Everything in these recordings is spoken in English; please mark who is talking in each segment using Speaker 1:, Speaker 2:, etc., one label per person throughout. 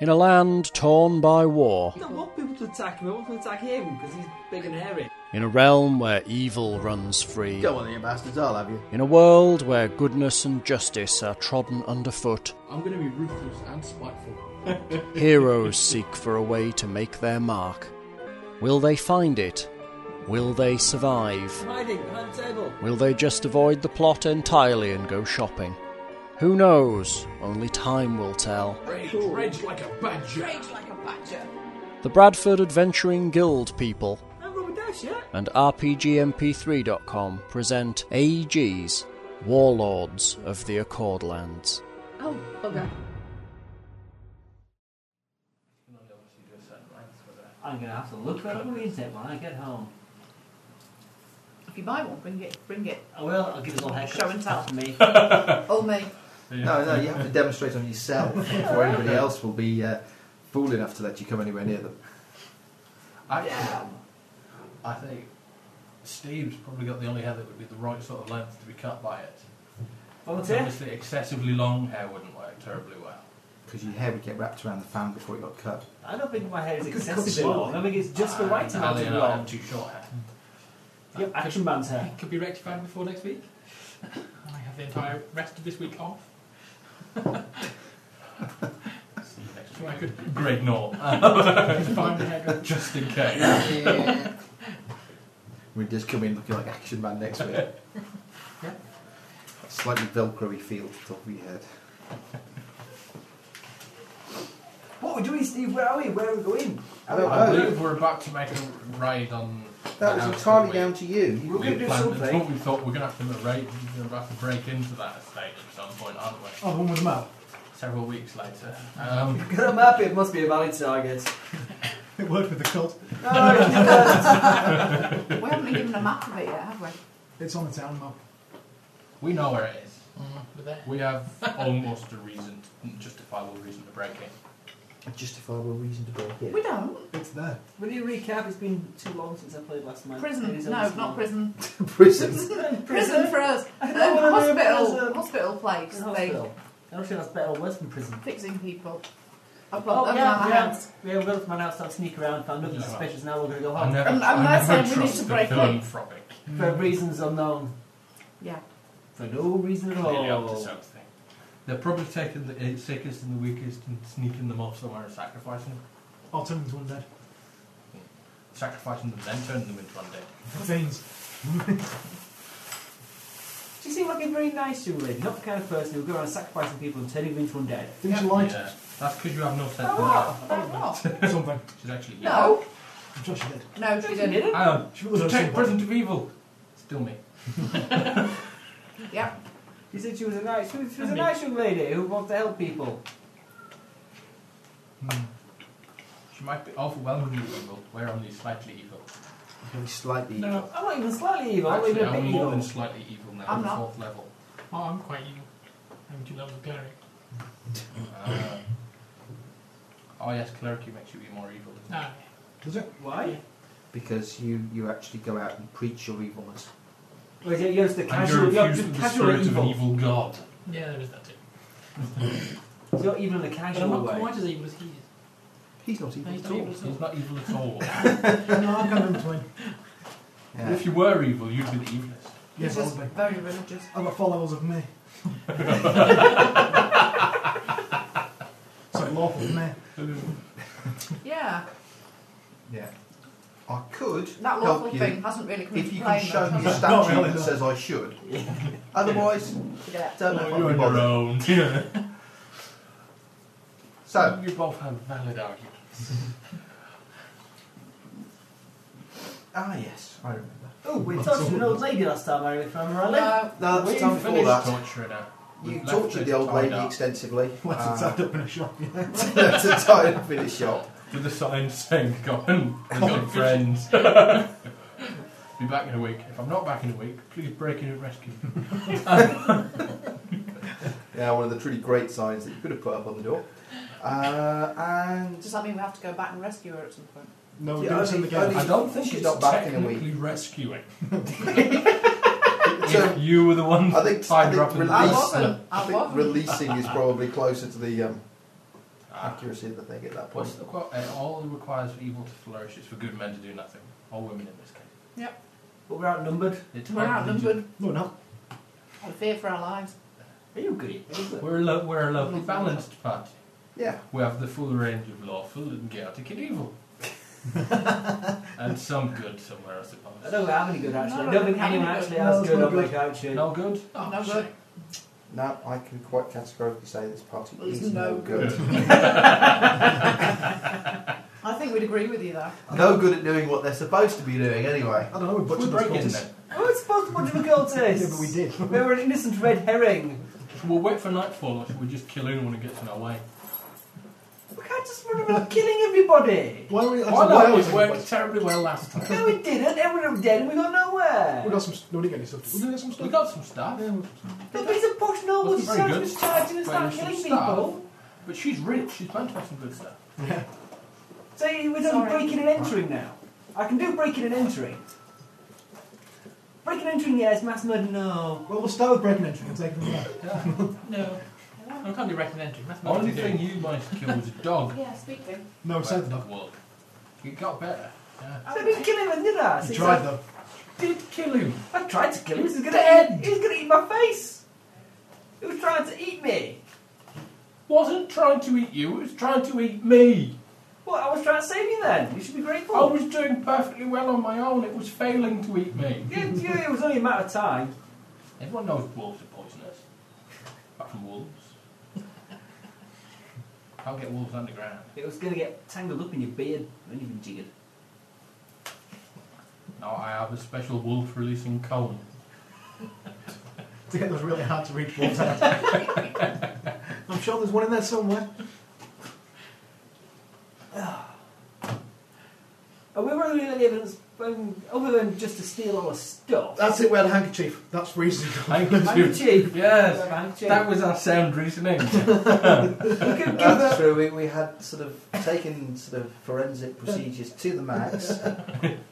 Speaker 1: in a land torn by war,
Speaker 2: I don't want people to attack him. I want them to attack him because he's big and hairy.
Speaker 1: in a realm where evil runs free,
Speaker 3: You don't want any bastards, I'll have you.
Speaker 1: in a world where goodness and justice are trodden underfoot,
Speaker 4: I'm going to be ruthless and spiteful.
Speaker 1: heroes seek for a way to make their mark. Will they find it? Will they survive?
Speaker 2: Hiding behind the table.
Speaker 1: Will they just avoid the plot entirely and go shopping? Who knows? Only time will tell.
Speaker 4: Rage, rage like a badger.
Speaker 5: Rage like a badger.
Speaker 1: The Bradford Adventuring Guild people
Speaker 2: And Robert Dash, yeah?
Speaker 1: and RPGMP3.com present AEG's Warlords of the Accordlands.
Speaker 5: Oh, bugger.
Speaker 6: I'm gonna have to look that up on the internet when I get home.
Speaker 5: If you buy one, bring it. Bring it.
Speaker 6: I will. I'll give it a little haircut.
Speaker 5: Show and tell.
Speaker 6: That's me.
Speaker 5: Oh, me.
Speaker 3: No, no, you have to demonstrate on yourself before anybody else will be uh, fool enough to let you come anywhere near them.
Speaker 4: Actually, I think Steve's probably got the only hair that would be the right sort of length to be cut by it.
Speaker 6: Volunteer.
Speaker 4: Obviously, excessively long hair wouldn't work terribly well.
Speaker 3: Because your hair would get wrapped around the fan before it got cut.
Speaker 6: I don't think my hair is
Speaker 3: Look at the
Speaker 6: excessively
Speaker 3: colour.
Speaker 6: long. I think it's just the right
Speaker 4: And
Speaker 6: amount
Speaker 4: Ali
Speaker 6: of
Speaker 4: and I have
Speaker 6: long.
Speaker 4: Ah, too short hair.
Speaker 6: Yep, action man's hair.
Speaker 7: Could be rectified before next week. I have the entire rest of this week off.
Speaker 4: See you next
Speaker 7: So
Speaker 4: week.
Speaker 7: I could
Speaker 4: Greg Norton,
Speaker 7: find the hairdresser.
Speaker 4: just in case.
Speaker 3: We'd just come in looking like Action Man next week. Slightly velcro-y feel to the top of your head.
Speaker 6: What are we doing, Steve? Where are we? Where are we going?
Speaker 3: I don't
Speaker 4: I
Speaker 3: know.
Speaker 4: believe we're about to make a raid on.
Speaker 3: That was entirely down to you.
Speaker 6: We're gonna do
Speaker 4: That's
Speaker 6: something.
Speaker 4: what we thought. We're going to have to make a raid. We're going to have to break into that estate at some point, aren't we?
Speaker 6: Oh, the one with the map.
Speaker 4: Several weeks later. Um,
Speaker 2: Look at a map, it must be a valid target.
Speaker 6: It worked with the cult.
Speaker 5: We haven't been given a map of it yet, have we?
Speaker 6: It's on the town map.
Speaker 4: we know where it is.
Speaker 7: We're Mm, there.
Speaker 4: We have almost a reason, justifiable reason to break in.
Speaker 3: A justifiable reason to break in.
Speaker 5: We don't.
Speaker 6: It's there.
Speaker 2: Will you recap? It's been too long since I played last night.
Speaker 5: Prison. No, not prison.
Speaker 3: Prison.
Speaker 5: Prison for us. Um,
Speaker 2: wanna be in
Speaker 5: hospital.
Speaker 2: prison.
Speaker 5: Hospital place. They
Speaker 2: Hospital.
Speaker 6: I don't think that's better or worse than prison.
Speaker 5: fixing people. I've
Speaker 6: Oh,
Speaker 5: got them in my
Speaker 6: yeah, yeah.
Speaker 5: hands.
Speaker 6: Yeah, we got to my house, I'll sneak around, found nothing
Speaker 4: Yeah.
Speaker 6: suspicious, now we're going to go
Speaker 4: I
Speaker 6: home.
Speaker 4: never,
Speaker 5: And- and
Speaker 4: I
Speaker 5: that's why
Speaker 4: never
Speaker 5: we need
Speaker 4: trust
Speaker 5: to
Speaker 4: the
Speaker 5: break in.
Speaker 4: philanthropic.
Speaker 6: For reasons unknown.
Speaker 5: Yeah.
Speaker 6: For no reason at
Speaker 4: Really up to
Speaker 6: all.
Speaker 4: something. They're probably taking the uh, sickest and the weakest and sneaking them off somewhere and sacrificing them.
Speaker 8: I'll turn into undead.
Speaker 4: Sacrificing them, then turning them into undead.
Speaker 8: Fiends.
Speaker 6: She seemed like a very nice young lady, not the kind of person who would go around sacrificing people and turning them into undead.
Speaker 8: Didn't you like
Speaker 4: Yeah, that's because you have no sense of
Speaker 5: Oh,
Speaker 4: that.
Speaker 5: what? About what?
Speaker 8: something?
Speaker 4: She's actually
Speaker 5: No.
Speaker 8: I'm sure she did.
Speaker 5: No, she
Speaker 6: She
Speaker 5: didn't.
Speaker 6: didn't.
Speaker 4: Hang on.
Speaker 8: She was a
Speaker 4: Protect
Speaker 8: simple.
Speaker 4: prison to evil. Still me.
Speaker 5: Yep.
Speaker 6: She said she was a nice, she was, she was a
Speaker 7: And me.
Speaker 6: nice young lady who wanted to help people.
Speaker 8: Hmm.
Speaker 4: She might be overwhelmingly evil. We're only slightly evil.
Speaker 3: Only slightly.
Speaker 4: No,
Speaker 6: I'm not even slightly evil. I'm not
Speaker 4: actually,
Speaker 6: even a
Speaker 4: I'm
Speaker 6: bit
Speaker 4: more than
Speaker 6: evil.
Speaker 4: slightly evil now.
Speaker 5: I'm
Speaker 4: the
Speaker 5: not.
Speaker 4: fourth level.
Speaker 7: Oh, I'm quite evil. I'm too level cleric.
Speaker 4: Uh, oh yes, cleric makes you be more evil. doesn't it?
Speaker 7: Ah,
Speaker 8: Does it?
Speaker 6: Why?
Speaker 3: Because you, you actually go out and preach your evilness.
Speaker 6: Well, yeah, you're just a
Speaker 4: And
Speaker 6: casual,
Speaker 4: you're
Speaker 6: you're
Speaker 4: infused
Speaker 6: just
Speaker 4: with the
Speaker 6: casual
Speaker 4: spirit of an
Speaker 6: evil.
Speaker 4: evil god.
Speaker 7: yeah, there is that too.
Speaker 6: So you're evil in a
Speaker 7: But I'm
Speaker 6: casual
Speaker 7: not
Speaker 6: way.
Speaker 7: quite as evil as he is.
Speaker 3: He's not evil
Speaker 7: He's
Speaker 3: at
Speaker 7: not
Speaker 3: all.
Speaker 7: evil at
Speaker 4: He's
Speaker 7: all.
Speaker 4: not evil at all.
Speaker 8: no, I'm kind of in between.
Speaker 3: Yeah.
Speaker 4: If you were evil, you'd be the evilest.
Speaker 5: He's
Speaker 8: Yes, I
Speaker 5: just
Speaker 8: would be.
Speaker 5: very religious.
Speaker 8: I've got four levels of me. Sorry, lawful me.
Speaker 5: Yeah.
Speaker 3: Yeah. I could
Speaker 5: That
Speaker 3: help
Speaker 5: lawful
Speaker 3: you
Speaker 5: thing hasn't really come
Speaker 3: if
Speaker 5: into
Speaker 3: you
Speaker 5: play
Speaker 3: can show
Speaker 5: much,
Speaker 3: me a
Speaker 5: has it?
Speaker 8: Not
Speaker 3: statue
Speaker 8: really,
Speaker 3: that
Speaker 8: no.
Speaker 3: says I should. Otherwise,
Speaker 5: Yeah.
Speaker 3: don't know if I'll
Speaker 4: you're
Speaker 3: be
Speaker 4: on your
Speaker 3: bothered.
Speaker 4: own. you
Speaker 3: So,
Speaker 4: both have valid arguments.
Speaker 3: ah yes, I remember.
Speaker 6: Oh, we touched an old lady last time, I remember, I left.
Speaker 3: No,
Speaker 5: No.
Speaker 3: that's
Speaker 4: we
Speaker 3: the time before
Speaker 4: finished
Speaker 3: that.
Speaker 4: torturing her.
Speaker 3: You
Speaker 4: We've left her
Speaker 3: tortured the old
Speaker 4: tied
Speaker 3: lady
Speaker 4: up
Speaker 3: extensively.
Speaker 8: Once it's
Speaker 3: uh,
Speaker 8: tied up in a shop. Yeah.
Speaker 3: to tie up in a shop.
Speaker 4: With a sign saying, go on, we're good friends. be back in a week. If I'm not back in a week, please break in and rescue me.
Speaker 3: Yeah, one of the truly great signs that you could have put up on the door. Uh, and
Speaker 5: Does that mean we have to go back and rescue her at some point?
Speaker 8: No, we
Speaker 3: Yeah,
Speaker 8: do
Speaker 3: only-
Speaker 8: this in the
Speaker 3: only-
Speaker 8: game.
Speaker 4: I don't think
Speaker 3: She's
Speaker 4: it's
Speaker 3: not back in a
Speaker 4: technically rescuing.
Speaker 3: So,
Speaker 4: if you were the one
Speaker 3: I think,
Speaker 4: tied
Speaker 3: I
Speaker 4: her up
Speaker 3: think,
Speaker 4: in the
Speaker 3: release,
Speaker 5: I
Speaker 4: least.
Speaker 5: wasn't.
Speaker 3: I
Speaker 5: I
Speaker 3: think
Speaker 5: wasn't.
Speaker 3: releasing is probably closer to the um,
Speaker 4: Ah.
Speaker 3: accuracy of the thing at that point.
Speaker 4: What's the quote? Uh, all it requires for evil to flourish is for good men to do nothing, or women in this case.
Speaker 6: But we're outnumbered.
Speaker 4: It's
Speaker 5: We're
Speaker 4: hard to do-
Speaker 5: outnumbered.
Speaker 8: No, not.
Speaker 5: I fear for our lives.
Speaker 6: Are you good at those?
Speaker 4: We're a, lo- we're a lovely balanced party.
Speaker 3: Yeah.
Speaker 4: We have the full range of lawful and chaotic and evil. and some good somewhere, I
Speaker 6: I
Speaker 4: suppose.
Speaker 6: don't have any good actually.
Speaker 5: No,
Speaker 6: I don't think
Speaker 5: no,
Speaker 6: anyone
Speaker 5: no,
Speaker 6: actually
Speaker 8: no,
Speaker 6: has
Speaker 8: it's
Speaker 6: good
Speaker 8: not
Speaker 6: on my
Speaker 8: good.
Speaker 6: couch. eh?
Speaker 4: No good?
Speaker 5: Oh, no good.
Speaker 3: Now I can quite categorically say this party
Speaker 5: Well, it's
Speaker 3: is no,
Speaker 5: no
Speaker 3: good.
Speaker 5: I think we'd agree with you though.
Speaker 3: No good at doing what they're supposed to be doing anyway.
Speaker 8: I don't know, we
Speaker 4: What's
Speaker 8: butchered
Speaker 4: break in
Speaker 8: those
Speaker 4: then?
Speaker 6: Oh, it's supposed to put difficult
Speaker 8: Yeah,
Speaker 6: taste.
Speaker 8: but we did.
Speaker 6: We were an innocent red herring.
Speaker 4: Should we wait for nightfall or should we just kill anyone who gets in our way?
Speaker 6: We can't just run around killing everybody.
Speaker 8: Why were we, that's
Speaker 4: Why
Speaker 8: why I
Speaker 4: not?
Speaker 8: was
Speaker 4: It
Speaker 8: thinking
Speaker 4: worked terribly well last time.
Speaker 6: No, we didn't. Everyone was dead and we got
Speaker 8: about-
Speaker 6: nowhere.
Speaker 8: We got some. s- No, we didn't get any stuff. We didn't get some stuff.
Speaker 4: We got some stuff,
Speaker 8: Yeah, we got some stuff.
Speaker 6: The piece of posh noble
Speaker 4: Wasn't very
Speaker 6: starts
Speaker 4: good.
Speaker 6: with charging and start
Speaker 4: Well,
Speaker 6: killing
Speaker 4: it's
Speaker 6: people.
Speaker 4: staff. but she's rich. She's meant to have some good stuff.
Speaker 6: So we're done
Speaker 5: Sorry.
Speaker 6: breaking and entering now. I can do breaking and entering. Breaking and entering, yes. Mass murder, no.
Speaker 8: Well, we'll start with breaking entry and take them there.
Speaker 7: No. I can't do recommending. That's
Speaker 4: The
Speaker 7: not
Speaker 4: only
Speaker 7: what to
Speaker 4: thing
Speaker 7: do.
Speaker 4: you might kill was a dog.
Speaker 5: Yeah, speak to him.
Speaker 8: No, we
Speaker 4: Well,
Speaker 8: saved the dog.
Speaker 4: Well, it got better. Yeah.
Speaker 6: So I didn't kill him, did I? So
Speaker 8: We
Speaker 6: it's
Speaker 8: tried
Speaker 6: like,
Speaker 8: though.
Speaker 4: Did kill him.
Speaker 6: I tried to kill him. He was gonna
Speaker 4: Dead.
Speaker 6: eat. He was gonna eat my face. He was trying to eat me.
Speaker 4: Wasn't trying to eat you. It was trying to eat me.
Speaker 6: Well, I was trying to save you then. You should be grateful.
Speaker 4: I
Speaker 8: Oh.
Speaker 4: was doing perfectly well on my own. It was failing to eat me.
Speaker 6: Yeah, yeah, it was only a matter of time.
Speaker 4: Everyone knows wolves are poisonous. Apart from wolves. Can't get wolves underground.
Speaker 6: It was going to get tangled up in your beard when you've been jiggered.
Speaker 4: Now I have a special wolf releasing cone.
Speaker 8: To get those really hard to reach ones out. I'm sure there's one in there somewhere.
Speaker 6: And Oh, we were only any evidence um, other than just to steal all the stuff.
Speaker 8: That's it, we had a handkerchief. That's reasonable.
Speaker 4: Thank you.
Speaker 6: Handkerchief.
Speaker 4: Yes.
Speaker 6: Handkerchief.
Speaker 4: That was our sound reasoning.
Speaker 6: You could give
Speaker 3: That's
Speaker 6: a-
Speaker 3: true. We, we had sort of taken sort of forensic procedures to the max.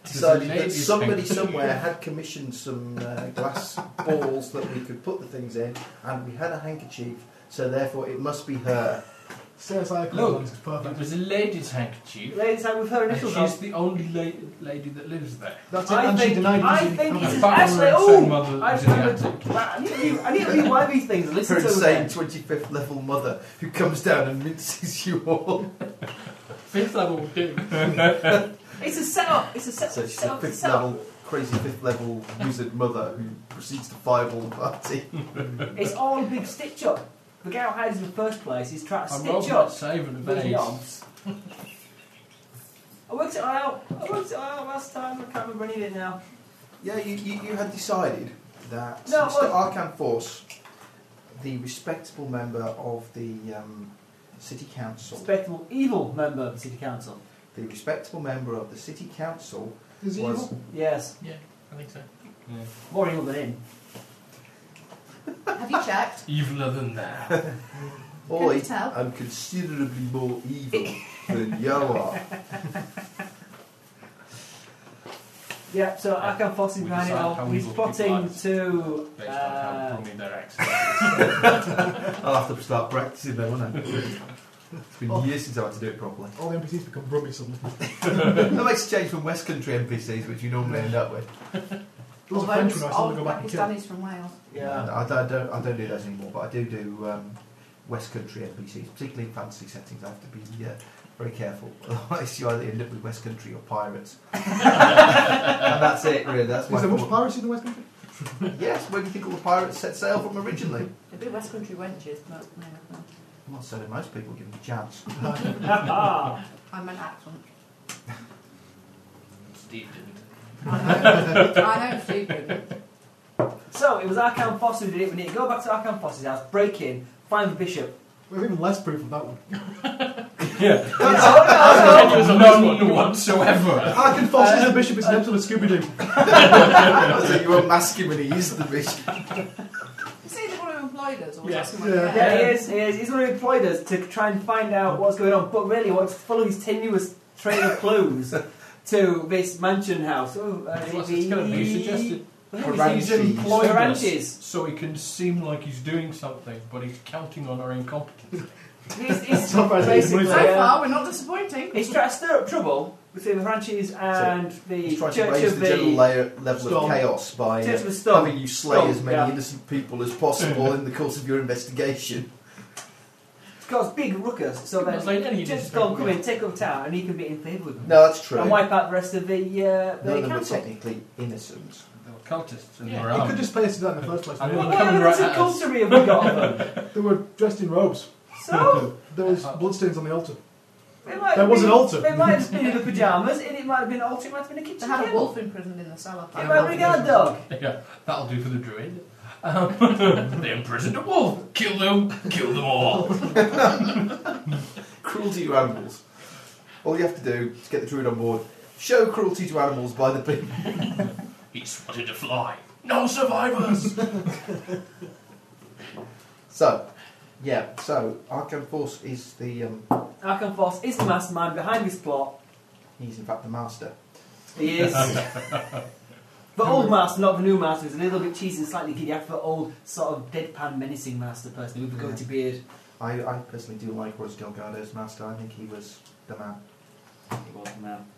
Speaker 3: decided that
Speaker 4: Ladies'
Speaker 3: somebody
Speaker 4: thing.
Speaker 3: somewhere had commissioned some uh, glass balls that we could put the things in, and we had a handkerchief, so therefore it must be her.
Speaker 4: Look.
Speaker 8: CSI Colons is
Speaker 4: It
Speaker 8: perfect.
Speaker 4: was a lady's handkerchief.
Speaker 6: Ladies, have with her
Speaker 4: And
Speaker 6: initials
Speaker 4: she's
Speaker 6: on.
Speaker 4: the only la- lady that lives there.
Speaker 8: That's it,
Speaker 6: I
Speaker 8: and she
Speaker 6: think,
Speaker 8: denied
Speaker 6: I
Speaker 8: using
Speaker 6: think
Speaker 8: it.
Speaker 6: it's
Speaker 4: Okay.
Speaker 6: his
Speaker 4: Back
Speaker 6: Ashley.
Speaker 4: over and
Speaker 6: Oh,
Speaker 4: send mother
Speaker 6: I
Speaker 4: to the
Speaker 6: remember. I need to read. I need to read one of these things. and
Speaker 3: Her
Speaker 6: Listen to
Speaker 3: insane
Speaker 6: them.
Speaker 3: 25th level mother who comes down and minces you all.
Speaker 7: Fifth level will do.
Speaker 6: It's a setup. It's a setup.
Speaker 3: So she's a
Speaker 6: setup.
Speaker 3: fifth
Speaker 6: setup.
Speaker 3: level, crazy fifth level wizard mother who proceeds to fireball the party.
Speaker 6: It's all a big stitch up. The guy who hides in the first place. He's trying to
Speaker 4: I
Speaker 6: stitch
Speaker 4: rolled
Speaker 6: up.
Speaker 4: that save and
Speaker 6: Bloody
Speaker 4: evade.
Speaker 6: knobs. I worked it all out. I worked it all out last time. I can't remember any of it now.
Speaker 3: Yeah, you, you, you had decided that
Speaker 6: No,
Speaker 3: Mr.
Speaker 6: well-
Speaker 3: Arcan Force, the respectable member of the um, city council,
Speaker 6: Respectable evil member of the city council.
Speaker 3: the respectable member of the city council
Speaker 8: Is he
Speaker 3: was
Speaker 8: evil?
Speaker 6: Yes,
Speaker 7: Yeah, I think so.
Speaker 4: Yeah.
Speaker 6: more evil than him.
Speaker 5: Have you checked?
Speaker 4: Eviler than that.
Speaker 3: Oi,
Speaker 5: Can you tell?
Speaker 3: I'm considerably more evil than you are.
Speaker 6: Yeah, so I can force him
Speaker 4: We
Speaker 6: behind it
Speaker 4: decide how
Speaker 6: all. He's
Speaker 4: evil people
Speaker 6: plotting
Speaker 4: are.
Speaker 6: to.
Speaker 4: Based on how
Speaker 6: Uh,
Speaker 4: crummy their accent is.
Speaker 3: I'll have to start practicing then, won't I? It's been
Speaker 8: Oh.
Speaker 3: years since I had to do it properly.
Speaker 8: All the NPCs become brummy suddenly.
Speaker 3: that makes a change from West Country NPCs, which you normally end up with.
Speaker 8: There was a
Speaker 5: Although
Speaker 8: French
Speaker 5: it's
Speaker 8: one I
Speaker 5: all
Speaker 8: saw go back and kill.
Speaker 5: Pakistanis from Wales.
Speaker 6: yeah.
Speaker 3: I, don't- I don't, I don't do those anymore, but I do do um, West Country NPCs, particularly in fantasy settings. I have to be uh, very careful. Otherwise, you either end up with West Country or pirates. and that's it, really. That's my
Speaker 8: Is there much
Speaker 3: thought.
Speaker 8: piracy in the West Country?
Speaker 3: Yes, where do you think all the pirates set sail from originally?
Speaker 5: They'd be West Country wenches, but no. no.
Speaker 3: Well, so do most people, given the chance.
Speaker 6: Ah,
Speaker 5: I meant accent.
Speaker 4: Steve didn't.
Speaker 5: I know, I know, stupid.
Speaker 6: so it was Arkham Foss who did it. We need to go back to Arkham Foss's house, break in, find the bishop.
Speaker 8: We have even less proof of that one.
Speaker 4: Yeah.
Speaker 6: No, no, no.
Speaker 4: There's none whatsoever.
Speaker 8: I can false as the bishop, it's an episode of Scooby Doo.
Speaker 3: so you unmask him and he is the bishop.
Speaker 5: Is he the one who employed us, or was
Speaker 7: Yeah.
Speaker 5: that someone
Speaker 8: Yeah.
Speaker 5: else?
Speaker 6: Yeah, he is. He is. He's already employed us to try and find out what's going on, but really wants to follow his tenuous trail of clues to this mansion house. Oh, uh,
Speaker 4: What's
Speaker 6: the-
Speaker 4: this going to be? Suggested. He's
Speaker 3: Ranches.
Speaker 4: employed us
Speaker 6: Ranches.
Speaker 4: so he can seem like he's doing something, but he's counting on our incompetence.
Speaker 6: He's, he's
Speaker 8: So far, it's
Speaker 6: basically.
Speaker 8: been-
Speaker 5: So
Speaker 6: uh,
Speaker 5: far, we're not disappointing.
Speaker 6: He's trying to stir up trouble between the Banshees and the
Speaker 3: He's trying
Speaker 6: Church
Speaker 3: to raise
Speaker 6: of
Speaker 3: the general
Speaker 6: the
Speaker 3: layer, level
Speaker 8: Storm.
Speaker 3: of chaos by uh,
Speaker 6: Church of the Storm.
Speaker 3: having you slay
Speaker 6: Storm,
Speaker 3: as many
Speaker 6: yeah.
Speaker 3: innocent people as possible in the course of your investigation.
Speaker 6: caused big ruckus, so
Speaker 7: Not saying
Speaker 6: that
Speaker 7: any of
Speaker 6: Church of
Speaker 7: this,
Speaker 6: Storm
Speaker 7: but
Speaker 6: come
Speaker 7: yeah.
Speaker 6: in, take over town, and he can be in favour with them
Speaker 3: No, that's true.
Speaker 6: and wipe out the rest of the uh,
Speaker 3: None
Speaker 6: the
Speaker 3: of them were
Speaker 6: council.
Speaker 3: technically innocent.
Speaker 4: They were cultists and
Speaker 7: Yeah,
Speaker 4: they were
Speaker 7: you
Speaker 8: You could
Speaker 4: armed.
Speaker 8: just pay us to that in the first place.
Speaker 4: I
Speaker 8: They
Speaker 6: What
Speaker 4: mean- They were
Speaker 8: were,
Speaker 4: coming
Speaker 6: evidence of
Speaker 4: right at us.
Speaker 6: culture have we got of them?
Speaker 8: they were dressed in robes.
Speaker 6: So
Speaker 8: There was bloodstains on the altar.
Speaker 6: it might
Speaker 8: There
Speaker 6: have
Speaker 8: was
Speaker 6: been-
Speaker 8: an altar.
Speaker 6: They might have been in the pajamas, and it might have been an altar. It might have been a kitchen.
Speaker 5: They had a
Speaker 6: table.
Speaker 5: wolf imprisoned in the cellar.
Speaker 6: It might have been a guard dog.
Speaker 4: Yeah, that'll do for the druid. Um, they imprisoned a wolf. Kill them. Kill them all.
Speaker 3: Cruelty to animals. All you have to do is get the druid on board. Show cruelty to animals by the people.
Speaker 4: He swatted a fly. No survivors.
Speaker 3: So, yeah, so Arkham Force is the. Um,
Speaker 6: Arkham Force is the mastermind behind this plot.
Speaker 3: he's in fact the master.
Speaker 6: He is. The old master, not the new master, is a little bit cheesy and slightly giddy after the old, sort of deadpan, menacing master person with the goatee beard.
Speaker 3: I, I personally do like Roz Delgado's master. I think he was the man.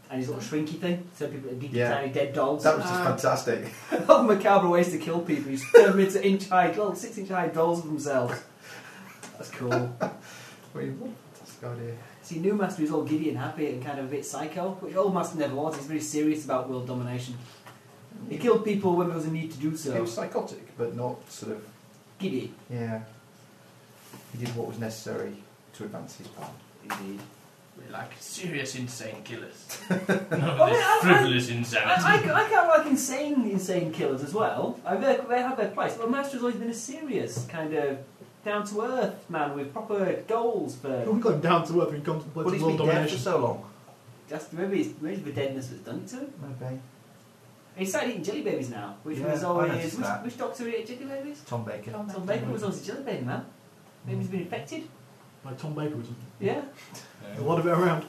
Speaker 6: And his little shrinky thing. Some people are dinky
Speaker 3: Yeah.
Speaker 6: tiny dead dolls.
Speaker 3: That was just
Speaker 5: Ah.
Speaker 3: fantastic.
Speaker 6: All macabre ways to kill people. You just turn them into inch high, little six inch high dolls of themselves. That's cool.
Speaker 3: I mean, what a fantastic idea.
Speaker 6: See, new master is all giddy and happy and kind of a bit psycho, which old master never was. He's very serious about world domination. He killed people when there was a need to do
Speaker 3: He
Speaker 6: so.
Speaker 3: was psychotic, but not sort of.
Speaker 6: Giddy.
Speaker 3: Yeah. He did what was necessary to advance his plan.
Speaker 6: Indeed.
Speaker 7: We're like serious insane killers.
Speaker 4: None
Speaker 6: Well,
Speaker 4: of this
Speaker 6: I- I-
Speaker 4: frivolous insanity.
Speaker 6: I, I, I kind of like insane, insane killers as well. I mean, they, they have their place. But Master's always been a serious kind of down to earth man with proper goals for.
Speaker 8: We got him down to earth and he contemplated
Speaker 3: But he's
Speaker 8: world
Speaker 3: been dead for
Speaker 8: domination.
Speaker 3: so long.
Speaker 6: Just maybe, it's, maybe the deadness that's done it to him.
Speaker 3: Maybe.
Speaker 6: He started eating jelly babies now, which
Speaker 3: Yeah,
Speaker 6: was
Speaker 3: I
Speaker 6: always.
Speaker 3: noticed
Speaker 6: Which,
Speaker 3: that.
Speaker 6: which doctor ate jelly babies?
Speaker 3: Tom Baker.
Speaker 5: Tom
Speaker 6: Tom
Speaker 5: Baker.
Speaker 6: Baker was always a jelly baby man. Maybe he's been infected.
Speaker 8: Like Tom Baker or something.
Speaker 6: Yeah.
Speaker 8: A lot of it around.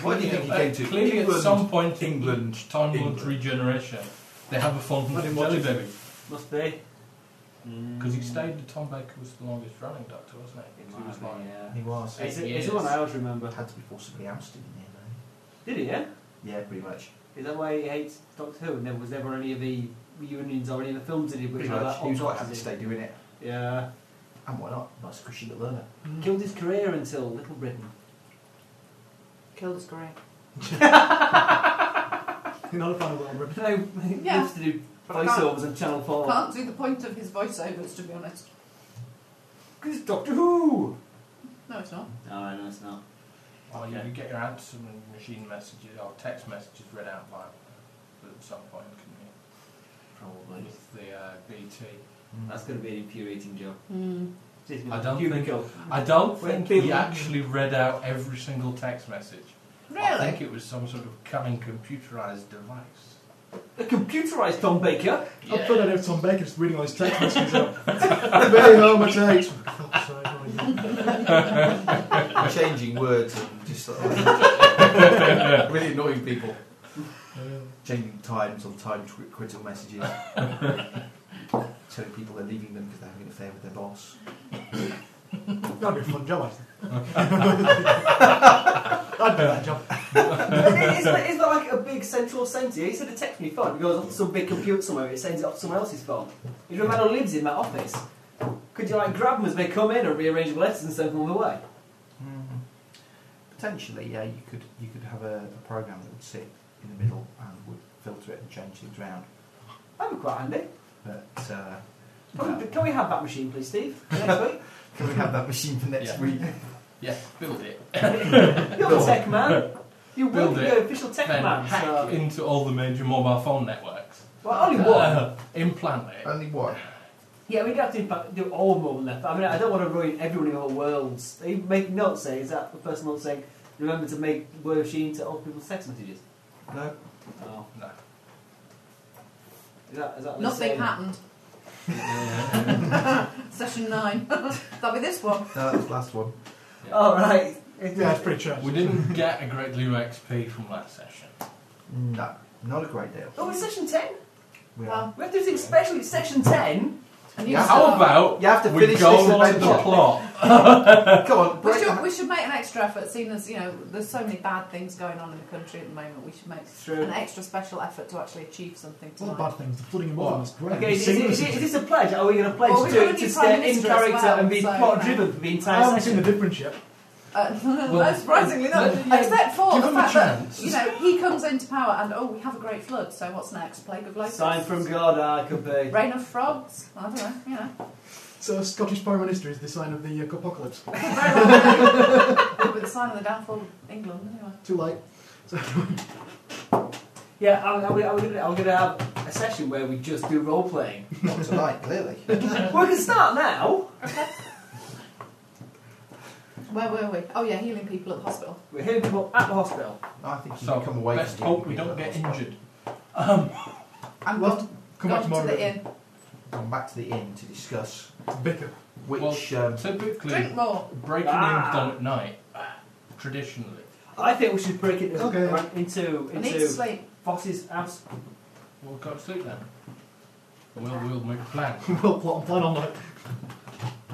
Speaker 3: Why do you think he
Speaker 4: Uh,
Speaker 3: came to
Speaker 4: Clearly, at
Speaker 3: England?
Speaker 4: some point, England, time lords
Speaker 3: England.
Speaker 4: regeneration, they have a fondness
Speaker 3: I
Speaker 4: for
Speaker 3: didn't watch
Speaker 4: Jelly
Speaker 3: it.
Speaker 4: Baby
Speaker 6: Must be.
Speaker 4: because he stayed. The Tom Baker was the longest running doctor, wasn't he?
Speaker 6: Mm. It
Speaker 4: So he was
Speaker 6: might be,
Speaker 4: like-
Speaker 6: yeah.
Speaker 3: He was.
Speaker 6: It's,
Speaker 7: Eight
Speaker 6: it's the one I always remember.
Speaker 3: Had to be forcibly ousted in the
Speaker 6: Did he, yeah?
Speaker 3: end. eh? Yeah, pretty much.
Speaker 6: Is that why he hates Doctor Who and there was never any of the reunions or any of the films that he did which
Speaker 3: Pretty
Speaker 6: were
Speaker 3: much.
Speaker 6: that
Speaker 3: He was
Speaker 6: old
Speaker 3: quite happy to
Speaker 6: Doctors in?
Speaker 3: stay doing it.
Speaker 6: Yeah.
Speaker 3: And why not? Nice cushy little learner.
Speaker 6: Killed his career until Little Britain.
Speaker 5: Killed his grey.
Speaker 8: You're not a fan of Little Britain.
Speaker 6: No, he
Speaker 5: Yeah.
Speaker 6: used to do
Speaker 5: But I can't-
Speaker 6: voiceovers on Channel 4.
Speaker 5: Can't see the point of his voiceovers, to be honest.
Speaker 6: Because it's Doctor Who!
Speaker 5: No, it's not.
Speaker 6: No, no, it's not.
Speaker 4: Well, oh, you- you get your answering machine messages or text messages read out by at some point, couldn't you?
Speaker 6: Probably.
Speaker 4: With the uh, BT.
Speaker 3: Mm.
Speaker 6: That's going to be an infuriating job.
Speaker 5: Mm.
Speaker 4: I don't
Speaker 6: you
Speaker 4: think-
Speaker 6: go.
Speaker 4: I don't
Speaker 6: When
Speaker 4: think he
Speaker 6: people-
Speaker 4: actually read out every single text message. I think
Speaker 5: Really?
Speaker 4: it was some sort of cunning computerized device.
Speaker 6: A computerised Tom Baker?
Speaker 8: I thought I'd have Tom Baker just reading all his text messages out. Very low, my text. For fuck's sake, oh, yeah.
Speaker 3: Changing words and just sort of really annoying people.
Speaker 7: Oh,
Speaker 3: Changing times on time tw- critical messages. Telling people they're leaving them because they're having an affair with their boss.
Speaker 8: That'd be a fun job, I think. I'd do that job.
Speaker 6: is, there, is there like a big central centre? He said a text me phone, it goes off to some big computer somewhere, it sends it off to someone else's phone. It doesn't matter who lives in that office. Could you like grab them as they come in and rearrange the letters and send them on the way?
Speaker 4: Mm-hmm.
Speaker 3: Potentially, yeah, you could you could have a, a program that would sit in the middle and would filter it and change things around.
Speaker 6: That'd be quite handy.
Speaker 3: But uh,
Speaker 6: Can we, can we have that machine, please, Steve? Next week?
Speaker 3: can we have that machine for next
Speaker 4: Yeah.
Speaker 3: week?
Speaker 4: Yeah, build it.
Speaker 6: You're the tech man. You
Speaker 4: Build
Speaker 6: work
Speaker 4: it.
Speaker 6: your official tech
Speaker 4: Then
Speaker 6: man.
Speaker 4: hack
Speaker 6: So.
Speaker 4: into all the major mobile phone networks.
Speaker 6: Well, only one.
Speaker 4: Uh, implant it.
Speaker 3: Only one.
Speaker 6: yeah, we'd have to in fact do all more than that. But I mean, I don't want to ruin everyone in the whole world. They make note say, is that the first note saying, remember to make word machine to all people's text messages?
Speaker 3: No.
Speaker 6: Oh.
Speaker 4: No.
Speaker 6: Is that, is that what
Speaker 5: Nothing
Speaker 6: they're saying?
Speaker 5: happened. Session nine. That'll be this one.
Speaker 3: No, that was the last one.
Speaker 6: All Oh, right.
Speaker 8: Yeah, it's pretty trash.
Speaker 4: We didn't get a great deal of XP from that session.
Speaker 3: No, not a great deal.
Speaker 6: Oh, it's section 10.
Speaker 3: We
Speaker 5: Well,
Speaker 3: are.
Speaker 6: We have to do something special. It's section 10.
Speaker 5: And you
Speaker 3: Yeah,
Speaker 5: start-
Speaker 4: How about
Speaker 3: You have to
Speaker 4: we
Speaker 3: finish
Speaker 4: go
Speaker 3: this and
Speaker 4: on to
Speaker 3: then
Speaker 4: the
Speaker 3: plot.
Speaker 4: plot?
Speaker 3: Come on,
Speaker 5: We
Speaker 3: break
Speaker 5: should,
Speaker 3: down.
Speaker 5: we should make an extra effort, seeing as you know there's so many bad things going on in the country at the moment. We should make
Speaker 6: True.
Speaker 5: an extra special effort to actually achieve something
Speaker 8: All the
Speaker 5: tonight.
Speaker 8: bad things. The flooding in
Speaker 6: What?
Speaker 8: Waltham is great.
Speaker 6: Okay, is,
Speaker 8: It's
Speaker 6: is, is,
Speaker 8: seamless.
Speaker 6: is this a pledge? Are we going to pledge
Speaker 5: Well, we've got a
Speaker 6: to,
Speaker 5: new
Speaker 6: to
Speaker 5: Prime
Speaker 6: stay in
Speaker 5: Minister as
Speaker 6: character
Speaker 5: well,
Speaker 6: and be
Speaker 5: so, you
Speaker 6: plot
Speaker 5: know.
Speaker 6: driven for the entire
Speaker 8: I haven't seen
Speaker 6: session?
Speaker 8: the difference yet.
Speaker 5: Uh,
Speaker 6: Well,
Speaker 5: surprisingly not,
Speaker 6: well, yeah,
Speaker 5: except for
Speaker 4: give
Speaker 5: the
Speaker 4: him a
Speaker 5: fact that
Speaker 4: chance.
Speaker 5: you know he comes into power and oh we have a great flood. So what's next? Plague of locusts.
Speaker 6: Sign from God, I could be.
Speaker 5: Rain of frogs. I don't know. You know.
Speaker 8: So Scottish Prime Minister is the sign of the uh, apocalypse.
Speaker 5: Could very well be. Could be the sign of the downfall of England. Anyway.
Speaker 8: Too late.
Speaker 6: Yeah, I'm, I'm, gonna- I'm, gonna- I'm going to have a session where we just do role playing.
Speaker 3: Not tonight, clearly.
Speaker 6: well, we can start now.
Speaker 5: Where were we? Oh yeah, healing people at the hospital.
Speaker 6: We're hearing people at the hospital.
Speaker 3: I think you
Speaker 4: So
Speaker 3: can come away.
Speaker 4: let's
Speaker 3: from
Speaker 4: hope we
Speaker 3: here
Speaker 4: don't
Speaker 3: with
Speaker 4: get
Speaker 3: that last
Speaker 4: injured.
Speaker 5: And
Speaker 8: Well, come back
Speaker 5: gone
Speaker 8: tomorrow.
Speaker 5: to the inn.
Speaker 3: one. Come back to the inn to discuss
Speaker 8: Bicker.
Speaker 3: which. um,
Speaker 4: Typically,
Speaker 5: Drink more.
Speaker 4: breaking
Speaker 6: Ah.
Speaker 4: in's done at night, traditionally.
Speaker 6: I think we should break it into
Speaker 8: Okay.
Speaker 6: into,
Speaker 5: I need to
Speaker 6: into
Speaker 5: sleep.
Speaker 6: Boss's house.
Speaker 4: We'll go to sleep then. We'll, we'll make a plan.
Speaker 8: we'll plot and plan all night.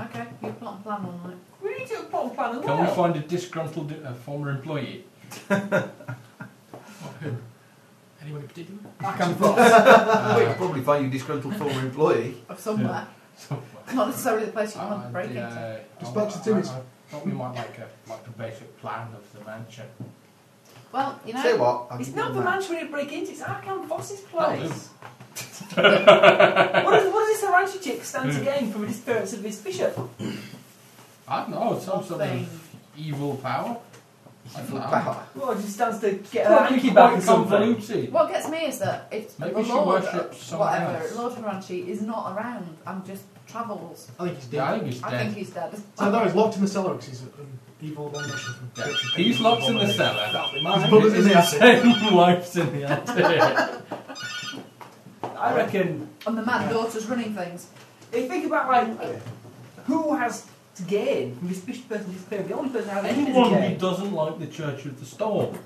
Speaker 5: Okay, you plot and plan all night.
Speaker 6: We need to put a plan as
Speaker 4: Can we
Speaker 6: well.
Speaker 4: find a disgruntled uh, former employee?
Speaker 7: Or who? Anyone in particular?
Speaker 8: I can plot.
Speaker 3: we
Speaker 4: Uh,
Speaker 3: could probably find you a disgruntled former employee.
Speaker 5: Of somewhere.
Speaker 4: So,
Speaker 5: Not necessarily the place you want
Speaker 4: uh,
Speaker 5: to break
Speaker 4: the,
Speaker 5: into.
Speaker 4: uh,
Speaker 8: Dispatch
Speaker 4: I-
Speaker 8: the tunes.
Speaker 4: I, I thought we might like a like a basic plan of the mansion.
Speaker 5: Well, you know.
Speaker 3: Say what? I'll
Speaker 6: It's
Speaker 3: give
Speaker 6: not
Speaker 3: you
Speaker 6: the
Speaker 3: a
Speaker 6: ranch we need to break into, it's Arkham Boss's
Speaker 4: That'll do.
Speaker 6: place. what, is, what does the rancher chick stand to gain from the disappearance of his bishop?
Speaker 4: I don't know, some sort
Speaker 5: Thing.
Speaker 4: of evil power. I don't
Speaker 3: Full
Speaker 4: know.
Speaker 3: power.
Speaker 6: Well, it just stands to get her
Speaker 4: Probably
Speaker 6: hanky back or
Speaker 4: quite
Speaker 6: something.
Speaker 4: convoluted.
Speaker 5: What gets me is that if
Speaker 4: Maybe
Speaker 5: the
Speaker 4: she
Speaker 5: Lord,
Speaker 4: worships someone
Speaker 5: whatever,
Speaker 4: else.
Speaker 5: Lord Haranchi is not around and just travels.
Speaker 8: I think he's
Speaker 4: Yeah, I
Speaker 8: dead.
Speaker 4: think he's
Speaker 5: I
Speaker 4: dead.
Speaker 5: think he's dead.
Speaker 8: So no, he's locked in the cellar because he's an evil abomination from
Speaker 4: Yeah.
Speaker 8: Egyptian
Speaker 4: He's
Speaker 8: people.
Speaker 4: locked in the cellar.
Speaker 8: His brother's in the attic.
Speaker 4: attic. Wife's in the attic.
Speaker 6: I reckon.
Speaker 5: And the mad daughter's running things.
Speaker 6: If you think about like who has to gain from this bishop person disappearing, the only person that has anything to
Speaker 4: Anyone who
Speaker 6: gain.
Speaker 4: doesn't like the Church of the Storm.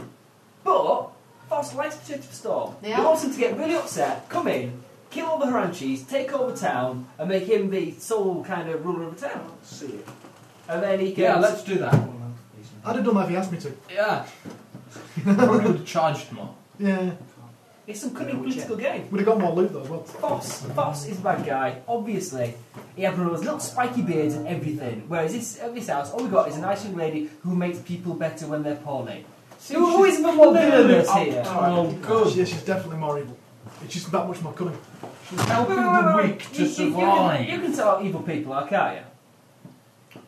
Speaker 6: But Boss likes the Church of Storm.
Speaker 5: Yeah.
Speaker 6: He wants him to get really upset, come in, kill all the Haranchis, take over town, and make him the sole kind of ruler of the town.
Speaker 3: See it.
Speaker 6: And then he
Speaker 4: Yeah,
Speaker 6: can.
Speaker 4: let's do that.
Speaker 8: I'd have done that if he asked me to.
Speaker 4: Yeah. Probably would have charged more.
Speaker 8: Yeah.
Speaker 6: it's some cunning political game.
Speaker 8: Would have got more loot though as well.
Speaker 6: Boss, Boss is a bad guy, obviously. He had one of those little spiky beards and everything. Whereas this, at this house, all we got is a nice young lady who makes people better when they're poorly. Who, who is the more villainous here?
Speaker 4: Oh, good.
Speaker 8: Yeah, she's definitely more evil. It's just that much more cunning.
Speaker 4: She's helping
Speaker 6: Wait, wait, wait,
Speaker 4: the
Speaker 6: wait.
Speaker 4: weak
Speaker 6: You-
Speaker 4: to
Speaker 6: you- you can- You
Speaker 4: survive.
Speaker 6: can tell evil people are, can't you?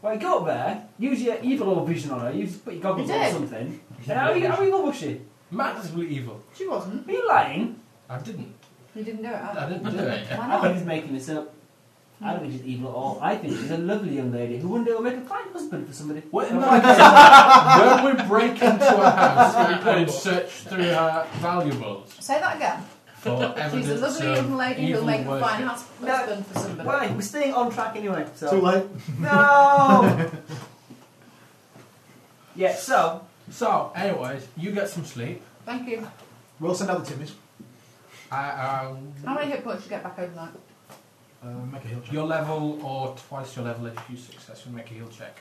Speaker 6: Well, you go up there, use your evil old vision on her, you just put your goggles
Speaker 5: You
Speaker 6: on or
Speaker 5: did.
Speaker 6: something. And how evil how evil was she?
Speaker 4: Massively evil.
Speaker 5: She wasn't.
Speaker 6: Are you lying?
Speaker 4: I didn't.
Speaker 5: You didn't do it.
Speaker 4: I
Speaker 5: huh?
Speaker 4: didn't do it.
Speaker 6: I
Speaker 5: Why
Speaker 6: think
Speaker 5: not?
Speaker 6: he's making this up. I don't think she's evil at all. I think she's a lovely young lady who one day will make a fine husband for somebody.
Speaker 4: When, I, when we break into a house and search through her valuables
Speaker 5: Say that again.
Speaker 4: for evidence
Speaker 5: She's a lovely
Speaker 4: of
Speaker 5: young lady
Speaker 4: evil
Speaker 5: who'll make a
Speaker 4: worship.
Speaker 5: fine hus-
Speaker 6: No.
Speaker 5: husband for somebody.
Speaker 6: Right, we're staying on track anyway. So.
Speaker 8: Too late.
Speaker 6: No. yeah. So
Speaker 4: So, anyways, you get some sleep.
Speaker 5: Thank you.
Speaker 8: We'll send out the Timmies.
Speaker 4: I,
Speaker 5: How
Speaker 4: um,
Speaker 5: many hit points you get back overnight?
Speaker 8: Uh, make a heel check.
Speaker 4: your level or twice your level if you successfully make a heal check.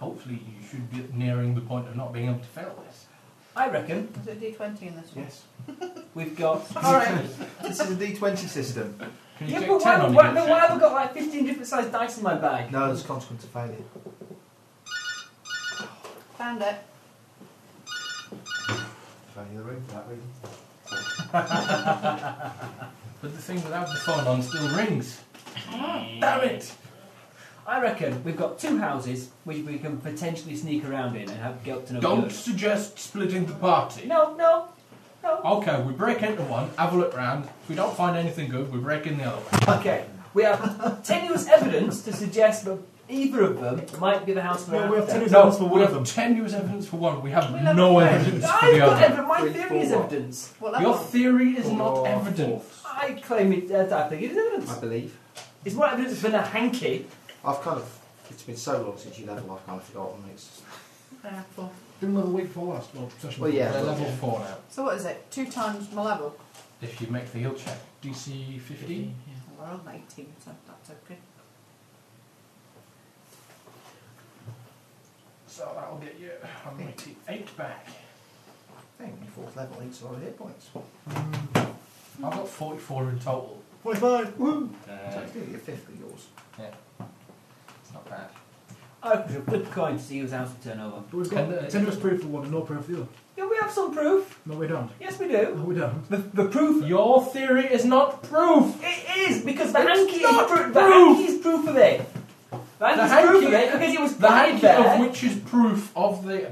Speaker 4: Hopefully, you should be nearing the point of not being able to fail this.
Speaker 6: I reckon
Speaker 5: Is it a d20 in this one?
Speaker 3: Yes.
Speaker 6: we've got.
Speaker 3: All right. this is a D20 system.
Speaker 4: Can you
Speaker 6: Yeah,
Speaker 4: take
Speaker 6: but
Speaker 4: 10
Speaker 6: why,
Speaker 4: on
Speaker 6: why,
Speaker 4: your
Speaker 6: no,
Speaker 4: check?
Speaker 6: why have I got like 15 different sized dice in my bag?
Speaker 3: No, there's a consequence of failure.
Speaker 5: Found it.
Speaker 3: Failure of the room for that reason.
Speaker 4: But the thing without the phone on still rings.
Speaker 6: Damn it! I reckon we've got two houses which we can potentially sneak around in and have guilt to no
Speaker 4: Don't
Speaker 6: good.
Speaker 4: suggest splitting the party.
Speaker 6: No, no, no.
Speaker 4: Okay, we break into one, have a look round. If we don't find anything good, we break in the other one.
Speaker 6: Okay, we have tenuous evidence to suggest that either of them might be the house we're
Speaker 8: Well, we have
Speaker 6: after.
Speaker 8: tenuous
Speaker 4: No,
Speaker 8: evidence for
Speaker 4: we
Speaker 8: one
Speaker 4: have
Speaker 8: of them.
Speaker 4: tenuous evidence for one. We have
Speaker 5: We'll have
Speaker 4: no
Speaker 5: a third.
Speaker 4: evidence for
Speaker 6: I've
Speaker 4: the
Speaker 6: got
Speaker 4: other.
Speaker 6: evidence. My
Speaker 3: Three,
Speaker 6: theory is
Speaker 3: four, one.
Speaker 6: evidence.
Speaker 5: What level?
Speaker 4: Your theory is not
Speaker 3: Four.
Speaker 4: evidence.
Speaker 6: I claim it. Uh, I think it is evidence.
Speaker 3: I believe.
Speaker 6: It's more evidence than a hanky.
Speaker 3: I've kind of. It's been so long since you level, I've kind of forgotten. It's.
Speaker 5: Yeah, four.
Speaker 8: Didn't level week before last. Well, session.
Speaker 3: Well, yeah.
Speaker 4: We're level four now.
Speaker 5: So what is it? Two times my level?
Speaker 4: If you make the heal check, DC 15.
Speaker 7: Yeah.
Speaker 5: We're on 19, so that's okay.
Speaker 4: So that'll get you 188 back.
Speaker 3: Hey, my fourth level, eight solid hit points.
Speaker 4: I've got 44 in total.
Speaker 8: 45! Woo!
Speaker 3: So
Speaker 4: Uh,
Speaker 3: it's nearly a fifth of yours.
Speaker 4: it's not bad.
Speaker 6: I could flip a coin to see whose house to turn over.
Speaker 8: But we've
Speaker 4: And, uh,
Speaker 8: got tenuous proof for one and no proof for the other.
Speaker 6: Yeah, we have some proof.
Speaker 8: No, we don't.
Speaker 6: Yes, we
Speaker 8: No,
Speaker 6: do.
Speaker 8: we don't.
Speaker 6: The, the proof.
Speaker 4: Your theory is not proof!
Speaker 6: It is because the
Speaker 4: It's
Speaker 6: hanky is
Speaker 4: not
Speaker 6: proof. The
Speaker 4: proof.
Speaker 6: hanky is proof of it. The hanky's
Speaker 4: hanky-
Speaker 6: proof of it because it was
Speaker 4: The
Speaker 6: played
Speaker 4: hand
Speaker 6: there.
Speaker 4: of which is proof of the.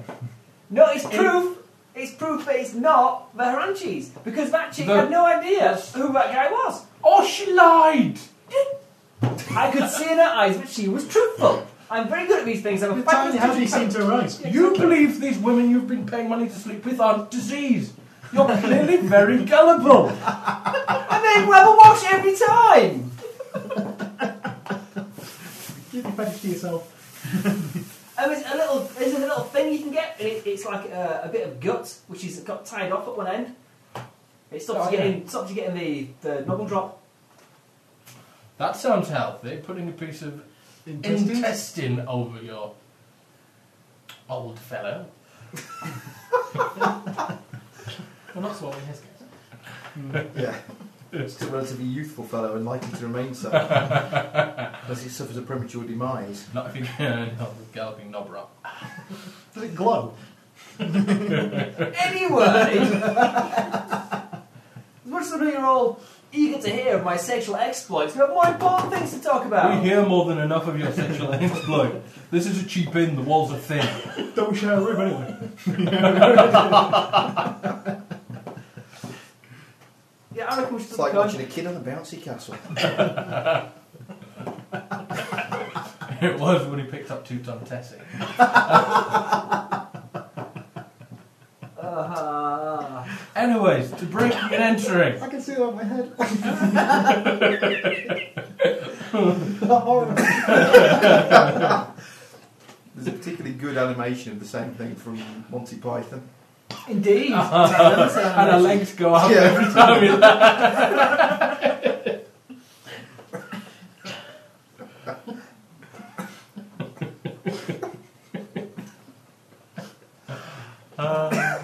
Speaker 6: No, it's
Speaker 4: It-
Speaker 6: proof. It's proof that it's not the Haranchis because that chick
Speaker 4: The-
Speaker 6: had no idea
Speaker 4: Yes.
Speaker 6: who that guy was.
Speaker 4: Oh, she lied!
Speaker 6: I could see in her eyes that she was truthful. I'm very good at these things. I'm a
Speaker 8: Entirely how
Speaker 6: fabulous-
Speaker 8: did he seem to arise?
Speaker 4: You believe these women you've been paying money to sleep with aren't diseased. You're clearly very gullible.
Speaker 6: I mean, well, wash every time.
Speaker 8: Keep your fetish to yourself.
Speaker 6: And there's Oh, a little, there's a little thing you can get. and It, it's like a, a bit of gut, which is got tied off at one end. It stops
Speaker 4: Oh,
Speaker 6: you getting, stops you getting the the novel drop.
Speaker 4: That sounds healthy, putting a piece of
Speaker 8: Intestines.
Speaker 4: intestine over your old fellow.
Speaker 7: Well, not swallowing his case.
Speaker 3: Yeah. Still a relatively youthful fellow and likely to remain so. Unless he suffers a premature demise.
Speaker 4: Not if you can on the galloping knob rock.
Speaker 8: Does it glow?
Speaker 6: Anyway, as much as you're all eager to hear of my sexual exploits, we have more important things to talk about.
Speaker 4: We hear more than enough of your sexual exploit. This is a cheap inn, the walls are thin.
Speaker 8: Don't we share a room anyway?
Speaker 6: Yeah, I reckon we should
Speaker 3: It's
Speaker 6: flip
Speaker 3: like
Speaker 6: a coin.
Speaker 3: watching a kid on a bouncy castle.
Speaker 4: It was when he picked up two ton Tessie.
Speaker 6: Uh-huh.
Speaker 4: Anyways, to breaking and entering.
Speaker 8: I can see that on my head. Horror.
Speaker 3: There's a particularly good animation of the same thing from Monty Python.
Speaker 6: Indeed.
Speaker 4: And her legs go up
Speaker 3: Yeah.
Speaker 4: every time he laughs. Uh,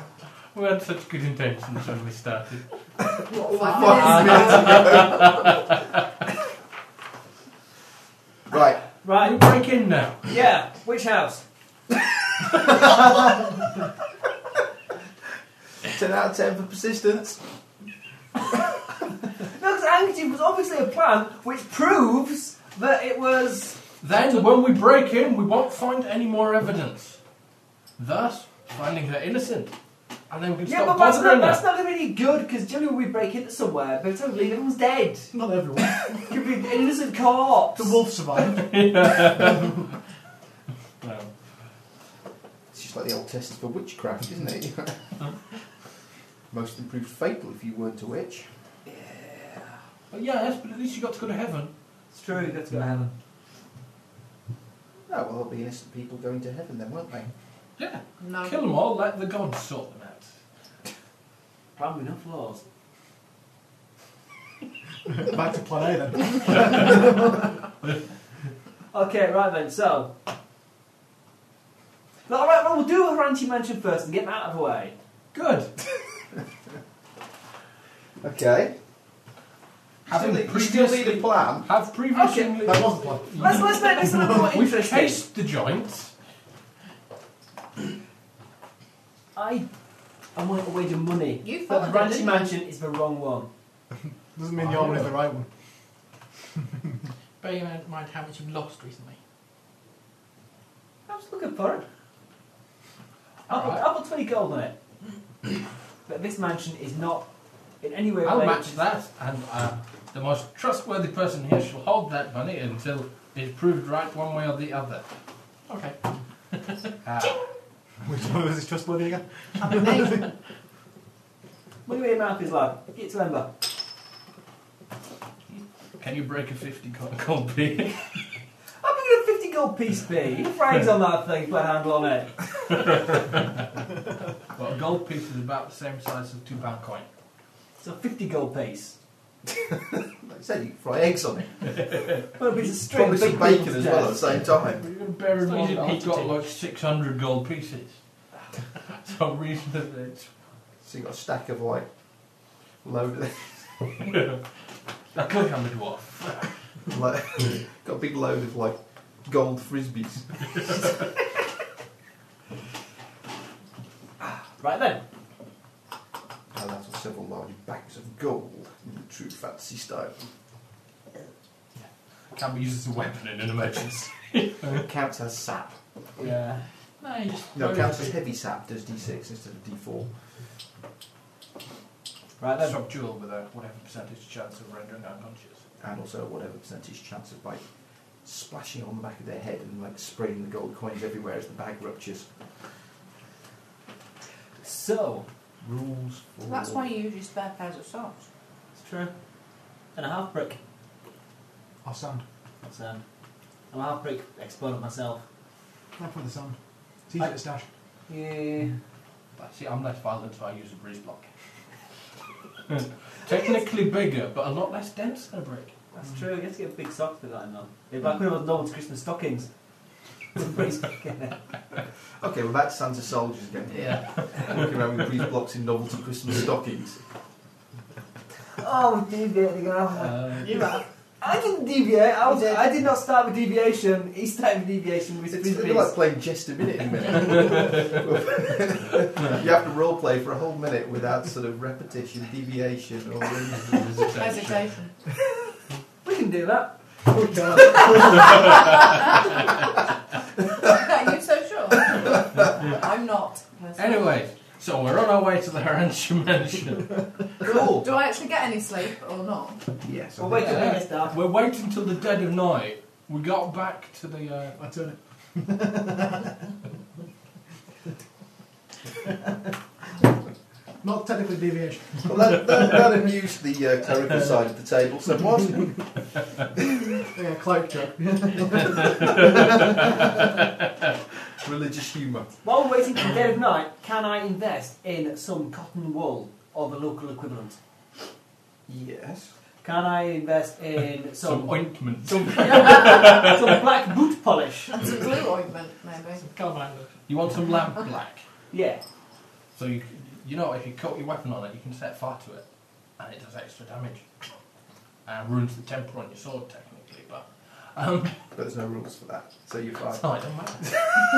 Speaker 4: we had such good intentions when we started.
Speaker 3: Five minutes ago. right.
Speaker 4: We
Speaker 6: Right,
Speaker 4: break in now.
Speaker 6: yeah, which house?
Speaker 3: 10 out of 10 for persistence.
Speaker 6: No, because handkerchief was obviously a plan which proves that it was.
Speaker 4: Then, when we break in, we won't find any more evidence. Thus, finding her innocent. And then we can
Speaker 6: Yeah,
Speaker 4: stop
Speaker 6: but that's not,
Speaker 4: bothering
Speaker 6: that's
Speaker 4: her.
Speaker 6: not going to be any good because generally when we break into somewhere, by the time we leave, everyone's dead.
Speaker 8: Not everyone.
Speaker 6: Could be an innocent corpse.
Speaker 8: The wolf survived.
Speaker 4: No.
Speaker 3: It's just like the old test for witchcraft, isn't it? Oh. Most improved fatal if you weren't a witch.
Speaker 4: But yes, but at least you got to go to heaven.
Speaker 6: It's true, you got to go to heaven.
Speaker 3: Oh, well, there'll be innocent people going to heaven then, won't they?
Speaker 4: Yeah,
Speaker 5: No.
Speaker 4: kill them all, let the gods sort them out.
Speaker 6: Plan with no flaws.
Speaker 8: Back to plan A then.
Speaker 6: Okay, right then, so. No, Alright, well, we'll do a Ranty Mansion first and get that out of the way.
Speaker 4: Good.
Speaker 3: Okay.
Speaker 4: Having
Speaker 3: Still need- you still
Speaker 4: previously-
Speaker 3: need a plan.
Speaker 4: Have previously.
Speaker 8: That was the plan.
Speaker 6: Let's, let's make this a little more
Speaker 4: We've
Speaker 6: interesting.
Speaker 4: chased the joint.
Speaker 6: I, I want a wage of money.
Speaker 5: You
Speaker 6: But
Speaker 5: followed
Speaker 6: the
Speaker 5: it,
Speaker 6: Ranty
Speaker 5: didn't
Speaker 6: Mansion is the wrong one.
Speaker 8: Doesn't mean the old one is the right one.
Speaker 7: Bear in mind how much you've lost recently.
Speaker 6: I was looking for it. I put,
Speaker 4: Alright.
Speaker 6: I put 20 gold on it. but this mansion is not in any way
Speaker 4: I'll
Speaker 6: related.
Speaker 4: match that, and uh, the most trustworthy person here shall hold that money until it's proved right one way or the other.
Speaker 7: Okay.
Speaker 4: Uh,
Speaker 8: Which one was his trustworthy again?
Speaker 6: Money where your mouth is, lad. It's member.
Speaker 4: can you break a 50 co- gold piece?
Speaker 6: I'm looking at a 50 gold piece, B. Frags on that thing, put a handle on it.
Speaker 4: well, a gold piece is about the same size as a £2 coin.
Speaker 6: So 50 gold piece.
Speaker 3: Like you said, you fry eggs on it.
Speaker 6: Well, it's a string
Speaker 3: Probably
Speaker 6: of
Speaker 3: some
Speaker 6: big
Speaker 3: bacon
Speaker 6: wheels
Speaker 3: as
Speaker 6: there.
Speaker 3: well at the same time.
Speaker 4: But you've got to bear in
Speaker 7: It's not
Speaker 4: mind
Speaker 7: easy
Speaker 4: that
Speaker 7: to
Speaker 4: I've
Speaker 7: take.
Speaker 4: got like 600 gold pieces. so reasonably, it's
Speaker 3: So you've got a stack of like load
Speaker 4: I could have a dwarf.
Speaker 3: like, got a big load of like gold frisbees.
Speaker 6: Right then.
Speaker 3: And that's several large bags of gold in the true fancy style.
Speaker 4: Can be used as a weapon in an emergency.
Speaker 3: counts as sap.
Speaker 6: Yeah.
Speaker 7: No, you just
Speaker 3: No,
Speaker 7: throw
Speaker 3: counts
Speaker 7: it.
Speaker 3: as heavy sap does D6 instead of D4.
Speaker 6: Right then.
Speaker 4: Subdual with a whatever percentage chance of rendering unconscious.
Speaker 3: And also whatever percentage chance of like splashing on the back of their head and like spraying the gold coins everywhere as the bag ruptures.
Speaker 6: So.
Speaker 3: Rules for
Speaker 5: That's why you use your spare pairs of socks.
Speaker 6: It's true. And a half brick.
Speaker 8: Our sound.
Speaker 6: That's, um, I'm a half brick exponent myself.
Speaker 8: Not for the sound. It's easier to stash.
Speaker 6: Yeah.
Speaker 4: But see, I'm less violent, so I use a breeze block. Technically bigger, but a lot less dense than a brick.
Speaker 6: That's true. You have to get big socks for that, I know. If I could have known it's Christmas stockings.
Speaker 3: Okay, well that's Santa soldiers again.
Speaker 4: Yeah.
Speaker 3: Walking around with breeze blocks in novelty Christmas stockings.
Speaker 6: oh, deviating around.
Speaker 4: Uh,
Speaker 6: You I didn't deviate. I, was,
Speaker 3: You did.
Speaker 6: I did not start with deviation. He started with deviation with
Speaker 3: It's,
Speaker 6: his
Speaker 3: a bit like playing just a minute in a minute. you have to role play for a whole minute without sort of repetition, deviation, or
Speaker 5: Hesitation.
Speaker 6: We can do that.
Speaker 5: Are you so sure? I'm not. personally.
Speaker 4: anyway, so we're on our way to the Harantia Mansion.
Speaker 3: cool.
Speaker 5: Do I actually get any sleep or not?
Speaker 3: Yes. I
Speaker 6: Well,
Speaker 3: think
Speaker 6: wait till it gets dark.
Speaker 4: we're waiting till the dead of night. We got back to the. Uh,
Speaker 8: I turn it. Not technically deviation.
Speaker 3: Well, that, that, that amused the uh, clerical side of the table somewhat.
Speaker 8: Yeah, Uh, cloak joke.
Speaker 3: Religious humour.
Speaker 6: While we're waiting for the dead of night, can I invest in some cotton wool or the local equivalent?
Speaker 3: Yes.
Speaker 6: Can I invest in
Speaker 4: some
Speaker 6: some
Speaker 4: ointment.
Speaker 6: some, some black boot polish?
Speaker 5: And some glue ointment, maybe.
Speaker 7: Calminder.
Speaker 4: You want some lamp black?
Speaker 6: Yeah.
Speaker 4: So you, c- you know, if you coat your weapon on it, you can set fire to it, and it does extra damage, and ruins the temper on your sword technically. But um,
Speaker 3: But there's no rules for that. So you're
Speaker 4: it's
Speaker 3: fine.
Speaker 4: not, it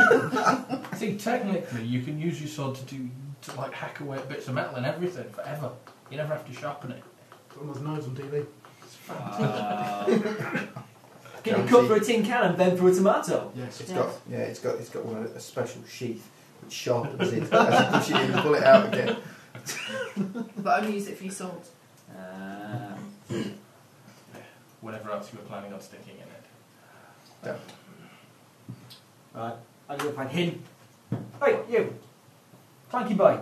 Speaker 4: don't matter. See, technically, you can use your sword to do to like hack away at bits of metal and everything forever. You never have to sharpen it.
Speaker 8: Someone's nose on TV.
Speaker 6: Can you cut through a tin can and then through a tomato?
Speaker 8: Yes.
Speaker 3: It's got yeah, it's got it's got one, a special sheath which sharpens it as you push it in and pull it out again.
Speaker 5: But only use it for your swords.
Speaker 6: Uh,
Speaker 4: Whatever else you were planning on sticking in it.
Speaker 6: right. I'm gonna find him. Hey, you. Clanky boy.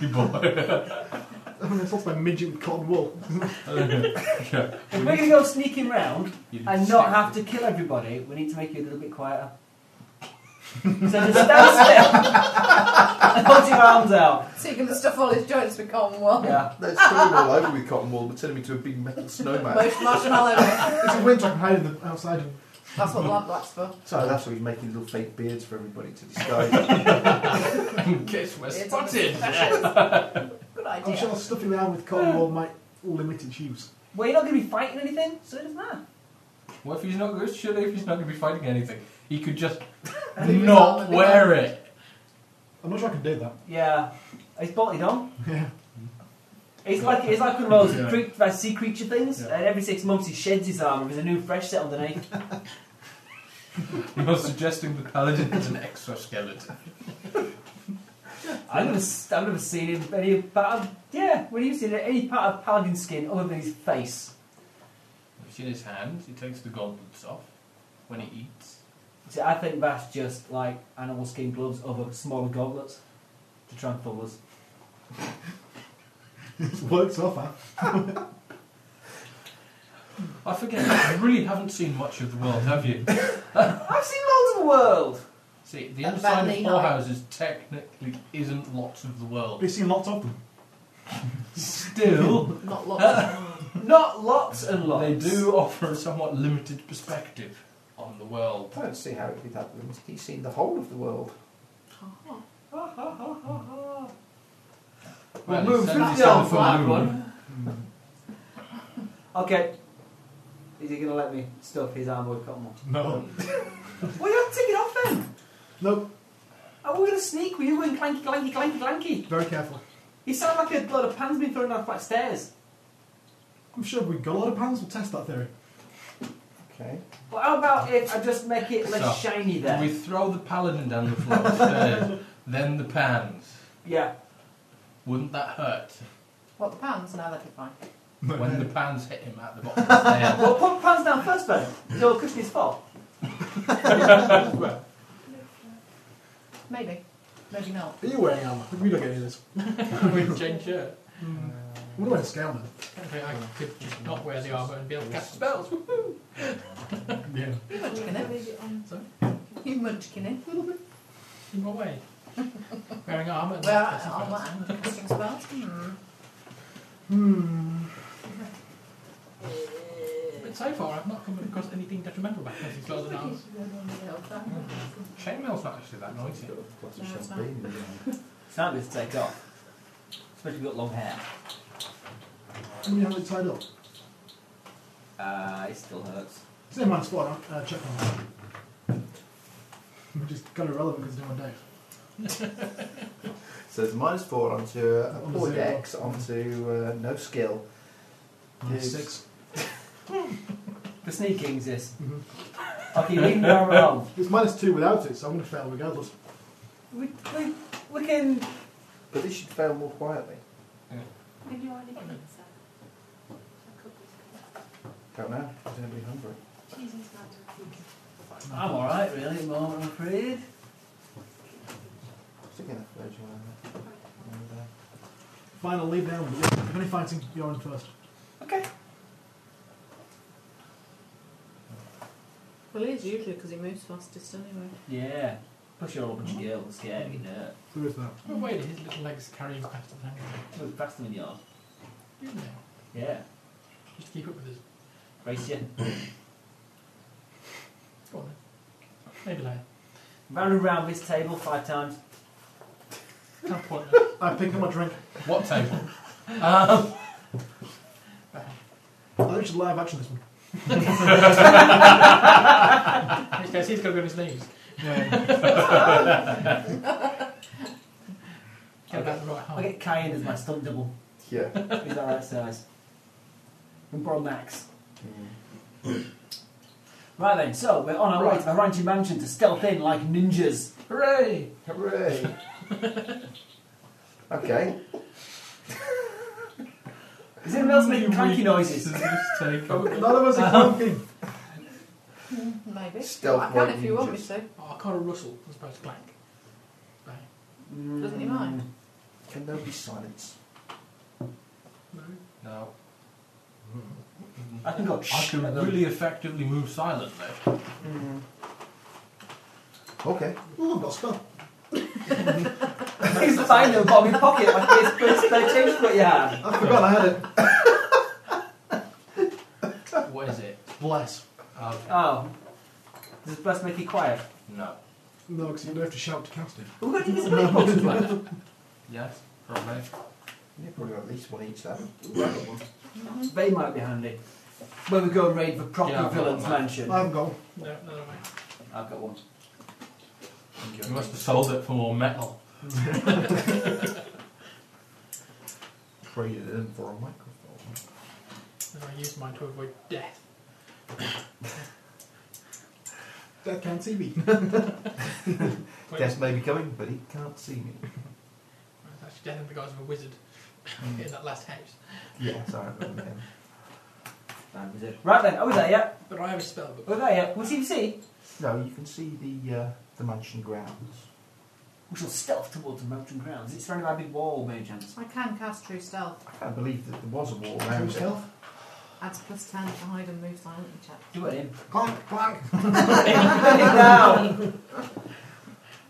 Speaker 4: You boy.
Speaker 8: I mean, it's also by midget with cotton wool.
Speaker 4: yeah.
Speaker 6: If we're gonna go sneaking round
Speaker 4: You
Speaker 6: and
Speaker 4: stick
Speaker 6: not have to kill everybody, we need to make you a little bit quieter. so just stand still and hold your arms out.
Speaker 5: So you're going to stuff all his joints with cotton wool.
Speaker 6: Yeah.
Speaker 3: That's throwing all over with cotton wool, but turning into a big metal snowman.
Speaker 5: Most marshmallow.
Speaker 8: It's a winter I can hide in the outside.
Speaker 5: That's what lamp black's for.
Speaker 3: So that's why he's making little fake beards for everybody to disguise.
Speaker 4: in case we're
Speaker 5: It's-
Speaker 4: spotted.
Speaker 5: Good
Speaker 8: I'm sure
Speaker 5: idea.
Speaker 8: stuffing around with cotton wool might limit its use.
Speaker 6: Well, you're not going to be fighting anything, so it doesn't matter.
Speaker 4: What if he's not good? Surely, if he's not going to be fighting anything, he could just
Speaker 5: Leave his arm
Speaker 4: not
Speaker 5: and be
Speaker 4: wear it.
Speaker 8: I'm not sure I can do that.
Speaker 6: Yeah. He's bolted on.
Speaker 8: Yeah.
Speaker 6: It's like it's like one of those
Speaker 4: Yeah.
Speaker 6: creep, like sea creature things,
Speaker 4: Yeah.
Speaker 6: and every six months he sheds his armour with a new fresh set underneath.
Speaker 4: You're suggesting the paladin is an exoskeleton.
Speaker 6: I've never, s- I've never seen him any part of, yeah, when you seen any part of paladin skin other than his face.
Speaker 4: You've seen his hands, he takes the gauntlets off when he eats.
Speaker 6: See, I think that's just like animal skin gloves over smaller gauntlets to try and fool us.
Speaker 8: It's worked so far.
Speaker 4: I forget, you really haven't seen much of the world, have you?
Speaker 6: I've seen loads of the world.
Speaker 4: See, the
Speaker 5: About
Speaker 4: inside of
Speaker 5: knee
Speaker 4: poorhouses technically isn't lots of the
Speaker 8: We've
Speaker 4: world.
Speaker 8: seen lots of them.
Speaker 4: Still,
Speaker 5: Not lots.
Speaker 6: Not lots and lots.
Speaker 4: they do offer a somewhat limited perspective on the world.
Speaker 3: I don't see how it could be that limited. He's seen the whole of the world.
Speaker 6: We'll
Speaker 4: Well,
Speaker 6: move
Speaker 4: it's
Speaker 6: through
Speaker 4: certainly
Speaker 6: the old
Speaker 4: something
Speaker 6: flat
Speaker 4: new.
Speaker 6: one. Okay. Is he going to let me stuff his arm with cotton wool?
Speaker 8: No.
Speaker 6: Well, you have to take it off then.
Speaker 8: Nope.
Speaker 6: Oh, we're going to sneak with you going clanky, clanky, clanky, clanky.
Speaker 8: Very careful.
Speaker 6: You sound like a load of pans being thrown down flat stairs.
Speaker 8: I'm sure we've got a lot of pans. We'll test that theory.
Speaker 3: Okay.
Speaker 6: Well, how about if I just make it less
Speaker 4: So,
Speaker 6: shiny there?
Speaker 4: We throw the paladin down the floor first, then the pans.
Speaker 6: Yeah.
Speaker 4: Wouldn't that hurt
Speaker 5: what, the pans? No, that'd be fine.
Speaker 8: No,
Speaker 4: when
Speaker 8: no.
Speaker 4: the pans hit him at the bottom of the stairs?
Speaker 6: Well, put pans down first then. So the cushion's fault.
Speaker 5: Maybe. Maybe not.
Speaker 8: Are you wearing armour? We don't get any of this.
Speaker 7: With change shirt.
Speaker 8: What about a scale man?
Speaker 7: I think I could just not wear the armour and be able to cast spells.
Speaker 8: Yeah.
Speaker 5: You munchkin it.
Speaker 7: Sorry?
Speaker 5: You munchkin it.
Speaker 7: In what way? Wearing armour. and
Speaker 5: Well,
Speaker 7: casting
Speaker 5: I'm
Speaker 7: spells.
Speaker 5: like, casting spells. Hmm.
Speaker 7: But so far, I've not come across anything detrimental about casting spells and arms.
Speaker 4: Chainmail's not actually that noisy.
Speaker 3: Glass
Speaker 5: No,
Speaker 3: of
Speaker 5: it's
Speaker 3: champagne. in the end.
Speaker 6: It's not good to take off. Especially if you've got long hair.
Speaker 8: When you have it tied up.
Speaker 6: Uh, it still hurts.
Speaker 8: Same man spot, uh, check on that. Which is kind of relevant because no one died.
Speaker 3: So it's minus four onto uh, a
Speaker 8: On
Speaker 3: poor
Speaker 8: zero.
Speaker 3: dex onto uh, no skill.
Speaker 8: Minus
Speaker 3: Yes.
Speaker 8: six.
Speaker 6: The sneaking's this.
Speaker 8: Mhm.
Speaker 6: Okay, leave your arm alone.
Speaker 8: It's minus two without it, so I'm going to fail regardless.
Speaker 6: We, we, we can.
Speaker 3: But this should fail more quietly. Don't know. Is anybody hungry?
Speaker 6: I'm alright, really, at the moment, I'm afraid.
Speaker 3: Stick in that virgin one. And, uh,
Speaker 8: Final lead down. But yeah, if any fighting, you're in first.
Speaker 6: Okay.
Speaker 5: Well, it is usually because he moves fastest anyway.
Speaker 6: Yeah. Plus, you're all a bunch of girls, scared, you know.
Speaker 8: There is that.
Speaker 7: What way did his little legs carry him past the tank?
Speaker 6: Move faster than you are.
Speaker 7: Didn't they?
Speaker 6: Yeah.
Speaker 7: Just keep up with his.
Speaker 6: Race you.
Speaker 7: Go on then. Maybe later.
Speaker 6: Round and round this table five times.
Speaker 7: Can't point now.
Speaker 8: I pick up my drink.
Speaker 4: What table?
Speaker 8: I think we should live action this one.
Speaker 7: In which case, he's got to be on his knees.
Speaker 8: Yeah.
Speaker 7: Get about the right
Speaker 6: I
Speaker 7: height.
Speaker 6: get Cayenne as my stunt double.
Speaker 3: yeah.
Speaker 6: He's that right size. And borrow Max. Right then, so we're on our way to the Ranchi Mansion to stealth in like ninjas.
Speaker 7: Hooray!
Speaker 3: Hooray! okay.
Speaker 6: Is anyone else making clanky noises?
Speaker 8: None
Speaker 4: noises.
Speaker 8: of us are clanking.
Speaker 5: Maybe.
Speaker 3: Stealth
Speaker 5: I can if
Speaker 3: white
Speaker 5: you want me
Speaker 3: ninjas.
Speaker 5: to.
Speaker 7: Oh, I can't a rustle as opposed to clank. Bang.
Speaker 5: Doesn't he mind?
Speaker 3: Can there be silence?
Speaker 7: No.
Speaker 4: No.
Speaker 6: I can go
Speaker 4: hmm. I
Speaker 6: shh.
Speaker 4: can
Speaker 6: at them.
Speaker 4: really effectively move silently.
Speaker 3: Okay.
Speaker 8: Ooh, I've got a spell.
Speaker 6: He's finding them bottom of your pocket like this, but it's no change for what you have.
Speaker 8: I forgot I had it.
Speaker 4: What is it?
Speaker 8: Bless.
Speaker 4: Okay.
Speaker 6: Oh. Does this bless make you quiet?
Speaker 4: No.
Speaker 8: No, because you don't have to shout to cast it.
Speaker 6: We've got invisibility boxes left.
Speaker 4: Yes? Probably.
Speaker 3: Yeah, probably got at least one each then.
Speaker 6: They might be handy. When we go and raid the proper
Speaker 4: Yeah, I've got
Speaker 6: villain's
Speaker 4: one, mate.
Speaker 6: mansion.
Speaker 8: I haven't got one.
Speaker 7: No, no, no.
Speaker 6: I've got one.
Speaker 4: You must have sold it for more metal.
Speaker 3: Traded in for a microphone.
Speaker 7: And I use mine to avoid death.
Speaker 8: That can't see me.
Speaker 7: Wait,
Speaker 3: Guess may be coming, but he can't see me.
Speaker 7: It's actually death in the guise of a wizard in that last house.
Speaker 3: Yeah, sorry. I remember him.
Speaker 6: Damn wizard. Right then, are we there yet?
Speaker 7: But I have a spell book.
Speaker 6: We're there yet. We'll see, see.
Speaker 3: No, you can see the uh, the mansion grounds.
Speaker 6: We shall stealth towards the mountain grounds. It's surrounded by a big wall, by any chance.
Speaker 5: I can cast true stealth.
Speaker 3: I can't believe that there was a wall
Speaker 8: True
Speaker 3: around it.
Speaker 8: stealth.
Speaker 5: Adds plus 10 to hide and move silently check.
Speaker 6: Do it in.
Speaker 8: Clank, clank.
Speaker 6: Put it down.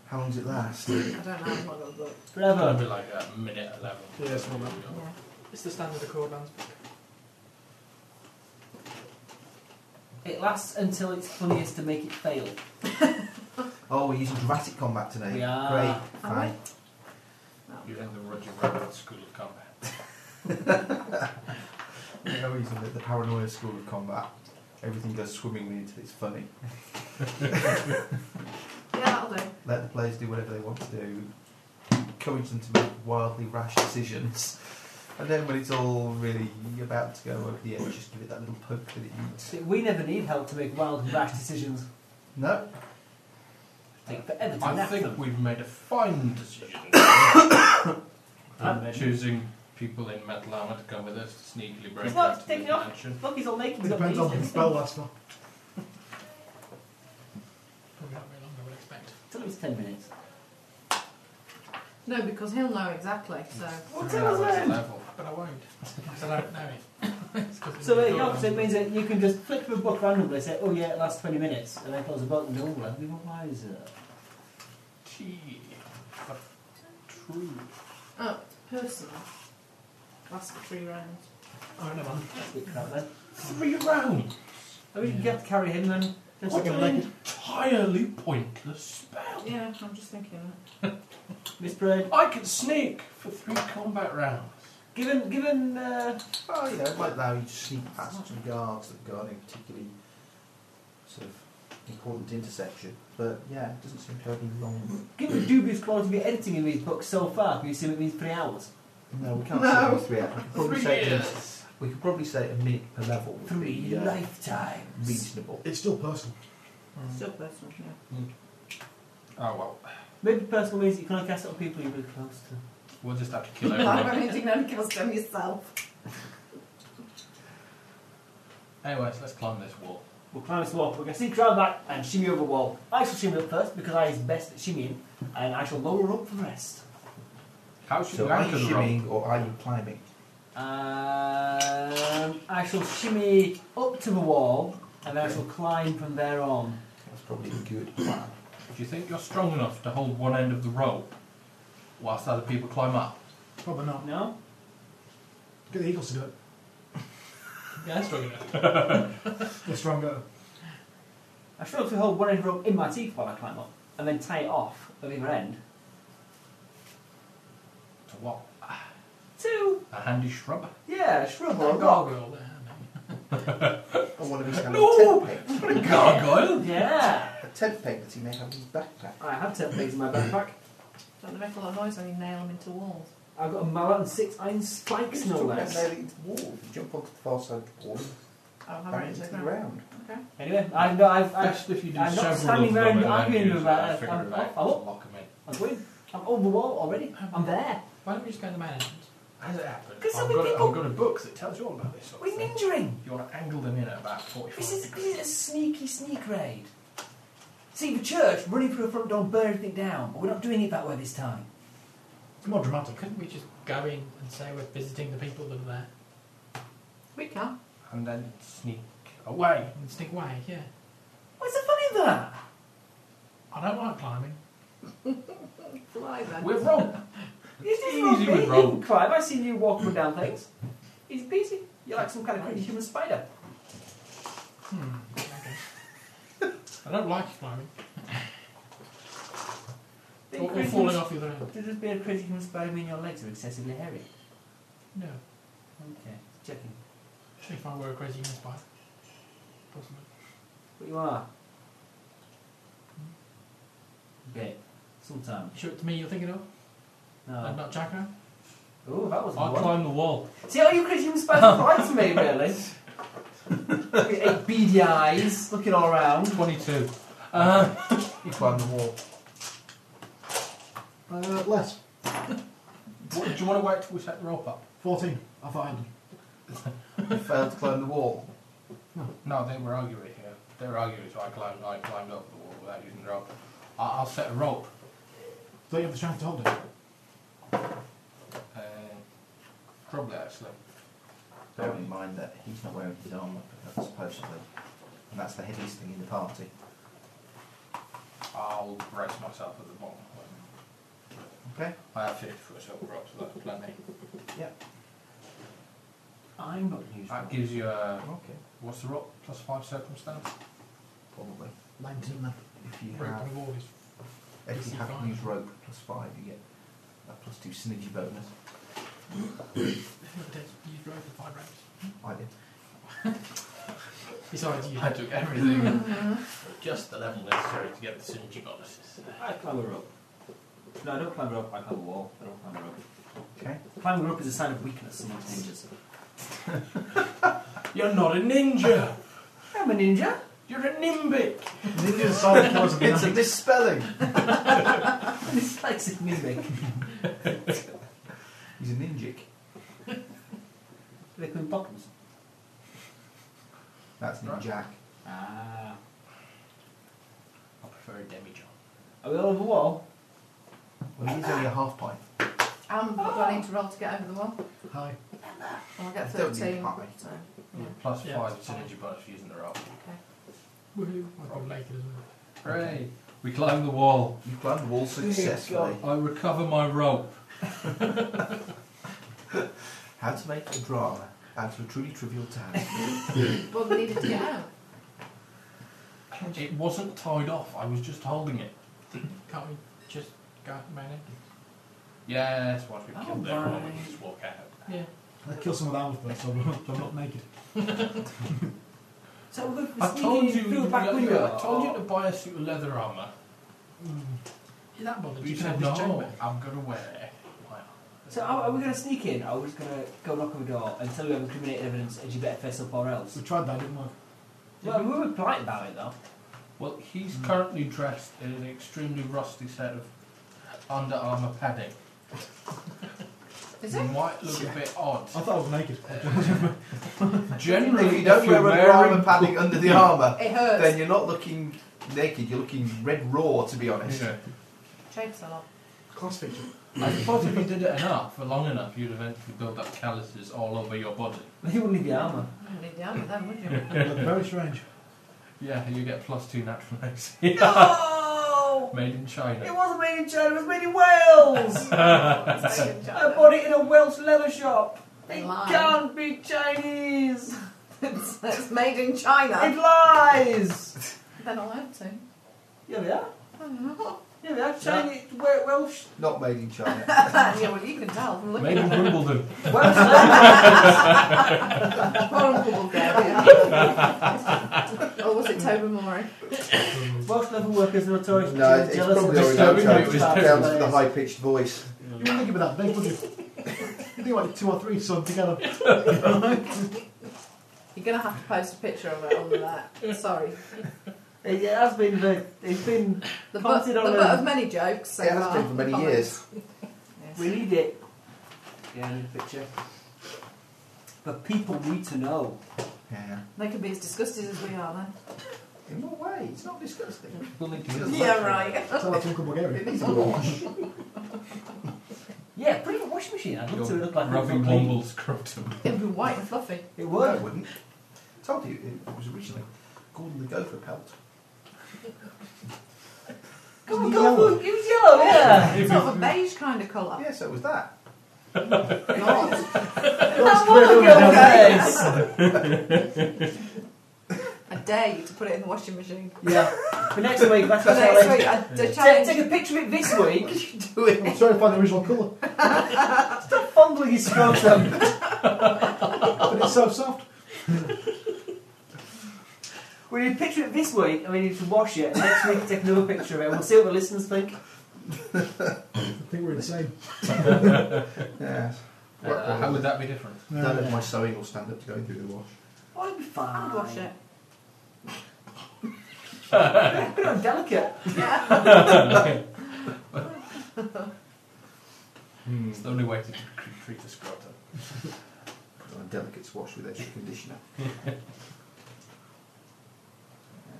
Speaker 3: How long does it last?
Speaker 5: I don't know. I'm not gonna look.
Speaker 4: It's gonna
Speaker 6: Forever.
Speaker 4: be like a minute eleven.
Speaker 8: Yeah, it's one
Speaker 5: Yeah.
Speaker 7: It's the standard accordance.
Speaker 6: It lasts until it's funniest to make it fail.
Speaker 3: Oh, we're using dramatic combat today.
Speaker 6: We are.
Speaker 3: Great.
Speaker 5: Am
Speaker 3: Fine.
Speaker 4: You're in the Roger Rabbit School of Combat.
Speaker 3: You know, we're using the, the paranoia school of combat. Everything goes swimmingly until it's funny.
Speaker 5: Yeah, that'll do.
Speaker 3: Let the players do whatever they want to do. Encourage them to make wildly rash decisions. And then when it's all really about to go over the edge, just give it that little poke that it needs.
Speaker 6: See, we never need help to make wild and rash decisions.
Speaker 3: No?
Speaker 6: Take forever to
Speaker 4: I
Speaker 6: nap
Speaker 4: think
Speaker 6: them.
Speaker 4: we've made a fine decision.
Speaker 6: I'm-
Speaker 4: I'm choosing people in metal armor to come with us to sneakily break
Speaker 6: It's not
Speaker 4: out of
Speaker 6: taking
Speaker 4: the
Speaker 6: off.
Speaker 4: mansion.
Speaker 6: Look, he's all naked.
Speaker 8: It
Speaker 6: he's got
Speaker 8: depends
Speaker 6: these
Speaker 8: on the
Speaker 6: things.
Speaker 8: spell lasts for.
Speaker 7: Probably not very long, I would expect.
Speaker 6: Tell him it's ten minutes.
Speaker 5: No, because he'll know exactly. So
Speaker 6: Well,
Speaker 4: Three
Speaker 6: tell us
Speaker 4: hours
Speaker 6: then.
Speaker 4: level.
Speaker 7: But I won't. Because I don't know it. It's 'cause it's
Speaker 6: So there you go.
Speaker 7: accordance.
Speaker 6: So it means that you can just flip a book randomly, say, "Oh yeah, it lasts twenty minutes," and then close the book and go, "Well, we uh, were wiser."
Speaker 4: Gee, but true.
Speaker 5: oh, personal. Last three rounds.
Speaker 7: Oh, no, man.
Speaker 6: That's a bit crap, then.
Speaker 4: Three rounds.
Speaker 6: I mean, you have to carry him then. Just like
Speaker 4: What
Speaker 6: a
Speaker 4: an
Speaker 6: naked
Speaker 4: entirely pointless spell.
Speaker 5: Yeah, I'm just thinking.
Speaker 6: misbread.
Speaker 4: I can sneak for three combat rounds.
Speaker 6: Given, given. Uh,
Speaker 3: Well, you know, it might allow you to sneak past some guards that have got any particularly sort of important intersection. But yeah, it doesn't seem to have any long.
Speaker 6: Given the dubious quality of the editing in these books so far, we assume it means three hours.
Speaker 3: No, we can't
Speaker 4: No.
Speaker 3: say three hours. We could probably
Speaker 4: Three
Speaker 3: say at
Speaker 4: years.
Speaker 3: least- We could probably say a minute per level would
Speaker 6: Three
Speaker 3: be uh,
Speaker 6: lifetimes.
Speaker 3: reasonable.
Speaker 8: It's still personal.
Speaker 5: Still personal. Yeah.
Speaker 4: Oh well,
Speaker 6: Maybe personal means that you can only cast it on people you're really close to.
Speaker 4: we'll just have to kill
Speaker 5: Like
Speaker 4: everyone.
Speaker 5: when you can only cast them yourself.
Speaker 4: Anyways, let's climb this wall.
Speaker 6: We'll climb this wall. We're going to sneak around back and shimmy over the wall. I shall shimmy up first because I is best at shimmying, and I shall lower up for the rest.
Speaker 4: How should
Speaker 3: So
Speaker 4: we
Speaker 3: are you
Speaker 4: anchor the rope?
Speaker 3: shimmying or are you climbing?
Speaker 6: Um, I shall shimmy up to the wall, and I shall climb from there on.
Speaker 3: That's probably a good plan.
Speaker 4: Do you think you're strong enough to hold one end of the rope whilst other people climb up?
Speaker 8: Probably not.
Speaker 6: No?
Speaker 8: Get the eagles to do it.
Speaker 7: Yeah, that's strong enough.
Speaker 8: They're stronger.
Speaker 6: I shall have to hold one end rope in my teeth while I climb up, and then tie it off at the other end.
Speaker 4: To what?
Speaker 6: Two.
Speaker 4: A handy shrub?
Speaker 6: Yeah, a shrub or a rock.
Speaker 7: Gargoyle there. mate.
Speaker 3: Or one of his kind
Speaker 4: No!
Speaker 3: of tent pegs.
Speaker 4: A gargoyle?
Speaker 6: Yeah.
Speaker 3: A tent peg that he may have in his backpack.
Speaker 6: I have ten things in my backpack.
Speaker 5: Don't they make a lot of noise when you nail them into walls?
Speaker 6: I've got a mallet and six iron spikes, no less.
Speaker 3: Nailing the wall. You jump onto the far side of the wall,
Speaker 5: Oh,
Speaker 3: bang
Speaker 5: how many is
Speaker 3: into
Speaker 5: it
Speaker 3: the
Speaker 5: now?
Speaker 3: ground.
Speaker 5: Okay.
Speaker 6: Anyway, I've no, I've, I've,
Speaker 4: Best if you do
Speaker 6: I'm not
Speaker 4: several
Speaker 6: standing
Speaker 4: of
Speaker 6: there
Speaker 4: them
Speaker 6: and
Speaker 4: then
Speaker 6: arguing
Speaker 4: use
Speaker 6: about
Speaker 4: that
Speaker 6: it.
Speaker 4: figure
Speaker 6: I'm-
Speaker 4: it out
Speaker 6: I'm
Speaker 4: to
Speaker 6: up.
Speaker 4: lock 'em in.
Speaker 6: I'm going. I'm over the wall already. I'm there.
Speaker 7: Why don't we just go in the main entrance?
Speaker 4: Has it happened?
Speaker 6: 'Cause so
Speaker 4: I've
Speaker 6: many
Speaker 4: got, a,
Speaker 6: people-
Speaker 4: I've got a book that tells you all about this sort of
Speaker 6: We're
Speaker 4: thing.
Speaker 6: ninjuring.
Speaker 4: You want to angle them in at about 45
Speaker 6: This is,
Speaker 4: degrees.
Speaker 6: this is a sneaky sneak raid. See, the church running through the front door and burning everything down, but we're not doing it that way this time.
Speaker 8: More dramatic.
Speaker 7: Couldn't we just go in and say we're visiting the people that are there?
Speaker 5: We can.
Speaker 4: And then sneak away.
Speaker 7: And sneak away, yeah.
Speaker 6: What's the fun in that?
Speaker 7: I don't like climbing.
Speaker 5: Fly then.
Speaker 4: We're wrong.
Speaker 6: It's
Speaker 4: Easy
Speaker 6: not
Speaker 4: with
Speaker 6: me. You
Speaker 4: rope.
Speaker 6: can climb. I've seen you walk up and down things. Easy peasy. You're like some kind of crazy human spider.
Speaker 7: Hmm. Okay. I don't like climbing.
Speaker 6: Being
Speaker 7: Or, or
Speaker 6: crazy
Speaker 7: falling
Speaker 6: human-
Speaker 7: off the other end.
Speaker 6: Does this being a crazy human spider mean your legs are excessively hairy?
Speaker 7: No.
Speaker 6: Okay, checking.
Speaker 7: If I were a crazy human spider. Possibly.
Speaker 6: But you are. Okay, Hmm? sometimes.
Speaker 7: Sure, it's me you're thinking of?
Speaker 3: Uh,
Speaker 7: And
Speaker 6: No.
Speaker 7: not Jacko?
Speaker 6: Oh, that was
Speaker 7: I'll
Speaker 6: one.
Speaker 7: climb the wall.
Speaker 6: See how you crazy human spiders apply to me, really? With eight beady eyes, looking all around.
Speaker 4: 22. Uh,
Speaker 3: You climb the wall.
Speaker 8: Uh, less.
Speaker 4: what, do you want to wait till we set the rope up?
Speaker 8: 14. I thought I had them.
Speaker 3: You failed to climb the wall.
Speaker 4: No, they were arguing here. They were arguing, so I climbed, I climbed up the wall without using the rope. I, I'll set a rope.
Speaker 8: Don't you have the strength to hold it?
Speaker 4: Uh, probably, actually.
Speaker 3: Bear in mind that he's not wearing his armour, supposedly. And that's the heaviest thing in the party.
Speaker 4: I I'll brace myself at the bottom.
Speaker 3: Okay.
Speaker 4: I have 50 foot silver up, so that's plenty.
Speaker 6: I'm not used
Speaker 4: That gives you a.
Speaker 3: Okay.
Speaker 4: What's the rock? Plus 5 circumstance?
Speaker 3: Probably.
Speaker 8: Lantern man.
Speaker 3: If you
Speaker 7: Rope
Speaker 3: have,
Speaker 7: and wall is
Speaker 3: if you have
Speaker 7: Disadvantage.
Speaker 3: used rope plus five, you get a plus two synergy bonus.
Speaker 7: whoever does use rope and find ropes.
Speaker 3: I did.
Speaker 7: Besides you.
Speaker 4: I took everything,
Speaker 5: Mm-hmm.
Speaker 4: and just the level necessary to get the synergy bonuses.
Speaker 6: I climb a rope. No, I don't climb a rope. I climb a wall. I don't climb a rope.
Speaker 3: Okay.
Speaker 6: Climbing a rope is a sign of weakness amongst ninjas.
Speaker 4: You're not a ninja!
Speaker 6: I'm a ninja.
Speaker 4: You're a nimbic!
Speaker 8: Ninja solid kills of the
Speaker 3: It's a
Speaker 8: night.
Speaker 3: misspelling.
Speaker 6: Dyslexic mimic.
Speaker 3: He's a ninjic.
Speaker 6: They climb bottoms.
Speaker 3: That's
Speaker 4: Right.
Speaker 3: ninjak.
Speaker 6: Ah.
Speaker 4: I prefer a demijohn.
Speaker 6: Are we all over the wall?
Speaker 3: Well, he's only a half pint.
Speaker 5: Um, what do I need to roll to get over the wall?
Speaker 8: Hi.
Speaker 5: Well, I get
Speaker 3: I don't need
Speaker 5: 13.
Speaker 3: pie.
Speaker 5: So,
Speaker 4: Plus
Speaker 7: Yeah,
Speaker 4: 5
Speaker 7: that's fine.
Speaker 4: synergy bonus for using the rock.
Speaker 7: Woohoo. I've got naked as well.
Speaker 4: Hooray! We climb the wall.
Speaker 3: You climbed the wall successfully.
Speaker 4: I recover my rope.
Speaker 3: How to make a drama out of a truly trivial task.
Speaker 5: well, we needed to get out.
Speaker 4: It wasn't tied off, I was just holding it.
Speaker 7: Can't we just go out and man it?
Speaker 4: Yes, once we
Speaker 5: Oh,
Speaker 4: killed everyone, we
Speaker 5: right.
Speaker 4: just walk out.
Speaker 7: Yeah.
Speaker 8: I kill some of the animals first, so I'm not, so I'm not naked.
Speaker 6: So we're going for
Speaker 4: I told you,
Speaker 6: sneaking through the back
Speaker 4: yeah,
Speaker 6: window.
Speaker 4: I told you to buy a suit of leather armour.
Speaker 7: Is that bothered?
Speaker 4: But
Speaker 7: You
Speaker 4: you
Speaker 7: can have
Speaker 4: said
Speaker 7: this
Speaker 4: no,
Speaker 7: chamber.
Speaker 4: I'm going to wear my
Speaker 6: So are, are we going to sneak in? Or are we just going to go knock on the door and tell you we have incriminating evidence and you better fess up or else?
Speaker 8: We tried that, didn't work.
Speaker 6: Well, we were polite about it though.
Speaker 4: Well, he's currently dressed in an extremely rusty set of Under Armour padding.
Speaker 5: Is
Speaker 3: Mm.
Speaker 5: it?
Speaker 4: Might look a bit odd.
Speaker 8: I thought I was naked.
Speaker 4: Generally,
Speaker 3: if you don't
Speaker 4: if you're
Speaker 3: wear under armour
Speaker 4: wearing-
Speaker 3: padding under the armour,
Speaker 5: It hurts.
Speaker 3: then you're not looking naked, you're looking red raw, to be honest.
Speaker 4: Yeah.
Speaker 5: Chafes a lot.
Speaker 8: Class feature.
Speaker 4: I suppose if you did it enough for long enough, you'd eventually build up calluses all over your body.
Speaker 6: But he wouldn't leave the armour.
Speaker 5: You wouldn't need the armour then, would you?
Speaker 8: Looked very strange.
Speaker 4: Yeah, you get plus two natural AC.
Speaker 6: No!
Speaker 4: Made in China.
Speaker 6: wasn't made in China, it was made in Wales!
Speaker 5: It's taken
Speaker 6: I
Speaker 5: China.
Speaker 6: bought it in a Welsh leather shop.
Speaker 5: They
Speaker 6: It
Speaker 5: lied.
Speaker 6: can't be Chinese.
Speaker 5: it's, it's made in
Speaker 6: It
Speaker 5: China.
Speaker 6: lies.
Speaker 5: Then I'll have to.
Speaker 6: Yeah, they are.
Speaker 5: I don't know.
Speaker 6: Yeah, they are Chinese. we- Welsh.
Speaker 3: Not made in China.
Speaker 5: yeah, well, you can tell from looking
Speaker 4: Made in
Speaker 5: at
Speaker 4: Wimbledon.
Speaker 6: Welsh leather.
Speaker 5: the horrible Bulgaria. or was it Tobermory?
Speaker 6: Welsh leather workers are notorious. for
Speaker 3: no,
Speaker 6: being
Speaker 3: it's
Speaker 6: jealous
Speaker 3: probably
Speaker 6: and
Speaker 3: already down
Speaker 6: disturbing
Speaker 3: to,
Speaker 4: already
Speaker 6: about
Speaker 3: down
Speaker 4: done.
Speaker 3: to the
Speaker 6: players.
Speaker 3: high pitched voice.
Speaker 8: You wouldn't think about that big, would you? You'd think like two or three sewn together.
Speaker 5: You're going to have to post a picture of it on that. Sorry.
Speaker 6: It it has been. The, it's been.
Speaker 5: The butt, the
Speaker 6: Commented on
Speaker 5: butt
Speaker 6: a-
Speaker 5: of many jokes. So
Speaker 3: it has
Speaker 5: far.
Speaker 3: been for many
Speaker 5: Comments.
Speaker 3: years.
Speaker 5: Yes.
Speaker 6: We need it. Yeah, I need a picture. But people need to know.
Speaker 3: Yeah.
Speaker 5: They can be as disgusted as we are then.
Speaker 3: In what way? It's not disgusting.
Speaker 5: Yeah, right.
Speaker 8: Tell that to Uncle Bulgaria.
Speaker 3: It's a wash.
Speaker 6: Yeah, put it in a washing machine. I'd love to look like a
Speaker 4: Rubbing
Speaker 6: complete-
Speaker 4: humble scrotum.
Speaker 5: It'll be white and fluffy.
Speaker 6: It
Speaker 3: No, I
Speaker 6: would.
Speaker 3: wouldn't. told you, it was originally Gordon the Gopher pelt.
Speaker 6: Come
Speaker 8: It
Speaker 6: on, come
Speaker 8: was yellow.
Speaker 6: on. Oh, It was yellow, yeah.
Speaker 5: Sort of a beige kind of
Speaker 8: Oh.
Speaker 5: colour.
Speaker 3: Yeah, so it was that.
Speaker 5: God.
Speaker 6: That was your face.
Speaker 5: I dare you to put it in the washing machine.
Speaker 6: Yeah. For next week, that's
Speaker 5: For
Speaker 6: our
Speaker 5: next week,
Speaker 6: challenge.
Speaker 5: I, uh, the
Speaker 6: Take,
Speaker 5: challenge.
Speaker 6: take a picture of it this week.
Speaker 5: do it.
Speaker 8: I'm trying to find the original colour,
Speaker 6: Stop fondling your scrotum.
Speaker 8: but it's so soft.
Speaker 6: we need a picture of it this week and we need to wash it. And next week, take another picture of it and we'll see what the listeners think.
Speaker 8: I think we're insane.
Speaker 3: Yeah.
Speaker 4: Uh, how would that be different?
Speaker 8: No,
Speaker 3: None of
Speaker 8: no.
Speaker 3: my sewing will stand up to going through the wash.
Speaker 6: Oh, it'll be fine.
Speaker 5: I'd wash it.
Speaker 6: Put it on delicate.
Speaker 5: Yeah.
Speaker 4: It's the only way to tr- treat a scrotum.
Speaker 3: Put on a delicate wash with extra conditioner. Uh, And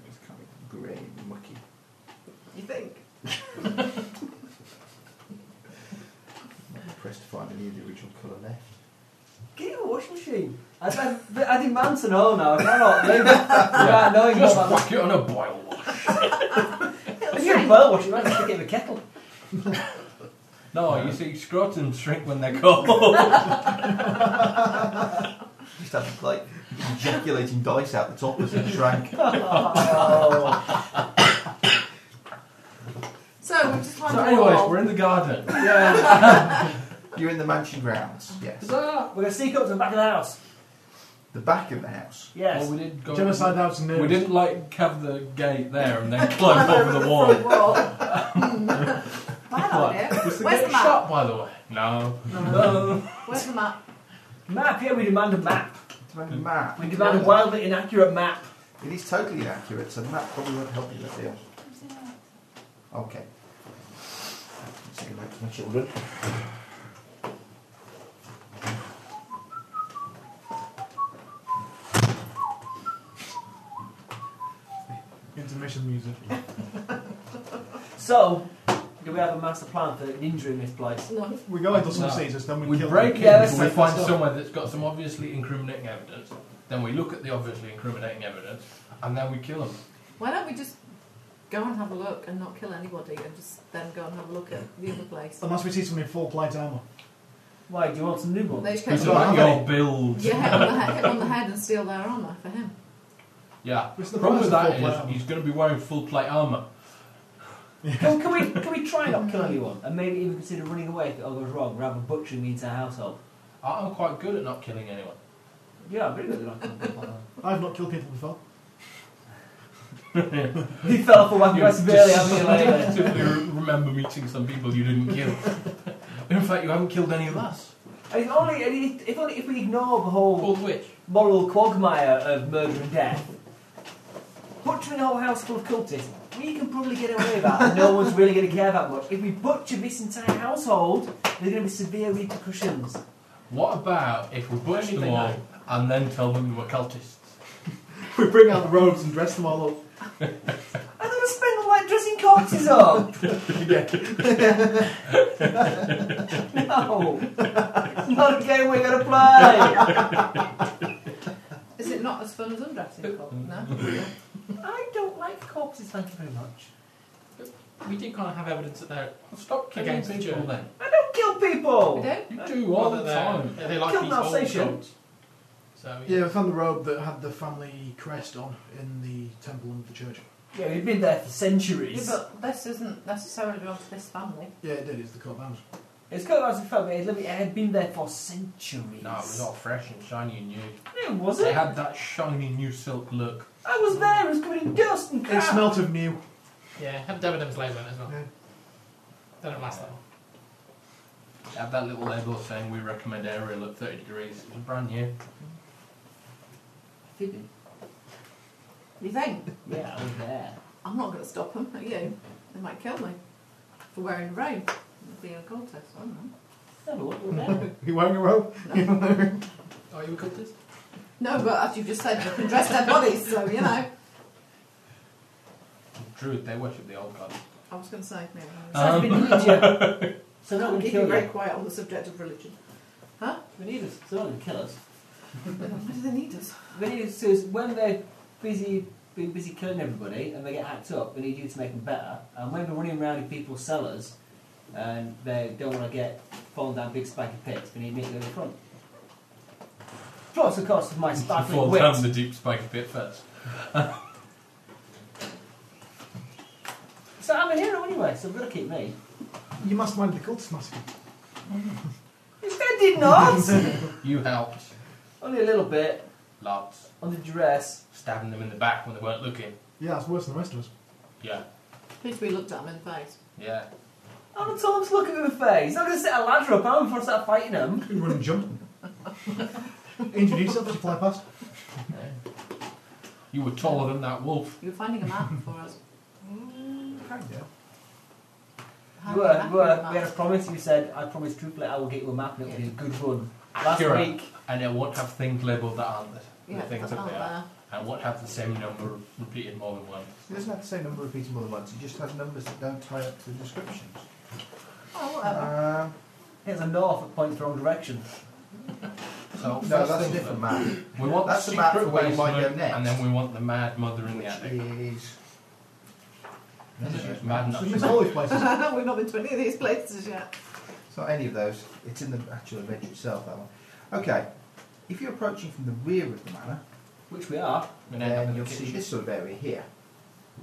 Speaker 3: it's kind of grey and mucky.
Speaker 5: You think?
Speaker 3: I'm not impressed to find any of the original colour left.
Speaker 6: Get it in a washing machine. I, I, I demand to know now. I cannot live without knowing
Speaker 4: Just
Speaker 6: what
Speaker 4: whack it on a boil wash.
Speaker 5: It'll
Speaker 6: If you
Speaker 5: shrink.
Speaker 6: boil wash it around and stick it in a kettle.
Speaker 4: No, you see, scrotums shrink when they're cold.
Speaker 3: Just have like ejaculating dice out the top as it shrank.
Speaker 6: Oh.
Speaker 5: So we've just
Speaker 4: so,
Speaker 5: wandered
Speaker 4: anyways,
Speaker 5: all.
Speaker 4: we're in the garden.
Speaker 6: yeah.
Speaker 3: You're in the mansion grounds. Yes.
Speaker 6: Huzzah! We're going to sneak up to the back of the house.
Speaker 3: The back of the house.
Speaker 6: Yes.
Speaker 5: Oh,
Speaker 4: Well, we did go.
Speaker 8: Genocide uh, House and
Speaker 4: We didn't like have the gate there and then climb over the wall.
Speaker 5: Bad
Speaker 4: What?
Speaker 5: idea.
Speaker 4: Was the
Speaker 5: Where's
Speaker 4: gate
Speaker 5: the map?
Speaker 4: shut, by the way? No.
Speaker 5: Where's the map?
Speaker 6: Map, yeah, we demand a map.
Speaker 3: Demand a map.
Speaker 6: We demand a wildly inaccurate map.
Speaker 3: It is totally inaccurate, so the map probably won't help you with deal. Okay. Say hello to my children.
Speaker 8: Intermission music.
Speaker 6: So, do we have a master plan for ninja in this place?
Speaker 5: No.
Speaker 8: We go into some
Speaker 4: No.
Speaker 8: seasons, then we,
Speaker 4: We
Speaker 8: kill
Speaker 4: break
Speaker 8: them.
Speaker 4: in
Speaker 6: Yeah, that's
Speaker 4: until we
Speaker 6: the
Speaker 4: find
Speaker 6: stuff.
Speaker 4: somewhere that's got some obviously incriminating evidence. Then we look at the obviously incriminating evidence, and then we kill them.
Speaker 5: Why don't we just go and have a look and not kill anybody and just then go and have a look at the other place?
Speaker 8: Unless we see someone in full plate armour.
Speaker 6: Why, do you want some new
Speaker 5: They
Speaker 6: ones?
Speaker 5: just
Speaker 4: Because
Speaker 5: kept
Speaker 4: of
Speaker 3: don't
Speaker 4: like
Speaker 3: have
Speaker 4: your build.
Speaker 5: yeah, hit on, the head, hit on the head and steal their armour for him.
Speaker 4: Yeah.
Speaker 8: It's
Speaker 4: The
Speaker 8: the
Speaker 4: problem with
Speaker 8: price of
Speaker 4: that
Speaker 8: full plate armour.
Speaker 4: is he's going to be wearing full plate armour.
Speaker 6: Can, can, we, can we try not kill anyone? And maybe even consider running away if it all goes wrong, rather than butchering the entire household.
Speaker 4: I- I'm quite good at not killing anyone.
Speaker 6: Yeah, I'm really good at not killing people.
Speaker 8: I've not killed people before.
Speaker 6: He fell off a wagon
Speaker 4: You
Speaker 6: quite severely, haven't you, lately?
Speaker 4: distinctively re- remember meeting some people you didn't kill. In fact, you haven't killed any of us.
Speaker 6: And If only, and if if only if we ignore the whole
Speaker 4: All the witch.
Speaker 6: moral quagmire of murder and death, butchering a whole house full of cultists, we can probably get away with that, and no one's really going to care that much. If we butcher this entire household, there's going to be severe repercussions.
Speaker 4: What about if we butch them
Speaker 7: Anything
Speaker 4: all
Speaker 7: like-
Speaker 4: and then tell them we're cultists?
Speaker 8: We bring out the robes and dress them all up.
Speaker 6: I don't want to spend all night dressing corpses up! no! It's not a game we're going to play!
Speaker 5: Is it not as fun as undressing
Speaker 4: Uh,
Speaker 5: Colt? No.
Speaker 6: I don't like corpses, thank you very much.
Speaker 7: We do kind of have evidence that they're
Speaker 4: Stop killing
Speaker 7: Against the
Speaker 4: people
Speaker 7: jury.
Speaker 4: then.
Speaker 6: I don't kill
Speaker 5: We
Speaker 6: people!
Speaker 5: don't.
Speaker 4: You do all the
Speaker 7: that they're-
Speaker 4: time.
Speaker 7: They like
Speaker 6: Kill
Speaker 7: these
Speaker 6: an
Speaker 7: old
Speaker 6: Alsatian.
Speaker 7: gods. So
Speaker 8: Yeah, we found the robe that had the family crest on in the temple and the church.
Speaker 6: Yeah, we've been there for
Speaker 5: Yeah,
Speaker 6: centuries.
Speaker 5: but this isn't necessarily belongs to this family.
Speaker 8: Yeah, it did. It's the court bounds.
Speaker 6: It's got lots of fun, but it had- it had been there for centuries.
Speaker 4: No, it was all fresh and shiny and new.
Speaker 6: It wasn't.
Speaker 4: They had that shiny new silk look.
Speaker 6: I was there. It was covered in dust and
Speaker 8: It
Speaker 6: crap.
Speaker 8: smelt of new.
Speaker 7: yeah, have Debenhams label in as well.
Speaker 8: Yeah.
Speaker 7: They don't last that long.
Speaker 4: They had that little label saying we recommend aerial at 30 degrees. It was brand new.
Speaker 5: You think?
Speaker 6: yeah, I was there.
Speaker 5: I'm not going to stop them at you. They might kill me for wearing a robe and being a cultist. I don't
Speaker 6: Never looked we were there.
Speaker 8: Are you wearing a robe?
Speaker 5: know.
Speaker 7: Are you a cultist?
Speaker 5: No, no but as you've just said, they can dress their bodies, so you know.
Speaker 4: Druid, they worship the old gods.
Speaker 5: I was going to say, no.
Speaker 6: So
Speaker 4: Um.
Speaker 6: it's been Ninja. So
Speaker 5: I'm
Speaker 6: that would
Speaker 5: keeping
Speaker 6: kill
Speaker 5: Um, very
Speaker 6: you.
Speaker 5: quiet on the subject of religion.
Speaker 6: We need us. So that would kill us.
Speaker 5: Why do they need us?
Speaker 6: We need us so it's when they're busy being busy killing everybody and they get hacked up, we need you to make them better. And when they're running around in people's cellars and they don't want to get fallen down big spiky pits, we need me to go in front. Plus, of course, with my sparkling
Speaker 4: Fall
Speaker 6: wit.
Speaker 4: down the deep spike pit first.
Speaker 6: So I'm a hero anyway, so look at me.
Speaker 8: You must mind the cultist massacre.
Speaker 6: I did not!
Speaker 4: You helped.
Speaker 6: Only a little bit,
Speaker 4: Lots.
Speaker 6: under duress.
Speaker 4: Stabbing them in the back when they weren't looking.
Speaker 8: Yeah, it's worse than the rest of us.
Speaker 4: Yeah.
Speaker 5: Please we looked at them in the face.
Speaker 4: Yeah.
Speaker 6: I'm not told to look him Oh, in the face. I'm going to set a ladder up am before I start fighting him.
Speaker 8: You run and jump. Introduce yourself as you fly past.
Speaker 4: You were taller than that wolf.
Speaker 5: You were finding a map for us.
Speaker 8: Yeah.
Speaker 5: How
Speaker 6: You
Speaker 5: do you
Speaker 6: were,
Speaker 5: map
Speaker 6: you were,
Speaker 5: your
Speaker 6: we had a
Speaker 5: map?
Speaker 6: promise. You said, I promise truthfully I will get you a map and it'll be a good run. Last
Speaker 4: Accurate.
Speaker 6: week,
Speaker 4: And it won't have things labelled that aren't the, the
Speaker 5: Yeah,
Speaker 4: things
Speaker 5: that's
Speaker 4: that
Speaker 5: not
Speaker 4: they are.
Speaker 5: there.
Speaker 4: And won't have the same number repeated more than once.
Speaker 3: It doesn't have to say number repeated more than once, it just has numbers that don't tie up to the descriptions.
Speaker 5: Oh, whatever.
Speaker 3: Um,
Speaker 6: here's a north that points the wrong direction.
Speaker 4: So,
Speaker 3: no,
Speaker 4: first
Speaker 3: that's a
Speaker 4: thing
Speaker 3: different map.
Speaker 4: We want
Speaker 3: That's
Speaker 4: the
Speaker 3: the map
Speaker 4: secret
Speaker 3: for where you might go
Speaker 4: basement,
Speaker 3: next.
Speaker 4: and then we want the mad mother in the
Speaker 3: Which
Speaker 4: attic.
Speaker 3: is
Speaker 4: This is just mad
Speaker 8: We've missed all these places.
Speaker 6: Uh,
Speaker 5: We've not been to any of these places yet.
Speaker 3: It's not any of those. It's in the actual adventure itself, that one. Okay. If you're approaching from the rear of the manor,
Speaker 6: Which we are.
Speaker 4: And then
Speaker 3: then
Speaker 4: in the
Speaker 3: you'll see
Speaker 4: kitchen.
Speaker 3: this sort of area here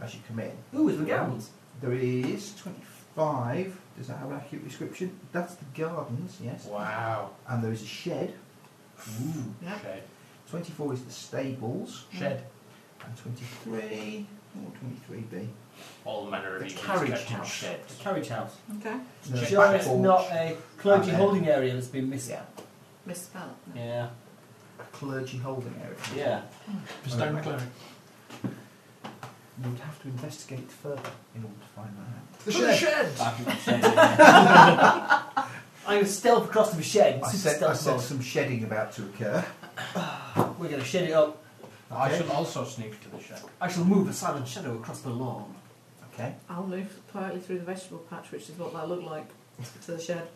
Speaker 3: as you come in.
Speaker 6: Ooh, it's the gardens.
Speaker 3: There is 25. Does that have an accurate description? That's the gardens, yes.
Speaker 4: Wow.
Speaker 3: And there is a shed.
Speaker 4: Ooh.
Speaker 5: Yeah.
Speaker 4: Shed.
Speaker 3: 24 is the stables.
Speaker 4: Shed.
Speaker 3: And oh, 23. Or 23B.
Speaker 4: All manner of
Speaker 3: The
Speaker 4: evils
Speaker 3: carriage
Speaker 4: kept in
Speaker 3: house.
Speaker 4: sheds.
Speaker 6: The carriage house.
Speaker 5: Okay.
Speaker 3: The
Speaker 4: Check
Speaker 6: Sure,
Speaker 4: back
Speaker 6: it's
Speaker 3: porch.
Speaker 6: not a clergy
Speaker 3: Okay.
Speaker 6: holding area that's been missed.
Speaker 3: Yeah.
Speaker 5: Misspelled.
Speaker 6: Yeah.
Speaker 3: A clergy holding area.
Speaker 6: Yeah.
Speaker 7: For stone cleric.
Speaker 3: You would have to investigate further in order to find that out.
Speaker 8: The shed.
Speaker 6: Back in the shed. I'm gonna stealth across the shed.
Speaker 3: I
Speaker 6: Super
Speaker 3: said, I
Speaker 6: stealth
Speaker 3: said
Speaker 6: mode.
Speaker 3: some shedding about to occur.
Speaker 6: We're gonna shed it up.
Speaker 4: I
Speaker 3: Okay.
Speaker 4: shall also sneak to the shed.
Speaker 6: I shall move a silent shadow across the lawn.
Speaker 3: Okay.
Speaker 5: I'll move partly through the vegetable patch, which is what that looked like, to the shed.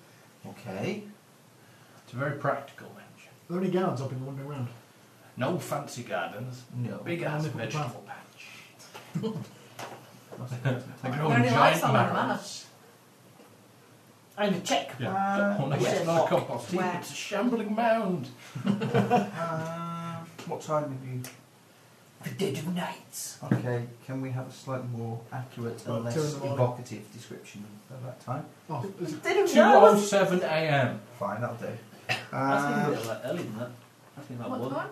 Speaker 3: Okay.
Speaker 4: It's a very practical mansion.
Speaker 8: Are there any guards up in wandering round?
Speaker 4: No fancy gardens.
Speaker 3: No.
Speaker 4: Big ass
Speaker 8: Little
Speaker 4: vegetable patch. They
Speaker 5: Are
Speaker 4: grow
Speaker 5: there
Speaker 4: in
Speaker 5: any
Speaker 4: giant
Speaker 5: lights on that
Speaker 4: barrels.
Speaker 6: I'm gonna check.
Speaker 4: Yeah.
Speaker 3: Uh,
Speaker 4: Oh, no,
Speaker 6: where's
Speaker 4: it's
Speaker 6: the
Speaker 4: not a
Speaker 6: lock?
Speaker 4: cup of tea.
Speaker 5: Where?
Speaker 4: It's a shambling mound.
Speaker 3: Uh, what time have you?
Speaker 6: The dead of night.
Speaker 3: Okay, can we have a slightly more accurate
Speaker 8: Oh,
Speaker 3: and less
Speaker 8: two in the morning.
Speaker 3: evocative description of that time?
Speaker 8: Oh,
Speaker 6: The dead of night.
Speaker 4: 2.07 a.m.
Speaker 3: Fine, that'll do.
Speaker 6: I
Speaker 3: Uh,
Speaker 6: was thinking a bit earlier than that. I think about
Speaker 5: What
Speaker 6: one.
Speaker 5: time?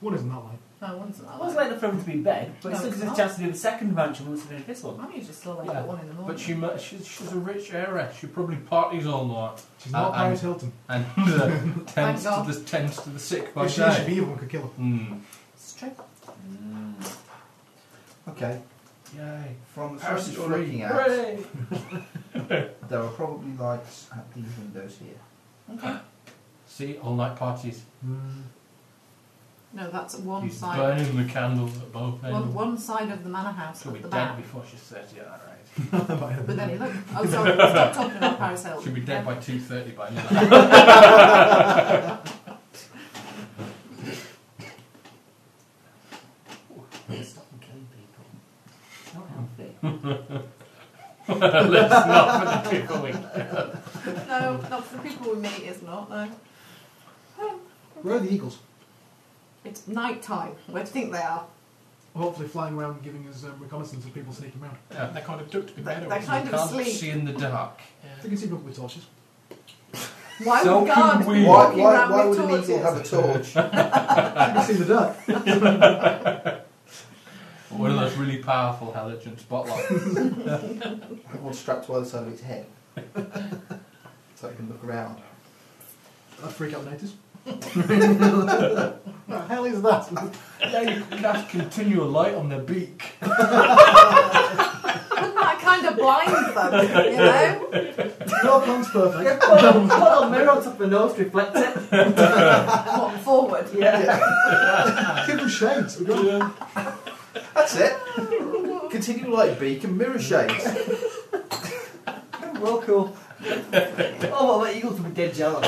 Speaker 8: what isn't that like?
Speaker 5: No, one's not.
Speaker 6: I was late enough for him to be in bed, but
Speaker 5: No,
Speaker 6: still gives us
Speaker 5: it's
Speaker 6: a
Speaker 5: not.
Speaker 6: chance to do the second mansion once we finish this one.
Speaker 5: I'm usually still like
Speaker 4: Yeah,
Speaker 5: at one in the morning.
Speaker 4: But she, mu- she's, she's a rich heiress. She probably parties all night
Speaker 8: She's not
Speaker 4: Uh,
Speaker 8: Paris Hilton.
Speaker 4: and uh, tends, to
Speaker 5: God.
Speaker 4: the, tends to the sick by
Speaker 8: If she, should
Speaker 4: day.
Speaker 8: be evil, could kill her.
Speaker 4: Hmm.
Speaker 5: It's true.
Speaker 3: Uh, okay,
Speaker 4: Yay.
Speaker 3: from the
Speaker 4: Paris
Speaker 3: sources
Speaker 4: is
Speaker 3: you're
Speaker 4: free.
Speaker 3: looking at,
Speaker 4: Hooray!
Speaker 3: there are probably lights at these windows here.
Speaker 4: See, all night parties.
Speaker 5: No, that's one
Speaker 4: He's
Speaker 5: side.
Speaker 4: burning the candles at both ends.
Speaker 5: One, one side of the manor house
Speaker 4: She'll be
Speaker 5: at the
Speaker 4: dead
Speaker 5: back.
Speaker 4: before she's 30, yeah, that right.
Speaker 5: But then you look. Oh, sorry. Stop talking about Paris Hilton.
Speaker 4: She'll be
Speaker 5: Yeah.
Speaker 4: dead by 2.30 by now.
Speaker 6: Stop them killing people. It's not healthy.
Speaker 4: Let's not for the people we
Speaker 5: No, not for the people we meet. It's not. No.
Speaker 8: Where are the eagles?
Speaker 5: It's night time. Where do you think they are?
Speaker 8: Hopefully flying around giving us um, reconnaissance of people sneaking around.
Speaker 7: Yeah, they kind of ducked me
Speaker 5: They-
Speaker 7: better.
Speaker 5: they
Speaker 7: wasn't
Speaker 5: kind
Speaker 7: it?
Speaker 5: of
Speaker 4: can't
Speaker 5: asleep.
Speaker 4: see in the dark.
Speaker 8: They can see people with torches.
Speaker 5: Why
Speaker 4: So
Speaker 5: would God
Speaker 4: can we.
Speaker 5: be
Speaker 4: Why-
Speaker 5: walking around with torches?
Speaker 3: a torch?
Speaker 8: They can see the dark.
Speaker 4: One of those really powerful halogen spotlights.
Speaker 3: One strapped to either side of its head, so it can look around.
Speaker 8: That'd freak out the natives. what the hell is that?
Speaker 4: yeah, you could have continual light on their beak.
Speaker 5: Wouldn't that kind of blind them? You know.
Speaker 8: No plan's perfect.
Speaker 6: Put a- put a mirror on top of the nose to reflect it.
Speaker 5: What forward?
Speaker 6: Yeah.
Speaker 8: Give them shades. We've got
Speaker 3: That's it. Continual light beak and mirror shades.
Speaker 6: Well, cool. oh, well, that eagles would be dead jealous.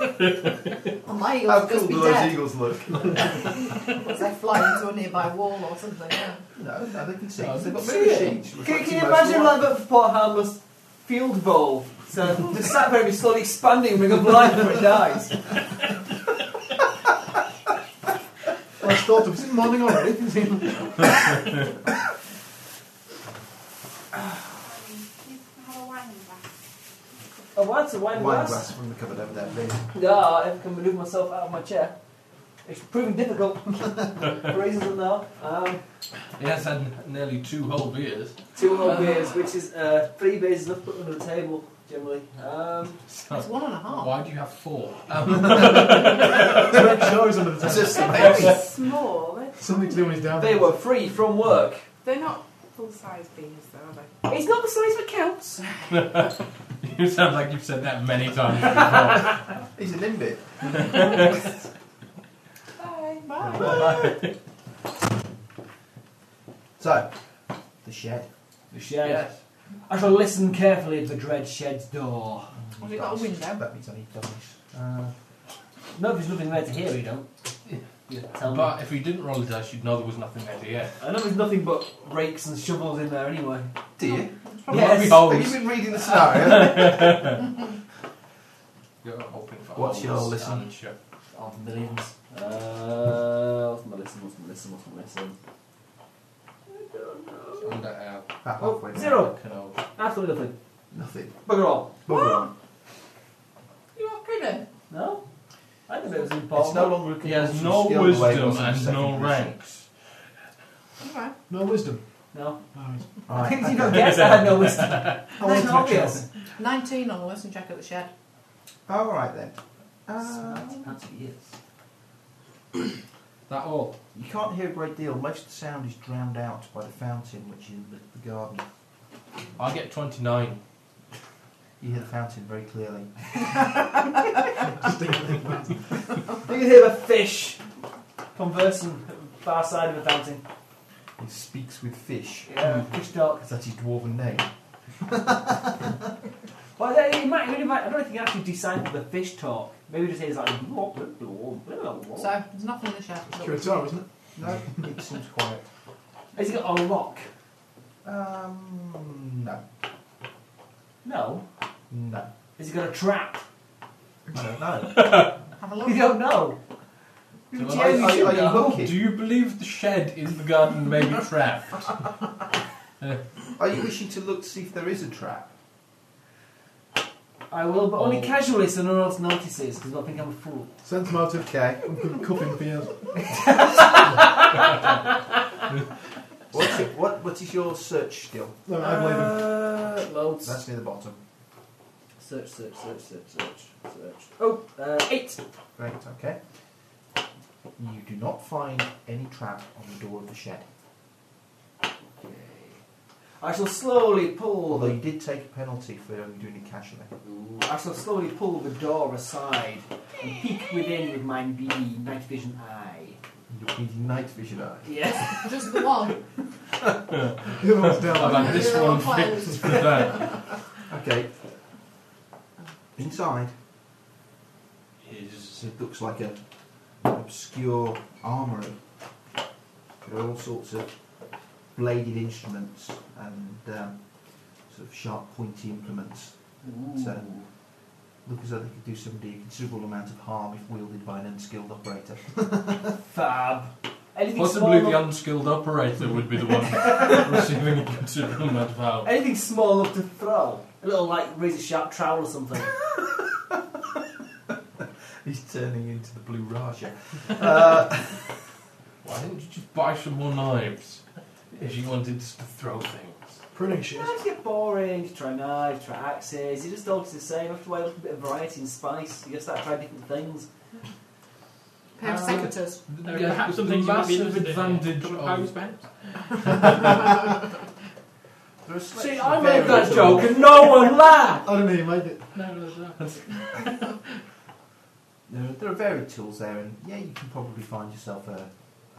Speaker 5: Well, my
Speaker 3: How
Speaker 5: eagles
Speaker 3: cool
Speaker 5: just be
Speaker 3: do those
Speaker 5: dead
Speaker 3: eagles look?
Speaker 5: because they fly into a nearby wall or something. Yeah.
Speaker 3: No, no, they can see. 'cause they've got
Speaker 6: See
Speaker 3: mirror
Speaker 6: it?
Speaker 3: shades.
Speaker 6: Can,
Speaker 3: reflecting
Speaker 6: can you
Speaker 3: most
Speaker 6: imagine like
Speaker 3: light.
Speaker 6: that for Port Harmless field bowl? So the sat very slowly expanding, bring up life before it dies.
Speaker 8: I thought of. Is it morning already? Is it-
Speaker 6: Oh, what's a wine
Speaker 3: wine
Speaker 6: glass?
Speaker 3: glass from the cupboard over there, please.
Speaker 6: No, if I can move myself out of my chair. It's proving difficult for reasons unknown. Um,
Speaker 4: Yes, and nearly two whole beers.
Speaker 6: two whole beers, which is uh, three beers enough put under the table generally. Um,
Speaker 5: It's one and a half.
Speaker 4: Why do you have four? Um,
Speaker 8: Red shows under the
Speaker 3: It's
Speaker 8: table.
Speaker 3: just
Speaker 5: They're
Speaker 3: amazing.
Speaker 5: very small. They're,
Speaker 8: Something to do when he's down.
Speaker 6: they were free from work.
Speaker 5: they're not full size bees, though, are they?
Speaker 6: It's not the size that counts.
Speaker 4: you sound like you've said that many times before.
Speaker 3: He's a nimby.
Speaker 5: Bye. Bye.
Speaker 3: So, the shed.
Speaker 6: The shed. I shall listen carefully at the dread shed's door.
Speaker 5: Have you got a window?
Speaker 3: That means I need dummies. Uh,
Speaker 6: No, if there's nothing there to hear, you don't. Yeah. Tell me.
Speaker 4: But if we didn't roll the dice, you'd know there was nothing there to get.
Speaker 6: I know there's nothing but rakes and shovels in there anyway.
Speaker 3: Do you?
Speaker 6: Yes.
Speaker 4: Probably
Speaker 3: Have you
Speaker 4: holes.
Speaker 3: been reading the scenario?
Speaker 4: You're hoping for
Speaker 3: What's
Speaker 4: holes
Speaker 3: your listen?
Speaker 4: and shit.
Speaker 6: Oh, millions. Uh, what's my listen? What's my listen? What's my listen?
Speaker 4: It's under our
Speaker 3: Back
Speaker 6: Oh,
Speaker 3: halfway down.
Speaker 6: zero.
Speaker 4: canal.
Speaker 6: Absolutely nothing.
Speaker 3: Nothing.
Speaker 6: Bugger all.
Speaker 3: Bugger on.
Speaker 5: You okay then?
Speaker 6: No? I think it was important.
Speaker 3: It's no longer a
Speaker 4: He has
Speaker 3: compulsory
Speaker 4: no
Speaker 3: skill the way it
Speaker 4: wisdom
Speaker 3: was in
Speaker 4: and
Speaker 3: second
Speaker 4: no
Speaker 3: edition.
Speaker 4: ranks.
Speaker 5: Alright.
Speaker 8: No wisdom.
Speaker 6: No.
Speaker 8: Alright.
Speaker 3: Right,
Speaker 6: Did you
Speaker 3: okay.
Speaker 6: not guess I had no wisdom?
Speaker 8: want
Speaker 6: That's
Speaker 8: to
Speaker 6: obvious.
Speaker 5: 19 on the listen check at the shed.
Speaker 3: All right then. Uh,
Speaker 6: That's what it is.
Speaker 4: That all?
Speaker 3: you can't hear a great deal. Most of the sound is drowned out by the fountain, which is in the, the garden.
Speaker 4: I get 29.
Speaker 3: You hear the fountain very clearly.
Speaker 6: You can hear the fish conversing at the far side of the fountain.
Speaker 3: It speaks with fish.
Speaker 6: Yeah, fish dark.
Speaker 3: Because that's his dwarven name.
Speaker 6: Well, they, it might, really might, I don't think you can actually decipher the fish talk. Maybe it just hears like. "Blah, blah, blah, blah, blah."
Speaker 5: So there's nothing in the shed.
Speaker 8: It's Kiritar, isn't it?
Speaker 3: No, it seems quiet.
Speaker 6: Has he got a lock?
Speaker 3: Um, no,
Speaker 6: No.
Speaker 3: no.
Speaker 6: Has he got a trap?
Speaker 3: I don't know.
Speaker 5: Have a look.
Speaker 6: You don't know.
Speaker 4: Do
Speaker 6: Yeah,
Speaker 3: Are,
Speaker 4: I-
Speaker 6: you
Speaker 3: are-
Speaker 6: should
Speaker 3: are
Speaker 6: know.
Speaker 3: you
Speaker 4: Do
Speaker 3: looking?
Speaker 4: you believe the shed in the garden may be trapped?
Speaker 3: Are you wishing to look to see if there is a trap?
Speaker 6: I will, but only
Speaker 4: Oh.
Speaker 6: casually so no one else notices because they'll think I'm a fool.
Speaker 8: Sense motive.
Speaker 3: Okay.
Speaker 8: I'm cupping beers.
Speaker 3: What's it, what, what is your search skill?
Speaker 8: No, I believe him.
Speaker 6: Uh, loads.
Speaker 3: That's near the bottom.
Speaker 6: Search, search, search, search, search, search. Oh, uh, eight.
Speaker 3: Great, okay. You do not find any trap on the door of the shed.
Speaker 6: I shall slowly pull
Speaker 3: Although
Speaker 6: the.
Speaker 3: you did take a penalty for only doing it casually.
Speaker 6: Ooh, I shall slowly pull the door aside and peek within with my beady night vision eye.
Speaker 3: You're using night vision eye.
Speaker 6: Yes.
Speaker 5: Just the one.
Speaker 8: The other one's down.
Speaker 4: I've had this
Speaker 5: Yeah,
Speaker 4: one
Speaker 5: closed.
Speaker 4: fixed for that.
Speaker 3: Okay. Inside,
Speaker 4: Is
Speaker 3: it looks like a obscure armoury. There are all sorts of bladed instruments and um, sort of sharp, pointy implements. So- Look as though they could do somebody a considerable amount of harm if wielded by an unskilled operator.
Speaker 6: Fab. Anything
Speaker 4: possibly
Speaker 6: small
Speaker 4: the
Speaker 6: enough,
Speaker 4: unskilled operator would be the one receiving a considerable amount of power.
Speaker 6: anything small enough to throw. A little like razor sharp trowel or something.
Speaker 3: He's turning into the Blue Raja. Uh,
Speaker 4: Why didn't you just buy some more knives if you wanted us to throw things?
Speaker 8: Pruning shears.
Speaker 6: Knives get boring. You try knives, try axes. You just all taste the same. You have to wear a little bit of variety and spice. You just start trying different things.
Speaker 5: Pair of
Speaker 4: Uh,
Speaker 5: secateurs.
Speaker 7: There are perhaps some
Speaker 4: the
Speaker 7: things you might be
Speaker 4: massive
Speaker 7: interested in.
Speaker 4: advantage
Speaker 7: Couple of
Speaker 4: of
Speaker 7: hoes, perhaps.
Speaker 3: there are
Speaker 6: See,
Speaker 3: selections
Speaker 6: I
Speaker 3: of
Speaker 6: made
Speaker 3: various
Speaker 6: that joke and no one laughed.
Speaker 8: I don't know, you made it.
Speaker 7: No, no, no.
Speaker 3: There are, there are varied tools there, and yeah, you can probably find yourself a,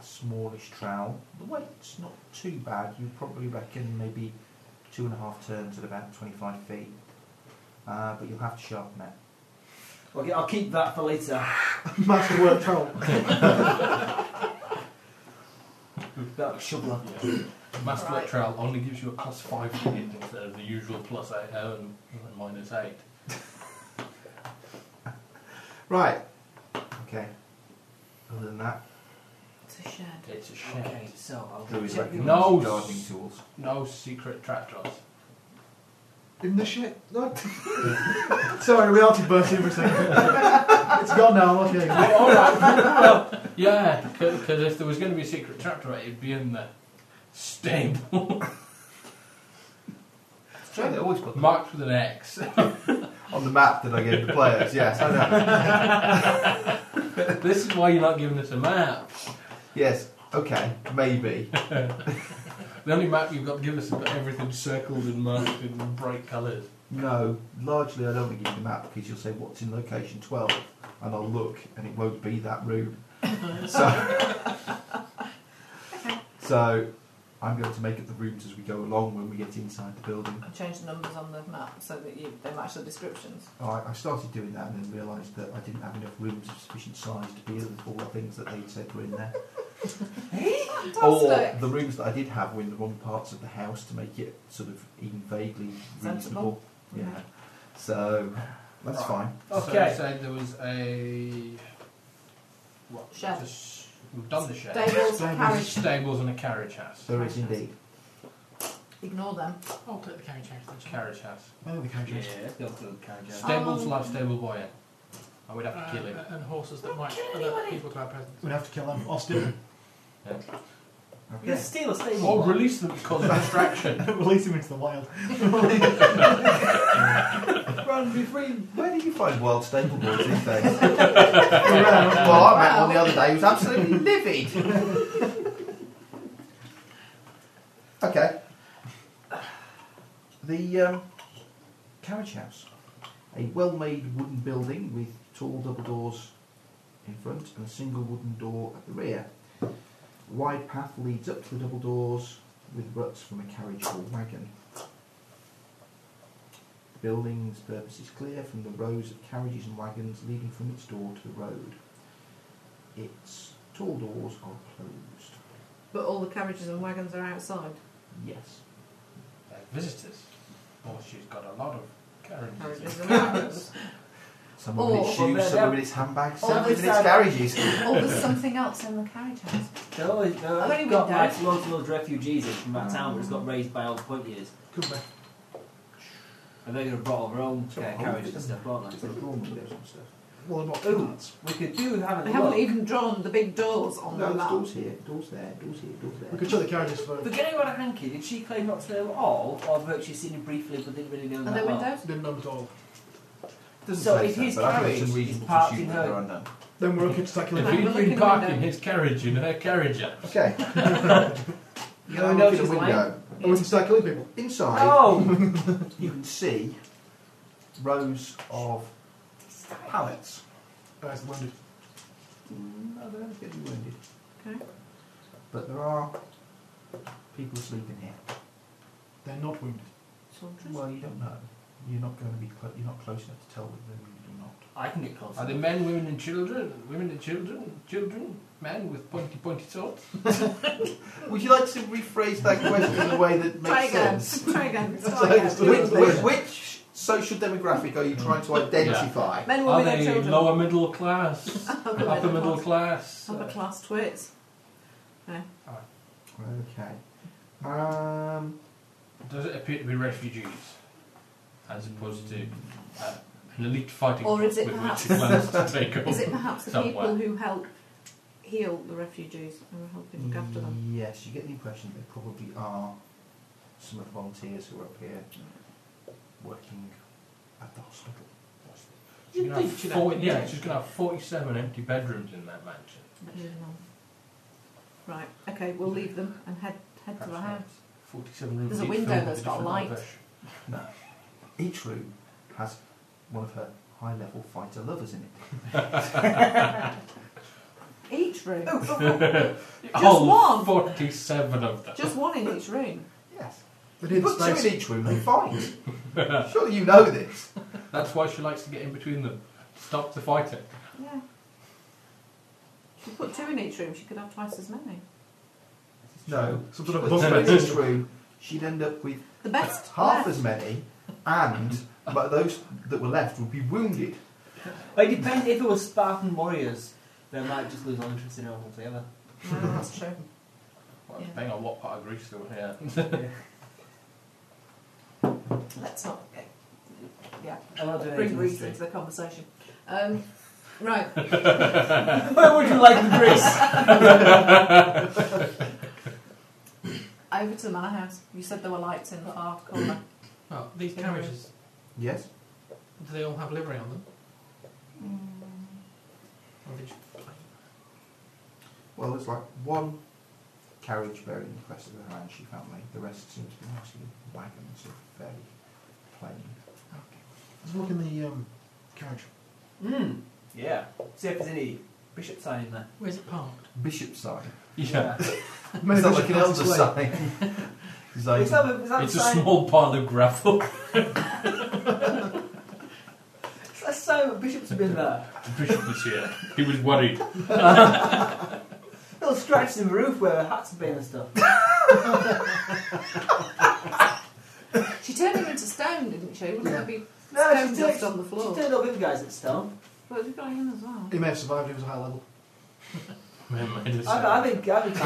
Speaker 3: a smallish trowel. The weight's not too bad. You probably reckon maybe two and a half turns at about 25 feet. Uh, but you'll have to sharpen it.
Speaker 6: Okay, I'll keep that for later.
Speaker 8: Master work trowel.
Speaker 6: That was shoveler.
Speaker 4: Yeah. Master
Speaker 5: Right.
Speaker 4: Trial only gives you a plus five to hit instead of the usual plus eight uh, and and minus eight.
Speaker 3: Right. Okay. Other than that,
Speaker 5: It's a shed.
Speaker 4: It's a shame.
Speaker 6: Okay, so I'll
Speaker 3: do
Speaker 6: go
Speaker 3: we
Speaker 6: check
Speaker 3: recognise
Speaker 4: No.
Speaker 3: the gardening tools?
Speaker 4: No secret trap doors.
Speaker 8: In the shit. No. Sorry, reality burst in for a second. it's gone now, okay.
Speaker 4: Oh, all right. well, yeah, because if there was going to be a secret trap door, it'd be in the stable
Speaker 3: So they always put them
Speaker 4: marked with an X.
Speaker 3: on the map that I gave the players. Yes, I know.
Speaker 4: this is why you're not giving us a map.
Speaker 3: Yes. Okay. Maybe.
Speaker 4: The only map you've got to give us has got everything circled and marked in bright colours.
Speaker 3: No, largely I don't want to give you the map because you'll say what's in location 12 and I'll look and it won't be that room. so, so I'm going to make up the rooms as we go along when we get inside the building.
Speaker 5: I changed the numbers on the map so that you, they match the descriptions.
Speaker 3: I, I started doing that and then realised that I didn't have enough rooms of sufficient size to deal with all the things that they said were in there.
Speaker 4: Oh,
Speaker 3: Or
Speaker 5: Fantastic!
Speaker 3: the rooms that I did have were in the wrong parts of the house to make it sort of even vaguely reasonable.
Speaker 5: Sensible. Mm-hmm.
Speaker 3: Yeah. So that's
Speaker 4: Right.
Speaker 3: fine.
Speaker 6: Okay.
Speaker 4: So you said there was a. What?
Speaker 5: Shed.
Speaker 4: just- we've done the shed.
Speaker 5: Stables,
Speaker 3: Stables.
Speaker 5: carriage.
Speaker 4: Stables and a carriage house.
Speaker 3: There is indeed.
Speaker 5: Ignore them.
Speaker 7: I'll take the carriage house. then, shall I?
Speaker 4: Carriage house.
Speaker 8: Oh, the carriage.
Speaker 6: Yeah,
Speaker 8: is-
Speaker 6: go to the carriage house.
Speaker 4: Stables
Speaker 5: Um,
Speaker 4: like stable boy in. I would have to kill him.
Speaker 7: Uh, and horses that might
Speaker 5: kill
Speaker 7: alert
Speaker 5: anybody.
Speaker 7: people to our presence.
Speaker 8: We'd have to kill them. Or steal them.
Speaker 6: You
Speaker 3: Okay.
Speaker 6: steal a
Speaker 5: Uh,
Speaker 6: stable.
Speaker 4: Or
Speaker 6: boy.
Speaker 4: release them because of distraction. Uh,
Speaker 8: Release him into the wild.
Speaker 6: Run, be free.
Speaker 3: Where do you find wild stable boys these days? well, I met one the other day who was absolutely livid. okay. The um, carriage house. A well made wooden building with tall double doors in front and a single wooden door at the rear. A wide path leads up to the double doors with ruts from a carriage or wagon. The building's purpose is clear from the rows of carriages and wagons leading from its door to the road. Its tall doors are closed.
Speaker 5: But all the carriages and wagons are outside.
Speaker 3: Yes.
Speaker 4: They're visitors. Or she's got a lot of
Speaker 5: Carriages
Speaker 4: carriages.
Speaker 5: and wagons.
Speaker 3: Some of its
Speaker 5: Or-
Speaker 3: shoes,
Speaker 6: Oh, Well, Oh,
Speaker 3: some of
Speaker 6: they're-
Speaker 3: its handbags,
Speaker 5: or
Speaker 3: some of
Speaker 5: this
Speaker 3: its
Speaker 6: side-
Speaker 3: carriages.
Speaker 5: or Oh, there's something else in the carriage house.
Speaker 6: No, no.
Speaker 5: I've only
Speaker 6: got
Speaker 5: been
Speaker 6: like
Speaker 5: down.
Speaker 6: loads and loads of refugees in from that town which got raised by old point years.
Speaker 8: Could be.
Speaker 6: And they're going to brought all their own uh, carriages and stuff, aren't
Speaker 3: It's got a dorm windows and stuff.
Speaker 8: Well, what?
Speaker 6: Ooh. they? We could do with having
Speaker 5: They
Speaker 6: a
Speaker 5: haven't
Speaker 6: look.
Speaker 5: even drawn the big doors
Speaker 6: Oh,
Speaker 5: on
Speaker 3: No,
Speaker 5: the
Speaker 3: there's
Speaker 5: map.
Speaker 3: doors here, doors there, doors here, doors there.
Speaker 8: We could shut the carriages for.
Speaker 6: But getting on a hanky, did she claim not to know at all, or that she'd seen him briefly but didn't really know
Speaker 5: Are
Speaker 6: that
Speaker 5: there
Speaker 6: well?
Speaker 5: windows?
Speaker 8: Didn't know at all.
Speaker 3: Doesn't
Speaker 6: so
Speaker 3: say
Speaker 6: if
Speaker 3: so,
Speaker 6: his
Speaker 3: but I think
Speaker 6: carriage
Speaker 3: it's
Speaker 6: is
Speaker 3: unreasonable to
Speaker 6: parked
Speaker 3: assume
Speaker 6: in
Speaker 3: that
Speaker 6: her-
Speaker 3: there are none.
Speaker 8: Then we're okay to tackle
Speaker 4: If
Speaker 5: Right,
Speaker 8: it.
Speaker 5: we're
Speaker 4: he'd
Speaker 5: looking
Speaker 4: been
Speaker 5: at
Speaker 4: parking
Speaker 5: window.
Speaker 4: his carriage in her carriage house.
Speaker 3: Okay. You're
Speaker 6: I
Speaker 3: going
Speaker 6: know
Speaker 3: to look at
Speaker 6: she's
Speaker 3: the
Speaker 6: lying.
Speaker 3: window.
Speaker 8: And we can start killing people.
Speaker 3: Inside,
Speaker 6: Oh!
Speaker 3: you can see rows of pallets.
Speaker 8: Guys, the wounded.
Speaker 6: Mm,
Speaker 3: No, they're not getting wounded.
Speaker 5: Okay.
Speaker 3: But there are people sleeping here.
Speaker 8: They're not wounded.
Speaker 5: Soldiers?
Speaker 3: Well, you don't know. You're not going to be. Clo- you're not close enough to tell whether they're wounded or not.
Speaker 6: I can get close.
Speaker 4: Are they men, women, and children? Women and children? Children? Men with pointy, pointy swords?
Speaker 3: Would you like to rephrase that question in a way that
Speaker 5: Try
Speaker 3: makes
Speaker 5: again.
Speaker 3: sense?
Speaker 5: Try again. Try
Speaker 8: like
Speaker 5: again.
Speaker 8: the-
Speaker 3: Which, which, which social demographic are you trying
Speaker 5: Mm.
Speaker 3: to identify?
Speaker 5: Men,
Speaker 4: Are
Speaker 5: women, and
Speaker 4: they
Speaker 5: children.
Speaker 4: lower middle class?
Speaker 5: upper
Speaker 4: upper middle
Speaker 5: class.
Speaker 4: class?
Speaker 5: Upper class twits.
Speaker 3: Okay. Um,
Speaker 4: Does it appear to be refugees? As opposed to uh, an elite fighting
Speaker 5: Or is it
Speaker 4: with
Speaker 5: perhaps-
Speaker 4: which it plans to take over?
Speaker 5: Is it perhaps the
Speaker 4: Somewhere.
Speaker 5: people who help heal the refugees and are helping look after them?
Speaker 3: Yes, you get the impression they probably are some of the volunteers who are up here working at the hospital.
Speaker 4: She's gonna have
Speaker 7: You'd think
Speaker 4: 40
Speaker 7: that,
Speaker 4: yeah,
Speaker 7: yeah.
Speaker 4: she's going to have 47 empty bedrooms in that mansion.
Speaker 5: Moving on. Right. Okay. We'll leave them and head head to the
Speaker 4: Perhaps
Speaker 5: house.
Speaker 4: not. 47 rooms.
Speaker 5: There's a
Speaker 4: each
Speaker 5: window
Speaker 4: filled with
Speaker 5: that's got
Speaker 4: different
Speaker 5: light.
Speaker 4: rubbish.
Speaker 3: No. Each room has one of her high level fighter lovers in it.
Speaker 5: Each room.
Speaker 3: Oh,
Speaker 5: Just
Speaker 4: All
Speaker 5: one.
Speaker 4: 47 of them.
Speaker 5: Just one in each room.
Speaker 3: Yes.
Speaker 8: They
Speaker 3: You put
Speaker 8: didn't
Speaker 3: two
Speaker 8: space.
Speaker 3: in each room, they fight. Surely you know this.
Speaker 4: That's why she likes to get in between them. Stop the fighting.
Speaker 5: Yeah. She put two in each room. She could have twice as many.
Speaker 3: No.
Speaker 8: Some sort of
Speaker 3: Put
Speaker 8: bunk
Speaker 3: two in
Speaker 8: beds.
Speaker 3: each room, she'd end up with
Speaker 5: The best.
Speaker 3: half
Speaker 5: left.
Speaker 3: as many, and but those that were left would be wounded.
Speaker 6: Well, it depends if it was Spartan warriors, they might just lose all interest in it altogether.
Speaker 5: No, that's true.
Speaker 4: Well,
Speaker 5: Yeah.
Speaker 4: Depending on what part of Greece they were here.
Speaker 5: Let's not. Yeah.
Speaker 6: I'm not doing
Speaker 5: Bring
Speaker 6: anything
Speaker 5: Greece
Speaker 6: history.
Speaker 5: into the conversation. Um, right.
Speaker 6: Where would you like the Greece?
Speaker 5: Over to the manor house. You said there were lights in the far corner.
Speaker 7: Well, these
Speaker 5: Yeah.
Speaker 7: carriages,
Speaker 3: Yes?
Speaker 7: do they all have livery on them?
Speaker 5: Mm.
Speaker 7: Or are they just plain?
Speaker 3: Well, there's like one carriage bearing the crest of the Haranchi family. The rest seem to be mostly wagons of very plain.
Speaker 8: Let's walk in the um, carriage.
Speaker 6: Hmm. Yeah. See if there's any bishop sign in there.
Speaker 7: Where's it parked?
Speaker 3: Bishop sign.
Speaker 4: yeah.
Speaker 8: Maybe
Speaker 3: It's not like
Speaker 8: we should
Speaker 3: an
Speaker 8: pass
Speaker 3: elder
Speaker 8: this way.
Speaker 3: sign. It's like-
Speaker 6: Is that, the- is that
Speaker 4: It's
Speaker 6: the
Speaker 4: a
Speaker 6: sign?
Speaker 4: small pile of gravel.
Speaker 6: Is that the sign that Bishop's been uh, there?
Speaker 4: The bishop was here. He was worried.
Speaker 6: Little scratches in the roof where her hat's been and stuff.
Speaker 5: She turned him into stone, didn't she? Wouldn't that be
Speaker 6: No,
Speaker 5: stone
Speaker 6: she
Speaker 5: dust
Speaker 6: takes.
Speaker 5: on the floor?
Speaker 6: She turned all the other guys at stone.
Speaker 5: But we've got him as well.
Speaker 8: He may have survived, he was a high level.
Speaker 4: Remember, it was-
Speaker 6: I, I think I think I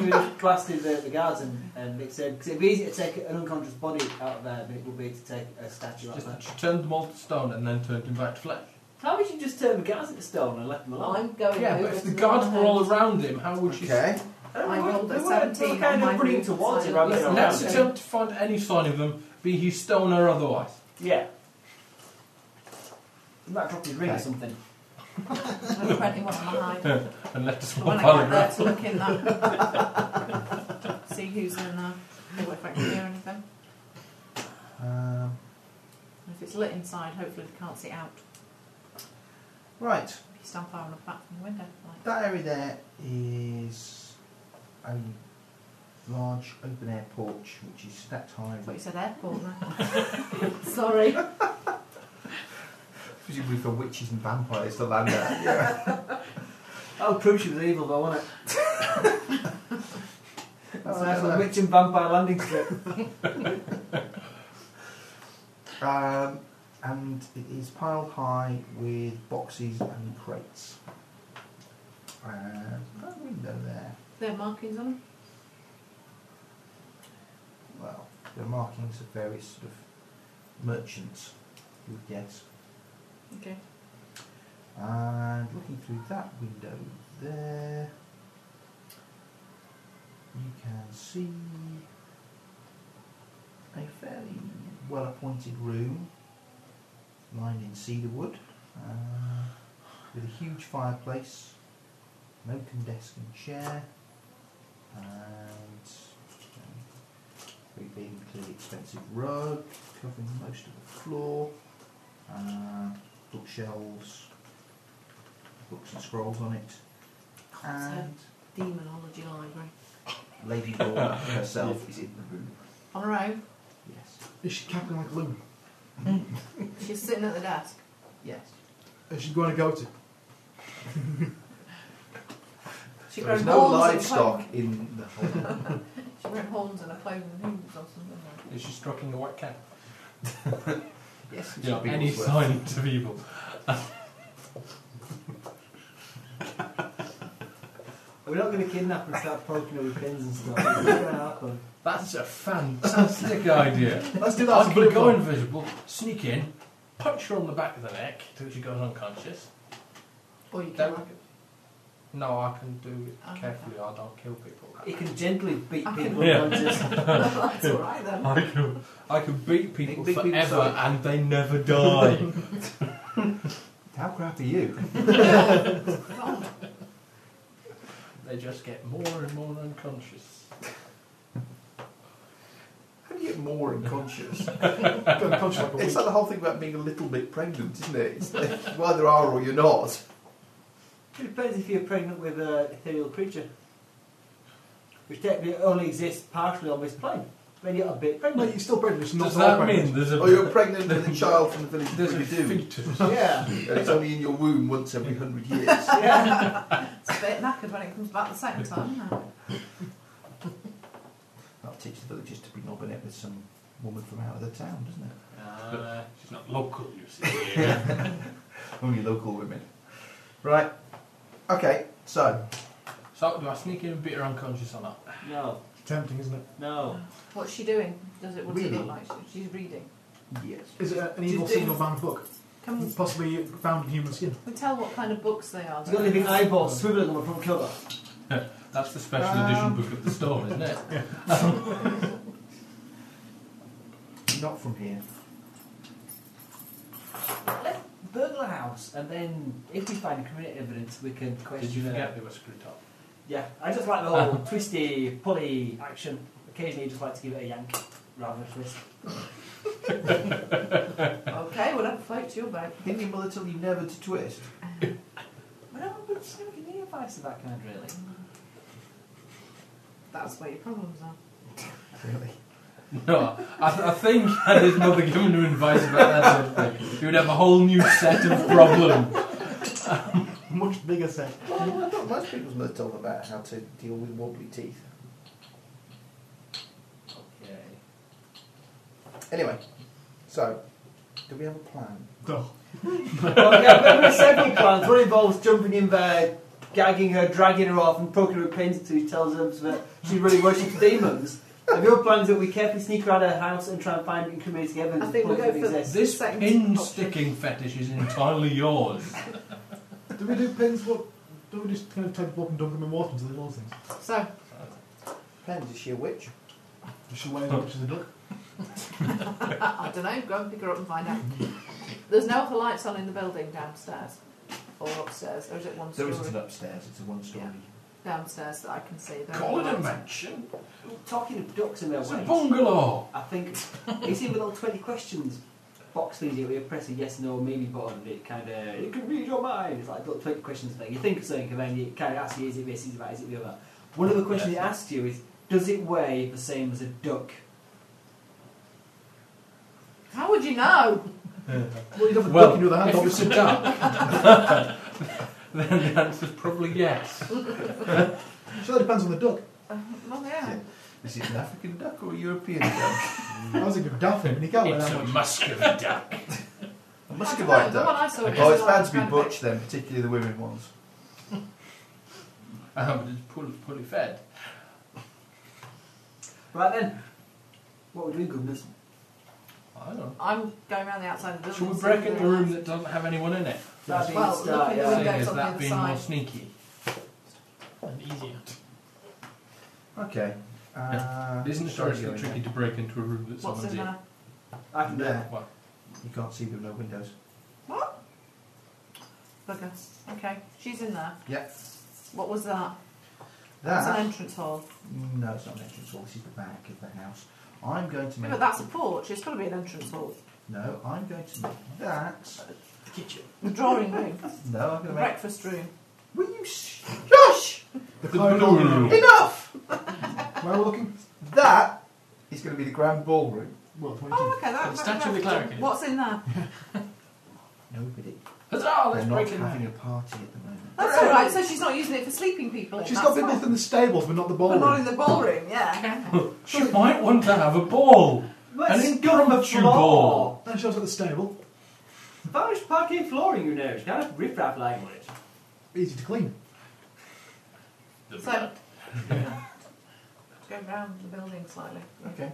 Speaker 6: think we blasted the, the guards and, and it said because it'd be easy to take an unconscious body out of there, but it would be to take a statue out of
Speaker 4: Just
Speaker 6: there.
Speaker 4: that she turned them all to stone and then turned him back to flesh.
Speaker 6: How would you just turn the guards into stone and left them
Speaker 5: Well,
Speaker 6: alone?
Speaker 5: I'm going
Speaker 4: Yeah,
Speaker 5: over
Speaker 4: but if
Speaker 5: to
Speaker 4: the guards
Speaker 5: other
Speaker 4: were all
Speaker 5: house.
Speaker 4: around him, how would she?
Speaker 3: Okay.
Speaker 5: I rolled a
Speaker 6: They weren't
Speaker 5: 17
Speaker 6: kind
Speaker 5: on
Speaker 6: of
Speaker 5: my
Speaker 6: running
Speaker 5: route,
Speaker 6: towards
Speaker 5: so
Speaker 6: it, rather
Speaker 5: it
Speaker 6: than
Speaker 5: was-
Speaker 6: around
Speaker 4: Let's
Speaker 6: it.
Speaker 5: Okay.
Speaker 4: attempt to find any sign of them, be he stone or otherwise.
Speaker 6: Yeah. You might drop your ring or
Speaker 3: Okay.
Speaker 6: something.
Speaker 5: I was running one behind. The
Speaker 4: And left a small
Speaker 5: one I
Speaker 4: pile of
Speaker 5: got there
Speaker 4: gravel.
Speaker 5: to look in that. See who's in there. They were back here or anything.
Speaker 3: Um,
Speaker 5: And if it's lit inside, hopefully they can't see out.
Speaker 3: right.
Speaker 5: If you stand far enough back from the window. Like.
Speaker 3: That area there is a large open air porch which is stacked high
Speaker 5: I thought you
Speaker 3: with
Speaker 5: said airport then. Sorry.
Speaker 3: presumably for witches and vampires to land at. yeah.
Speaker 6: That would prove she was evil though, wouldn't it? Oh, That's a nice little
Speaker 3: Um,
Speaker 6: witch and vampire landing strip.
Speaker 3: um, and it is piled high with boxes and crates. And that window there,
Speaker 5: There are markings on them.
Speaker 3: well, there are markings of various sort of merchants, you would guess.
Speaker 5: Okay.
Speaker 3: And looking through that window there, you can see a fairly well appointed room lined in cedar wood uh, with a huge fireplace, an oaken desk and chair, and um, very big, and clearly expensive rug covering most of the floor, uh, bookshelves, books and scrolls on it, and
Speaker 5: Demonology library.
Speaker 3: Lady Dawn herself is in the room.
Speaker 5: On her own.
Speaker 3: Yes.
Speaker 8: Is she cackling like a loon?
Speaker 5: She's sitting at the desk.
Speaker 3: Yes.
Speaker 8: Is she going to go to?
Speaker 5: She's
Speaker 3: There is
Speaker 5: wearing
Speaker 3: no
Speaker 5: horns
Speaker 3: livestock
Speaker 5: And
Speaker 3: in the whole.
Speaker 5: a cloak. She's wearing horns and a cloak and hooves or something. Like.
Speaker 4: Is she stroking the white cat?
Speaker 3: yes.
Speaker 4: Yeah, any sign of evil.
Speaker 6: We're not going to kidnap her and start poking her with pins and stuff. It's not going to happen.
Speaker 4: That's a fantastic idea.
Speaker 8: Let's do that.
Speaker 4: I
Speaker 8: as a
Speaker 4: can
Speaker 8: bullet
Speaker 4: go
Speaker 8: point.
Speaker 4: invisible, sneak in, punch her on the back of the neck till she goes unconscious.
Speaker 5: Or you can
Speaker 4: Don't-
Speaker 5: like,
Speaker 4: No, I can do
Speaker 5: Oh,
Speaker 4: it carefully. I don't kill people.
Speaker 6: It can gently beat
Speaker 5: I can-
Speaker 6: people
Speaker 4: Yeah.
Speaker 6: unconscious.
Speaker 5: That's all right then.
Speaker 4: I can, I can beat people
Speaker 3: Big- big people,
Speaker 4: forever
Speaker 3: sorry.
Speaker 4: and they never die.
Speaker 3: How crap are you?
Speaker 4: they just get more and more unconscious.
Speaker 3: How do you get more unconscious?
Speaker 8: Going conscious like a
Speaker 3: it's
Speaker 8: loon.
Speaker 3: like the whole thing about being a little bit pregnant, isn't it? It's like, you either are or you're not.
Speaker 6: It depends if you're pregnant with an ethereal creature, which technically only exists partially on this plane. Then you're a bit
Speaker 8: No,
Speaker 6: pregnant.
Speaker 8: you're still pregnant. It's not
Speaker 4: Does
Speaker 8: all
Speaker 4: that
Speaker 8: pregnant.
Speaker 4: mean there's a,
Speaker 3: Or Oh, you're pregnant with a child from the village
Speaker 4: there's a
Speaker 3: that you do.
Speaker 4: fetus?
Speaker 6: yeah.
Speaker 3: And it's only in your womb once every hundred years.
Speaker 6: yeah.
Speaker 5: It's a bit knackered when it comes back the second time. Isn't it?
Speaker 3: That'll teach the villagers to be knobbing it with some woman from out of the town, doesn't it?
Speaker 4: Uh, she's not local, you see.
Speaker 3: Only local women. Right. Okay, so.
Speaker 4: so do I sneak in and beat her unconscious or not?
Speaker 6: No.
Speaker 8: It's tempting, isn't it?
Speaker 6: No.
Speaker 5: What's she doing? Does it? What's it
Speaker 3: Reading.
Speaker 5: look like? She- She's reading.
Speaker 3: Yes.
Speaker 8: Is it a- an evil
Speaker 5: Just-
Speaker 8: single bound book?
Speaker 5: Can we,
Speaker 8: Possibly found in human skin.
Speaker 5: we tell what kind of books they are?
Speaker 6: It's got living eyeballs swiveling on the front cover.
Speaker 4: That's the special
Speaker 3: Um.
Speaker 4: edition book of the storm, isn't it?
Speaker 3: Not from here.
Speaker 6: Let's burglar house, and then if we find criminal evidence, we can question.
Speaker 4: Did you
Speaker 6: her.
Speaker 4: forget they were screwed up?
Speaker 6: Yeah, I just like the whole twisty, pulley action. Occasionally, you just like to give it a yank rather than a twist.
Speaker 5: Okay, whatever floats your boat.
Speaker 3: Didn't your mother tell you never to twist?
Speaker 6: Well, I would just never give any advice to that kind, really.
Speaker 5: That's where your problems are.
Speaker 3: really.
Speaker 4: No, I, I think had his mother given him advice about that sort of thing, he would have a whole new set of problems.
Speaker 8: Much bigger set.
Speaker 3: Well, I thought most people's mother told them about how to deal with wobbly teeth.
Speaker 4: Okay.
Speaker 3: Anyway, so do we have a plan?
Speaker 8: No.
Speaker 6: well, yeah, we've got several plans. One involves jumping in there, gagging her, dragging her off, and poking her with pins until she tells us that she really worships demons. And the other plan is that we carefully sneak around her house and try and find incriminating evidence.
Speaker 5: I think
Speaker 6: that
Speaker 5: we'll
Speaker 6: proves
Speaker 5: go
Speaker 6: it
Speaker 5: for
Speaker 6: exists.
Speaker 4: This
Speaker 5: Second
Speaker 4: pin
Speaker 5: option.
Speaker 4: sticking fetish is entirely yours.
Speaker 8: Do we do pins? What? Do we just kind of take up and dunk them in water until they all things?
Speaker 5: So,
Speaker 3: Depends, is she a witch?
Speaker 8: Does she weigh as much as a duck?
Speaker 5: I don't know, go and pick her up and find out. There's no other lights on in the building downstairs or upstairs, or is it one
Speaker 3: There
Speaker 5: story?
Speaker 3: isn't an upstairs, it's a one story.
Speaker 5: Downstairs that I can see. There
Speaker 4: Call
Speaker 5: are
Speaker 4: it a
Speaker 5: lights.
Speaker 4: mansion.
Speaker 6: Talking of ducks in their
Speaker 4: It's a
Speaker 6: way,
Speaker 4: bungalow.
Speaker 6: I think you see with all twenty questions box these where you press a yes no maybe button and it kind of you can read your mind. It's like the twenty questions thing. You think of something and then it kind of asks you is it this, is it that, is it the other. One of the questions it asks you is does it weigh the same as a duck?
Speaker 5: How would you know?
Speaker 8: Well, you'd have a
Speaker 4: Well,
Speaker 8: duck in your other hand,
Speaker 4: if it's
Speaker 8: obviously.
Speaker 4: a duck, then the answer's probably yes.
Speaker 8: So that depends on the duck.
Speaker 5: Uh, well, yeah.
Speaker 3: Is it an African duck or a European duck?
Speaker 8: I was thinking of dolphin, and he can't weigh
Speaker 7: It's
Speaker 8: that
Speaker 7: a
Speaker 8: much.
Speaker 7: Muscovy duck.
Speaker 3: A
Speaker 5: I don't
Speaker 3: Muscovite
Speaker 5: know, The one
Speaker 3: duck.
Speaker 5: I saw
Speaker 3: Oh, it's
Speaker 5: yesterday
Speaker 3: bad
Speaker 5: was
Speaker 3: to be
Speaker 5: kind of big.
Speaker 3: butch then, particularly the women ones.
Speaker 4: Um, but it's poorly, poorly fed.
Speaker 6: Right then, what we doing, governors?
Speaker 4: I don't know.
Speaker 5: I'm going around the outside of the building.
Speaker 4: Should we
Speaker 5: seeing uh,
Speaker 4: break into
Speaker 5: whether
Speaker 4: a room
Speaker 5: there's-
Speaker 4: that doesn't have anyone in it?
Speaker 6: That'd be
Speaker 5: Well,
Speaker 6: the start.
Speaker 5: looking at
Speaker 6: Yeah.
Speaker 5: the
Speaker 4: Seeing
Speaker 5: window.
Speaker 4: as
Speaker 5: on
Speaker 4: that
Speaker 5: the
Speaker 4: being
Speaker 5: other
Speaker 4: more
Speaker 5: side.
Speaker 4: sneaky.
Speaker 7: And easier. Mm,
Speaker 3: Okay. Uh,
Speaker 4: It isn't
Speaker 3: sorry,
Speaker 4: historically
Speaker 3: Gillian.
Speaker 4: tricky to break into a room that
Speaker 5: What's
Speaker 4: someone's
Speaker 5: in
Speaker 4: in.
Speaker 5: there?
Speaker 6: I can do it.
Speaker 4: Well,
Speaker 3: You can't see with no windows.
Speaker 5: Bugger. Okay, she's in there.
Speaker 3: Yeah.
Speaker 5: What was that? That's an
Speaker 3: That.
Speaker 5: entrance hall.
Speaker 3: No, it's not an entrance hall. This is the back of the house. I'm going to
Speaker 5: Yeah,
Speaker 3: make.
Speaker 5: but that's a porch. It's got to be an entrance hall.
Speaker 3: No, I'm going to make that.
Speaker 7: Kitchen.
Speaker 5: The drawing room.
Speaker 3: No, I'm
Speaker 5: the
Speaker 3: going to make.
Speaker 5: breakfast room.
Speaker 3: Will you, sh- Josh?
Speaker 8: The
Speaker 4: The
Speaker 8: clown
Speaker 4: blue room.
Speaker 8: room.
Speaker 3: Enough.
Speaker 8: Where we're looking?
Speaker 3: That is going to be the grand ballroom.
Speaker 8: Well, 22.
Speaker 5: Oh, okay. That,
Speaker 7: The
Speaker 5: that-
Speaker 7: statue of the
Speaker 5: that-
Speaker 7: cleric is.
Speaker 5: What's in there?
Speaker 3: Nobody.
Speaker 4: Huzzah!
Speaker 3: They're
Speaker 4: Let's
Speaker 3: not
Speaker 4: break in.
Speaker 3: having a party at the moment.
Speaker 5: That's all right. So she's not using it for sleeping people. In.
Speaker 8: She's
Speaker 5: that's
Speaker 8: got people
Speaker 5: fine.
Speaker 8: in the stables, but not the
Speaker 5: But
Speaker 8: ballroom.
Speaker 5: not in the ballroom. Yeah.
Speaker 4: She might want to have a ball.
Speaker 6: Let's
Speaker 4: an
Speaker 6: go on the
Speaker 4: impromptu
Speaker 6: floor.
Speaker 4: ball.
Speaker 8: And she was at the stable.
Speaker 6: Parish parquet flooring, you know, it's kind of riprap lying on it.
Speaker 8: Easy to clean.
Speaker 7: The
Speaker 5: so. Going round the building slightly.
Speaker 3: Okay.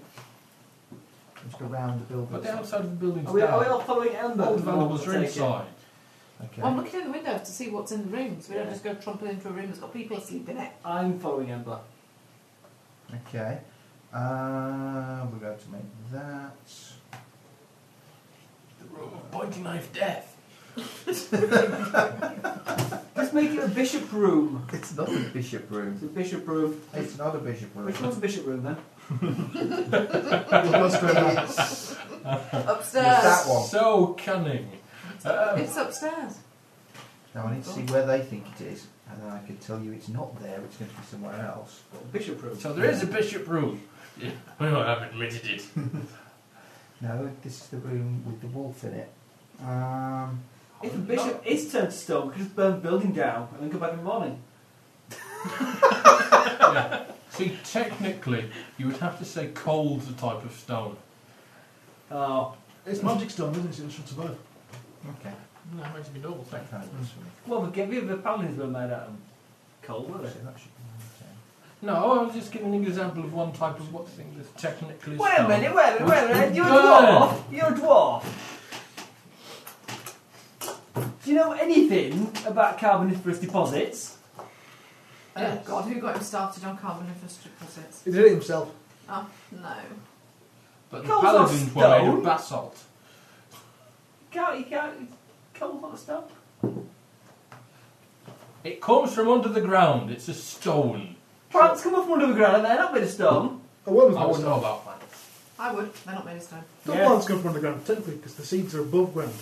Speaker 3: Let's go round the building.
Speaker 4: But the outside of the building's
Speaker 6: Are we, are we
Speaker 4: down.
Speaker 6: all following Ember?
Speaker 4: All the valuables are
Speaker 6: Take it.
Speaker 4: inside.
Speaker 3: Okay.
Speaker 5: Well, I'm looking in the windows to see what's in the rooms. We don't
Speaker 6: Yeah.
Speaker 5: just go tromping into a room that's got people asleep in it.
Speaker 6: I'm following Ember.
Speaker 3: Okay. Uh, we're going to make that.
Speaker 4: The room of pointing knife death.
Speaker 6: Let's make it a bishop room.
Speaker 3: It's not a bishop room.
Speaker 6: It's a bishop room.
Speaker 3: It's not a bishop room.
Speaker 6: Which one's a bishop room then?
Speaker 8: We'll go straight out.
Speaker 3: It's
Speaker 5: Upstairs.
Speaker 3: that one.
Speaker 4: So cunning. Um,
Speaker 5: It's upstairs.
Speaker 3: Now I need to see where they think it is, and then I can tell you it's not there. It's going to be somewhere else.
Speaker 6: What, bishop room.
Speaker 4: so there is a bishop room. Yeah, well, I've admitted it.
Speaker 3: No, this is the room with the wolf in it. Um,
Speaker 6: If a bishop is turned to stone, we could just burn the building down and then come back in the morning.
Speaker 4: Yeah. See, technically, you would have to say coal's a type of stone.
Speaker 6: Oh,
Speaker 8: It's magic stone, isn't it? So it should survive.
Speaker 3: okay.
Speaker 7: No, it might be normal thing.
Speaker 3: That kind of works for me.
Speaker 6: well, the give the paladins were made out of cold, were
Speaker 3: So
Speaker 6: they?
Speaker 3: that should be
Speaker 4: No, I was just giving an example of one type of what thing that's technically a
Speaker 6: Wait a
Speaker 4: stone.
Speaker 6: minute, wait a minute, wait a minute. You're a dwarf.
Speaker 4: Burn.
Speaker 6: You're a dwarf. Do you know anything about carboniferous deposits?
Speaker 5: Oh God, who got him started on carboniferous deposits?
Speaker 8: He did it himself.
Speaker 5: Oh no.
Speaker 4: But the
Speaker 6: Coal's not
Speaker 4: paladins were made
Speaker 6: stone.
Speaker 4: of basalt.
Speaker 6: Can't you can't cold hot stuff?
Speaker 4: It comes from under the ground. It's a stone.
Speaker 6: Plants come up from under the ground and they're not made of stone.
Speaker 8: A woman's
Speaker 4: I
Speaker 8: magic
Speaker 4: wouldn't
Speaker 8: stone.
Speaker 4: know about that.
Speaker 5: I would. They're not made of stone.
Speaker 8: The
Speaker 6: Yeah.
Speaker 8: plants come from underground, technically, because the seeds are above ground.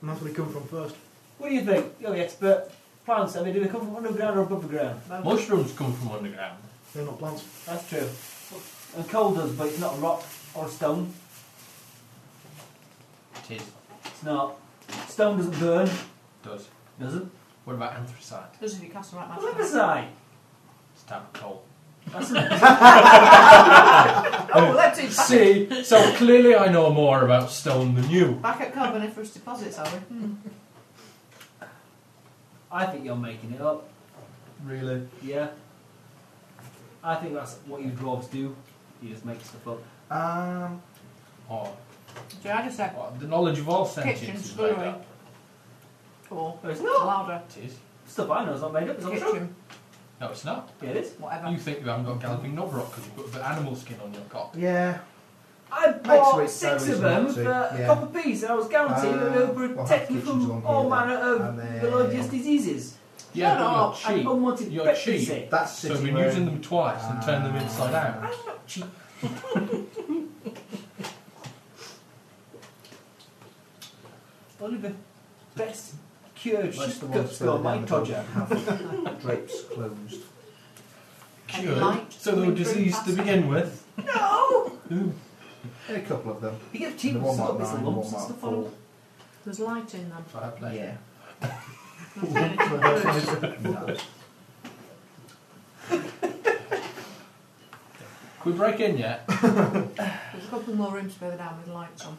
Speaker 8: And that's where they come from first.
Speaker 6: What do you think? You're the expert. plants, I mean, do they come from underground or above the ground?
Speaker 4: Mushrooms come from underground.
Speaker 8: They're not plants.
Speaker 6: That's true. And coal does, but it's not a rock or a stone.
Speaker 4: It is.
Speaker 6: It's not. Stone doesn't burn,
Speaker 4: Does.
Speaker 6: does it?
Speaker 4: What about anthracite?
Speaker 5: Does if you cast the right
Speaker 6: Look
Speaker 5: match.
Speaker 6: beside.
Speaker 4: It's a type of coal.
Speaker 5: Oh, let's see. Back,
Speaker 4: See, so clearly I know more about stone than you.
Speaker 5: back at carboniferous deposits, are we?
Speaker 6: I think you're making it up.
Speaker 4: Really?
Speaker 6: Yeah. I think that's what you dwarves do. You just make stuff up.
Speaker 8: Um,
Speaker 4: Or,
Speaker 5: Do I just say,
Speaker 4: or Oh, the knowledge of all sentience is
Speaker 5: Kitchen's
Speaker 4: made
Speaker 5: going.
Speaker 4: up.
Speaker 5: or
Speaker 6: No, it's not.
Speaker 5: louder?
Speaker 4: It is.
Speaker 6: Stuff I know is not made up. It's not true.
Speaker 5: Kitchen,
Speaker 4: No, it's not.
Speaker 6: Yeah, it is.
Speaker 4: You
Speaker 5: whatever.
Speaker 4: think you haven't got galloping knobrock because you've got the animal skin on your cock.
Speaker 8: yeah.
Speaker 6: I bought
Speaker 8: sweet
Speaker 6: six
Speaker 8: sandwich,
Speaker 6: of them
Speaker 8: Nancy.
Speaker 6: for a
Speaker 8: Yeah.
Speaker 6: copper piece, and I was guaranteed that
Speaker 3: Uh,
Speaker 6: they would
Speaker 3: we'll have
Speaker 6: protect me
Speaker 3: kitchens along
Speaker 6: from all
Speaker 3: here then,
Speaker 6: manner
Speaker 3: and
Speaker 6: of
Speaker 3: then-
Speaker 6: melodious diseases.
Speaker 4: Yeah,
Speaker 6: Shut
Speaker 4: but
Speaker 6: up,
Speaker 4: you're
Speaker 6: and
Speaker 4: cheap.
Speaker 6: unwanted
Speaker 4: You're
Speaker 6: pregnancy.
Speaker 4: cheap.
Speaker 3: That's
Speaker 4: So
Speaker 3: sitting
Speaker 4: we've been
Speaker 3: where-
Speaker 4: using them twice and turned
Speaker 5: Ah.
Speaker 4: them inside out.
Speaker 6: One of the best cured
Speaker 3: That's the
Speaker 6: shit
Speaker 3: ones
Speaker 6: for my
Speaker 3: further down the
Speaker 6: todger.
Speaker 3: garden. Have Drapes closed.
Speaker 5: And
Speaker 4: Cured.
Speaker 5: light
Speaker 4: So they were
Speaker 5: wintering
Speaker 4: diseased to
Speaker 5: pastel.
Speaker 4: begin with.
Speaker 3: A couple of them.
Speaker 6: You get
Speaker 3: The
Speaker 6: cheap
Speaker 3: one
Speaker 6: stuff,
Speaker 3: might
Speaker 6: it's
Speaker 3: nine,
Speaker 6: lumps
Speaker 3: one
Speaker 6: and
Speaker 3: might
Speaker 6: stuff on
Speaker 3: four.
Speaker 6: them.
Speaker 5: There's light in them.
Speaker 4: That's what I play.
Speaker 3: Yeah. No.
Speaker 4: Can we break in yet?
Speaker 5: There's a couple more rooms further down with lights on.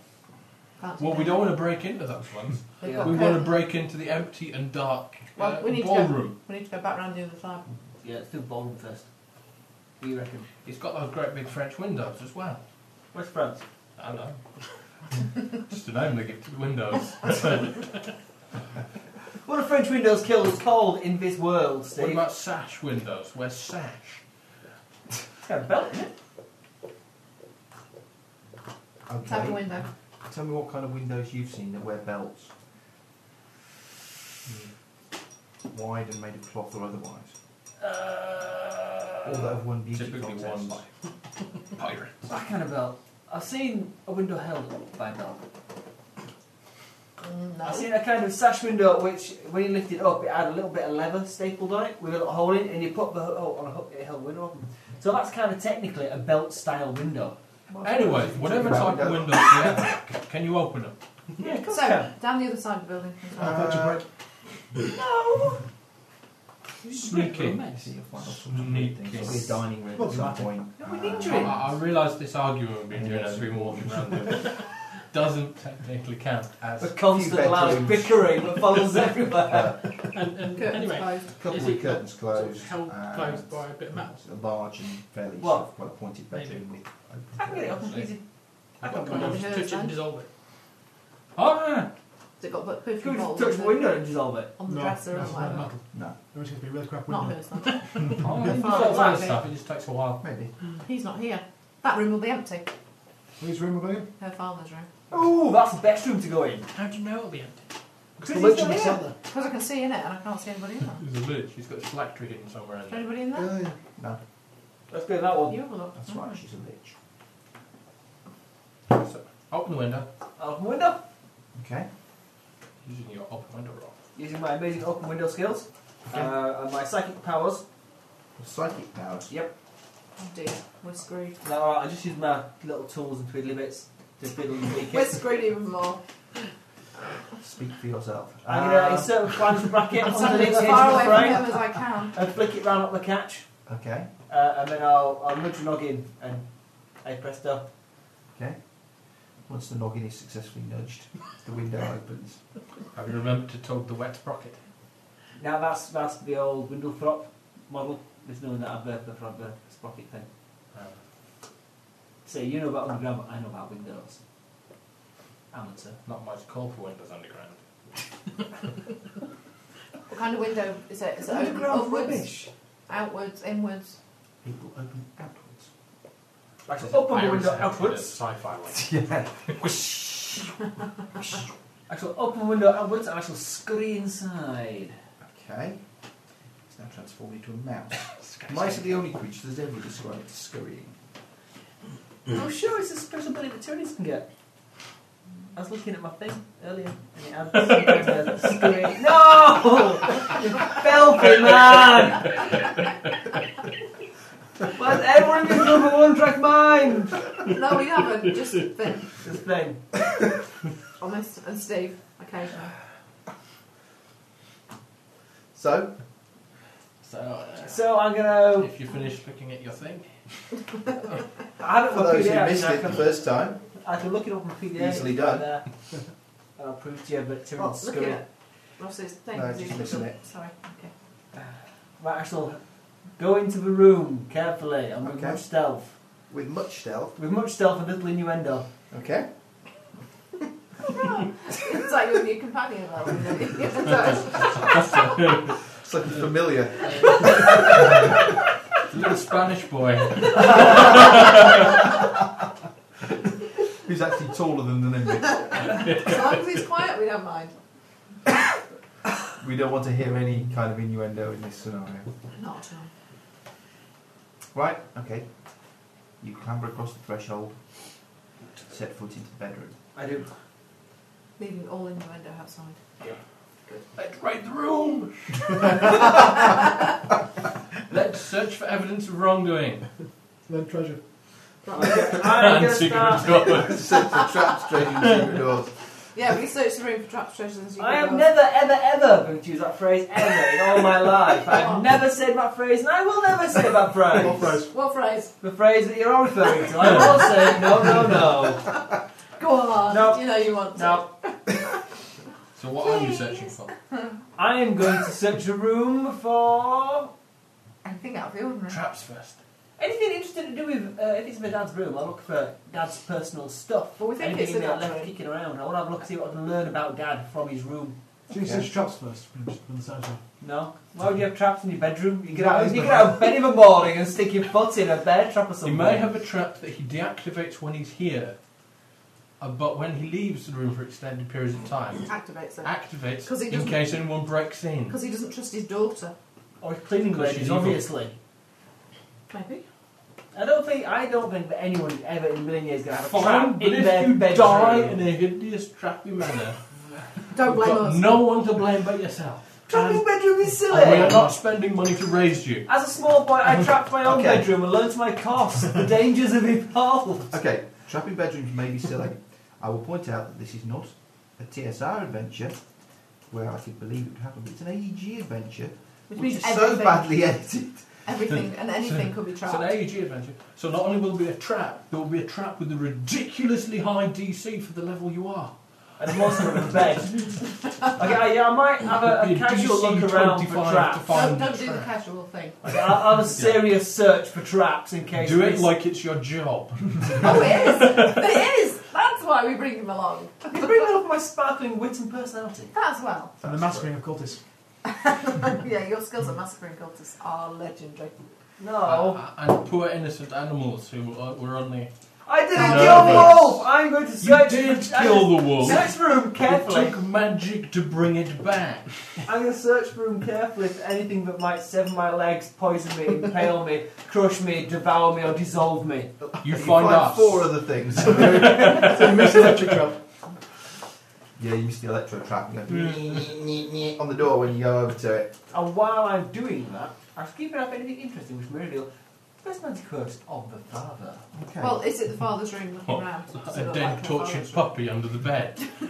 Speaker 5: Can't see
Speaker 4: Well, we
Speaker 5: them.
Speaker 4: don't want to break into those ones.
Speaker 5: They've
Speaker 6: Yeah.
Speaker 5: got
Speaker 4: We want to
Speaker 5: curtains.
Speaker 4: break into the empty and dark uh,
Speaker 5: Well, we need to go-
Speaker 4: ballroom.
Speaker 5: We need to go back round the other side.
Speaker 6: Yeah, let's do ballroom first. What do you reckon?
Speaker 4: It's got those great big French windows as well.
Speaker 6: Where's France?
Speaker 4: I don't know. Just a name they give to the windows.
Speaker 6: What do French windows kill is called in this world,
Speaker 4: What
Speaker 6: Steve?
Speaker 4: about sash windows? Where's sash?
Speaker 6: It's got a belt in it.
Speaker 5: Tap the
Speaker 3: Okay.
Speaker 5: window.
Speaker 3: Tell me what kind of windows you've seen that wear belts. Hmm. Wide and made of cloth or otherwise.
Speaker 6: Uh,
Speaker 3: Or that have won beauty
Speaker 4: Typically worn
Speaker 3: contests.
Speaker 4: by pirates.
Speaker 6: That kind of belt. I've seen a window held up by a belt.
Speaker 5: Mm,
Speaker 6: I've
Speaker 5: no.
Speaker 6: seen a kind of sash window which, when you lift it up, it had a little bit of leather stapled on it with a little hole in it, and you put the hook on a hook, it held the window open. So that's kind of technically a belt style window.
Speaker 4: Anyway, whatever type of windows you have, c- can you open them?
Speaker 6: Yeah, of course you
Speaker 5: So,
Speaker 6: can.
Speaker 5: down the other side of the building.
Speaker 3: Uh,
Speaker 6: No!
Speaker 4: Sneaky.
Speaker 3: see if one or some weird things. It'll be a dining room
Speaker 8: Well,
Speaker 3: at some
Speaker 8: dramatic.
Speaker 3: point.
Speaker 6: No, we
Speaker 3: Uh,
Speaker 6: need
Speaker 4: I,
Speaker 6: drinks.
Speaker 4: I realised this argument we've been doing as we've been walking around there doesn't technically count
Speaker 6: The
Speaker 4: as.
Speaker 6: constant
Speaker 3: Few
Speaker 6: loud
Speaker 3: bedrooms.
Speaker 6: bickering that follows everywhere.
Speaker 3: Uh,
Speaker 7: And, and
Speaker 5: Curtains
Speaker 7: anyway,
Speaker 5: closed.
Speaker 3: a couple
Speaker 7: Is
Speaker 3: of
Speaker 7: it
Speaker 3: curtains closed.
Speaker 7: held
Speaker 3: and
Speaker 7: closed by a bit of metal.
Speaker 3: A large and fairly
Speaker 6: What?
Speaker 3: sort of well appointed bedroom with
Speaker 6: I can get it
Speaker 3: open
Speaker 6: off easy. I
Speaker 7: I've
Speaker 6: can
Speaker 7: got
Speaker 5: come
Speaker 6: come
Speaker 5: on.
Speaker 7: to touch it and dissolve it.
Speaker 4: Ah!
Speaker 5: Has it got a bit
Speaker 6: Can we just
Speaker 5: of
Speaker 6: touch the window and dissolve it?
Speaker 5: on the
Speaker 8: No,
Speaker 5: dresser or
Speaker 8: that's
Speaker 5: whatever?
Speaker 8: not
Speaker 7: Metal.
Speaker 3: No,
Speaker 8: There is going to be a really crap
Speaker 5: Not
Speaker 8: window.
Speaker 5: hers, then.
Speaker 4: Oh, it
Speaker 5: Fine.
Speaker 4: all that stuff, it just takes a while.
Speaker 3: maybe.
Speaker 5: He's not here. That room will be empty.
Speaker 8: Whose room are they in?
Speaker 5: Her father's room.
Speaker 6: Ooh, that's the best room to go in.
Speaker 7: How do you know it'll be empty?
Speaker 8: Because the
Speaker 6: Who's
Speaker 8: legend
Speaker 6: in
Speaker 8: is
Speaker 6: there?
Speaker 8: out there.
Speaker 5: Because I can see in it and I can't see anybody in there.
Speaker 4: There's a lich, he's got his phylactery hidden somewhere in
Speaker 5: Is there
Speaker 4: there.
Speaker 5: anybody in there?
Speaker 8: Yeah, yeah.
Speaker 3: No,
Speaker 6: Let's go to that one.
Speaker 5: You have a look.
Speaker 3: that's
Speaker 5: Mm.
Speaker 3: right, she's a lich.
Speaker 4: So, open the window,
Speaker 6: Open window.
Speaker 3: Okay.
Speaker 4: using your open window roll.
Speaker 6: Using my amazing open window skills uh, and my psychic powers.
Speaker 3: Psychic powers.
Speaker 6: Yep.
Speaker 5: Oh dear. We're screwed.
Speaker 6: Now all right, I just use my little tools and twiddly bits to fiddle and tweak
Speaker 5: We're
Speaker 6: it.
Speaker 5: screwed even more.
Speaker 3: Speak for yourself.
Speaker 6: I'm going to
Speaker 3: Um,
Speaker 6: insert a flange bracket
Speaker 5: I'm
Speaker 6: underneath
Speaker 5: standing
Speaker 6: the
Speaker 5: as
Speaker 6: edge
Speaker 5: Ah. far
Speaker 6: of the
Speaker 5: away from
Speaker 6: frame
Speaker 5: him as I can.
Speaker 6: and flick it round up the catch.
Speaker 3: Ah, Okay.
Speaker 6: Uh, and then I'll, I'll nudge a noggin and hey presto.
Speaker 3: Okay. Once the noggin is successfully nudged, the window opens.
Speaker 4: Have you remembered to tug the wet sprocket?
Speaker 6: Now that's that's the old window prop model. There's no one that I've the front the sprocket thing.
Speaker 4: Um,
Speaker 6: So you know about underground, but I know about windows. Amateur.
Speaker 4: Not much call for windows underground.
Speaker 5: What kind of window is it? Is it open,
Speaker 6: Underground
Speaker 5: upwards,
Speaker 6: rubbish.
Speaker 5: outwards, inwards?
Speaker 3: People open outwards.
Speaker 6: Right, so open the
Speaker 4: Iris
Speaker 6: window
Speaker 4: Apfel is
Speaker 6: outwards.
Speaker 4: Sci-fi one.
Speaker 3: Yeah.
Speaker 6: I shall open window outwards and I shall scurry inside.
Speaker 3: Okay. It's now transformed into a mouse. Mice are the only creatures that's ever described as scurrying.
Speaker 6: Oh, I'm sure it's a special ability that tourists can get. I was looking at my thing earlier and it had something to screen. No! You filthy man! Why's everyone in number one track mind?
Speaker 5: No, we haven't. Just Finn,
Speaker 6: This thing.
Speaker 5: honest, and Steve, occasionally.
Speaker 3: So,
Speaker 4: So, uh,
Speaker 6: So I'm gonna.
Speaker 4: if you finish looking at your thing,
Speaker 6: I have it
Speaker 3: for
Speaker 6: on
Speaker 3: those who
Speaker 6: PDF,
Speaker 3: missed
Speaker 6: and I
Speaker 3: it the
Speaker 6: can-
Speaker 3: first time,
Speaker 6: I can look it up on PDF.
Speaker 3: Easily done.
Speaker 6: There. I'll prove to you, but to
Speaker 5: Well, Oh, look at
Speaker 6: screw
Speaker 5: it. Ross's thing.
Speaker 3: No,
Speaker 5: is
Speaker 3: just
Speaker 5: he's
Speaker 3: missing
Speaker 5: little-
Speaker 3: it.
Speaker 5: Sorry, okay.
Speaker 6: Right, Axel, go into the room carefully and with
Speaker 3: Okay.
Speaker 6: much stealth.
Speaker 3: with much stealth.
Speaker 6: With much stealth and little innuendo.
Speaker 3: Okay.
Speaker 5: It's like your new companion, that one, isn't it? So,
Speaker 3: It's looking familiar.
Speaker 4: the little Spanish boy.
Speaker 3: Who's actually taller than the nimby?
Speaker 5: As long as he's quiet, we don't mind.
Speaker 3: We don't want to hear any kind of innuendo in this scenario.
Speaker 5: Not at all.
Speaker 3: Right, okay. You clamber across the threshold, set foot into the bedroom.
Speaker 6: I do.
Speaker 5: Leaving all innuendo outside.
Speaker 4: Let's raid the room! Let's search for evidence of wrongdoing.
Speaker 8: Then treasure.
Speaker 6: I'm gonna
Speaker 5: uh,
Speaker 6: start.
Speaker 4: doors.
Speaker 3: Set the trap straight into the doors.
Speaker 5: Yeah, we searched the room for traps, treasures, and you
Speaker 6: I
Speaker 5: could
Speaker 6: am
Speaker 5: go.
Speaker 6: never, ever, ever going to use that phrase ever in all my life. I've never said that phrase and I will never say that phrase.
Speaker 8: What phrase?
Speaker 5: Oh. What phrase?
Speaker 6: The phrase that you're all referring to. I will say no, no, no.
Speaker 5: Go on.
Speaker 6: No.
Speaker 5: You know you want to.
Speaker 6: Now,
Speaker 4: So what are you searching for?
Speaker 6: I am going to search a room for
Speaker 5: Anything out of the ordinary.
Speaker 4: Traps first.
Speaker 6: anything interesting to do with. Uh, if it's my dad's room, I'll look for dad's personal stuff.
Speaker 5: Well, we think
Speaker 6: anything
Speaker 5: it's in
Speaker 6: that I
Speaker 5: that
Speaker 6: left
Speaker 5: room.
Speaker 6: kicking around. I want to have a look see what I can learn about dad from his room.
Speaker 8: So you search traps first, from the sounds of it.
Speaker 6: No. Why would you have traps in your bedroom? You get
Speaker 8: That
Speaker 6: out,
Speaker 8: is
Speaker 6: you
Speaker 8: my
Speaker 6: get out of bed in the morning and stick your foot in a bear trap or
Speaker 4: He
Speaker 6: something.
Speaker 4: may have a trap that he deactivates when he's here, uh, but when he leaves the room for extended periods of time,
Speaker 5: Activates it.
Speaker 4: activates
Speaker 5: 'Cause he
Speaker 4: in
Speaker 5: doesn't-
Speaker 4: case anyone breaks in.
Speaker 5: Because he doesn't trust his daughter.
Speaker 6: Or he's cleaning
Speaker 4: Because she's
Speaker 6: ladies,
Speaker 4: evil.
Speaker 6: obviously.
Speaker 5: Maybe.
Speaker 6: I don't think I don't think that anyone ever in a million years is gonna have a
Speaker 4: Fine,
Speaker 6: trap
Speaker 4: but
Speaker 6: in
Speaker 4: if
Speaker 6: their
Speaker 4: you
Speaker 6: bedroom.
Speaker 4: die in a hideous, trappy manner,
Speaker 5: Don't
Speaker 4: you've
Speaker 5: blame
Speaker 4: got
Speaker 5: us.
Speaker 4: no one to blame but yourself.
Speaker 6: trap in bedroom is silly.
Speaker 4: And we are not spending money to raise you.
Speaker 6: As a small boy, I trapped my own
Speaker 3: Okay.
Speaker 6: bedroom and learned to my cost the dangers of evolved.
Speaker 3: Okay, trapping bedrooms may be silly. I will point out that this is not a TSR adventure where I could believe it would happen, but it's an AEG adventure
Speaker 5: Which
Speaker 3: which
Speaker 5: means
Speaker 3: is so
Speaker 5: everything.
Speaker 3: badly edited.
Speaker 5: Everything and anything could be
Speaker 4: It's an
Speaker 5: trapped.
Speaker 4: AEG adventure. So not only will there be a trap, there will be a trap with a ridiculously high DC for the level you are.
Speaker 6: And a monster in the bed. Okay, yeah, I might have a,
Speaker 4: It'll
Speaker 6: a
Speaker 4: be a
Speaker 6: casual
Speaker 4: DC
Speaker 6: look around
Speaker 4: 25
Speaker 6: for
Speaker 4: to
Speaker 6: traps.
Speaker 4: find
Speaker 5: Don't,
Speaker 4: the
Speaker 5: don't do the
Speaker 4: trap.
Speaker 5: casual thing.
Speaker 6: Okay, I'll have a serious search for traps in case.
Speaker 4: Do it
Speaker 6: this-
Speaker 4: like it's your job.
Speaker 5: Oh, it is. it is. That's why we bring him along.
Speaker 6: You bring that up my sparkling wit and personality.
Speaker 5: That as well.
Speaker 8: And the mastering of cultists.
Speaker 5: yeah, your skills at massacring cultists are legendary.
Speaker 6: No.
Speaker 4: Uh, and poor innocent animals who uh, were only.
Speaker 6: I didn't
Speaker 5: No,
Speaker 6: kill
Speaker 5: no,
Speaker 4: no.
Speaker 6: Wolf! I'm going to
Speaker 4: You
Speaker 6: search
Speaker 4: did
Speaker 6: for
Speaker 4: kill the wolf.
Speaker 6: Search for him
Speaker 4: It
Speaker 6: carefully.
Speaker 4: took magic to bring it back.
Speaker 6: I'm going to search for him carefully for anything that might sever my legs, poison me, impale me, crush me, devour me, or dissolve me.
Speaker 4: You
Speaker 3: You
Speaker 4: find us.
Speaker 3: four other things.
Speaker 8: So you miss the electric trap.
Speaker 3: yeah, you miss the electro trap. You go
Speaker 8: Hmm.
Speaker 3: on the door when you go over to it.
Speaker 6: And while I'm doing that, I'm keeping up anything interesting which may reveal first man's curse of the father.
Speaker 3: Okay.
Speaker 5: Well, is it the father's room looking
Speaker 4: Oh,
Speaker 5: round? Does it
Speaker 4: A
Speaker 5: look
Speaker 4: dead
Speaker 5: like the
Speaker 4: tortured
Speaker 5: father's room?
Speaker 4: puppy under the bed.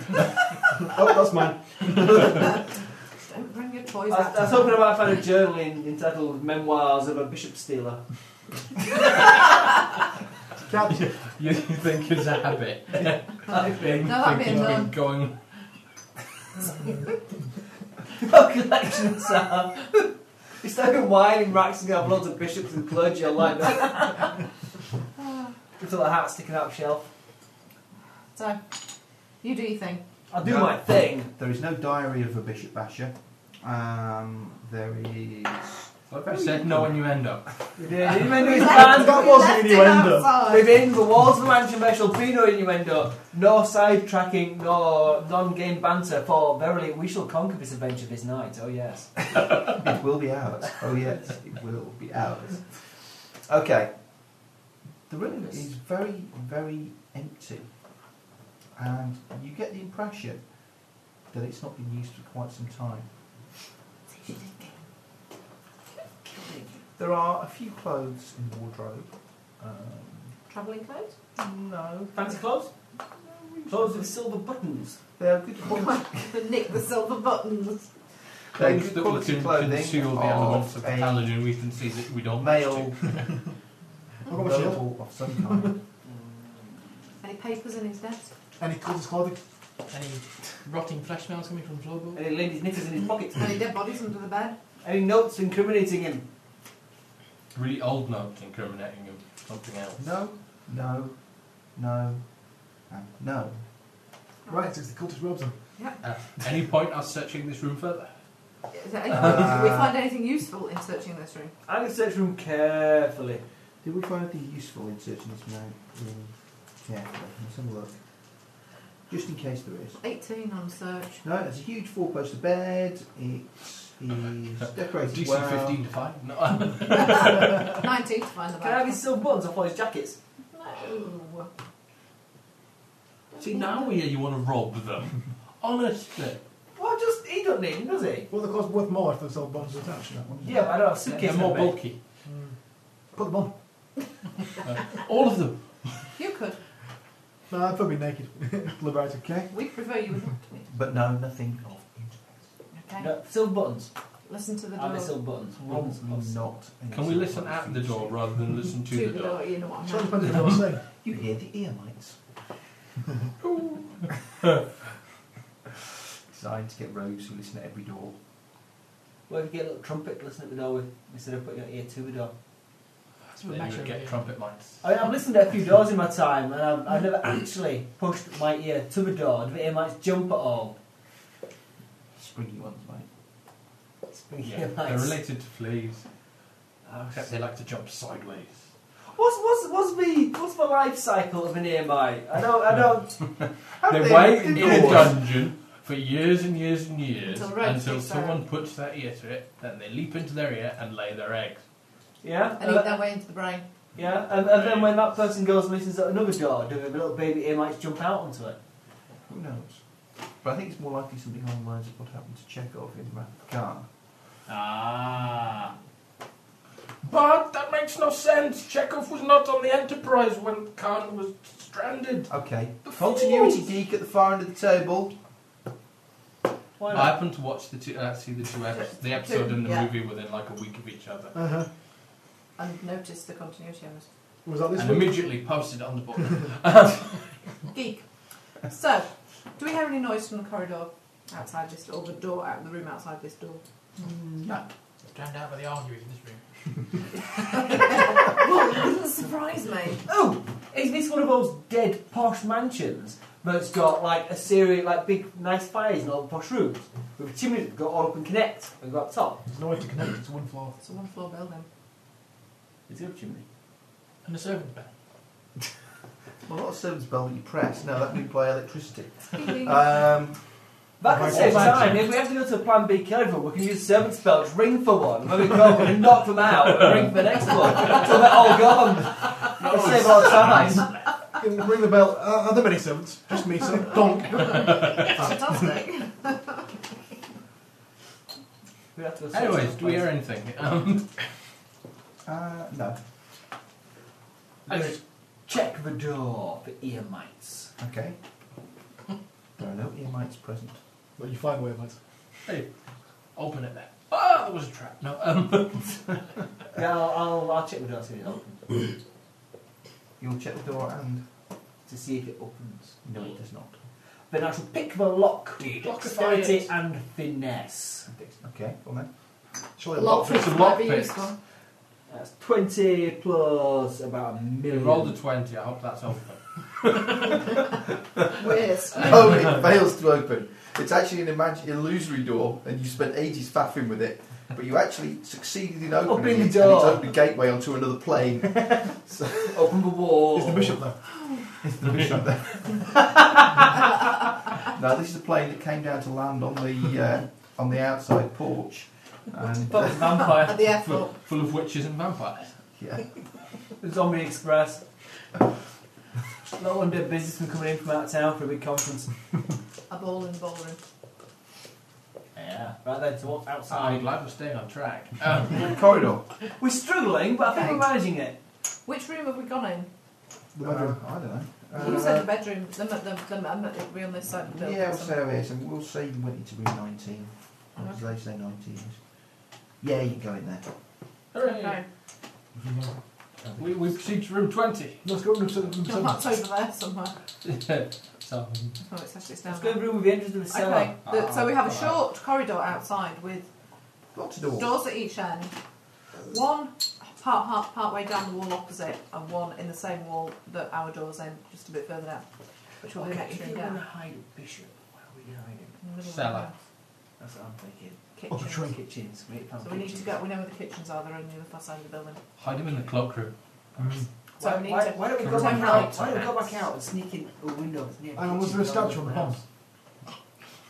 Speaker 8: Oh, that's mine.
Speaker 5: Don't bring
Speaker 6: I
Speaker 5: your toys
Speaker 6: was,
Speaker 5: out.
Speaker 6: I was hoping I might find a journal in, entitled Memoirs of a Bishop Stealer.
Speaker 4: You think it's a habit.
Speaker 6: I think.
Speaker 5: No, that'd be
Speaker 4: Think it's
Speaker 5: a nun.
Speaker 4: been going.
Speaker 6: Your collection, Sam. You started whining racks and have loads of bishops and clergy online. With all the hat sticking out of shelf.
Speaker 5: So, you do your thing.
Speaker 6: I'll do
Speaker 3: No.
Speaker 6: my thing.
Speaker 3: There is no diary of a bishop basher. Um, there is.
Speaker 4: I said no innuendo.
Speaker 6: We did. Innuendo is
Speaker 8: That,
Speaker 6: banned.
Speaker 8: that wasn't
Speaker 5: Left it
Speaker 8: innuendo.
Speaker 5: outside.
Speaker 6: Within the walls of the mansion, there shall be no innuendo, no sidetracking, no non-game banter. For verily, we shall conquer this adventure this night. Oh yes.
Speaker 3: It will be ours. Oh yes, it will be ours. Okay. The room is very, very empty. and you get the impression that it's not been used for quite some time. There are a few clothes in the wardrobe. Um,
Speaker 5: Travelling clothes?
Speaker 3: no,
Speaker 6: Fancy clothes? Clothes with silver buttons.
Speaker 3: they're good quality.
Speaker 5: But Nick the silver buttons.
Speaker 3: They're
Speaker 4: Things
Speaker 3: good
Speaker 4: that will
Speaker 3: quality
Speaker 4: con-
Speaker 3: clothing
Speaker 4: conceal the elements of
Speaker 3: of
Speaker 4: the
Speaker 3: a
Speaker 4: paladin we can see that we don't wish
Speaker 3: male
Speaker 4: to.
Speaker 3: noble of some kind.
Speaker 6: Mm.
Speaker 5: Any papers in his desk?
Speaker 8: Any clothes, clothing?
Speaker 7: Any rotting flesh smells coming from Flobo?
Speaker 6: Any ladies' knickers in his pockets.
Speaker 5: Any dead bodies under the bed?
Speaker 6: Any notes incriminating him.
Speaker 4: Really old notes incriminating him. Something else.
Speaker 3: No, no, no, and no.
Speaker 8: Right, so it's the cultist robes on.
Speaker 4: Uh, any point us searching this room further?
Speaker 5: Is there any,
Speaker 3: Uh,
Speaker 5: did we find anything useful in searching this room?
Speaker 6: I would search room carefully.
Speaker 3: Did we find anything useful in searching this man? room carefully? Let's have a look. Just in case there is.
Speaker 5: 18 on search.
Speaker 3: No, it's a huge four-poster bed. It is decorated
Speaker 4: DC
Speaker 3: well.
Speaker 4: 15 to 5? No.
Speaker 5: 19 to find the
Speaker 6: Can I have his
Speaker 5: bag.
Speaker 6: silver buttons off all his jackets?
Speaker 5: No.
Speaker 4: see, now we you want to rob them. Honestly.
Speaker 6: Well, just he doesn't need him, does he?
Speaker 8: Well, the cost worth more if there's all bombs attached to that one.
Speaker 6: Yeah, but I don't have
Speaker 4: They're
Speaker 6: suitcases.
Speaker 4: more
Speaker 6: mate.
Speaker 4: bulky.
Speaker 8: Mm. Put them on.
Speaker 4: All of them.
Speaker 5: You could.
Speaker 8: No, I'd probably naked. Liberate, okay?
Speaker 5: We prefer you would not to be.
Speaker 3: But no, nothing of interest.
Speaker 5: Okay.
Speaker 6: No, silver buttons.
Speaker 5: Listen to the
Speaker 6: I
Speaker 5: door.
Speaker 6: have silver buttons. Mm, Buttons
Speaker 3: Probably
Speaker 6: of silver.
Speaker 3: not. any
Speaker 4: Can we
Speaker 3: sort
Speaker 4: listen
Speaker 3: of
Speaker 4: at the door
Speaker 3: feature.
Speaker 4: rather than listen to the door?
Speaker 5: You know what
Speaker 8: So it
Speaker 5: I mean.
Speaker 8: depends on what I'm saying.
Speaker 3: You hear the ear mites. Designed to get rogues who listen at every door.
Speaker 6: Well, if you get a little trumpet, to listen at the door with instead of putting your ear to the door.
Speaker 7: That's what
Speaker 4: Then you would
Speaker 7: measuring
Speaker 4: get
Speaker 7: it.
Speaker 4: trumpet mics.
Speaker 6: I mean, I've listened at a few doors in my time, and I've, I've never actually pushed my ear to the door. The ear might jump at all.
Speaker 3: Springy ones, mate.
Speaker 6: Springy
Speaker 4: Yeah,
Speaker 6: ear
Speaker 4: they're
Speaker 6: mites.
Speaker 4: related to fleas,
Speaker 6: Oh,
Speaker 4: except they like to jump sideways.
Speaker 6: What's what's what's me what's my life cycle of an ear mite? I don't I don't.
Speaker 4: They
Speaker 3: they
Speaker 4: wait in
Speaker 3: indoors?
Speaker 4: a dungeon for years and years and years
Speaker 5: Until Red
Speaker 4: until
Speaker 5: sticks
Speaker 4: someone
Speaker 5: out.
Speaker 4: puts their ear to it, then they leap into their ear and lay their eggs.
Speaker 6: Yeah.
Speaker 5: And eat their way into the brain.
Speaker 6: Yeah, and, and then when that person goes and listens at another door, do the little baby ear mites jump out onto it?
Speaker 3: Who knows? But I think it's more likely something along the lines of what happened to Chekhov in Wrath of Khan.
Speaker 6: Ah.
Speaker 4: But that makes no sense. Chekhov was not on the Enterprise when Khan was stranded.
Speaker 3: Okay. Continuity geek at the far end of the table.
Speaker 6: Why
Speaker 4: I
Speaker 6: not?
Speaker 4: happened to watch the two, uh, see the two episodes, the episode and the
Speaker 5: Yeah.
Speaker 4: movie within like a week of each other,
Speaker 8: Uh huh.
Speaker 5: And notice the continuity errors.
Speaker 8: Was that this
Speaker 4: and
Speaker 8: one?
Speaker 4: immediately posted on the book.
Speaker 5: Geek. So, do we hear any noise from the corridor outside this door, or the door out the room outside this door?
Speaker 7: Drowned out by the arguing in this room.
Speaker 5: Well, it doesn't surprise me.
Speaker 6: Oh, is this one of those dead posh mansions that's got like a series like big nice fires in all the posh rooms with chimneys that go all up and connect and go up top?
Speaker 8: There's no way to connect it to one floor.
Speaker 5: It's a one floor building.
Speaker 6: It's a chimney.
Speaker 7: And the servant's bell.
Speaker 3: Well, not a service bell that you press. No, that would by electricity.
Speaker 5: Ding, ding.
Speaker 3: Um,
Speaker 6: Back
Speaker 8: Oh,
Speaker 6: at the same
Speaker 8: imagine.
Speaker 6: time, if we have to go to a plan B kill everyone, we can use servant spells, ring for one, when we go and knock them out, and ring for the next one, until they're all gone. That'll save our time.
Speaker 8: Can ring the bell. Uh, are there many servants? Just me, sir. Donk.
Speaker 5: Fantastic.
Speaker 6: We have to go to
Speaker 4: Anyways,
Speaker 6: some
Speaker 4: do we hear anything? Um,
Speaker 3: uh, no.
Speaker 6: place. I just check the door for ear mites.
Speaker 3: Okay. There are no ear mites present.
Speaker 8: But you find a way, mate.
Speaker 4: hey, open it there. Ah, that was a trap. No, um,
Speaker 6: Yeah, I'll, I'll, I'll check the door to see if it opens.
Speaker 3: You'll check the door and.
Speaker 6: To see if it opens.
Speaker 3: No, it does not.
Speaker 6: Then I shall pick the lock with
Speaker 7: Dexterity.
Speaker 6: dexterity and finesse.
Speaker 3: Okay, well then.
Speaker 8: Surely a lot.
Speaker 4: Lockpicks
Speaker 5: Lockpicks
Speaker 4: and
Speaker 5: might be
Speaker 4: lockpicks.
Speaker 5: useful.
Speaker 6: That's 20 plus about a
Speaker 4: you
Speaker 6: million.
Speaker 4: rolled a 20, I hope that's open.
Speaker 5: We're sweet.
Speaker 9: Oh, it fails to open. It's actually an imag- illusory door, and you spent ages faffing with it, but you actually succeeded in opening
Speaker 6: Opening
Speaker 9: it,
Speaker 6: the
Speaker 9: and
Speaker 6: door.
Speaker 9: it's opened a gateway onto another plane.
Speaker 6: Open the wall.
Speaker 8: Is the bishop there?
Speaker 3: No, this is a plane that came down to land on the uh, on the outside porch. And
Speaker 6: Fuck, vampire.
Speaker 5: At the airport.
Speaker 4: Full of witches and vampires.
Speaker 3: yeah,
Speaker 6: Zombie Express. Not one bit of businessman coming in from out of town for a big conference.
Speaker 5: A ball in the ballroom.
Speaker 4: Yeah.
Speaker 6: Right then, so what's
Speaker 4: I'm
Speaker 6: outside?
Speaker 4: glad we're staying on track. Um,
Speaker 3: Corridor.
Speaker 6: We're struggling, but I think
Speaker 5: Okay.
Speaker 6: we're managing it.
Speaker 5: Which room have we gone in?
Speaker 3: Uh, I don't know.
Speaker 5: you
Speaker 3: Uh,
Speaker 5: said the bedroom. The, the, the, the, we on this side of the building.
Speaker 3: Yeah, we'll
Speaker 5: so-
Speaker 3: say over here. So we'll say you went into room 19. Or did they say 19? Yeah, you can go in there.
Speaker 4: hooray.
Speaker 5: No,
Speaker 4: We, we proceed to room 20.
Speaker 8: Let's go room seven.
Speaker 5: no, that's over there somewhere.
Speaker 4: so,
Speaker 5: Oh, it's actually it's down
Speaker 6: Let's go
Speaker 5: there.
Speaker 6: in the room with the entrance of the cellar.
Speaker 5: Okay, the, so we have a
Speaker 4: Ah,
Speaker 5: short corridor outside with
Speaker 3: Lots of doors.
Speaker 5: doors at each end. One part, part, part way down the wall opposite, and one in the same wall that our door's in, just a bit further down. Which will
Speaker 4: Okay,
Speaker 5: connect
Speaker 4: if
Speaker 5: you
Speaker 4: you're
Speaker 5: down.
Speaker 4: gonna hide a bishop, where are we going to hide him?
Speaker 5: in the middle of
Speaker 4: Cellar.
Speaker 5: the house.
Speaker 6: That's what I'm thinking.
Speaker 5: Kitchen.
Speaker 6: Kitchens. We
Speaker 5: So we need to go, we know where the kitchens are, they're on the other far side of the building.
Speaker 4: Hide him in the cloakroom.
Speaker 5: So
Speaker 6: Why,
Speaker 5: we need
Speaker 6: why,
Speaker 5: to.
Speaker 6: why don't we go
Speaker 5: Turn
Speaker 6: back
Speaker 5: right
Speaker 6: out? Why don't we go
Speaker 5: perhaps.
Speaker 6: back out and sneak in a window? near
Speaker 8: And was
Speaker 6: kitchen
Speaker 8: there a
Speaker 6: rather than
Speaker 8: statue on
Speaker 6: someone
Speaker 8: the pond?
Speaker 6: else?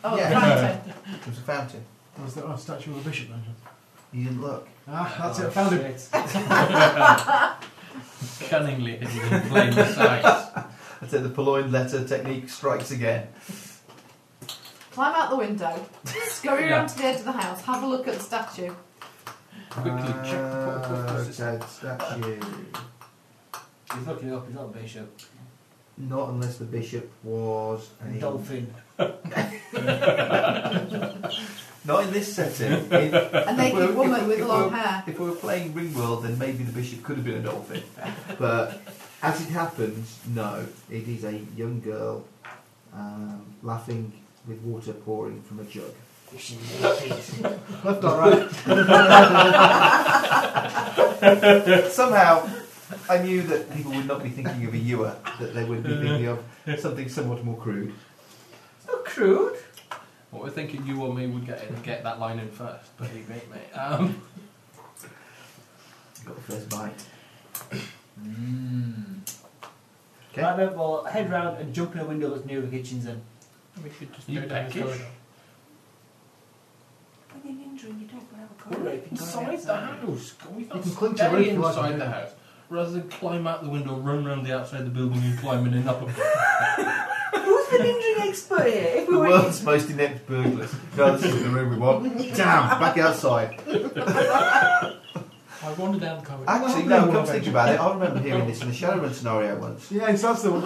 Speaker 5: Oh,
Speaker 3: Yeah.
Speaker 5: right.
Speaker 3: There's a fountain.
Speaker 8: Or was there oh, a statue of a bishop then?
Speaker 3: You didn't look.
Speaker 8: Ah, that's
Speaker 4: Oh,
Speaker 8: it. Found it.
Speaker 6: Shit.
Speaker 4: Cunningly hidden in plain sight.
Speaker 3: I'd say the purloined letter technique strikes again.
Speaker 5: Climb out the window, scurry
Speaker 4: Yeah.
Speaker 5: around to the edge of the house, have a look at the statue.
Speaker 4: Quickly check the
Speaker 3: Uh,
Speaker 4: portal
Speaker 3: okay, statue.
Speaker 6: He's looking up. He's not a bishop.
Speaker 3: Not unless the bishop was a
Speaker 6: Dolphin.
Speaker 3: Not in this setting. If,
Speaker 5: A naked
Speaker 3: Well,
Speaker 5: woman
Speaker 3: if-
Speaker 5: with
Speaker 3: if
Speaker 5: long
Speaker 3: we're-
Speaker 5: hair.
Speaker 3: if we were playing Ringworld, then maybe the bishop could have been a dolphin. But as it happens, no. It is a young girl um, laughing with water pouring from a jug.
Speaker 8: Left or right?
Speaker 3: Somehow, I knew that people would not be thinking of a ewer, that they would be thinking of something somewhat more crude.
Speaker 6: Crude.
Speaker 4: What we're thinking you or me would get in, get that line in first, but he beat me. Um,
Speaker 3: Got the first bite.
Speaker 4: Mm.
Speaker 6: Okay. Right, then, well, head round and jump in a window that's near the kitchens. Then.
Speaker 7: We should just
Speaker 4: You
Speaker 7: go down the
Speaker 4: peckish.
Speaker 7: corridor.
Speaker 5: Bring an injury, you don't want to
Speaker 6: All right, if you go
Speaker 4: inside the
Speaker 6: outside.
Speaker 4: house. Can we
Speaker 8: You
Speaker 4: not
Speaker 8: can clinch the
Speaker 4: stay
Speaker 8: roof if you like,
Speaker 4: inside the
Speaker 8: yeah.
Speaker 4: house? Rather than climb out the window, run round the outside of the building and climb in and up again.
Speaker 6: Who's the ninja expert here? If we
Speaker 3: The
Speaker 6: were
Speaker 3: world's most inept burglars. No, this is the room we want. Down, back outside.
Speaker 7: I wander down the corridor.
Speaker 3: Actually, no, come think about it. I remember hearing this in a Shadowrun scenario once.
Speaker 8: Yeah, it's that's the one.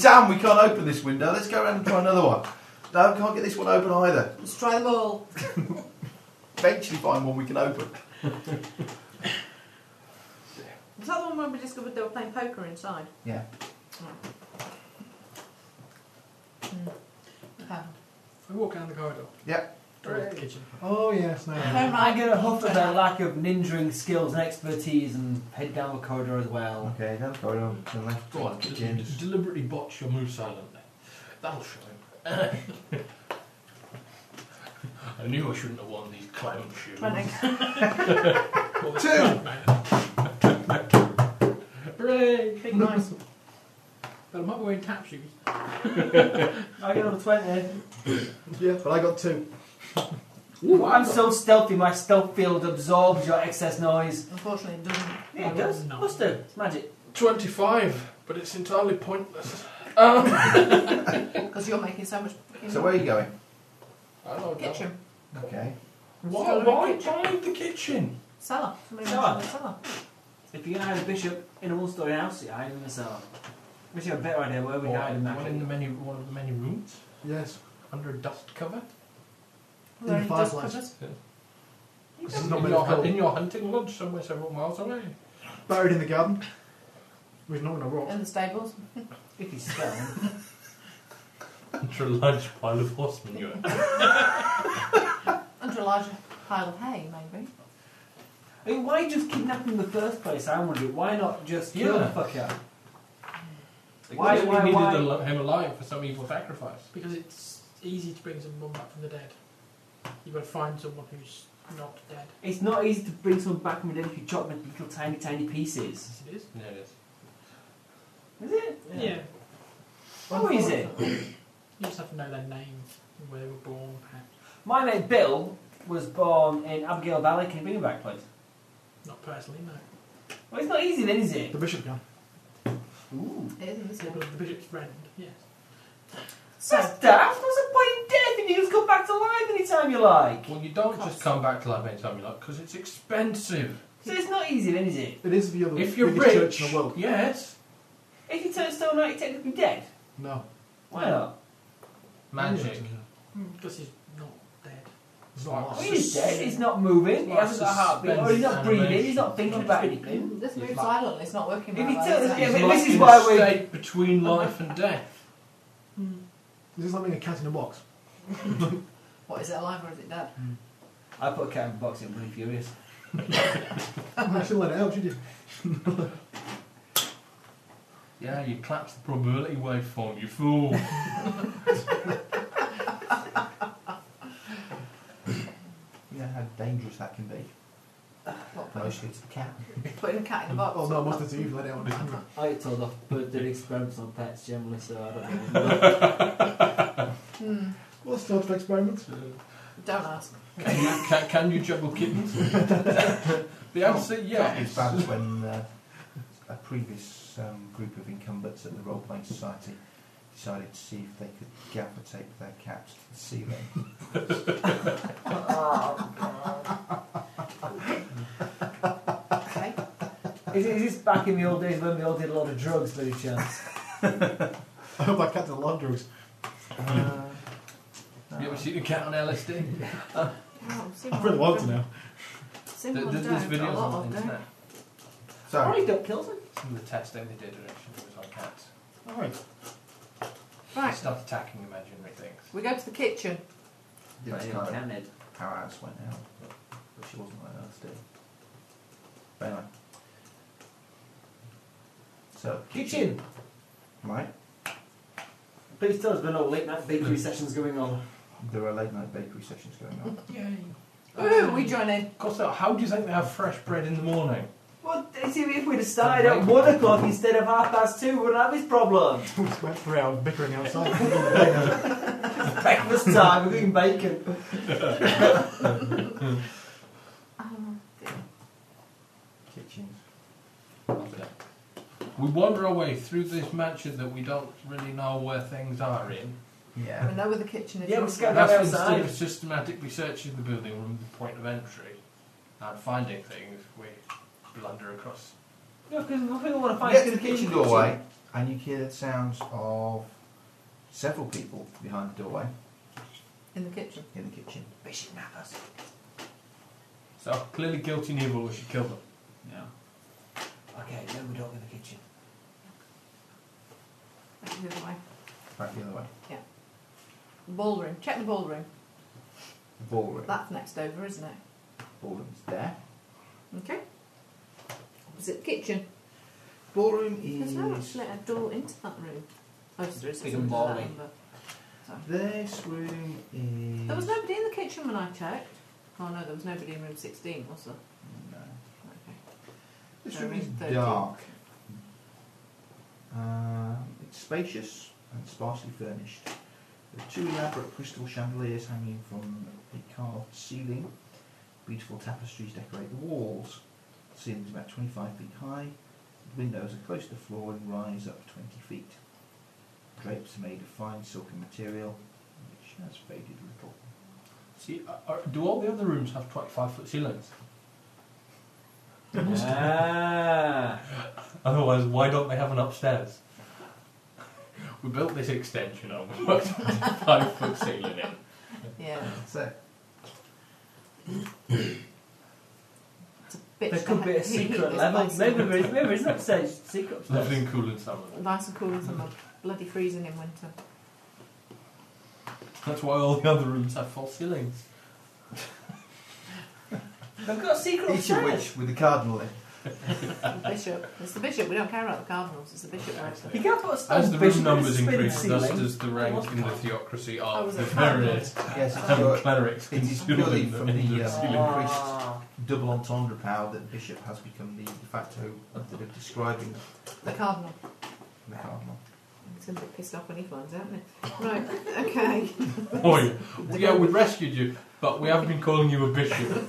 Speaker 3: Damn, we can't open this window. Let's go around and try another one. No, can't get this one open either.
Speaker 5: Let's try them all.
Speaker 3: Eventually find one we can open.
Speaker 5: Was that the one when we discovered they were playing poker inside?
Speaker 3: Yeah.
Speaker 5: Hmm. Pound.
Speaker 7: I walk down the corridor.
Speaker 3: Yep.
Speaker 7: Door of the kitchen.
Speaker 8: Oh yes, no.
Speaker 5: Don't
Speaker 6: I'm
Speaker 5: mind.
Speaker 6: going to huff at their lack of ninjaing skills and expertise and head down the corridor as well.
Speaker 3: Okay, now going on to the left.
Speaker 4: Go on, just
Speaker 3: James.
Speaker 4: deliberately botch your move silently. That'll show him. I knew I shouldn't have worn these clown shoes.
Speaker 5: Running.
Speaker 8: Two.
Speaker 7: Hooray! Big nice. but I'm not wearing tap shoes.
Speaker 6: I got a 20.
Speaker 8: Yeah, but I got two.
Speaker 6: Ooh, I'm so stealthy, my stealth field absorbs your excess noise.
Speaker 5: Unfortunately, it doesn't.
Speaker 6: Yeah, it does.
Speaker 7: No.
Speaker 6: Must do. It's magic.
Speaker 4: 25, but it's entirely pointless.
Speaker 5: Because you're making so much.
Speaker 3: So where are you going?
Speaker 4: I don't know.
Speaker 5: Kitchen.
Speaker 3: Okay.
Speaker 4: Why, why, why the kitchen?
Speaker 5: Cellar. Somebody
Speaker 6: Cellar.
Speaker 5: mentioned the cellar.
Speaker 6: If you hide a bishop in a one-story house, you hide him in the cellar. Wish you had a better idea where we
Speaker 4: Or
Speaker 6: hide him.
Speaker 4: one in
Speaker 6: actually.
Speaker 4: the many, one of the many rooms?
Speaker 8: Yes.
Speaker 4: Under a dust cover?
Speaker 5: Are there
Speaker 8: In
Speaker 5: any
Speaker 8: the
Speaker 5: dust
Speaker 8: fireplace.
Speaker 5: covers?
Speaker 8: This is
Speaker 4: In
Speaker 8: not meant
Speaker 4: your,
Speaker 8: to
Speaker 4: in
Speaker 8: go.
Speaker 4: your hunting lodge somewhere several miles away.
Speaker 8: Buried in the garden. We're not gonna rock.
Speaker 5: In the stables.
Speaker 6: If he's stealth.
Speaker 4: Under a large pile of horse manure.
Speaker 5: Under a large pile of hay, maybe.
Speaker 6: I mean, why just kidnap him in the first place? I wonder. Why not just kill
Speaker 4: Yeah.
Speaker 6: the fucker? Why-
Speaker 4: Why,
Speaker 6: why-
Speaker 4: needed
Speaker 6: why-
Speaker 4: al- him alive for some evil sacrifice?
Speaker 7: Because it's easy to bring someone back from the dead. You've got to find someone who's not dead.
Speaker 6: It's not easy to bring someone back from the dead if you chop them into little tiny, tiny pieces.
Speaker 7: Yes, it is.
Speaker 4: Yeah, it is.
Speaker 6: Is it?
Speaker 7: Yeah.
Speaker 6: How is it?
Speaker 7: You just have to know their name, and where they were born, perhaps.
Speaker 6: My mate Bill was born in Abigail Valley. Can you bring him back, please?
Speaker 7: Not personally, no.
Speaker 6: Well, it's not easy then, is it?
Speaker 8: The bishop can.
Speaker 6: Ooh.
Speaker 5: It is in this
Speaker 7: Well,
Speaker 5: one.
Speaker 7: the bishop's friend, yes.
Speaker 5: So,
Speaker 6: That's daft. What's the point in death? And you just come back to life anytime you like.
Speaker 4: Well, you don't just come back to life anytime you like, because it's expensive.
Speaker 6: So it's not easy then, is it?
Speaker 8: It is the other
Speaker 4: If you're
Speaker 8: biggest
Speaker 4: rich,
Speaker 8: church in the world.
Speaker 4: yes.
Speaker 6: If you turn stone out, you're technically dead.
Speaker 8: No.
Speaker 6: Why not?
Speaker 4: Magic.
Speaker 7: Because he's not dead.
Speaker 4: It's like-
Speaker 6: Well, he's dead. He's not moving. He
Speaker 4: Like
Speaker 6: hasn't got a heartbeat. Or he's not
Speaker 4: suspense
Speaker 6: breathing.
Speaker 4: animation.
Speaker 6: He's not thinking about anything.
Speaker 5: this moves
Speaker 4: It's like-
Speaker 5: silently, it's not working
Speaker 6: If
Speaker 5: very
Speaker 6: he
Speaker 5: well,
Speaker 6: tells
Speaker 5: is
Speaker 6: us-
Speaker 5: it?
Speaker 6: yeah,
Speaker 4: He's
Speaker 6: but
Speaker 4: like
Speaker 6: this is
Speaker 4: in
Speaker 6: why
Speaker 4: a
Speaker 6: we-
Speaker 4: state between life and death.
Speaker 8: This is like being a cat in a box.
Speaker 5: What, is it alive or is it dead?
Speaker 6: I put a cat in a box. I'm really furious.
Speaker 8: You actually let it out, did you?
Speaker 4: Yeah, you collapse the probability waveform, you fool.
Speaker 3: You know how dangerous that can be.
Speaker 5: What, putting,
Speaker 3: Mostly to the cat.
Speaker 5: putting a cat in a box?
Speaker 8: Oh no, most of the Eve let it out. It's
Speaker 6: I get told off for doing experiments on pets generally, so I don't know.
Speaker 5: Hmm,
Speaker 8: What sort of experiment?
Speaker 5: don't ask.
Speaker 4: Can you, can, can you juggle kittens? the answer,
Speaker 3: It's
Speaker 4: yes.
Speaker 3: bad as when uh, a previous um, group of incumbents at the Role Playing Society decided to see if they could gaffer tape their cats to the ceiling.
Speaker 6: Oh,
Speaker 5: Okay.
Speaker 6: is, it- is this back in the old days when we all did a lot of drugs, by any chance?
Speaker 8: I hope that cat's a lot of drugs.
Speaker 3: Uh,
Speaker 4: You ever seen a cat on LSD?
Speaker 5: Oh, I've seen
Speaker 8: I've
Speaker 5: one
Speaker 8: really want to
Speaker 5: done-
Speaker 8: know.
Speaker 5: seen
Speaker 4: There-
Speaker 5: one
Speaker 4: There's,
Speaker 5: done,
Speaker 4: there's
Speaker 5: but a
Speaker 4: videos
Speaker 5: lot
Speaker 4: on
Speaker 5: of
Speaker 4: the
Speaker 5: them.
Speaker 4: internet.
Speaker 3: so,
Speaker 6: don't kill them.
Speaker 4: Some of the testing they did actually was on cats.
Speaker 8: Alright.
Speaker 4: They
Speaker 5: Right,
Speaker 4: start attacking imaginary things.
Speaker 5: we go to the kitchen.
Speaker 3: yeah, that's
Speaker 6: Right,
Speaker 3: kind of
Speaker 6: can it?
Speaker 3: how ours went out. But she wasn't like us, did But anyway. So,
Speaker 6: Kitchen.
Speaker 3: right,
Speaker 6: Please tell us there are no late night
Speaker 3: Hmm.
Speaker 6: bakery sessions going on.
Speaker 3: there are late night bakery sessions going on.
Speaker 4: Yay.
Speaker 5: Ooh, we join in.
Speaker 4: Of course, though, how do you think they have fresh bread in the morning?
Speaker 6: Well, see, if we'd have started at one o'clock instead of half past two, we wouldn't have this problem.
Speaker 8: We spent three hours bickering outside.
Speaker 6: Breakfast time, we're eating bacon.
Speaker 5: Um,
Speaker 3: Kitchens.
Speaker 4: We wander our way through this mansion that we don't really know where things are in.
Speaker 5: I
Speaker 3: Yeah.
Speaker 5: know where the kitchen is.
Speaker 6: Yeah, we're
Speaker 5: right?
Speaker 6: scared.
Speaker 4: That's
Speaker 6: outside.
Speaker 4: instead of systematically searching the building from the point of entry and finding things, we blunder across.
Speaker 6: No, because nothing I want to
Speaker 3: You
Speaker 6: find
Speaker 3: get to
Speaker 6: is
Speaker 3: the kitchen doorway, and you hear the sounds of several people behind the doorway
Speaker 5: In the kitchen.
Speaker 3: in the kitchen.
Speaker 6: Bishop Nappers.
Speaker 4: So clearly guilty and evil, we should kill them.
Speaker 6: Yeah. Okay, no, we don't go in the kitchen.
Speaker 5: That's the other way.
Speaker 3: Back the other way.
Speaker 5: Ballroom. Check the ballroom.
Speaker 3: The ballroom.
Speaker 5: That's next over, isn't it?
Speaker 3: Ballroom's there.
Speaker 5: Okay. Opposite the kitchen.
Speaker 3: Ballroom
Speaker 5: There's no
Speaker 3: is.
Speaker 5: actually a door into that room. Oh, there is.
Speaker 6: Big
Speaker 5: isn't
Speaker 6: and
Speaker 5: there?
Speaker 6: bally.
Speaker 5: But-
Speaker 3: This room is.
Speaker 5: There was nobody in the kitchen when I checked. Oh no, there was nobody in room 16, was there?
Speaker 3: No.
Speaker 5: Okay.
Speaker 3: This
Speaker 5: There
Speaker 3: room
Speaker 5: is
Speaker 3: is
Speaker 5: 13.
Speaker 3: Um, dark. Um, it's spacious and sparsely furnished. There are two elaborate crystal chandeliers hanging from a carved ceiling. Beautiful tapestries decorate the walls. The ceiling's about 25 feet high. The windows are close to the floor and rise up 20 feet. Drapes are made of fine silken material, which has faded a little.
Speaker 4: See, are- are, do all the other rooms have 25 foot ceilings?
Speaker 6: Ah.
Speaker 4: Otherwise, why don't they have an upstairs? We built this extension on, we worked a 25 foot ceiling in.
Speaker 5: Yeah,
Speaker 3: That's it.
Speaker 5: it's a bit
Speaker 6: There could be a
Speaker 5: heat- heat
Speaker 6: secret
Speaker 5: is
Speaker 6: level.
Speaker 5: nice
Speaker 6: Maybe
Speaker 5: and-
Speaker 6: there is, maybe there is an upstairs secret
Speaker 4: Lovely
Speaker 6: upstairs.
Speaker 4: and cool in summer.
Speaker 5: Nice and cool in summer. Bloody freezing in winter.
Speaker 4: That's why all the other rooms have false ceilings.
Speaker 6: They've got a secret
Speaker 3: Each of
Speaker 6: upstairs.
Speaker 3: which with the cardinal in.
Speaker 5: The bishop. It's the bishop. We don't care about the cardinals. It's the bishop. we're after.
Speaker 6: You can't put a stone
Speaker 4: As the
Speaker 6: bishop
Speaker 4: room
Speaker 6: in a
Speaker 4: numbers
Speaker 6: spinning
Speaker 4: increase, thus
Speaker 6: ceiling.
Speaker 4: does the rank in the theocracy
Speaker 5: Oh,
Speaker 4: of
Speaker 5: was
Speaker 4: the
Speaker 5: it cardinal?
Speaker 4: various
Speaker 3: Yes, it's
Speaker 4: um,
Speaker 3: your
Speaker 4: clerics
Speaker 3: It is purely
Speaker 4: concealed
Speaker 3: from
Speaker 4: in
Speaker 3: the
Speaker 4: the
Speaker 3: uh,
Speaker 4: ceiling.
Speaker 6: Ah.
Speaker 3: increased double entendre power that Bishop has become the de facto method of describing
Speaker 5: The cardinal.
Speaker 3: the cardinal.
Speaker 5: He's going to be pissed off when he finds out, isn't he? Right, okay.
Speaker 4: Oh, yeah. Well, yeah, we rescued you, but we haven't been calling you a bishop.
Speaker 5: You've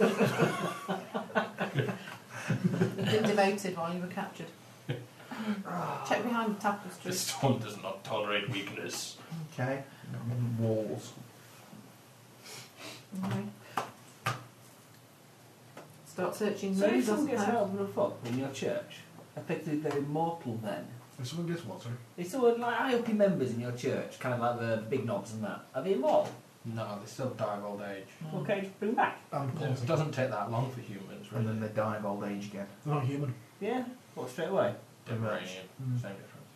Speaker 5: been demoted while you were captured. Check behind the tapestry.
Speaker 4: The stone does not tolerate weakness.
Speaker 3: Okay. Mm, Walls.
Speaker 5: Okay. Start searching
Speaker 6: So if
Speaker 5: rooms,
Speaker 6: someone
Speaker 5: doesn't
Speaker 6: gets
Speaker 5: it?
Speaker 6: held in a fuck in your church, I think that they're immortal then.
Speaker 8: If someone gets what, sorry?
Speaker 6: It's all like high up members in your church, kind of like the big knobs and that. Are they immortal?
Speaker 4: No, they still die of old age.
Speaker 7: Hmm.
Speaker 6: Okay, just bring them back.
Speaker 8: And
Speaker 4: Yeah, It
Speaker 8: poison.
Speaker 4: doesn't take that long for humans,
Speaker 3: And
Speaker 4: really.
Speaker 3: then they die of old age again.
Speaker 8: They're not human.
Speaker 6: Yeah, what straight away.
Speaker 4: Demeranian,
Speaker 8: Mm.
Speaker 4: same difference.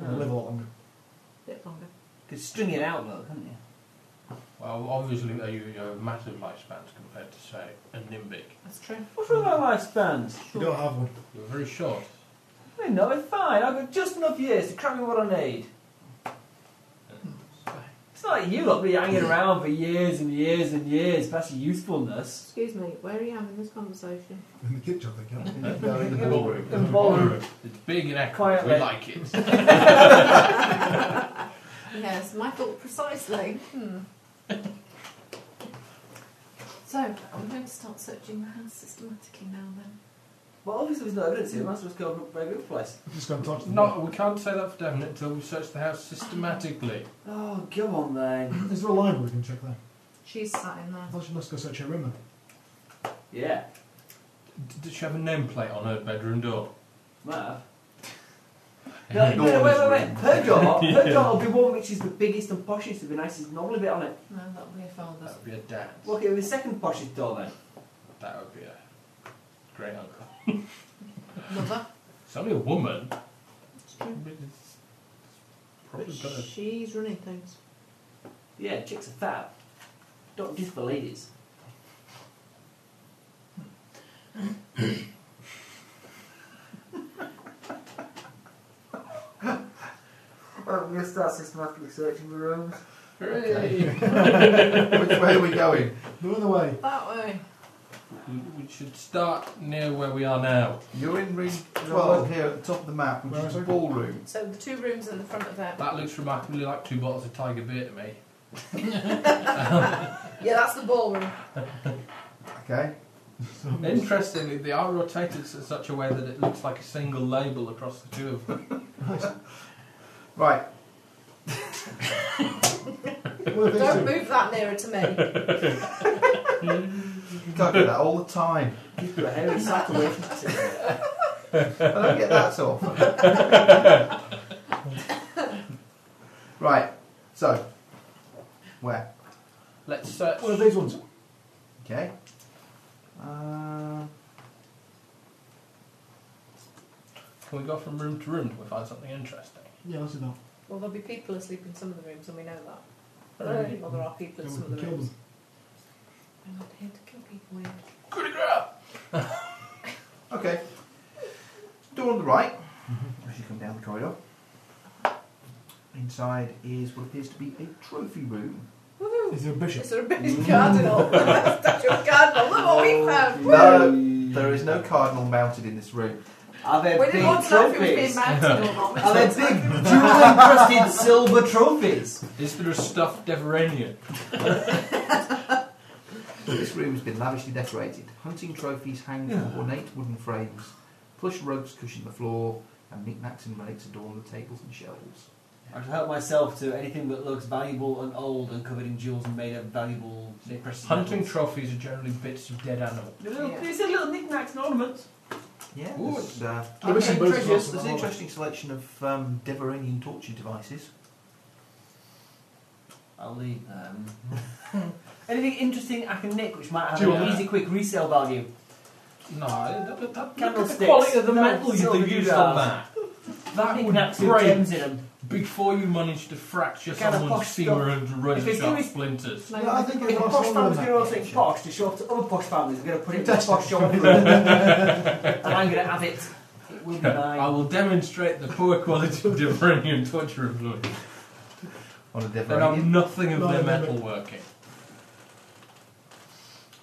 Speaker 6: Oh.
Speaker 8: They live a lot longer.
Speaker 5: Bit longer.
Speaker 6: Could string it out though, couldn't you?
Speaker 4: Well, obviously they you have massive lifespans compared to, say, a nimbic.
Speaker 5: That's true.
Speaker 6: What's wrong with my lifespans?
Speaker 8: You don't have one.
Speaker 4: You're very short,
Speaker 6: I know, it's fine. I've got just enough years to cram in what I need. It's not like you lot be hanging around for years and years and years past your usefulness.
Speaker 5: Excuse me, where are you having this conversation?
Speaker 8: In the kitchen, I think, aren't they?
Speaker 4: In the ballroom.
Speaker 6: In the ballroom.
Speaker 4: It's big and accurate.
Speaker 6: Quietly.
Speaker 4: We like it.
Speaker 5: Yes, my thought precisely. Hmm. so, I'm going to start searching the house systematically now then.
Speaker 6: Well, obviously there's no evidence here. That's what's going on very good place.
Speaker 8: Just go and talk to them.
Speaker 4: no, we can't say that for definite until we search the house systematically.
Speaker 6: Oh, go on then.
Speaker 8: Is there a library we can check there?
Speaker 5: She's sat in there.
Speaker 8: I thought she must go search her room then.
Speaker 6: Yeah,
Speaker 4: D- Did she have a nameplate on her bedroom door?
Speaker 6: might have. No, no, no, wait, wait, wait. Her door, her door will be one which is the biggest and poshest with the nicest novel bit on it.
Speaker 5: No, that'll be a folder.
Speaker 4: That would be a dance.
Speaker 6: Look, it'll be the second poshest door then.
Speaker 4: That would be a great uncle.
Speaker 5: Mother.
Speaker 4: It's only a woman.
Speaker 5: It's true.
Speaker 4: but it's
Speaker 5: But
Speaker 4: Probably got a
Speaker 5: she's running things.
Speaker 6: Yeah, chicks are fab. Don't diss the ladies. Well, we'll start systematically searching the rooms.
Speaker 4: Hooray!
Speaker 3: Which way are we going?
Speaker 8: No other way.
Speaker 5: That way.
Speaker 4: we we should start near where we are now.
Speaker 3: You're in room
Speaker 8: Well-
Speaker 3: 12 here at the top of the map, which
Speaker 8: Where
Speaker 3: is
Speaker 8: is
Speaker 3: the
Speaker 8: it?
Speaker 3: ballroom.
Speaker 5: So the two rooms in the front of that.
Speaker 4: That looks remarkably like two bottles of Tiger Beer to me.
Speaker 5: Yeah, that's the ballroom.
Speaker 3: Okay.
Speaker 4: Interestingly, they are rotated in such a way that it looks like a single label across the two of them.
Speaker 3: Right.
Speaker 8: Well, if
Speaker 5: Don't
Speaker 8: it's
Speaker 5: move that nearer to me.
Speaker 3: You can't do that all the time.
Speaker 6: Keep your hair and sack away from that.
Speaker 3: I don't get that so often. right. So. Where?
Speaker 4: Let's search.
Speaker 8: one of these ones.
Speaker 3: Okay. Uh,
Speaker 4: Can we go from room to room till we find something interesting?
Speaker 8: Yeah, let's do that.
Speaker 5: Well, there'll be people asleep in some of the rooms, and we know that. But I
Speaker 4: Alright.
Speaker 5: don't think there are people in
Speaker 8: Then
Speaker 5: some
Speaker 8: we
Speaker 5: of the
Speaker 8: can kill
Speaker 5: rooms.
Speaker 8: them.
Speaker 5: I'm not here to kill people. Ian.
Speaker 4: Coup de grace!
Speaker 3: okay. Door on the right, as you come down the corridor. Inside is what appears to be a trophy room.
Speaker 5: Woohoo!
Speaker 8: Is there a bishop?
Speaker 5: Is there a British cardinal? Statue of cardinal. Look what we found.
Speaker 3: No, there is no cardinal mounted in this room.
Speaker 6: Are there
Speaker 5: We
Speaker 6: big
Speaker 5: didn't want to know if it was being
Speaker 6: trophies?
Speaker 5: mounted or not.
Speaker 6: Are there big jewel encrusted silver trophies?
Speaker 4: Is there a stuffed Deveranian?
Speaker 3: This room has been lavishly decorated. Hunting trophies hang from ornate wooden frames. Plush rugs cushion the floor, and knickknacks and relics adorn the tables and shelves.
Speaker 6: I should help myself to anything that looks valuable and old and covered in jewels and made of valuable precious
Speaker 4: Hunting
Speaker 6: metals.
Speaker 4: trophies are generally bits of dead animals.
Speaker 6: The little-
Speaker 5: Yeah.
Speaker 6: They said little knickknacks and ornaments.
Speaker 3: Yeah,
Speaker 4: Ooh,
Speaker 3: there's, uh,
Speaker 8: There is some
Speaker 3: there's,
Speaker 8: booze as well,
Speaker 3: there's
Speaker 8: so
Speaker 3: an
Speaker 8: not all
Speaker 3: interesting selection of um, Deveranian torture devices.
Speaker 6: I'll leave them. anything interesting I can nick which might have
Speaker 8: Do you
Speaker 6: an
Speaker 8: want-
Speaker 6: easy, quick resale value.
Speaker 4: No, that, that, that, look at the
Speaker 6: Candlesticks.
Speaker 4: quality of the
Speaker 6: No,
Speaker 4: metal you
Speaker 6: silver
Speaker 4: have used on that. That
Speaker 6: Knickknacks
Speaker 4: would
Speaker 6: with
Speaker 4: break
Speaker 6: gems in them.
Speaker 4: before you manage to fracture
Speaker 6: Kind of
Speaker 4: someone's
Speaker 6: posh
Speaker 4: femur and
Speaker 6: If
Speaker 4: run
Speaker 6: it's
Speaker 4: sharp
Speaker 6: gonna be-
Speaker 4: splinters.
Speaker 5: No,
Speaker 8: Yeah, I think
Speaker 6: If
Speaker 8: it
Speaker 6: a
Speaker 8: was
Speaker 6: posh
Speaker 8: longer
Speaker 6: family's
Speaker 8: than
Speaker 6: going
Speaker 8: that.
Speaker 6: to think posh to show up to other posh families, we're going to put it in their posh shop and
Speaker 8: Fantastic.
Speaker 6: I'm going to have it. It will be
Speaker 4: I
Speaker 6: mine.
Speaker 4: will demonstrate the poor quality of Deveranian torture employed.
Speaker 3: On a
Speaker 4: They
Speaker 3: Deveranian.
Speaker 4: know nothing of
Speaker 8: No,
Speaker 4: their
Speaker 8: no, no.
Speaker 4: metal working.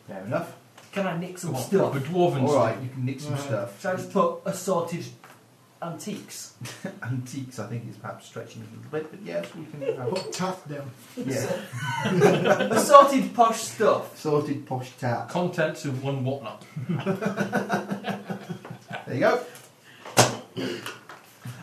Speaker 3: Fair enough.
Speaker 6: Can I nick some
Speaker 4: What,
Speaker 6: stuff?
Speaker 4: proper dwarven
Speaker 3: All right,
Speaker 4: stuff.
Speaker 3: you can nick some
Speaker 8: Right.
Speaker 3: stuff.
Speaker 6: Should I just put assorted antiques?
Speaker 3: Antiques, I think, is perhaps stretching a little bit, but yes, we can have.
Speaker 8: Put Taff down.
Speaker 3: yeah,
Speaker 6: assorted posh stuff.
Speaker 3: sorted posh tat.
Speaker 4: Contents of one whatnot.
Speaker 3: There you go.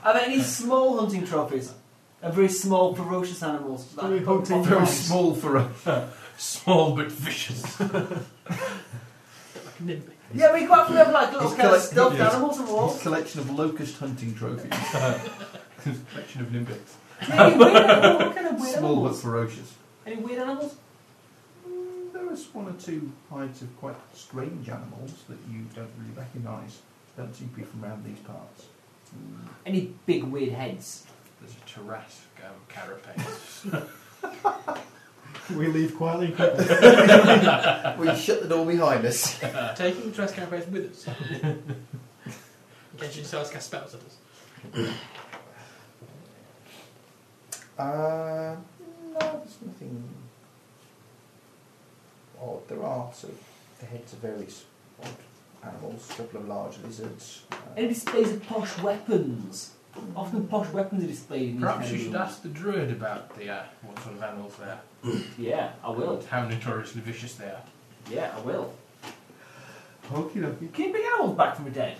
Speaker 6: Are there any small hunting trophies? Of very small, ferocious animals. that-
Speaker 8: Very hunting
Speaker 6: of-
Speaker 4: Very
Speaker 8: Right.
Speaker 4: small for a small but vicious.
Speaker 7: Like a nimby.
Speaker 6: Yeah, we quite often have like little
Speaker 3: He's
Speaker 6: kind of
Speaker 3: collect-
Speaker 6: stuffed
Speaker 4: yes.
Speaker 6: animals and
Speaker 3: His
Speaker 6: wolves.
Speaker 3: collection of locust hunting trophies.
Speaker 4: Collection of nimbics.
Speaker 6: Yeah, weird, animals, what kind of weird
Speaker 3: Small but
Speaker 6: animals?
Speaker 3: ferocious.
Speaker 6: Any weird animals?
Speaker 3: Mm, There is one or two hides of quite strange animals that you don't really recognise. Don't seem to be from around these parts. Mm.
Speaker 6: Any big weird heads?
Speaker 4: There's a Tarrasque um, carapace.
Speaker 8: We leave quietly. quickly.
Speaker 9: We shut the door behind us.
Speaker 7: Taking the dress carapace with us. In case you decide to cast spells at us.
Speaker 9: Uh, no, there's nothing odd. There are sort of the heads of various odd animals, a couple of large lizards. Uh,
Speaker 6: Any displays of posh weapons? Often posh weapons are displayed in these
Speaker 4: Perhaps
Speaker 6: kind
Speaker 4: you
Speaker 6: of
Speaker 4: should
Speaker 6: rooms.
Speaker 4: ask the druid about the uh, what sort of animals they are.
Speaker 6: Yeah, I will.
Speaker 4: How notoriously vicious they are.
Speaker 6: Yeah, I will.
Speaker 3: Okie dokie.
Speaker 6: Can you bring animals back from the dead?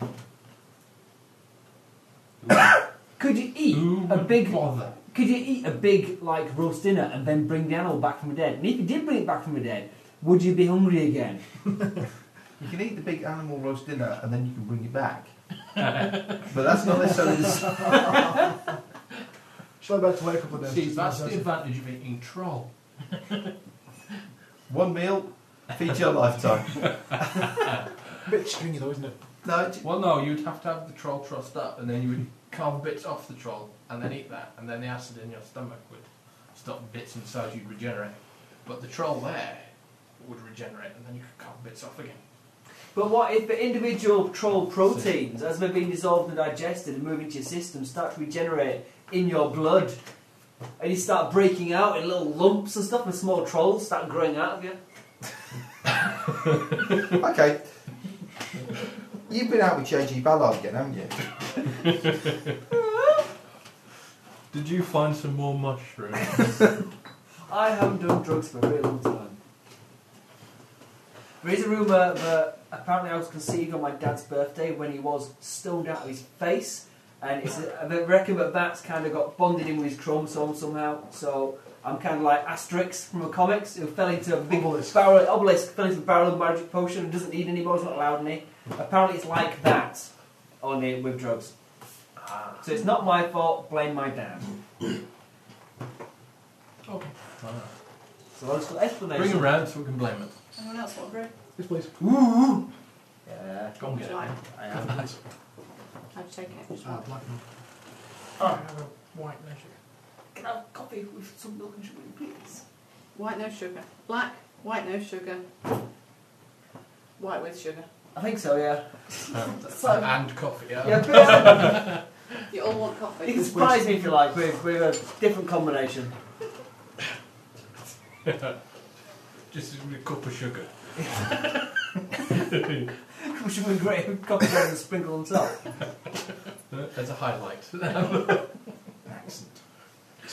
Speaker 6: could you eat
Speaker 4: Who
Speaker 6: a
Speaker 4: would
Speaker 6: big?
Speaker 4: bother?
Speaker 6: Could you eat a big like roast dinner and then bring the animal back from the dead? And if you did bring it back from the dead, would you be hungry again?
Speaker 3: You can eat the big animal roast dinner and then you can bring it back. but that's not necessarily the
Speaker 8: Should I have to wait a couple of days?
Speaker 4: See, that's the advantage of eating troll.
Speaker 3: One meal, feed your lifetime.
Speaker 8: a bit stringy though, isn't it?
Speaker 3: No, j-
Speaker 4: Well, no, you'd have to have the troll trussed up, and then you would carve bits off the troll, and then eat that, and then the acid in your stomach would stop bits inside you'd regenerate. But the troll there would regenerate, and then you could carve bits off again.
Speaker 6: But what if the individual troll proteins, as they're being dissolved and digested and move into your system, start to regenerate in your blood? And you start breaking out in little lumps and stuff, and small trolls start growing out of you.
Speaker 9: okay. You've been out with J.G. Ballard again, haven't you?
Speaker 4: Did you find some more mushrooms?
Speaker 6: I haven't done drugs for a very long time. There is a rumour that apparently I was conceived on my dad's birthday when he was stoned out of his face, and it's a, they reckon that that's kind of got bonded in with his chromosome somehow. So I'm kind of like Asterix from the comics who fell into a big
Speaker 8: Obelisk.
Speaker 6: barrel, obelisk fell into a barrel of magic potion and doesn't need any more, it's not allowed any. Apparently it's like that, only with drugs. So it's not my fault, blame my dad.
Speaker 7: Okay.
Speaker 6: So I'll just explanation.
Speaker 4: Bring him round so we can blame it.
Speaker 5: Anyone else want a brew?
Speaker 8: This place.
Speaker 6: Yeah.
Speaker 4: Go and
Speaker 5: Would
Speaker 4: get
Speaker 5: you
Speaker 4: it.
Speaker 5: like?
Speaker 6: I am.
Speaker 5: I'd take it.
Speaker 8: Ah, black man.
Speaker 7: I have a white no sugar.
Speaker 6: Can I have coffee with some milk and sugar, please?
Speaker 5: White, no sugar. Black, white, no sugar. White with sugar.
Speaker 6: I think so, yeah.
Speaker 5: So-
Speaker 4: and coffee, yeah.
Speaker 6: Yeah, but,
Speaker 5: You all want
Speaker 6: you
Speaker 5: coffee?
Speaker 6: can surprise me if you like with, with a different combination.
Speaker 4: Just a cup of sugar.
Speaker 6: Which would be great with coffee and a sprinkle on top.
Speaker 4: As a highlight.
Speaker 8: So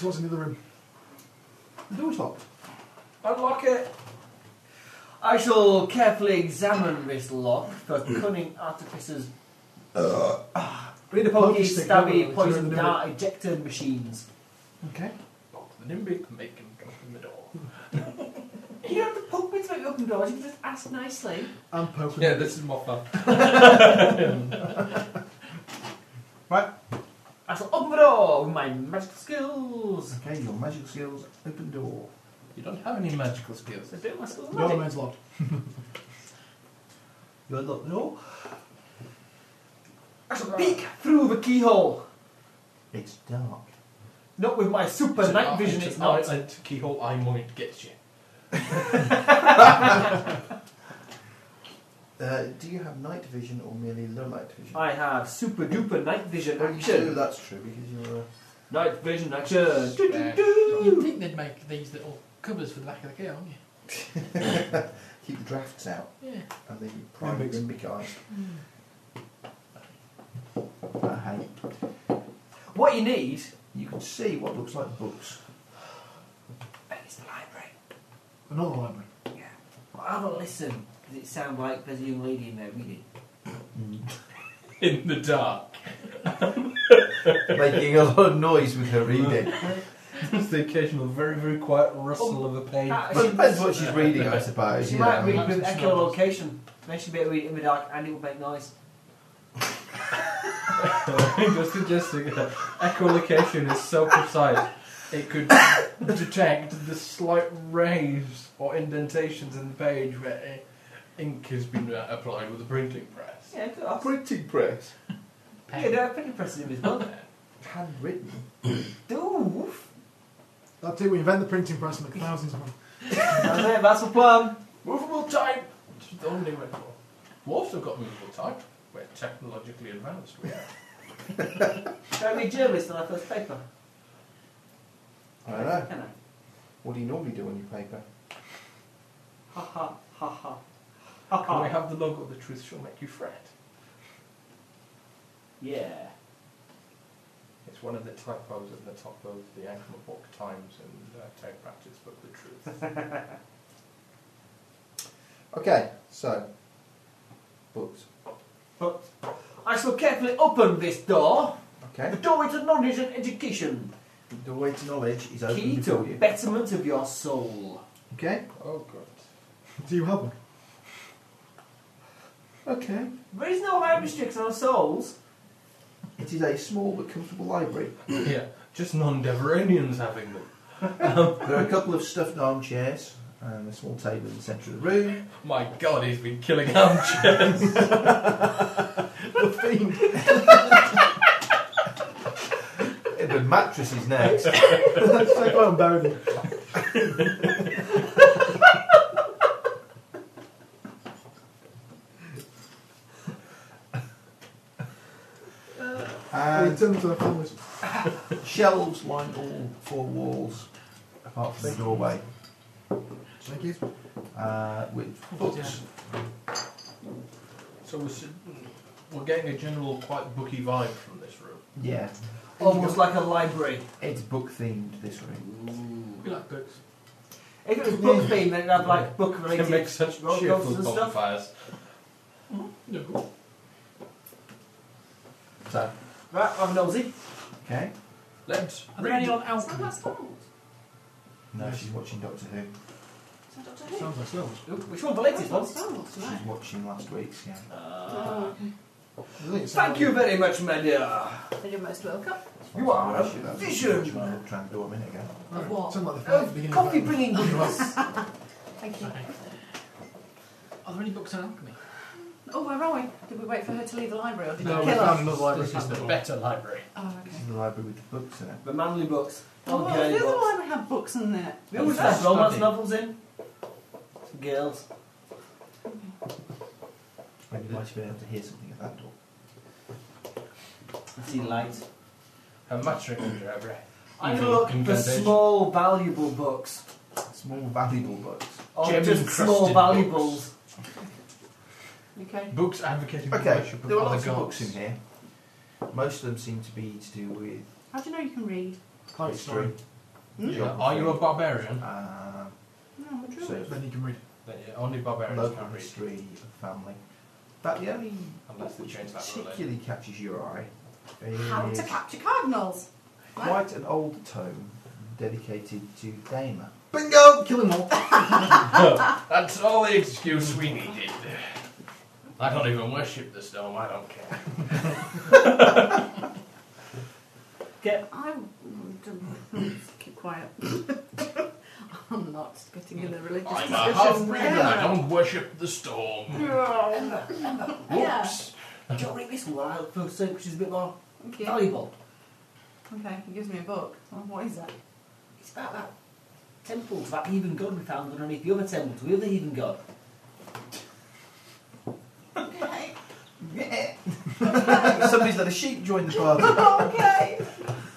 Speaker 8: what's in the other room? The door's locked.
Speaker 6: Unlock it. I shall carefully examine this lock for cunning artificers. Read the pokey,
Speaker 8: Pokey stick, haven't
Speaker 6: stabby,
Speaker 8: we?
Speaker 6: poison
Speaker 8: Turn
Speaker 6: dart, ejector machines.
Speaker 8: Okay.
Speaker 4: Lock the nimbic, make him jump in the door.
Speaker 6: You don't have to poke me to make open doors, you can just ask nicely.
Speaker 8: I'm poking.
Speaker 4: Yeah, this is more fun.
Speaker 6: I shall open the door with my magical skills.
Speaker 3: okay, your magic skills, open door.
Speaker 4: You don't have any magical skills.
Speaker 6: So do my skills of
Speaker 8: The door
Speaker 6: magic.
Speaker 8: remains locked.
Speaker 3: You unlock the door,
Speaker 6: I shall peek through the keyhole.
Speaker 3: it's dark.
Speaker 6: Not with my super night vision, it's not.
Speaker 4: A keyhole eye might get you.
Speaker 9: Uh, do you have night vision or merely low light vision?
Speaker 6: I have super duper night vision
Speaker 9: Well, you do,
Speaker 6: action.
Speaker 9: that's true, because you're. Uh,
Speaker 6: Night vision action. Do, do,
Speaker 4: Spare.
Speaker 7: You'd
Speaker 6: do.
Speaker 7: think they'd make these little covers for the back of the keyhole, wouldn't
Speaker 3: uh,
Speaker 9: keep the drafts out
Speaker 7: you? Yeah.
Speaker 9: and the prime
Speaker 8: Nimbics.
Speaker 9: limbic eyes.
Speaker 6: Hmm.
Speaker 3: Uh, hey,
Speaker 6: What you need
Speaker 3: you can see what looks like books.
Speaker 6: is the library.
Speaker 8: Another library.
Speaker 6: Well, have a listen, because it sounds like there's a young lady in there reading.
Speaker 4: In the dark.
Speaker 3: making a lot of noise with her reading.
Speaker 4: It's the occasional very, very quiet rustle of a page.
Speaker 6: Ah,
Speaker 3: Well, it
Speaker 6: she-
Speaker 3: depends what she's reading, I suppose.
Speaker 6: She
Speaker 3: you
Speaker 6: might
Speaker 3: know.
Speaker 6: read with
Speaker 4: Perhaps it's
Speaker 6: echolocation. Then she'd be able to read it in the dark and it would make noise.
Speaker 4: Just suggesting that echolocation is so precise it could detect the slight rays or indentations in the page where i- ink has been uh, applied with a printing press.
Speaker 6: Yeah, good. I'll-
Speaker 3: Printing press.
Speaker 6: Yeah, no, pretty impressive as well.
Speaker 9: Handwritten.
Speaker 6: Doof!
Speaker 8: That's it, we invent the printing press and make thousands of them.
Speaker 6: That's it, that's the plan.
Speaker 4: Movable type! Which is the only way for. Dwarves have got movable type. We're technologically advanced, we are.
Speaker 6: Can I be a journalist on our first paper?
Speaker 3: I don't know.
Speaker 6: Can I?
Speaker 3: What do you normally do on your paper?
Speaker 6: Ha ha ha ha. Ha
Speaker 4: Can we
Speaker 6: ha.
Speaker 4: have the logo The Truth Shall Make You Fret?
Speaker 6: Yeah.
Speaker 4: It's one of the typos at the top of the Ankle Book Times and uh, Tech Practice Book The Truth.
Speaker 3: Okay, so books.
Speaker 6: But I shall carefully open this door.
Speaker 3: Okay.
Speaker 6: The doorway to knowledge and education.
Speaker 3: The doorway to knowledge is open
Speaker 6: Key to
Speaker 3: before you.
Speaker 6: betterment of your soul.
Speaker 3: Okay.
Speaker 4: Oh, good.
Speaker 8: Do you have one?
Speaker 3: Okay.
Speaker 6: There is no high restriction on souls.
Speaker 3: It is a small but comfortable library.
Speaker 4: Yeah, just non-Deveranians having them.
Speaker 3: There are a couple of stuffed armchairs and a small table in the centre of the room.
Speaker 4: My God, he's been killing armchairs.
Speaker 3: The fiend. the mattress is next.
Speaker 8: Let's take one and bury them. We
Speaker 3: And
Speaker 8: return them to their families.
Speaker 3: shelves line all four walls, apart from the doorway,
Speaker 8: Thank you.
Speaker 3: uh, with books.
Speaker 4: so we're, s- we're getting a general quite booky vibe from this room.
Speaker 3: Yeah,
Speaker 6: Almost like a library.
Speaker 3: it's book themed this room.
Speaker 4: We like books.
Speaker 6: If it was book theme, then it'd have like book
Speaker 4: Can make
Speaker 6: related
Speaker 4: such
Speaker 6: roll
Speaker 4: cheerful
Speaker 6: coasters and stuff.
Speaker 4: bonfires.
Speaker 7: No.
Speaker 3: So,
Speaker 6: Right, I'm a nosy.
Speaker 3: okay.
Speaker 4: Let's
Speaker 7: Are there
Speaker 4: read.
Speaker 7: any on
Speaker 5: Is that
Speaker 7: alcohol?
Speaker 5: McDonald's?
Speaker 3: No, she's watching Doctor Who.
Speaker 5: Is that Doctor Who?
Speaker 8: Sounds like sales.
Speaker 6: Ooh, Which one? The
Speaker 5: Oh,
Speaker 6: latest
Speaker 5: it's
Speaker 6: one? Uh,
Speaker 5: not Star Wars,
Speaker 3: She's
Speaker 5: right.
Speaker 3: watching last week's. Yeah.
Speaker 6: Ah.
Speaker 5: Oh, okay.
Speaker 6: Thank you very much, my dear.
Speaker 5: Then you're most welcome.
Speaker 6: You are a
Speaker 3: That was
Speaker 6: vision.
Speaker 3: When I looked round the door a minute ago.
Speaker 5: Of what?
Speaker 8: Sounds like the film at the
Speaker 6: Oh,
Speaker 8: beginning
Speaker 6: coffee
Speaker 8: of that.
Speaker 6: bringing goodness.
Speaker 5: Thank you.
Speaker 7: Are there any books on alchemy?
Speaker 5: Oh, where are we? Did we wait for her to leave the library or did
Speaker 8: No,
Speaker 5: you
Speaker 8: we
Speaker 5: kill
Speaker 8: found
Speaker 5: her?
Speaker 8: another library
Speaker 7: This is the
Speaker 8: system.
Speaker 7: better library.
Speaker 5: Oh, okay.
Speaker 3: This is the library with the books in it.
Speaker 6: the manly books.
Speaker 5: Oh,
Speaker 6: girly
Speaker 5: the other
Speaker 6: books.
Speaker 5: library had books in there.
Speaker 6: We always
Speaker 3: That's
Speaker 6: have romance
Speaker 3: study.
Speaker 6: novels in. Girls.
Speaker 3: And you might have been able to hear something at that door.
Speaker 6: See light.
Speaker 4: A muttering under her breath.
Speaker 6: I'm
Speaker 4: Evil
Speaker 6: gonna look for
Speaker 4: incantation.
Speaker 6: small valuable books.
Speaker 3: Small valuable books.
Speaker 6: Or
Speaker 4: Gem
Speaker 6: just small
Speaker 4: encrusted
Speaker 6: valuables.
Speaker 5: Okay.
Speaker 4: Books advocating the
Speaker 3: Okay,
Speaker 4: worship of
Speaker 3: there are
Speaker 4: other
Speaker 3: lots of
Speaker 4: gods.
Speaker 3: books in here. Most of them seem to be to do with
Speaker 5: How do you know you can read?
Speaker 8: Pirate's
Speaker 3: history.
Speaker 8: Story.
Speaker 3: Hmm?
Speaker 4: Yeah, Are you a barbarian?
Speaker 3: Um,
Speaker 5: No, I'm a druid.
Speaker 3: so
Speaker 8: Then you can read.
Speaker 4: Then, yeah, only barbarians
Speaker 3: local
Speaker 4: can read.
Speaker 3: history of family. But the only
Speaker 4: Unless they
Speaker 3: which
Speaker 4: change that rule later.
Speaker 3: particularly catches your eye
Speaker 5: How
Speaker 3: is
Speaker 5: to capture cardinals.
Speaker 3: quite an old tome dedicated to Damer. Bingo! Kill them all.
Speaker 4: That's all the excuse we needed. I don't even worship the storm, I don't care.
Speaker 6: Get
Speaker 5: I don't- keep quiet. I'm not getting in a religious
Speaker 4: I'm a half
Speaker 5: discussion.
Speaker 4: breed and I don't worship the storm.
Speaker 5: Yeah. Yeah.
Speaker 4: Whoops!
Speaker 6: do you read this one? I feel so which is a bit more
Speaker 5: Thank you.
Speaker 6: valuable.
Speaker 5: Oh, Okay, he gives me a book. Oh, what is that?
Speaker 6: It's about that temple to that heathen god we found underneath the other temple to the other heathen god.
Speaker 5: Okay.
Speaker 3: Somebody's let a sheep join the party.
Speaker 5: okay.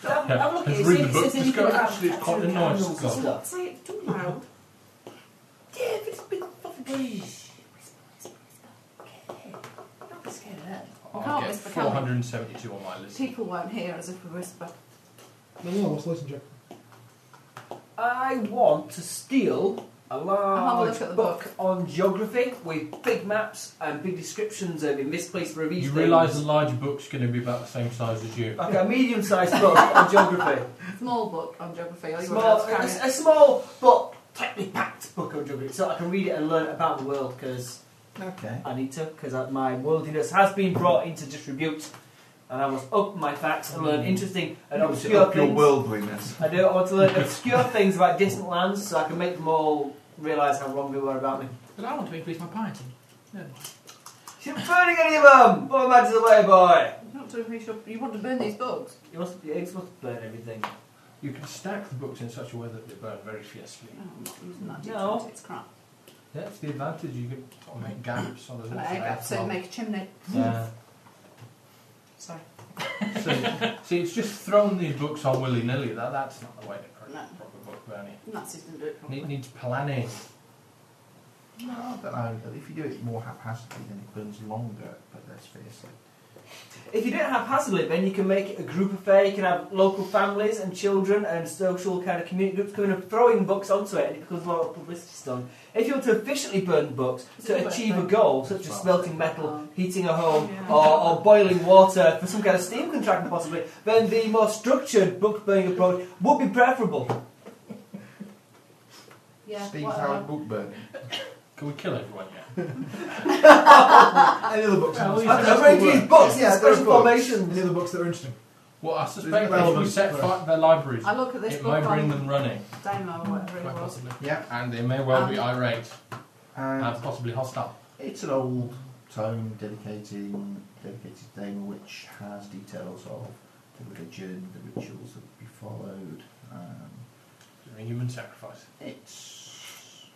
Speaker 6: Have, have a look at
Speaker 4: Let's
Speaker 6: it.
Speaker 4: read
Speaker 6: see
Speaker 4: the
Speaker 6: if
Speaker 4: book.
Speaker 6: it says
Speaker 4: Just
Speaker 6: anything
Speaker 4: go,
Speaker 6: about
Speaker 4: actually, it's quite a
Speaker 6: capturing
Speaker 4: nice
Speaker 6: animals and
Speaker 4: god.
Speaker 6: stuff.
Speaker 5: Say it too loud.
Speaker 6: Yeah, but it's a big fluffy beast. Okay.
Speaker 5: Don't be scared of that. We
Speaker 4: I'll
Speaker 5: can't
Speaker 4: get
Speaker 5: whisper, can we?
Speaker 4: 472 on my list.
Speaker 5: People won't hear us if we whisper.
Speaker 8: No, no, let's listen, Jack.
Speaker 6: I want to steal a
Speaker 5: I'll have a
Speaker 6: large
Speaker 5: look at the
Speaker 6: book,
Speaker 5: book.
Speaker 6: on geography with big maps and big descriptions of in this place where these
Speaker 4: You
Speaker 6: things.
Speaker 4: realise the large book's going to be about the same size as you.
Speaker 6: Like a medium-sized book on geography.
Speaker 5: Small book on geography. All you
Speaker 6: Small,
Speaker 5: want to
Speaker 6: a,
Speaker 5: carry.
Speaker 6: a small but tightly packed book on geography, so I can read it and learn about the world because
Speaker 9: Okay.
Speaker 6: I need to, because my worldliness has been brought into disrepute, and I must up my facts and learn interesting and
Speaker 3: Mm. You should
Speaker 6: obscure
Speaker 3: up your
Speaker 6: things.
Speaker 3: worldliness.
Speaker 6: I do. I want to learn obscure things about distant lands, so I can make them all realise how wrong they were about me.
Speaker 7: But I want to increase my piety. Never mind.
Speaker 6: You're burning any of them! Boy, man's away, boy!
Speaker 5: You want to increase your- You want to burn these books?
Speaker 6: You must, you must burn everything.
Speaker 4: You can stack the books in such a way that they burn very fiercely.
Speaker 5: No, Oh, I'm not using that.
Speaker 6: No.
Speaker 5: D20, It's crap.
Speaker 4: That's the advantage. You can sort of make gaps on the
Speaker 5: But I got to make a chimney.
Speaker 4: Yeah.
Speaker 5: Sorry.
Speaker 4: so, see, it's just throwing these books on willy nilly. That, that's not the way to create
Speaker 5: No.
Speaker 4: a proper book burning.
Speaker 5: Nazis didn't do it properly.
Speaker 4: It needs planning.
Speaker 9: No, I don't know. If you do it more haphazardly, then it burns longer, but less fiercely.
Speaker 6: If you do it haphazardly, then you can make it a group affair. You can have local families and children and social kind of community groups coming and throwing books onto it, and it becomes a lot of publicity stunt. If you were to efficiently burn books
Speaker 7: Is it
Speaker 6: to
Speaker 7: like
Speaker 6: achieve a
Speaker 7: burning
Speaker 6: goal, such as smelting metal,
Speaker 5: Um,
Speaker 6: heating a home,
Speaker 5: yeah.
Speaker 6: or, or boiling water for some kind of steam contraction possibly, then the more structured book burning approach would be preferable.
Speaker 5: Yeah. uh,
Speaker 9: Steve
Speaker 5: whatever.
Speaker 9: Howard book burning.
Speaker 4: Can we kill everyone yet?
Speaker 8: Uh, Any other books?
Speaker 4: Yeah, well,
Speaker 8: on this?
Speaker 4: you-
Speaker 6: I've arranged these books
Speaker 8: Yeah,
Speaker 6: in
Speaker 8: there are
Speaker 6: special
Speaker 8: books.
Speaker 6: formations.
Speaker 8: Any other books that are interesting?
Speaker 4: Well, I suspect that if we
Speaker 8: relevant
Speaker 4: set
Speaker 8: for
Speaker 4: fire to their libraries,
Speaker 5: I look at Uh, this
Speaker 4: it
Speaker 5: book
Speaker 4: may bring
Speaker 5: on
Speaker 4: them running.
Speaker 5: Damo or whatever it
Speaker 4: Quite
Speaker 5: was.
Speaker 4: possibly.
Speaker 9: Yeah,
Speaker 4: And they may well be
Speaker 5: Um,
Speaker 4: irate
Speaker 9: and
Speaker 4: and possibly hostile.
Speaker 9: it's an old tome dedicating dedicated to Dame which has details of the religion, the rituals that would be followed. Um,
Speaker 4: During human sacrifice.
Speaker 9: it's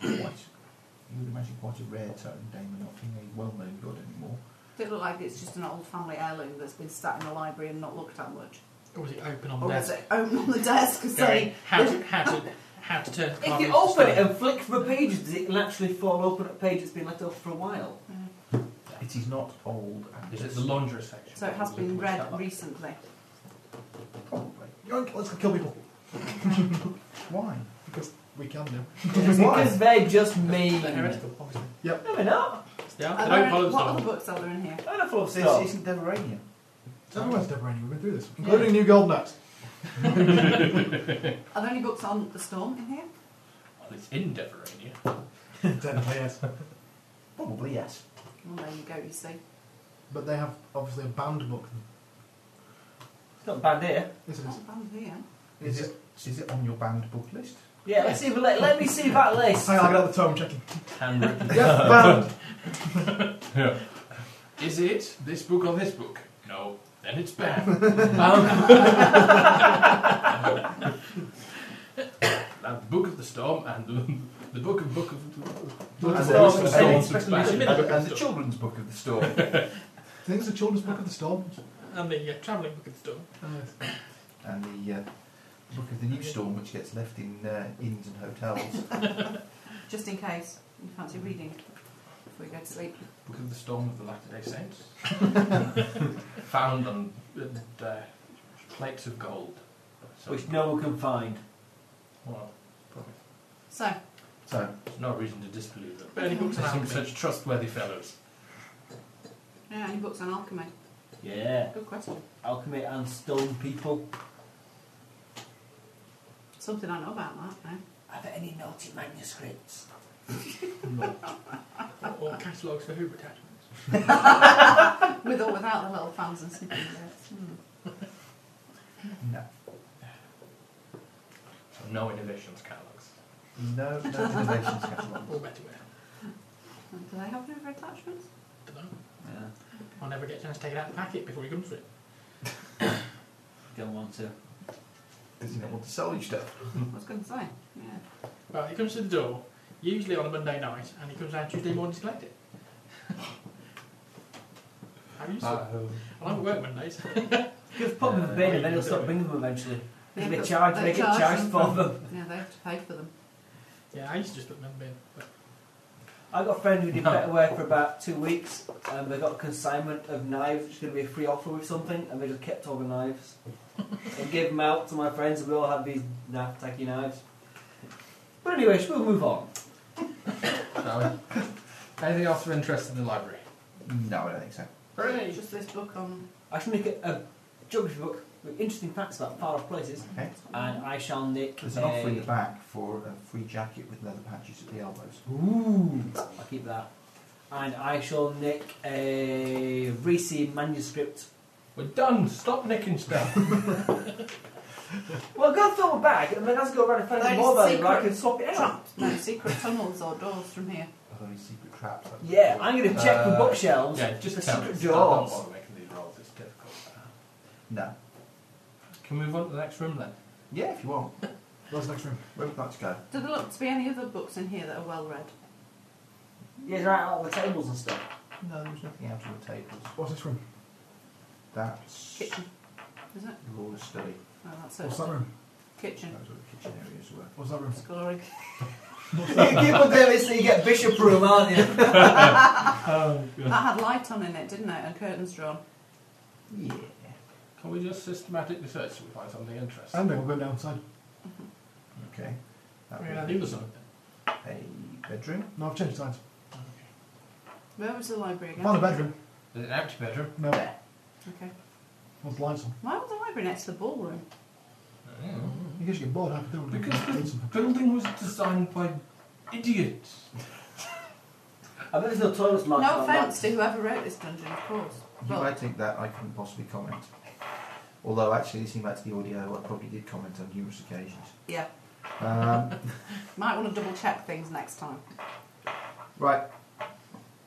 Speaker 9: quite, you would imagine, quite a rare tome. Dame not being a well-known god anymore.
Speaker 5: Did it look like it's just an old family heirloom that's been sat in the library and not looked at much?
Speaker 7: Or was it open on
Speaker 5: Or
Speaker 7: the
Speaker 5: is
Speaker 7: desk?
Speaker 5: it open on the desk and
Speaker 7: Going,
Speaker 5: saying,
Speaker 7: how to, how to, how to turn
Speaker 6: If you
Speaker 7: carpets
Speaker 6: open it
Speaker 7: to
Speaker 6: and flick for pages, does it naturally fall open at a page that's been left open for a while?
Speaker 9: It is not old. And
Speaker 4: Is it
Speaker 9: it's
Speaker 4: the laundry section?
Speaker 5: So it has been read recently.
Speaker 9: Probably.
Speaker 8: Yoink, let's go kill people.
Speaker 9: Why?
Speaker 8: Because we can now.
Speaker 6: because they're just
Speaker 7: stone.
Speaker 6: mean.
Speaker 7: They're heretical, obviously.
Speaker 6: No, they're not.
Speaker 7: They
Speaker 6: uh,
Speaker 7: are.
Speaker 5: Are
Speaker 7: They
Speaker 5: there
Speaker 7: don't
Speaker 5: any-
Speaker 7: follow the
Speaker 5: what other
Speaker 7: Bible.
Speaker 5: books are there in here?
Speaker 6: They're not full of
Speaker 9: This
Speaker 6: stuff.
Speaker 9: isn't Deveranian.
Speaker 8: Everyone's Deborah We've been through this, including New Golden Axe.
Speaker 5: Are there any books on the storm in here?
Speaker 4: Well, it's in Deverania.
Speaker 8: Technically, yes.
Speaker 9: Probably yes.
Speaker 5: Well, there you go, you see.
Speaker 8: But they have obviously a banned book.
Speaker 6: It's not bad here.
Speaker 8: This is.
Speaker 5: Oh, I'm here.
Speaker 9: Is it is it on your banned book list?
Speaker 6: Yeah, let's see. if- Let, let me see that list.
Speaker 8: Hang on, I got the tome checking.
Speaker 4: Handwritten.
Speaker 8: Yeah, banned.
Speaker 4: Yeah. Is it this book or this book? No. Then it's bad. um, the Book of the Storm and the, the Book of Book of
Speaker 8: Book
Speaker 9: And
Speaker 8: of
Speaker 9: the-
Speaker 8: the
Speaker 9: and
Speaker 8: Storm.
Speaker 9: it's special
Speaker 4: It's
Speaker 9: edition.
Speaker 4: been a book
Speaker 9: And and
Speaker 4: of the
Speaker 9: the
Speaker 4: Storm.
Speaker 9: children's book of the storm.
Speaker 8: I think it's a children's book of the storm.
Speaker 7: And the uh, travelling book at the store.
Speaker 8: Uh,
Speaker 9: and the uh, book of the new storm, which gets left in uh, inns and hotels.
Speaker 5: Just in case you fancy reading before you go to sleep.
Speaker 4: Book of the Storm of the Latter Day Saints, found on uh, uh, plates of gold. So,
Speaker 6: Which no one can find.
Speaker 4: well, probably.
Speaker 5: So,
Speaker 9: so
Speaker 4: There's no reason to disbelieve them.
Speaker 7: But any books
Speaker 4: They
Speaker 7: on
Speaker 4: seem
Speaker 7: alchemy.
Speaker 4: such trustworthy fellows.
Speaker 5: yeah, any books on alchemy?
Speaker 6: Yeah.
Speaker 5: Good question.
Speaker 6: Alchemy and stone people.
Speaker 5: Something I know about that, eh?
Speaker 6: Are there any naughty manuscripts?
Speaker 7: uh, Or, or catalogues for Hoover attachments.
Speaker 5: With or without the little fans and snippets. Hmm.
Speaker 9: no,
Speaker 4: So no innovations catalogues.
Speaker 9: no, no innovations catalogue.
Speaker 7: Or Betterware.
Speaker 5: And Do they have Hoover attachments?
Speaker 7: Dunno.
Speaker 6: Yeah.
Speaker 7: I'll never get a chance to take it out of the packet before he comes for it.
Speaker 6: Don't want to.
Speaker 9: Because you don't want to sell you stuff.
Speaker 6: Hmm.
Speaker 5: I was going to say. Yeah.
Speaker 7: Well, he comes to the door, usually on a Monday night, and he comes down Tuesday morning to collect it. How useful.
Speaker 4: Uh,
Speaker 7: I don't work Mondays.
Speaker 6: Just put them in the bin and then they'll stop bringing them eventually. They get charged, they get charged for them.
Speaker 5: Yeah, they have to pay for them.
Speaker 7: yeah, I used to just put them in the bin. But
Speaker 6: I got a friend who did better work for about two weeks, and they got a consignment of knives, which is going to be a free offer with something, and they just kept all the knives and gave them out to my friends, and we all had these knife tacky knives. But anyway, we'll move on.
Speaker 4: shall we? Anything else of interest in the library?
Speaker 3: No, I don't think so.
Speaker 4: Hooray!
Speaker 5: Just this book on.
Speaker 6: I shall make a, a geography book with interesting facts about far off places,
Speaker 3: Okay.
Speaker 6: and I shall nick.
Speaker 3: There's an offer in the
Speaker 6: a-
Speaker 3: back for a free jacket with leather patches at the elbows.
Speaker 6: Ooh, I'll keep that. And I shall nick a racy manuscript.
Speaker 4: We're done. Stop nicking stuff.
Speaker 6: Well, go throw it back. I mean, let's go around and find out
Speaker 5: Those
Speaker 6: more about it,
Speaker 5: secret
Speaker 6: right? I can swap it out.
Speaker 5: Trapped. No, secret tunnels or doors from here.
Speaker 10: Are these secret traps?
Speaker 6: Yeah, I'm going to check the
Speaker 4: Uh,
Speaker 6: bookshelves.
Speaker 4: yeah, just
Speaker 6: for
Speaker 4: tell me.
Speaker 6: secret
Speaker 4: Don't- Don't
Speaker 6: doors.
Speaker 4: bother making these rolls. It's difficult.
Speaker 3: No.
Speaker 4: Can we move on to the next room then?
Speaker 3: Yeah, if you want.
Speaker 8: Where's the next room?
Speaker 3: Where would you like to go?
Speaker 5: Do there look to be any other books in here that are well read?
Speaker 6: Yeah, they're out all the tables and stuff.
Speaker 3: No, there was nothing out on the tables.
Speaker 8: What's this room?
Speaker 3: That's
Speaker 5: Kitchen, is it?
Speaker 3: Laura's study.
Speaker 5: No, that's
Speaker 8: What's
Speaker 5: it.
Speaker 8: that room?
Speaker 5: Kitchen,
Speaker 3: That was where the kitchen areas were.
Speaker 8: What's that room?
Speaker 5: scullery.
Speaker 6: you keep on doing this so you get bishop room, aren't you?
Speaker 5: That had light on in it, didn't it? And curtains drawn.
Speaker 3: Yeah.
Speaker 4: Can we just systematically search till we find something interesting?
Speaker 8: And then we'll go downside.
Speaker 3: Okay. That
Speaker 7: We're on
Speaker 3: would
Speaker 7: the
Speaker 3: be
Speaker 7: other side then.
Speaker 3: a bedroom.
Speaker 8: No, I've changed sides.
Speaker 5: Where was the library again?
Speaker 8: Found a bedroom.
Speaker 4: There's an empty bedroom.
Speaker 8: No.
Speaker 3: There.
Speaker 5: Okay.
Speaker 8: Wants the lights on.
Speaker 5: Why was the library next to the ballroom?
Speaker 4: Mm.
Speaker 8: In case you get bored, I have to do it.
Speaker 4: Because
Speaker 8: Need
Speaker 4: the
Speaker 8: something.
Speaker 4: building was designed by idiots.
Speaker 6: I bet there's no toilets marked
Speaker 5: No
Speaker 6: on that.
Speaker 5: offence to whoever wrote this dungeon, of course.
Speaker 3: You might
Speaker 5: But
Speaker 3: think that I couldn't possibly comment. Although, actually, listening back to the audio, I probably did comment on numerous occasions.
Speaker 5: yeah,
Speaker 3: Um,
Speaker 5: might want to double check things next time.
Speaker 3: right.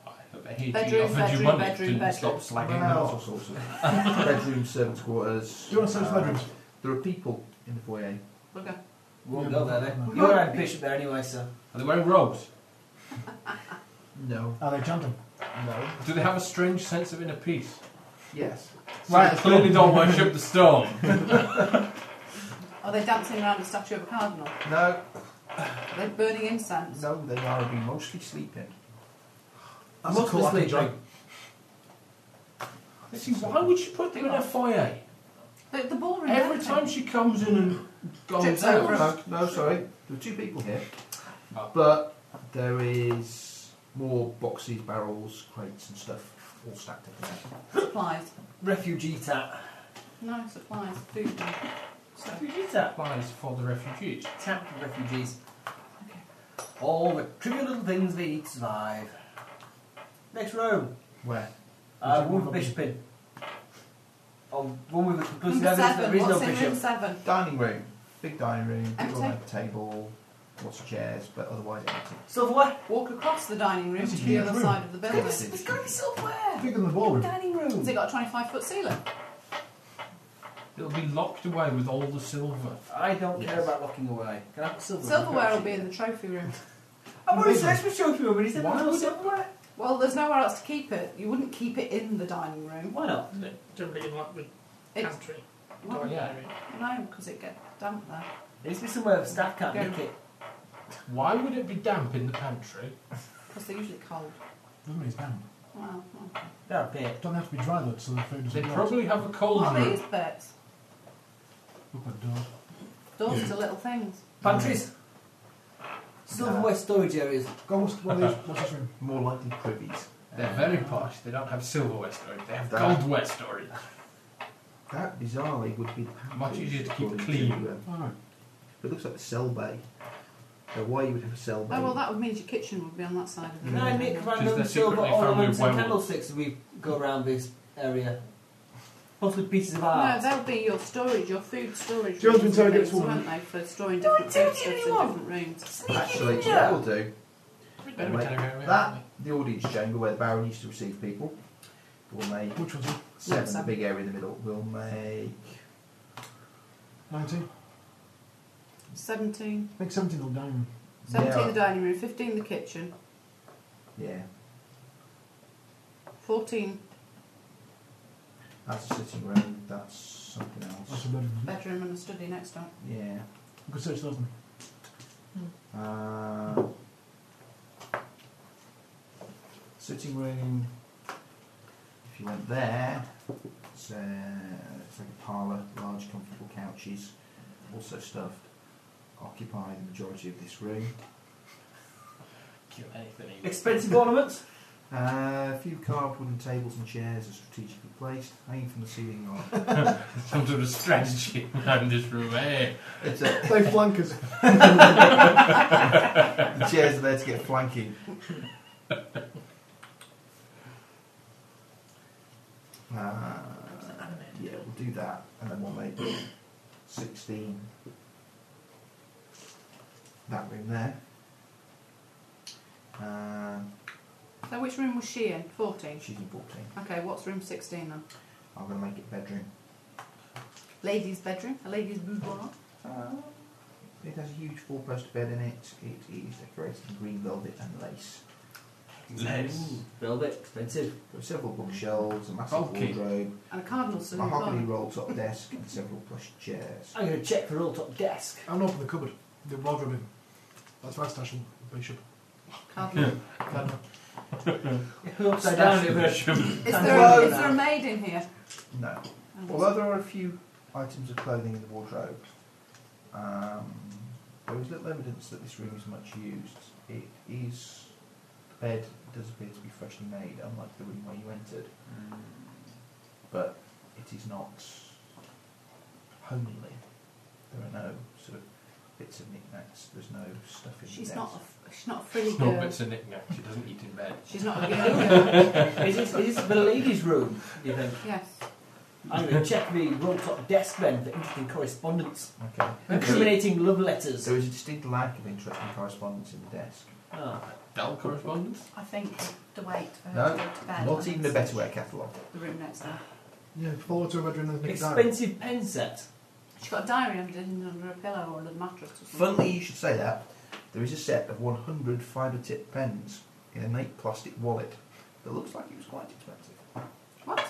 Speaker 4: I bet he
Speaker 5: Bedroom,
Speaker 4: offered you
Speaker 5: bedroom,
Speaker 4: money.
Speaker 5: bedroom,
Speaker 4: didn't
Speaker 5: bedroom.
Speaker 4: stop slagging
Speaker 3: Well,
Speaker 4: them
Speaker 3: all
Speaker 4: off.
Speaker 3: sorts of bedrooms, servants' quarters.
Speaker 8: Do you want to search the
Speaker 3: um,
Speaker 8: bedrooms?
Speaker 3: There are people in the foyer.
Speaker 5: Okay.
Speaker 6: Won't go there then.
Speaker 8: No.
Speaker 6: You're around bishop there anyway, so.
Speaker 4: Are they wearing robes?
Speaker 3: No.
Speaker 8: Are they chanting?
Speaker 3: No.
Speaker 4: Do they have a strange sense of inner peace?
Speaker 3: Yes.
Speaker 4: So right,
Speaker 8: let's
Speaker 4: clearly
Speaker 8: go.
Speaker 4: don't worship the stone.
Speaker 5: Are they dancing around the statue of a cardinal?
Speaker 3: No.
Speaker 5: Are they burning incense?
Speaker 3: No. They are be mostly sleeping.
Speaker 6: I'm
Speaker 8: It's a cool
Speaker 6: mostly
Speaker 8: acting job.
Speaker 6: sleeping.
Speaker 4: See, why would she put them in a foyer?
Speaker 5: The, the ballroom.
Speaker 4: Every
Speaker 5: don't
Speaker 4: time she comes in and goes
Speaker 5: Tips
Speaker 4: out,
Speaker 5: over.
Speaker 3: No, no, sorry. There are two people here,
Speaker 4: Oh.
Speaker 3: but there is more boxes, barrels, crates, and stuff all stacked up. in there.
Speaker 5: they? Supplies.
Speaker 6: Refugee tap.
Speaker 5: No, supplies. Food. and stuff.
Speaker 6: Refugee tap.
Speaker 4: applies for the refugees.
Speaker 6: Tap for refugees. All the trivial little things they need to survive. Next row.
Speaker 3: Where?
Speaker 6: Uh,
Speaker 8: Which
Speaker 6: one with
Speaker 8: one?
Speaker 6: bishop in. Oh, one with the conclusive evidence
Speaker 5: Number
Speaker 6: that
Speaker 5: seven.
Speaker 6: there is no
Speaker 5: What's in room
Speaker 6: bishop.
Speaker 5: seven?
Speaker 3: Dining room. Big dining room. Big
Speaker 5: Empty.
Speaker 3: round table. Lots of chairs, but otherwise empty.
Speaker 6: Silverware.
Speaker 5: Walk across the dining room
Speaker 8: It's a
Speaker 5: to the
Speaker 8: huge
Speaker 5: other
Speaker 8: room.
Speaker 5: side of the building.
Speaker 3: Goodness, it's
Speaker 5: gotta be silverware.
Speaker 8: Bigger than the ballroom.
Speaker 6: Dining room.
Speaker 5: Has it got a 25 foot ceiling?
Speaker 4: It'll be locked away with all the silver.
Speaker 6: I don't care
Speaker 3: Yes.
Speaker 6: about locking away. Can I have silverware?
Speaker 5: Silverware will be in the trophy room.
Speaker 6: I've already searched for trophy room, and he said
Speaker 4: Why
Speaker 6: there's no
Speaker 4: would it-
Speaker 6: silverware.
Speaker 5: Well, there's nowhere else to keep it. You wouldn't keep it in the dining room.
Speaker 6: Why not?
Speaker 7: Isn't it generally in like the
Speaker 5: It's,
Speaker 7: pantry?
Speaker 5: well,
Speaker 4: Oh, yeah.
Speaker 5: no, because it gets damp there.
Speaker 6: It needs to be somewhere staff can't
Speaker 5: Go.
Speaker 6: nick it.
Speaker 4: Why would it be damp in the pantry?
Speaker 5: Because they're usually cold.
Speaker 8: Doesn't mean it's damp.
Speaker 5: Well, well.
Speaker 6: They're a bit.
Speaker 8: Don't have to be dry though, so the food
Speaker 4: They
Speaker 8: doesn't rot.
Speaker 4: probably have a cold
Speaker 5: What are these
Speaker 4: room.
Speaker 5: bits?
Speaker 8: Look at the door.
Speaker 5: Doors are little things.
Speaker 6: Pantries. Silverware storage areas.
Speaker 3: Mm.
Speaker 8: Go, what's, what are these, what's this room?
Speaker 3: More likely privies.
Speaker 4: They're very posh. They don't have silverware storage. They have
Speaker 3: Damn.
Speaker 4: goldware storage.
Speaker 3: That bizarrely would be the pantry,
Speaker 4: Much easier to keep
Speaker 3: according
Speaker 4: clean.
Speaker 3: to, um,
Speaker 8: Alright.
Speaker 3: it looks like a cell bay. So why you would have a cell bay?
Speaker 5: Oh, well, that would mean your kitchen would be on that side of the
Speaker 6: Can I
Speaker 5: room.
Speaker 6: nick
Speaker 4: they're
Speaker 6: random silver
Speaker 4: secretly a family
Speaker 6: ornaments
Speaker 4: of
Speaker 6: and
Speaker 4: werewolves.
Speaker 6: candlesticks as we go around this area? Possibly pieces of
Speaker 5: No,
Speaker 6: art.
Speaker 5: that'll be your storage, your food storage.
Speaker 8: Jill's been
Speaker 5: rooms
Speaker 8: told
Speaker 5: and
Speaker 8: it's
Speaker 5: things,
Speaker 8: woman.
Speaker 5: Weren't they for storing
Speaker 6: No, I
Speaker 5: different
Speaker 6: don't
Speaker 5: food
Speaker 6: need
Speaker 5: stuffs in
Speaker 6: anyone.
Speaker 5: different rooms?
Speaker 3: Actually,
Speaker 6: Sneaky ninja.
Speaker 3: that will do.
Speaker 7: Better
Speaker 3: Right.
Speaker 7: be telling her,
Speaker 3: That, the audience chamber where the Baron used to receive people, will make
Speaker 8: Which one's it?
Speaker 3: seven, the
Speaker 5: seven.
Speaker 3: big area in the middle, will make
Speaker 8: 19?
Speaker 5: Seventeen.
Speaker 8: Make 17 on the dining room.
Speaker 5: Seventeen the
Speaker 3: yeah,
Speaker 5: dining room, fifteen the kitchen,
Speaker 3: yeah,
Speaker 5: fourteen
Speaker 3: that's a sitting room, that's something
Speaker 8: That's
Speaker 3: else.
Speaker 8: a bedroom. isn't it?
Speaker 5: bedroom and a study next door.
Speaker 3: Yeah.
Speaker 8: You could search those then.
Speaker 3: Uh, sitting room. If you went there, it's, uh, it's like a parlour, large comfortable couches, also stuffed. occupy the majority of this room.
Speaker 4: Kill anything. he wants.
Speaker 6: Expensive ornaments?
Speaker 3: Uh, a few carved wooden tables and chairs are strategically placed, hanging from the ceiling are
Speaker 4: Some sort of strategy behind this room, eh?
Speaker 3: it's a,
Speaker 8: They flank us.
Speaker 3: the chairs are there to get flanking. Uh, yeah, we'll do that, and then we'll make sixteen. That room there. Um,
Speaker 5: So which room was she in? 14.
Speaker 3: she's in fourteen.
Speaker 5: Okay, what's room 16 then?
Speaker 3: I'm gonna make it bedroom.
Speaker 5: Ladies' bedroom? A ladies' boudoir?
Speaker 3: Uh, it has a huge four-post bed in it. It is decorated in green velvet and lace.
Speaker 4: Let's.
Speaker 6: Ooh, velvet, expensive.
Speaker 3: There are several bookshelves, a massive
Speaker 4: Okay.
Speaker 3: wardrobe,
Speaker 5: And a cardinal
Speaker 3: a
Speaker 5: suit?
Speaker 3: mahogany
Speaker 5: blimey.
Speaker 3: roll-top desk, and several plush chairs.
Speaker 5: Ah.
Speaker 6: I'm going to check for all top desk.
Speaker 8: I'm not in the cupboard. The wardrobe in. That's my stash and bishop.
Speaker 5: Cardinal.
Speaker 8: Then,
Speaker 6: Upside down, it was-
Speaker 5: Is
Speaker 6: And
Speaker 5: there, a,
Speaker 6: clothes.
Speaker 5: is there a maid in here?
Speaker 3: No.
Speaker 5: Oh,
Speaker 3: Although there are a few items of clothing in the wardrobe, um, there is little evidence that this room is much used. It is the bed does appear to be freshly made, unlike the room where you entered,
Speaker 5: Mm.
Speaker 3: but it is not homely. There are no sort of bits of knickknacks. There's no stuff in
Speaker 5: She's
Speaker 3: the
Speaker 5: not, a,
Speaker 3: desk.
Speaker 5: f- she's not a frilly
Speaker 4: No
Speaker 5: girl.
Speaker 4: bits of knick-knack. She doesn't eat in bed.
Speaker 5: She's not a girl.
Speaker 6: Is this, is this the ladies' room, do you think?
Speaker 5: yes.
Speaker 6: I'm going to check the roll top desk then for interesting correspondence.
Speaker 3: Okay.
Speaker 6: Incriminating love letters.
Speaker 3: There is a distinct lack of interesting correspondence in the desk.
Speaker 6: Oh.
Speaker 4: Dull correspondence?
Speaker 5: I think the wait for
Speaker 3: No,
Speaker 5: her to go to bed.
Speaker 3: Not
Speaker 5: and
Speaker 3: even a
Speaker 5: it's
Speaker 3: Betterware catalogue.
Speaker 5: The room next door.
Speaker 8: yeah, follow her to her bedroom and then take down.
Speaker 6: Expensive pen set.
Speaker 5: She got a diary under, under a pillow or under the mattress or something.
Speaker 3: Funnily, you should say that. There is a set of 100 fibre tip pens in a neat plastic wallet that looks like it was quite expensive.
Speaker 5: What?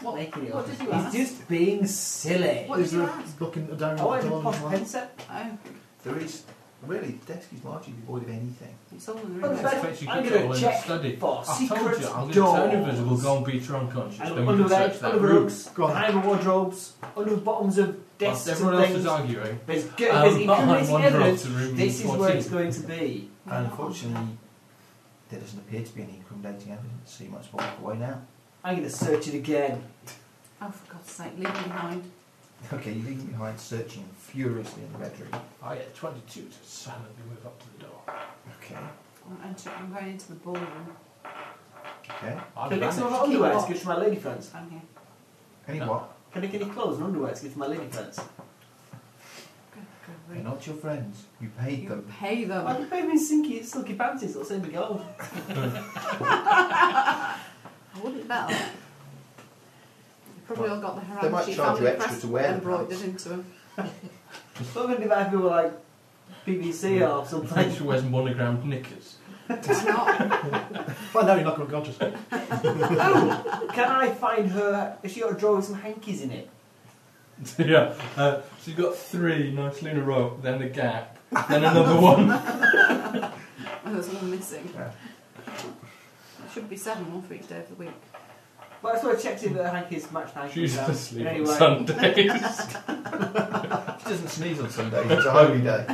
Speaker 5: What,
Speaker 6: Making it
Speaker 5: what
Speaker 6: up.
Speaker 5: did you
Speaker 6: He's
Speaker 5: ask?
Speaker 6: just being silly.
Speaker 5: What did
Speaker 8: Is there
Speaker 5: you
Speaker 8: a
Speaker 5: ask?
Speaker 8: book in a diary?
Speaker 6: Oh, I wanted
Speaker 8: door
Speaker 6: a
Speaker 8: and
Speaker 6: posh
Speaker 8: all
Speaker 6: pen
Speaker 8: that?
Speaker 6: set.
Speaker 5: Oh,
Speaker 3: There is, really, the desk is largely devoid of anything.
Speaker 5: it's all in the
Speaker 6: Well,
Speaker 5: room.
Speaker 6: it's like-
Speaker 5: next door.
Speaker 4: Expect you
Speaker 6: I'm
Speaker 4: could
Speaker 6: gonna
Speaker 4: go in
Speaker 6: check
Speaker 4: and study.
Speaker 6: for
Speaker 4: I told
Speaker 6: secret
Speaker 4: you, I'm going to turn
Speaker 6: doors.
Speaker 4: invisible, go and beat your unconscious.
Speaker 6: And
Speaker 4: Then you
Speaker 6: under
Speaker 4: can
Speaker 6: bed,
Speaker 4: search that
Speaker 6: under the
Speaker 4: room.
Speaker 6: rugs,
Speaker 8: Go on.
Speaker 6: behind the wardrobes, under the bottoms of desks
Speaker 4: Whilst
Speaker 6: and
Speaker 4: everyone else
Speaker 6: things.
Speaker 4: is Um, arguing,
Speaker 6: There's, good, there's
Speaker 4: I'm behind
Speaker 6: incriminating
Speaker 4: one room
Speaker 6: evidence.
Speaker 4: to room
Speaker 6: This is where
Speaker 4: 14.
Speaker 6: it's going to be.
Speaker 3: And unfortunately, there doesn't appear to be any incriminating evidence, so you might as well walk away now.
Speaker 6: I'm going to search it again.
Speaker 5: Oh, for God's sake, leave me behind.
Speaker 3: Okay, you leave him behind, searching furiously in the bedroom.
Speaker 4: I get 22 to silently move up to the door.
Speaker 3: Okay,
Speaker 5: I'm, enter- I'm going into the ballroom.
Speaker 3: okay.
Speaker 4: I
Speaker 6: Can I get some of my
Speaker 4: vanish.
Speaker 5: Keep
Speaker 6: underwear to
Speaker 5: watch.
Speaker 6: give to my lady friends?
Speaker 5: I'm here.
Speaker 3: Any
Speaker 4: No.
Speaker 3: what?
Speaker 6: Can I get any clothes and underwear to give to my lady friends?
Speaker 5: Go, go,
Speaker 3: They're
Speaker 5: read.
Speaker 3: not your friends. You paid
Speaker 5: You
Speaker 3: them.
Speaker 5: pay them.
Speaker 6: I can pay me in silky, silky panties, I'll send me gold.
Speaker 5: I wouldn't bet on it. They've Probably all got the
Speaker 3: They might
Speaker 5: Haraguchi
Speaker 3: charge you
Speaker 5: family
Speaker 3: extra
Speaker 5: crest
Speaker 3: to wear the
Speaker 5: embroidered
Speaker 3: pants.
Speaker 5: into them.
Speaker 6: But then if I have like BBC or
Speaker 4: Thanks
Speaker 6: something,
Speaker 4: for wearing monogrammed knickers.
Speaker 5: Why not?
Speaker 8: Find out you're not unconscious.
Speaker 6: can I find her? Has she got a drawer with some hankies in it?
Speaker 4: yeah, uh, so you've got three nicely in a row, then a gap, then another one.
Speaker 5: Oh, There's one missing.
Speaker 3: Yeah.
Speaker 5: There should be seven, one for each day of the week.
Speaker 6: But that's what I checked if the hankies match the hankies.
Speaker 4: She's
Speaker 6: now.
Speaker 4: asleep on
Speaker 6: Anyway,
Speaker 4: Sundays.
Speaker 3: She doesn't sneeze on Sundays. It's a holy day.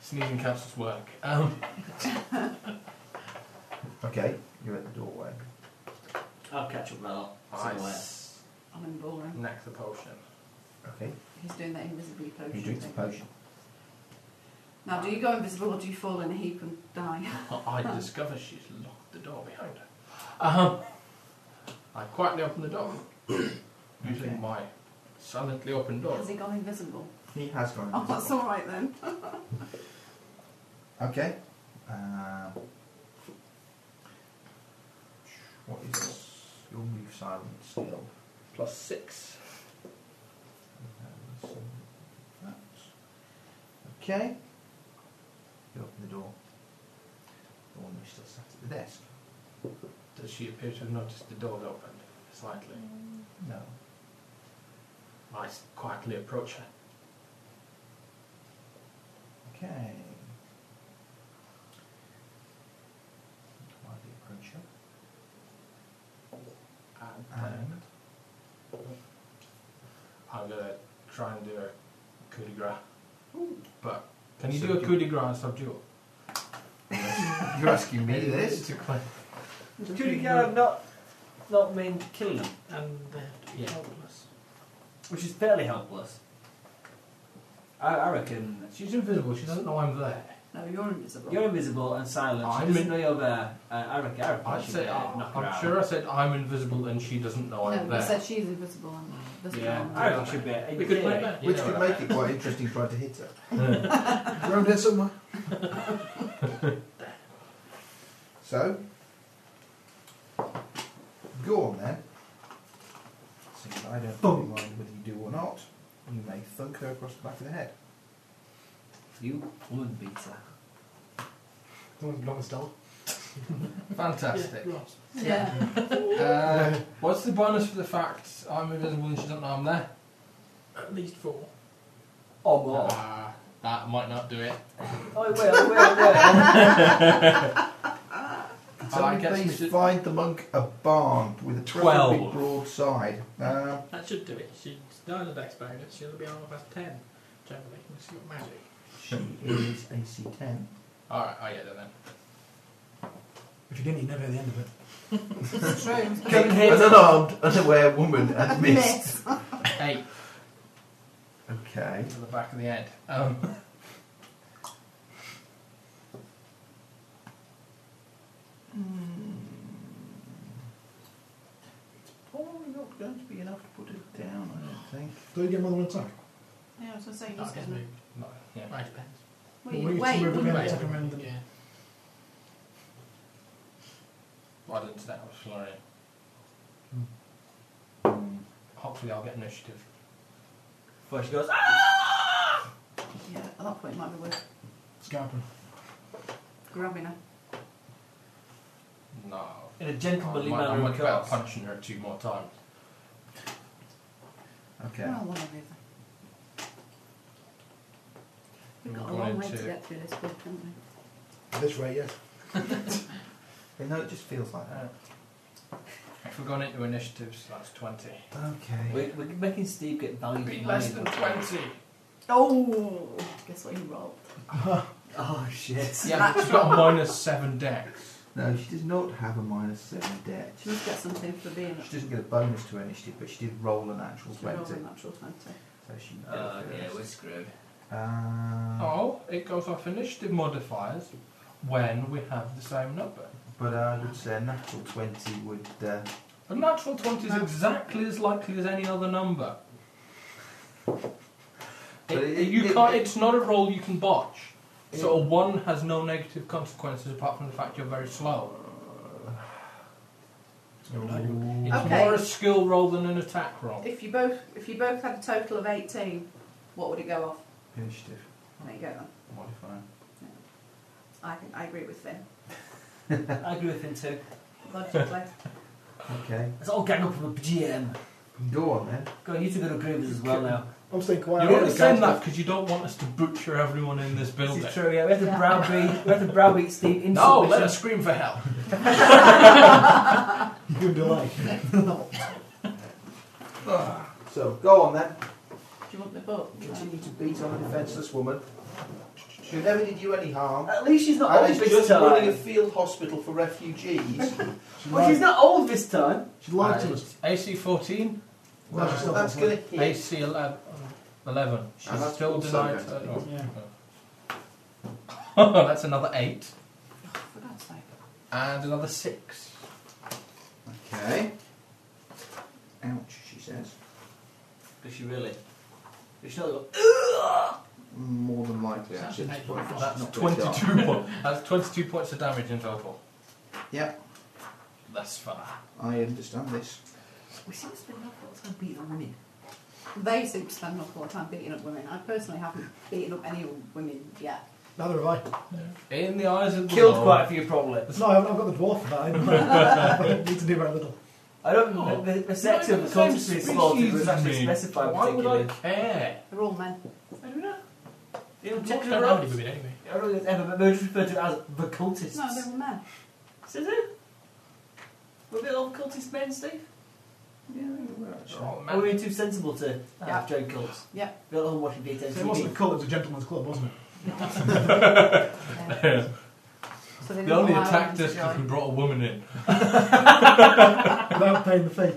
Speaker 4: Sneezing caps is work. Um,
Speaker 3: Okay, you're at the doorway.
Speaker 6: I'll catch up with that
Speaker 4: I
Speaker 6: somewhere.
Speaker 5: I'm in the ballroom.
Speaker 4: snack the potion.
Speaker 3: Okay,
Speaker 5: He's doing that invisible potion
Speaker 3: you drink the
Speaker 5: thing.
Speaker 3: potion.
Speaker 5: Now, do you go invisible or do you fall in a heap and die?
Speaker 4: I discover she's locked the door behind her. Um, I quietly open the door using
Speaker 3: Okay.
Speaker 4: my silently open door.
Speaker 5: Has he gone invisible?
Speaker 3: He has gone.
Speaker 5: Oh, that's all right then.
Speaker 3: Okay. Um, what is your move silent still?
Speaker 4: Plus six.
Speaker 3: And so that. Okay. You open the door. The one who's still sat at the desk.
Speaker 4: Does she appear to have noticed the door's opened slightly?
Speaker 6: Mm.
Speaker 3: No.
Speaker 4: I s- quietly approach her.
Speaker 3: Okay. Quietly approach her. And
Speaker 4: And, uh,
Speaker 3: Uh-huh.
Speaker 4: I'm gonna try and do a coup de grace. But can you do a coup de grace and subdue it?
Speaker 3: You're asking me this?
Speaker 4: It's a que-
Speaker 6: Could you kind of not, not mean killing them,
Speaker 7: And they have to be
Speaker 4: Yeah.
Speaker 7: helpless.
Speaker 6: which is fairly helpless. I, I reckon
Speaker 4: She's invisible. She doesn't know I'm there.
Speaker 5: No, you're invisible.
Speaker 6: you're invisible and silent. She
Speaker 4: I'm
Speaker 6: doesn't
Speaker 4: in-
Speaker 6: know you're there. Uh, I reckon. I reckon
Speaker 4: I
Speaker 6: she
Speaker 4: said, "Ah,
Speaker 6: could, uh, knock her
Speaker 4: I'm
Speaker 6: out.
Speaker 4: sure I said I'm invisible and she doesn't know I'm
Speaker 5: no, you
Speaker 4: there.
Speaker 5: said she's invisible and doesn't
Speaker 4: Yeah.
Speaker 5: belong.
Speaker 6: I reckon she'd be. a-
Speaker 7: We could play
Speaker 6: yeah.
Speaker 7: that.
Speaker 4: You
Speaker 3: Which
Speaker 4: know
Speaker 3: could
Speaker 4: that.
Speaker 3: make it quite interesting trying to hit her.
Speaker 8: Around here somewhere.
Speaker 3: So, go on then. Since I don't really mind whether you do or not, you may thunk her across the back of the head.
Speaker 6: You woman beater.
Speaker 4: Fantastic.
Speaker 7: Yeah, lots.
Speaker 5: Yeah.
Speaker 4: Uh, what's the bonus for the fact I'm invisible and she doesn't know I'm there?
Speaker 7: At least four.
Speaker 6: Or more.
Speaker 4: Ah, that might not do it.
Speaker 6: Oh, wait, wait, wait.
Speaker 3: Can
Speaker 4: Oh, I
Speaker 3: somebody
Speaker 4: guess we
Speaker 3: please
Speaker 4: should-
Speaker 3: find the monk a barn with a
Speaker 6: Twelve.
Speaker 3: terrific broadside? Uh,
Speaker 7: That should do it. She's not an dex bonus. She'll be on past ten, generally. when She's got magic.
Speaker 3: she is AC 10.
Speaker 4: Alright, I get it then.
Speaker 8: If you didn't, you'd never hear the end of it.
Speaker 5: It's true.
Speaker 6: Kevin
Speaker 3: An
Speaker 6: Hayes.
Speaker 3: unarmed, unaware woman and missed.
Speaker 5: Miss.
Speaker 4: Eight
Speaker 3: Okay.
Speaker 4: to the back of the head. Um,
Speaker 3: Probably not going to be enough to put it down, I don't think.
Speaker 8: Do you get another one attack?
Speaker 5: Yeah, I was going to say, you
Speaker 4: no,
Speaker 5: just
Speaker 4: it
Speaker 5: get
Speaker 4: gets
Speaker 5: them.
Speaker 4: moved. No, yeah.
Speaker 7: Right, depends.
Speaker 5: Wait,
Speaker 8: Well, we
Speaker 5: wait,
Speaker 8: need to move
Speaker 5: wouldn't
Speaker 8: again.
Speaker 5: it?
Speaker 8: Attack around them.
Speaker 7: Yeah.
Speaker 4: Well, I didn't say that I was flurrying. Hopefully I'll get initiative.
Speaker 6: Before she goes, ah!
Speaker 5: Yeah, at that point, it might be worth
Speaker 8: Scalping.
Speaker 5: grabbing her.
Speaker 4: No.
Speaker 6: In a
Speaker 4: I
Speaker 6: gentlemanly
Speaker 4: might, I
Speaker 6: manner,
Speaker 4: might
Speaker 6: of
Speaker 4: be better
Speaker 6: course.
Speaker 4: punching her two more times.
Speaker 3: Okay.
Speaker 5: Well, Oh, one of the other. We've got a
Speaker 4: Going
Speaker 5: long way to
Speaker 4: into-
Speaker 5: get through this book, haven't we?
Speaker 8: At this rate, yes.
Speaker 3: You know, it just feels like
Speaker 4: Uh,
Speaker 3: that.
Speaker 4: if we're going into initiatives, that's 20.
Speaker 3: Okay.
Speaker 6: We're, we're making Steve get valued.
Speaker 4: Be
Speaker 6: money,
Speaker 4: less than
Speaker 6: though.
Speaker 4: 20!
Speaker 5: Oh, guess what you rolled?
Speaker 6: Oh shit.
Speaker 4: Yeah, but she's got a minus 7 dex.
Speaker 3: No, she does not have a minus 7 debt.
Speaker 5: She must get something for being
Speaker 3: She doesn't get a bonus to her initiative, but she did roll an actual
Speaker 5: she rolled
Speaker 3: 20.
Speaker 5: a natural 20.
Speaker 3: So she did
Speaker 6: Uh, yeah,
Speaker 3: it
Speaker 6: we're
Speaker 3: first.
Speaker 6: screwed.
Speaker 3: Uh,
Speaker 4: Oh, it goes off initiative modifiers when we have the same number.
Speaker 3: But I would say a natural 20 would. Uh,
Speaker 4: A natural 20 is exactly as likely as any other number. It,
Speaker 3: But it-
Speaker 4: you
Speaker 3: it-
Speaker 4: can't, it's not a roll you can botch. So a
Speaker 3: It-
Speaker 4: 1 has no negative consequences apart from the fact you're very slow. It's
Speaker 5: Okay.
Speaker 4: more a skill roll than an attack roll.
Speaker 5: If you both if you both had a total of 18, what would it go off?
Speaker 3: initiative
Speaker 5: There you go then.
Speaker 3: modifier.
Speaker 5: I, think, I agree with Finn.
Speaker 6: I agree with him too.
Speaker 5: Logically.
Speaker 3: Okay.
Speaker 6: Let's all gang up from the GM.
Speaker 3: Go on then.
Speaker 6: Go, you two got to agree with us as well now.
Speaker 8: I'm staying quiet.
Speaker 4: You're only saying that because you don't want us to butcher everyone in this building.
Speaker 6: This is true, yeah. We have to
Speaker 5: Yeah.
Speaker 6: browbeat, we have to browbeat Steve into
Speaker 4: No,
Speaker 6: submission.
Speaker 4: let us scream for help.
Speaker 8: You can delay.
Speaker 3: Ah. So, go on then.
Speaker 5: Do you want the book?
Speaker 3: Continue to beat on a defenceless woman. Who never did you any harm.
Speaker 6: At least she's not
Speaker 3: And
Speaker 6: old
Speaker 3: is
Speaker 6: this
Speaker 3: just running a
Speaker 6: time.
Speaker 3: field hospital for refugees.
Speaker 8: She
Speaker 6: Well, she's
Speaker 8: lied,
Speaker 6: not old this time.
Speaker 8: she lied to us.
Speaker 4: AC 14,
Speaker 3: well,
Speaker 8: she's not
Speaker 3: that's
Speaker 8: one.
Speaker 3: going to hit.
Speaker 4: AC 11. 11. She's
Speaker 3: And Ah, that's
Speaker 4: still
Speaker 3: also
Speaker 4: denied.
Speaker 3: going to
Speaker 4: her-
Speaker 8: Yeah.
Speaker 4: oh. that's another 8.
Speaker 5: For God's sake.
Speaker 4: And another 6.
Speaker 3: Okay. Ouch, she says.
Speaker 6: Does she really? Does she not go,
Speaker 3: More than likely,
Speaker 7: That's
Speaker 3: actually.
Speaker 7: an
Speaker 3: at this
Speaker 7: eight.
Speaker 3: point,
Speaker 4: That's
Speaker 3: not gonna die.
Speaker 4: 22 points. That's 22 points of damage in total.
Speaker 3: Yeah,
Speaker 4: That's far.
Speaker 3: I understand this.
Speaker 6: we seem to spend an awful lot of time beating on women.
Speaker 5: They seem to spend an awful lot of time beating up women. I personally haven't beaten up any women yet.
Speaker 8: Neither have I.
Speaker 4: In the eyes of the
Speaker 6: Killed
Speaker 4: Lord.
Speaker 6: quite a few, probably.
Speaker 8: It's not, I haven't- I've got the dwarf for that. I don't- I need to do very little.
Speaker 6: I don't
Speaker 4: Oh.
Speaker 6: know. The, the sex
Speaker 4: You're
Speaker 6: of
Speaker 4: not
Speaker 6: the
Speaker 4: even the
Speaker 6: constituency
Speaker 4: same
Speaker 6: slaughtered
Speaker 4: species
Speaker 6: was
Speaker 4: as
Speaker 6: actually
Speaker 4: me.
Speaker 6: specified
Speaker 4: Why would I
Speaker 6: particularly.
Speaker 4: care?
Speaker 5: They're all men.
Speaker 6: I don't know. The
Speaker 7: Don't
Speaker 6: objective
Speaker 7: know how many
Speaker 6: rights.
Speaker 7: women anyway.
Speaker 6: I don't think ever, but they were just referred to as the cultists.
Speaker 5: No, they were men.
Speaker 6: Is it? Were they all cultist men, Steve?
Speaker 3: Yeah, well,
Speaker 7: Oh,
Speaker 4: all
Speaker 6: Are we
Speaker 4: men.
Speaker 6: being too sensible to uh,
Speaker 5: Yeah.
Speaker 6: join cults?
Speaker 5: Yeah.
Speaker 6: We got all watching data.
Speaker 8: So it wasn't a cult, it was a gentleman's club, wasn't it?
Speaker 5: Yeah.
Speaker 4: Yeah.
Speaker 5: Um, So they
Speaker 4: They
Speaker 5: didn't
Speaker 4: only
Speaker 5: allow
Speaker 4: attacked
Speaker 5: them
Speaker 4: us
Speaker 5: to
Speaker 4: because we
Speaker 5: join.
Speaker 4: brought a woman in.
Speaker 8: Without paying the fee.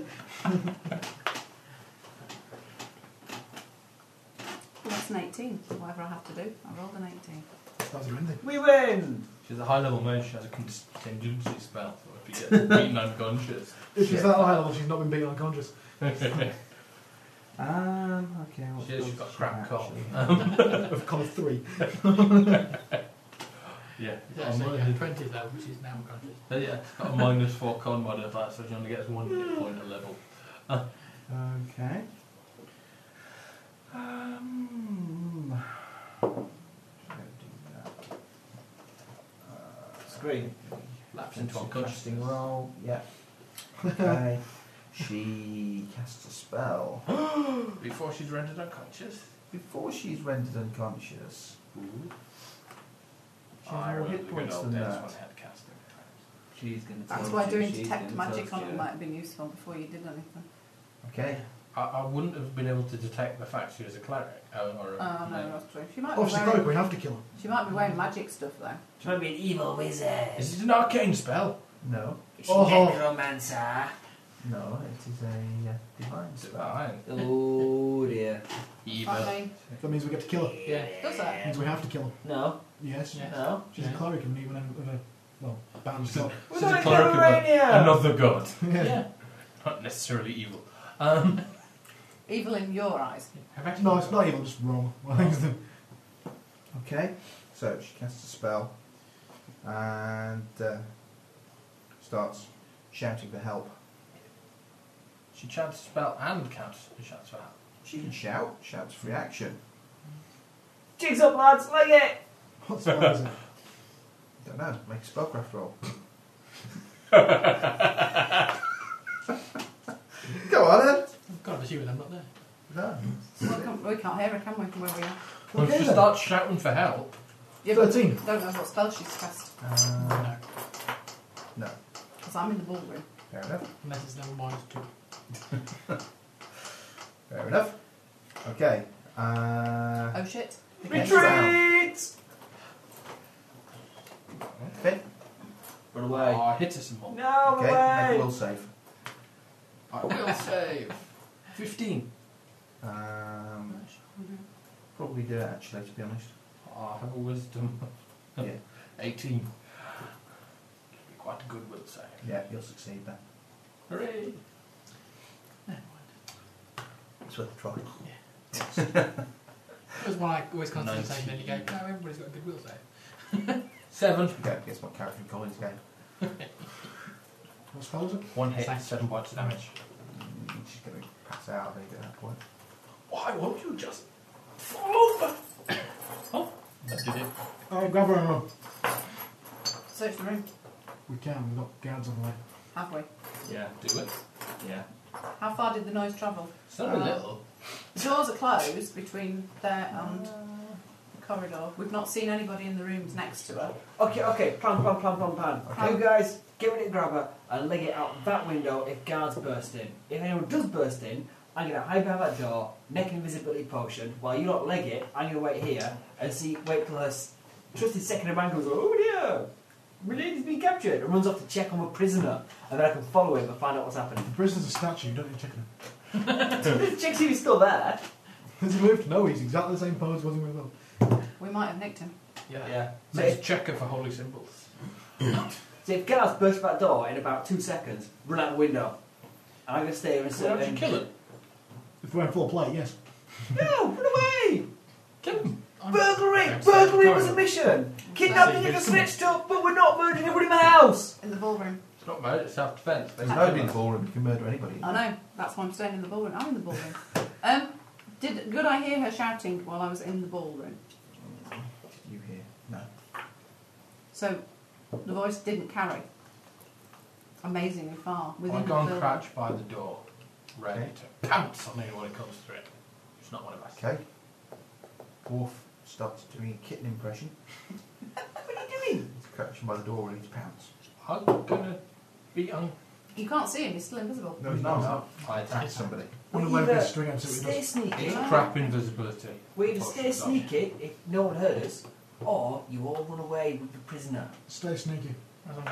Speaker 5: Well, that's an 18, so whatever I have to do. I rolled an 18.
Speaker 8: That was your ending.
Speaker 6: We win!
Speaker 4: She's a high level mage, she has a contingency spell, so if you get beaten unconscious.
Speaker 8: If she's
Speaker 4: Yeah.
Speaker 8: that high level, she's not been beaten unconscious.
Speaker 3: Um, okay. what
Speaker 4: She's
Speaker 3: does
Speaker 4: got
Speaker 3: she
Speaker 4: crap
Speaker 3: actually
Speaker 4: cold.
Speaker 3: have?
Speaker 8: Of colour three.
Speaker 4: Yeah.
Speaker 7: Yeah, so you had 20 though, which is now unconscious.
Speaker 4: Yeah, yeah, it's got a minus four con modifier, so she only gets one hit point a level.
Speaker 3: Okay. Um, shall I do that?
Speaker 6: Screen.
Speaker 4: Lapse into
Speaker 3: into a
Speaker 4: unconsciousness.
Speaker 3: casting roll. Yeah. Okay. she casts a spell
Speaker 4: Before she's rendered unconscious.
Speaker 3: before she's rendered unconscious. She
Speaker 4: I
Speaker 3: has more
Speaker 4: remember
Speaker 3: hit
Speaker 4: the good
Speaker 3: points
Speaker 4: old
Speaker 3: than
Speaker 4: days
Speaker 3: that.
Speaker 4: when I had casting.
Speaker 6: She's going to
Speaker 5: That's why doing detect magic on it might have been useful before you did anything.
Speaker 3: Okay.
Speaker 4: I, I wouldn't have been able to detect the fact she was a cleric uh, or a
Speaker 5: Oh, no,
Speaker 4: mage.
Speaker 5: that's true. She might, be
Speaker 8: Obviously, cleric,
Speaker 5: wearing,
Speaker 8: we have to kill him.
Speaker 5: she might be wearing magic stuff, though.
Speaker 6: She might be an evil wizard.
Speaker 4: Is it an arcane spell?
Speaker 3: No.
Speaker 6: She's
Speaker 8: Oh.
Speaker 6: oh. necromancer.
Speaker 3: No. It is a uh, divine
Speaker 4: Is it
Speaker 3: spell.
Speaker 4: fine?
Speaker 6: Oh dear.
Speaker 5: Aren't
Speaker 4: Evil.
Speaker 5: they?
Speaker 8: That means we get to kill her.
Speaker 7: Yeah.
Speaker 5: Does
Speaker 8: That
Speaker 5: that?
Speaker 8: means we have to kill him.
Speaker 6: No.
Speaker 8: Yes.
Speaker 7: Yeah.
Speaker 6: No.
Speaker 8: She's a
Speaker 7: Yeah.
Speaker 8: cleric and even with a, well, banned spell.
Speaker 4: She's a cleric of a- another god.
Speaker 8: Yeah.
Speaker 4: Not necessarily evil. Um,
Speaker 5: Evil in your eyes.
Speaker 4: have I-
Speaker 8: No, it's not evil, just wrong. Well, it's the-
Speaker 3: Okay. So she casts a spell and uh, starts shouting for help.
Speaker 4: She chants a spell and counts and shouts for help.
Speaker 3: She can shout. Shouts free action.
Speaker 6: Jigs up, lads. Like it.
Speaker 8: What spell is it?
Speaker 3: Don't know. Make a spellcraft roll. Go on then.
Speaker 7: God, assuming I'm not there.
Speaker 3: No.
Speaker 5: So we, can't, we can't hear her, can we, from where we are?
Speaker 4: Well, if
Speaker 8: Okay
Speaker 4: she
Speaker 8: then.
Speaker 4: starts shouting for help,
Speaker 5: Yeah, but
Speaker 8: 13.
Speaker 5: don't know what spell she's cast,
Speaker 3: Uh,
Speaker 7: No,
Speaker 3: no.
Speaker 5: because I'm in the ballroom.
Speaker 3: Fair enough.
Speaker 7: unless it's level minus two.
Speaker 3: Fair enough. Okay. Uh,
Speaker 5: Oh, shit.
Speaker 3: next round. Okay.
Speaker 6: Run away.
Speaker 4: I hit her some more.
Speaker 6: No,
Speaker 3: Okay. Make a will save.
Speaker 4: I will save. 15.
Speaker 3: Um, probably do it actually. To be honest.
Speaker 4: I have a wisdom.
Speaker 3: Yeah.
Speaker 4: 18. Quite a good will save.
Speaker 3: Yeah. You'll succeed then.
Speaker 4: Hooray!
Speaker 3: It's worth a try.
Speaker 7: That was one I always constantly saying, then you go,
Speaker 4: Nineteen.
Speaker 7: no, everybody's got a good will save.
Speaker 4: 7.
Speaker 3: Okay. Guess my character in Collins game.
Speaker 8: What spell is it?
Speaker 4: 1 hit,
Speaker 7: Thanks.
Speaker 4: 7 points of damage.
Speaker 3: Mm, She's going to pass out. I think at that point.
Speaker 4: Why won't you just fall over? oh, I did it.
Speaker 8: Alright, Uh, grab her and run.
Speaker 5: Search the room.
Speaker 8: We can, we've got guards on the way.
Speaker 5: Have we?
Speaker 4: Yeah, do it. Yeah.
Speaker 5: How far did the noise travel?
Speaker 4: It's not a
Speaker 5: Uh,
Speaker 4: little.
Speaker 5: Doors are closed between there and the corridor. We've not seen anybody in the rooms next to her.
Speaker 6: Okay, okay, plan, plan, plan, plan, plan.
Speaker 5: Okay.
Speaker 6: You guys, get rid of the grabber and leg it out that window if guards burst in. If anyone does burst in, I'm gonna hide behind that door, make an invisibility potion. While you lot leg it, I'm gonna wait here and see. Wait till her s- trusted second in comes comes. Oh dear, my lady's been captured and runs off to check on a prisoner, and then I can follow him and find out what's happened.
Speaker 8: The prisoner's a statue, you don't need to check him.
Speaker 6: Checks if he's still there.
Speaker 8: Has he moved? No, he's exactly the same pose, wasn't he? Well.
Speaker 5: We might have nicked him.
Speaker 4: Yeah.
Speaker 6: Yeah. So
Speaker 4: Let's
Speaker 6: if,
Speaker 4: check her for holy symbols.
Speaker 6: so if guards burst that door in about two seconds, run out the window. And I'm gonna stay here and sit.
Speaker 4: Why don't you
Speaker 6: and-
Speaker 4: kill it?
Speaker 8: If we're in full play, yes.
Speaker 6: No, run away!
Speaker 4: Kill him.
Speaker 6: Burglary!
Speaker 7: Outside the
Speaker 6: Burglary was a
Speaker 7: corridor.
Speaker 6: mission! Kidnapping
Speaker 7: Outside
Speaker 6: nigger
Speaker 7: the
Speaker 6: snitched up, but we're not murdering everybody in the house!
Speaker 5: In the ballroom.
Speaker 4: It's not murder, it's self defense.
Speaker 3: There's nobody in the ballroom who can murder anybody.
Speaker 5: I know. That's why I'm staying in the ballroom. I'm in the ballroom. Um, did could I hear her shouting while I was in the ballroom?
Speaker 3: Did you hear? No.
Speaker 5: So the voice didn't carry. Amazingly far within
Speaker 4: I
Speaker 5: the
Speaker 4: go and
Speaker 5: building.
Speaker 4: crouch by the door, ready
Speaker 3: Okay.
Speaker 4: to pounce on anyone who comes through it. It's not one of us.
Speaker 3: Okay. Dwarf starts doing a kitten impression. what are you doing? He's crouching by the door ready to pounce.
Speaker 4: I'm gonna be
Speaker 5: You can't see him, he's still invisible.
Speaker 3: No, he's
Speaker 9: No,
Speaker 3: not.
Speaker 9: no. I attacked somebody.
Speaker 8: One of
Speaker 6: We
Speaker 8: them
Speaker 6: either
Speaker 8: with string out so it
Speaker 6: Stay
Speaker 8: does.
Speaker 6: sneaky.
Speaker 4: It's crap invisibility.
Speaker 6: We
Speaker 4: Oh,
Speaker 6: either stay
Speaker 4: Unfortunately.
Speaker 6: sneaky if no one heard us, or you all run away with the prisoner.
Speaker 8: Stay sneaky.
Speaker 7: I'm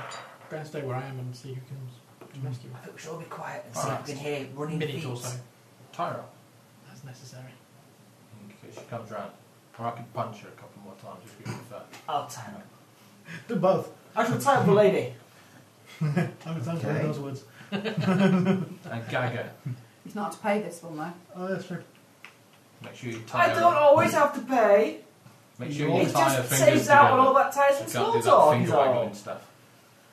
Speaker 7: going to stay where I am and see who comes to rescue me.
Speaker 6: I think we should all be quiet and see
Speaker 4: Alright.
Speaker 6: if we can hear running
Speaker 7: Minute
Speaker 6: feet.
Speaker 7: or so.
Speaker 4: Tyra,
Speaker 7: That's necessary.
Speaker 4: in case she comes round. Or I could punch her a couple more times if you prefer.
Speaker 6: I'll time her.
Speaker 8: Do both.
Speaker 6: I shall time the lady.
Speaker 8: I haven't time for
Speaker 3: Okay.
Speaker 8: those words.
Speaker 4: And gag her.
Speaker 5: He's not to pay this one though.
Speaker 8: Oh, that's true.
Speaker 4: Make sure you tie
Speaker 6: I
Speaker 4: her.
Speaker 6: don't always have to pay.
Speaker 4: Make sure you
Speaker 6: It
Speaker 4: tie her
Speaker 6: just
Speaker 4: fingers
Speaker 6: saves
Speaker 4: together.
Speaker 6: out on all that ties
Speaker 4: You
Speaker 6: and
Speaker 4: can't do
Speaker 6: small
Speaker 4: that
Speaker 6: talk. is
Speaker 4: finger
Speaker 6: all.
Speaker 4: waggling stuff.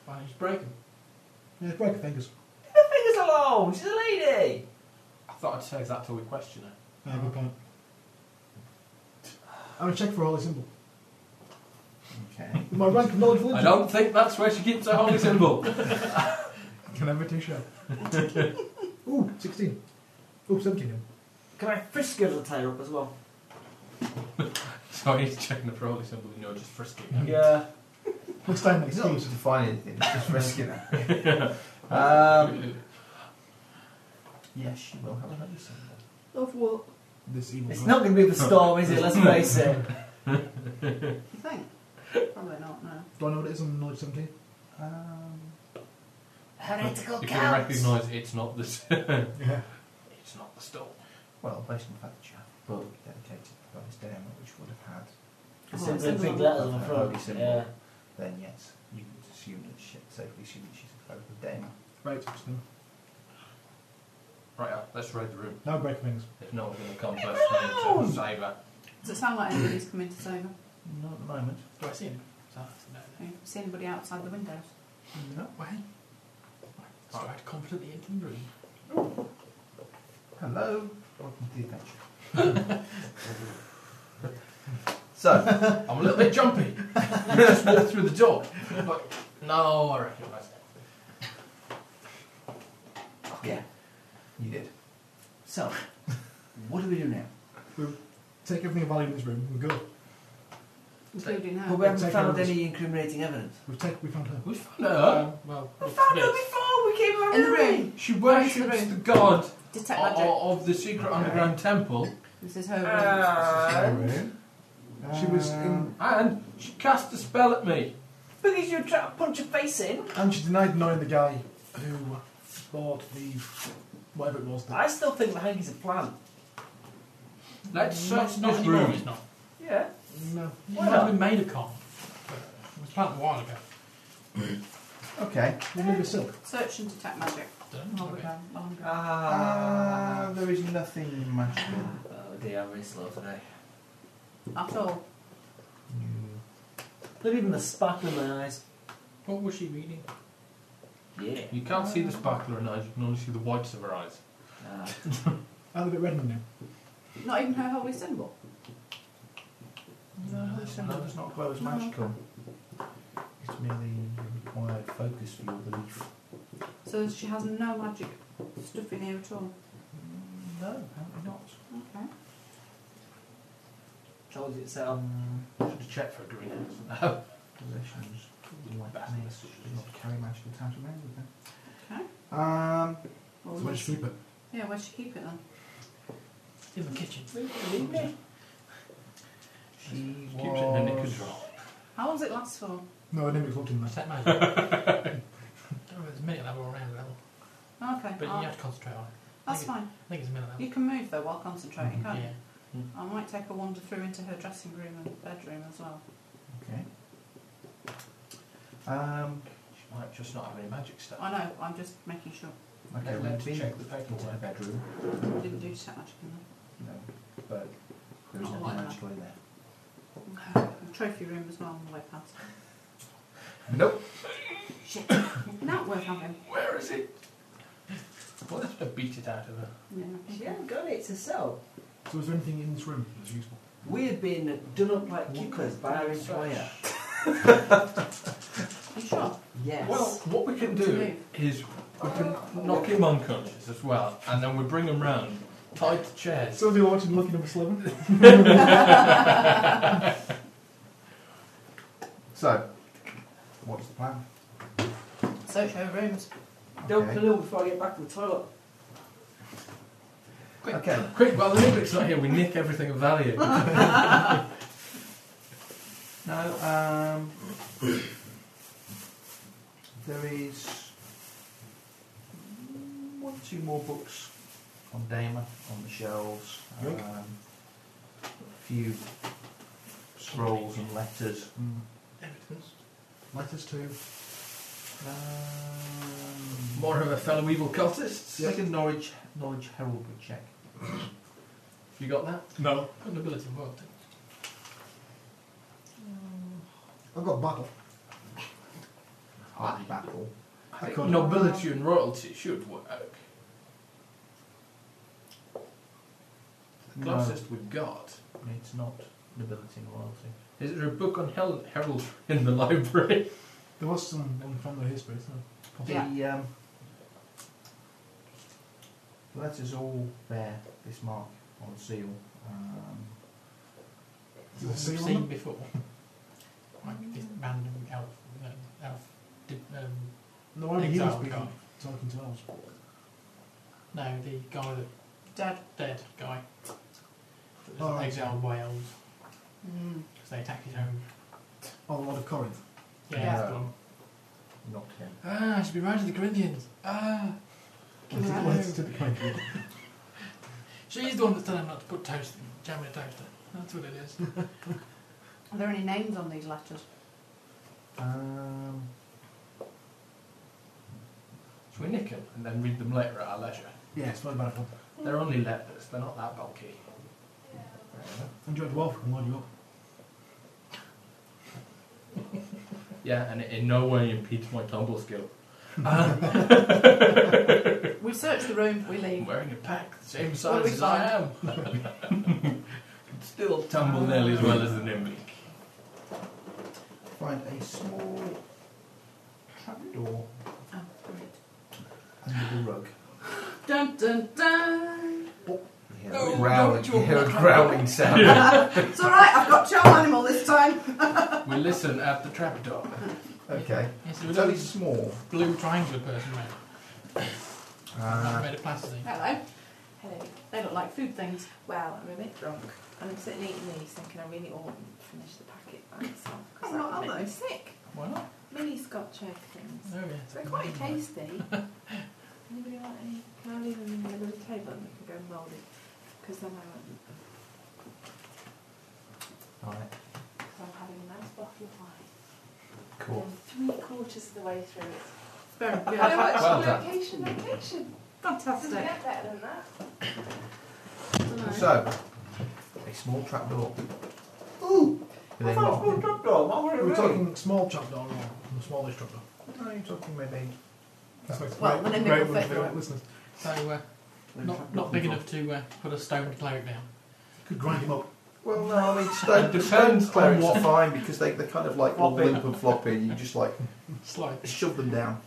Speaker 7: Why don't you just break them?
Speaker 8: Yeah, break your fingers.
Speaker 6: Leave Her fingers alone. She's a lady.
Speaker 4: I thought I'd save that till we question her.
Speaker 8: Yeah, good point. I would check for Holy Symbol.
Speaker 9: Okay.
Speaker 8: My rank of knowledge religion.
Speaker 4: I don't think that's where she keeps her holy symbol.
Speaker 8: Can I have a t-shirt? Ooh, 16. Ooh, 17. now.
Speaker 6: Can I frisk her to tie her up as well?
Speaker 4: so I need to check the holy symbol and you're just frisking her.
Speaker 6: Yeah.
Speaker 8: Next time,
Speaker 3: He's not
Speaker 8: excuse.
Speaker 3: to define anything, he's just risking it.
Speaker 4: Um,
Speaker 9: Yes, she will have a holy symbol.
Speaker 5: Of what?
Speaker 8: This evil.
Speaker 6: It's not going to be the storm, is it? Let's face it.
Speaker 5: You think? Probably not, no.
Speaker 8: Do I know what it is on knowledge 17?
Speaker 9: Um,
Speaker 6: Heretical
Speaker 4: you can
Speaker 6: counts.
Speaker 4: recognise it's not the
Speaker 8: Yeah.
Speaker 4: it's not the storm.
Speaker 9: well, based on the fact that you have a book dedicated to the goddess Diana, which would have had
Speaker 5: Symbol.
Speaker 6: Simply big letters on the
Speaker 9: Holy
Speaker 6: front.
Speaker 9: symbol.
Speaker 6: Yeah.
Speaker 9: then yes, you would assume that she, safely assume that she's a cleric of Dame.
Speaker 8: Right, interesting.
Speaker 4: Right, uh, let's raid the room.
Speaker 8: Now break your fingers.
Speaker 4: If no one's going to come first, then to save her.
Speaker 5: Does it sound like anybody's coming to save him?
Speaker 9: Not at the moment.
Speaker 7: Do I see him? So I have to know.
Speaker 5: Do you see anybody outside the windows?
Speaker 7: No way. Stride confidently into the room.
Speaker 9: Hello. Welcome to the adventure.
Speaker 3: So,
Speaker 4: I'm a little bit jumpy. you just walked through the door. But no, I recognise it.
Speaker 9: Okay.
Speaker 3: you did.
Speaker 9: So, what do we do now?
Speaker 8: Take everything of value in this room. We're good.
Speaker 5: Including
Speaker 6: But
Speaker 5: her.
Speaker 6: we haven't
Speaker 8: Take
Speaker 6: found
Speaker 8: her-
Speaker 6: any incriminating evidence.
Speaker 8: We've taken, we found her.
Speaker 4: We found her.
Speaker 7: Um, well,
Speaker 6: We found her
Speaker 7: yes.
Speaker 6: before we came
Speaker 5: In
Speaker 6: around.
Speaker 5: the room.
Speaker 4: She worships the god
Speaker 5: Detect
Speaker 4: of,
Speaker 5: magic.
Speaker 4: of the secret underground temple,
Speaker 5: This is her room. Ah.
Speaker 8: Uh,
Speaker 6: And
Speaker 8: She was in.
Speaker 4: and she cast a spell at me.
Speaker 6: because you were trying to punch her face in,
Speaker 8: And she denied knowing the guy who bought the. whatever it was. That,
Speaker 6: I still think the hanging's a plan.
Speaker 4: Let's search
Speaker 7: not
Speaker 4: this
Speaker 7: anymore,
Speaker 4: room.
Speaker 7: It's not.
Speaker 6: Yeah.
Speaker 8: no.
Speaker 7: It
Speaker 6: Why
Speaker 7: might have
Speaker 6: not?
Speaker 7: been made of cotton. But it was planted a while ago.
Speaker 9: Okay.
Speaker 8: We'll leave her silk.
Speaker 5: Search and detect magic.
Speaker 7: Don't know.
Speaker 5: While we're
Speaker 7: Okay.
Speaker 5: gone, while I'm gone.
Speaker 9: Uh,
Speaker 6: Ah.
Speaker 9: there is nothing magical.
Speaker 6: oh dear, I'm really slow today.
Speaker 5: At all.
Speaker 6: Look even the sparkle in my eyes.
Speaker 7: What was she reading?
Speaker 6: Yeah.
Speaker 4: You can't see the sparkle in her eyes, you can only see the whites of her eyes.
Speaker 6: Ah.
Speaker 8: I'm a bit reddened now.
Speaker 5: Not even her holy symbol.
Speaker 9: No, the symbol does not glow as
Speaker 5: No.
Speaker 9: magical. It's merely required focus for your belief.
Speaker 5: So she has no magic stuff in here at all.
Speaker 9: Mm, No, apparently not.
Speaker 5: Okay.
Speaker 6: Told you it's set up.
Speaker 4: Should have checked for a green. Oh.
Speaker 9: Possessions like this do not carry magical towns around with them.
Speaker 5: Okay.
Speaker 9: Um,
Speaker 5: Well,
Speaker 8: So where did she keep it?
Speaker 5: yeah, where'd she keep it then?
Speaker 7: In the kitchen.
Speaker 6: Leave me.
Speaker 9: she
Speaker 4: Keeps it in her knickers
Speaker 9: was...
Speaker 4: drawer.
Speaker 5: How long does it last for?
Speaker 8: No, I didn't looked in there.
Speaker 7: Set magic. I don't know if it's minute level or round level,
Speaker 5: Okay,
Speaker 7: but
Speaker 6: Oh.
Speaker 5: I'll-
Speaker 7: you have to concentrate on it.
Speaker 5: that's fine.
Speaker 7: I think it's minute level.
Speaker 5: You can move though while concentrating, can't you?
Speaker 7: Yeah.
Speaker 5: I might take a wander through into her dressing room and bedroom as well.
Speaker 9: Okay. Um,
Speaker 4: She might just not have any magic stuff.
Speaker 5: I know, I'm just making sure.
Speaker 9: okay,
Speaker 4: Let-
Speaker 9: we've
Speaker 4: let's
Speaker 9: been
Speaker 4: check the
Speaker 9: into the
Speaker 4: paperwork.
Speaker 9: bedroom.
Speaker 5: Didn't do detect magic in there.
Speaker 9: No, but there is
Speaker 4: Oh,
Speaker 5: Not
Speaker 9: nothing
Speaker 5: like that.
Speaker 9: magical in there.
Speaker 5: Okay. Trophy room as well on the way past.
Speaker 3: Nope.
Speaker 5: Shit. Not worth having.
Speaker 4: Where is it? Well, they have to beat it out of her.
Speaker 5: Yeah.
Speaker 6: She hasn't got it to sell.
Speaker 8: So is there anything in this room that's useful?
Speaker 6: We have been done up like cuckoos by our employer.
Speaker 5: You sure?
Speaker 6: Yes.
Speaker 4: Well, what we can do is we can knock him unconscious as well, and then we bring him round, tied to chairs.
Speaker 8: So if you're watching Lucky Number 11,
Speaker 9: So, what's the plan?
Speaker 5: Search her rooms.
Speaker 6: Don't
Speaker 3: Okay.
Speaker 6: canoodle before I get back to the toilet.
Speaker 4: Quick,
Speaker 3: Okay.
Speaker 4: quick, while the Nubic's not here, we nick everything of value.
Speaker 3: No, um, there is one, two more books on Dama on the shelves. Um,
Speaker 4: Yoink.
Speaker 3: a few scrolls and letters.
Speaker 7: Evidence.
Speaker 3: Letters to. Um,
Speaker 4: More of a fellow evil cultists.
Speaker 3: Make a Norwich Norwich Herald check.
Speaker 4: You got that?
Speaker 11: No.
Speaker 7: Got nobility involved.
Speaker 8: I've got battle.
Speaker 4: Ah.
Speaker 3: Hard battle.
Speaker 4: I think
Speaker 8: could.
Speaker 4: nobility and royalty should work.
Speaker 3: No,
Speaker 4: Closest with God.
Speaker 3: it's not nobility and royalty.
Speaker 4: Is there a book on hel- heraldry in the library?
Speaker 11: There was some on family history, so.
Speaker 5: Yeah.
Speaker 3: The um, letters all bear this mark on the seal. Um,
Speaker 11: Is there a seal on
Speaker 7: seen
Speaker 11: them?
Speaker 7: before. Like this random elf, you know, elf. di- Um,
Speaker 11: No, I mean, he was
Speaker 7: Exile
Speaker 11: speaking,
Speaker 7: guy.
Speaker 11: talking to elves.
Speaker 7: no, the guy that
Speaker 5: Dead.
Speaker 7: dead guy. That was
Speaker 11: Oh, right.
Speaker 7: exiled by elves
Speaker 5: Mm.
Speaker 7: because they attacked his home.
Speaker 11: Oh, the Lord of Corinth.
Speaker 7: Yeah,
Speaker 5: Yeah.
Speaker 7: that's the one.
Speaker 3: not him.
Speaker 7: Ah, I should be writing the Corinthians. Ah,
Speaker 11: Let's
Speaker 7: No.
Speaker 11: let's tip the coin.
Speaker 7: she's the one that's telling him not to put toast, jam in a toaster. That's what it is.
Speaker 5: Are there any names on these letters?
Speaker 3: Um,
Speaker 4: Should we nick them and then read them later at our leisure?
Speaker 11: Yeah, it's not a bad one.
Speaker 4: They're only letters, they're not that bulky.
Speaker 11: Enjoy the wealth, can load you up.
Speaker 4: Yeah, and it in no way impedes my tumble skill.
Speaker 5: We search the room, we
Speaker 4: I'm
Speaker 5: leave.
Speaker 4: wearing a pack the same
Speaker 5: What
Speaker 4: size
Speaker 5: we
Speaker 4: as I am. Can still tumble nearly as well as the Nimbic.
Speaker 3: find a small trapdoor
Speaker 5: Oh, great.
Speaker 3: under the rug.
Speaker 5: Dun dun dun!
Speaker 3: Yeah,
Speaker 4: No,
Speaker 3: growling,
Speaker 4: don't you-
Speaker 3: yeah, growling sound.
Speaker 5: it's alright, I've got charm animal this time!
Speaker 4: We listen at the trapdoor.
Speaker 3: Okay,
Speaker 7: Yes,
Speaker 3: it's
Speaker 7: there was
Speaker 3: only
Speaker 7: a
Speaker 3: small.
Speaker 7: blue triangular person around.
Speaker 3: Uh,
Speaker 7: made of plastic.
Speaker 5: Hello. Hello. They look like food things. Wow, I'm a bit drunk. And I'm sitting eating these thinking I really ought to finish the packet by myself.
Speaker 7: Oh,
Speaker 5: Because
Speaker 7: what
Speaker 5: that would
Speaker 7: are
Speaker 5: make me
Speaker 7: they?
Speaker 5: sick.
Speaker 7: Why not?
Speaker 5: Mini scotch egg things.
Speaker 7: Oh, yeah.
Speaker 5: They're quite tasty. Anybody want any? Can I leave them in the middle of the table and they can go mouldy? Because then I won't.
Speaker 3: right,
Speaker 5: Because I'm having a nice bottle of wine.
Speaker 3: cool.
Speaker 5: I'm three quarters of the way through it.
Speaker 7: Very good.
Speaker 5: I watched
Speaker 4: Well done.
Speaker 5: location, location. Doesn't
Speaker 7: Fantastic.
Speaker 5: get better than that.
Speaker 3: So, a small trapdoor.
Speaker 6: Ooh,
Speaker 3: With a
Speaker 6: I found a small
Speaker 3: lock.
Speaker 6: trapdoor. What were
Speaker 11: We were talking small trapdoor or smallish trapdoor.
Speaker 3: No, you're talking maybe
Speaker 11: That's like
Speaker 5: Well,
Speaker 11: great,
Speaker 5: then
Speaker 11: great
Speaker 5: we'll
Speaker 11: one
Speaker 5: fit
Speaker 11: for
Speaker 5: them.
Speaker 11: the listeners.
Speaker 7: So, uh, not, not big enough to uh, put a stoned cleric down.
Speaker 11: Could grind him up.
Speaker 3: Well, no, I mean, stone,
Speaker 4: Depends
Speaker 3: stone's
Speaker 4: on
Speaker 3: on
Speaker 4: what-
Speaker 3: what fine because they, they're kind of like all limp and floppy. You just like
Speaker 7: Slow.
Speaker 3: shove them down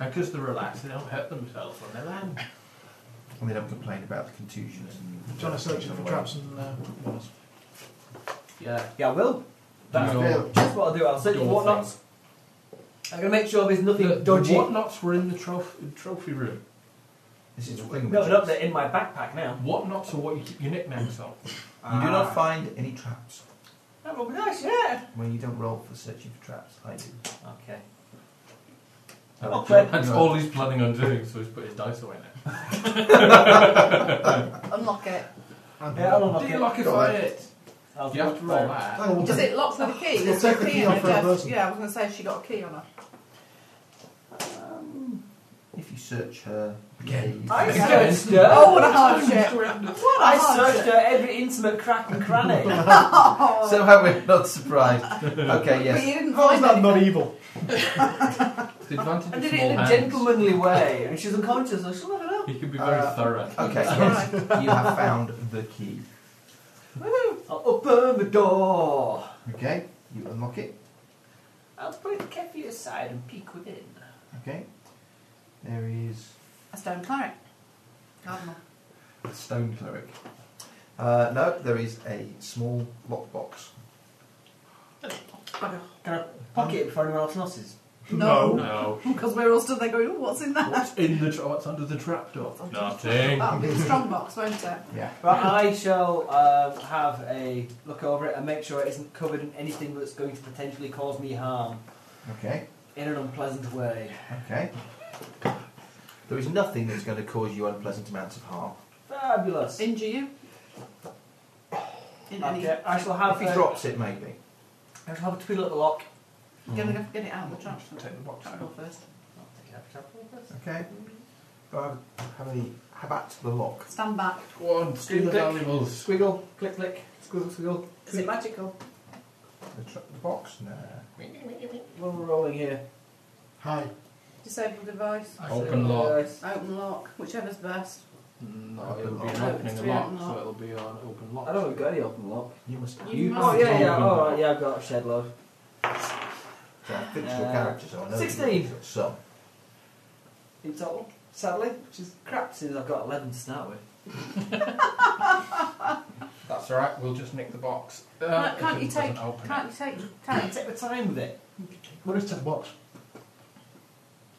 Speaker 4: And because they're relaxed, they don't hurt themselves when they land.
Speaker 3: and they don't complain about the contusions. And
Speaker 11: Trying to search him for traps and uh, whatnot.
Speaker 4: Yeah.
Speaker 6: Yeah, I will. That's,
Speaker 4: Your-
Speaker 6: fair. That's what I'll do. I'll search for
Speaker 4: your
Speaker 6: whatnots. I'm going to make sure there's nothing
Speaker 4: The, the
Speaker 6: dodgy.
Speaker 4: whatnots were in the trophy, trophy room.
Speaker 3: This is the thing.
Speaker 6: No,
Speaker 3: with
Speaker 6: no,
Speaker 3: traps.
Speaker 6: they're in my backpack now. Ah.
Speaker 4: Whatnots are what you keep your nicknames on.
Speaker 3: You do
Speaker 11: Ah.
Speaker 3: not find any traps
Speaker 6: That would be nice, yeah.
Speaker 3: when you don't roll for searching for traps. I do.
Speaker 6: Okay. Okay.
Speaker 4: That's all he's planning on doing, so he's put his dice away now.
Speaker 5: Unlock it.
Speaker 11: And
Speaker 6: Yeah, I'll unlock
Speaker 4: Do
Speaker 6: it.
Speaker 4: you like if I hit?
Speaker 6: I'll
Speaker 4: You have to roll that.
Speaker 11: Hang on, we'll
Speaker 5: Does
Speaker 11: take-
Speaker 5: it lock with a key?
Speaker 11: We'll
Speaker 5: Is there
Speaker 11: take the key
Speaker 5: on
Speaker 11: off
Speaker 5: her
Speaker 11: that
Speaker 5: desk?
Speaker 11: person.
Speaker 5: Yeah, I was going to say has she got a key on her.
Speaker 3: If you search her,
Speaker 4: Again.
Speaker 6: I
Speaker 3: you-
Speaker 6: searched her.
Speaker 5: Oh, what a hardship! What a
Speaker 6: I
Speaker 5: hardship.
Speaker 6: searched her every intimate crack and cranny.
Speaker 3: somehow we're not surprised. Okay,
Speaker 5: But
Speaker 3: yes.
Speaker 5: you didn't
Speaker 11: How is
Speaker 5: find
Speaker 11: that not
Speaker 5: anything.
Speaker 11: evil?
Speaker 4: The advantage
Speaker 6: I
Speaker 4: of
Speaker 6: did it
Speaker 4: small
Speaker 6: in a
Speaker 4: hands.
Speaker 6: gentlemanly way. And she's unconscious. I should let her know.
Speaker 4: He can be very
Speaker 3: Uh,
Speaker 4: thorough.
Speaker 3: Okay, yes. You have found the key.
Speaker 6: I'll open the door.
Speaker 3: Okay, you unlock it.
Speaker 6: I'll put it carefully aside and peek within.
Speaker 3: Okay. There is
Speaker 5: A stone cleric. Cardinal.
Speaker 3: a stone cleric. Uh, no, there is a small lockbox.
Speaker 6: Can I pocket it before anyone else notices?
Speaker 5: No.
Speaker 4: No.
Speaker 5: Because we're all stood there going, oh, what's in that?
Speaker 4: What's in the tra- What's under the trapdoor?
Speaker 5: Oh,
Speaker 4: Nothing.
Speaker 5: That'll be a strong box, won't it?
Speaker 3: Yeah.
Speaker 6: Right, I shall um, have a look over it and make sure it isn't covered in anything that's going to potentially cause me harm
Speaker 3: Okay.
Speaker 6: in an unpleasant way.
Speaker 3: Okay. There is nothing that's going to cause you unpleasant amounts of harm.
Speaker 6: Fabulous.
Speaker 5: Injure you? In any.
Speaker 6: Okay, I shall have.
Speaker 3: If he
Speaker 6: a-
Speaker 3: drops it, maybe.
Speaker 6: I shall have a twiddle at the lock.
Speaker 5: Gonna go- get it out of the trash.
Speaker 4: Take the box out.
Speaker 5: Trapdoor first.
Speaker 6: I'll take it out of the trapdoor first.
Speaker 3: Okay. Do I have, have any habat to the lock?
Speaker 5: Stand back.
Speaker 4: Go on, steal the
Speaker 6: Click.
Speaker 4: animals.
Speaker 6: Squiggle, click, click, squiggle, squiggle.
Speaker 5: Is it magical?
Speaker 3: The, tr- the box? No.
Speaker 6: What are we rolling here?
Speaker 11: Hi.
Speaker 5: Disable device.
Speaker 4: I Open
Speaker 5: Oh,
Speaker 4: lock. Mm,
Speaker 6: Nice.
Speaker 5: Open lock. Whichever's best.
Speaker 4: No,
Speaker 3: Open
Speaker 4: it'll be
Speaker 3: lock.
Speaker 4: an
Speaker 5: No,
Speaker 4: opening
Speaker 5: it's
Speaker 4: a
Speaker 5: three
Speaker 4: lock,
Speaker 5: open lock.
Speaker 4: so it'll be on open lock.
Speaker 6: I don't think we've got any open lock.
Speaker 3: You must.
Speaker 5: You
Speaker 3: you
Speaker 5: must-
Speaker 6: Oh, yeah, yeah,
Speaker 4: open.
Speaker 6: alright, yeah, I've got a shed load.
Speaker 3: they're fictional
Speaker 6: Uh,
Speaker 3: characters, so I know.
Speaker 6: 16.
Speaker 3: you've got Some.
Speaker 6: In total, sadly, which is crap since I've got 11 to start with.
Speaker 4: That's alright, we'll just nick the box. Uh,
Speaker 5: Can't- can't
Speaker 4: if it
Speaker 5: you take-
Speaker 4: doesn't open
Speaker 5: Can't you take
Speaker 6: Can
Speaker 5: time?
Speaker 6: you take the time with it?
Speaker 11: What is to the box?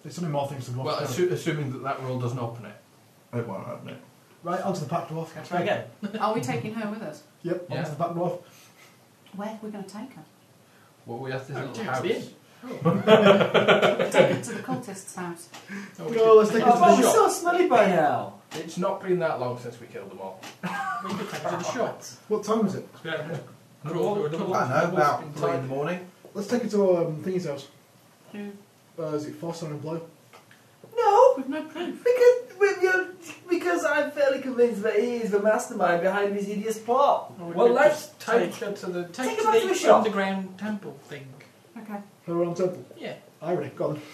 Speaker 11: There's something more things to the
Speaker 4: it. Well,
Speaker 11: box. don't
Speaker 4: assu- assuming that that roll doesn't open it.
Speaker 3: It won't open it.
Speaker 11: it? Right, onto the back dwarf.
Speaker 6: Try again.
Speaker 5: Are we taking her with us?
Speaker 11: Yep,
Speaker 4: Yeah.
Speaker 11: onto the back dwarf.
Speaker 5: Where are we going to take her?
Speaker 4: Well, we have this
Speaker 7: Oh,
Speaker 4: little
Speaker 7: dear,
Speaker 4: house.
Speaker 7: it's
Speaker 5: take her to the cultist's house.
Speaker 4: No, we
Speaker 11: No, let's
Speaker 6: Oh,
Speaker 11: take it
Speaker 6: but
Speaker 11: to
Speaker 6: we're
Speaker 11: the shop.
Speaker 6: so smelly by now.
Speaker 4: could- It's not been that long since we killed them all.
Speaker 7: We could take it to the shop.
Speaker 11: What time is it?
Speaker 7: It's been out here.
Speaker 4: They're all-
Speaker 7: Double-
Speaker 4: they're
Speaker 7: double-
Speaker 3: I
Speaker 4: all-
Speaker 3: know,
Speaker 4: they're all
Speaker 3: about
Speaker 4: been
Speaker 3: three in the
Speaker 4: tied-
Speaker 3: morning.
Speaker 11: Let's take it to um, Thingy's house.
Speaker 6: Hmm.
Speaker 5: Who?
Speaker 11: Uh, is it Foster and Blue?
Speaker 6: No,
Speaker 5: We've no proof.
Speaker 6: because, we- you're- because I'm fairly convinced that he is the mastermind behind this hideous plot.
Speaker 11: Oh,
Speaker 7: Or we
Speaker 6: Well,
Speaker 7: could
Speaker 6: let's
Speaker 7: just
Speaker 6: take.
Speaker 7: her to the
Speaker 6: take
Speaker 7: take
Speaker 6: her back
Speaker 7: to
Speaker 6: to the
Speaker 7: the
Speaker 6: shop.
Speaker 7: underground temple thing.
Speaker 5: Okay.
Speaker 11: Her own temple.
Speaker 7: Yeah.
Speaker 11: I ready. Go on.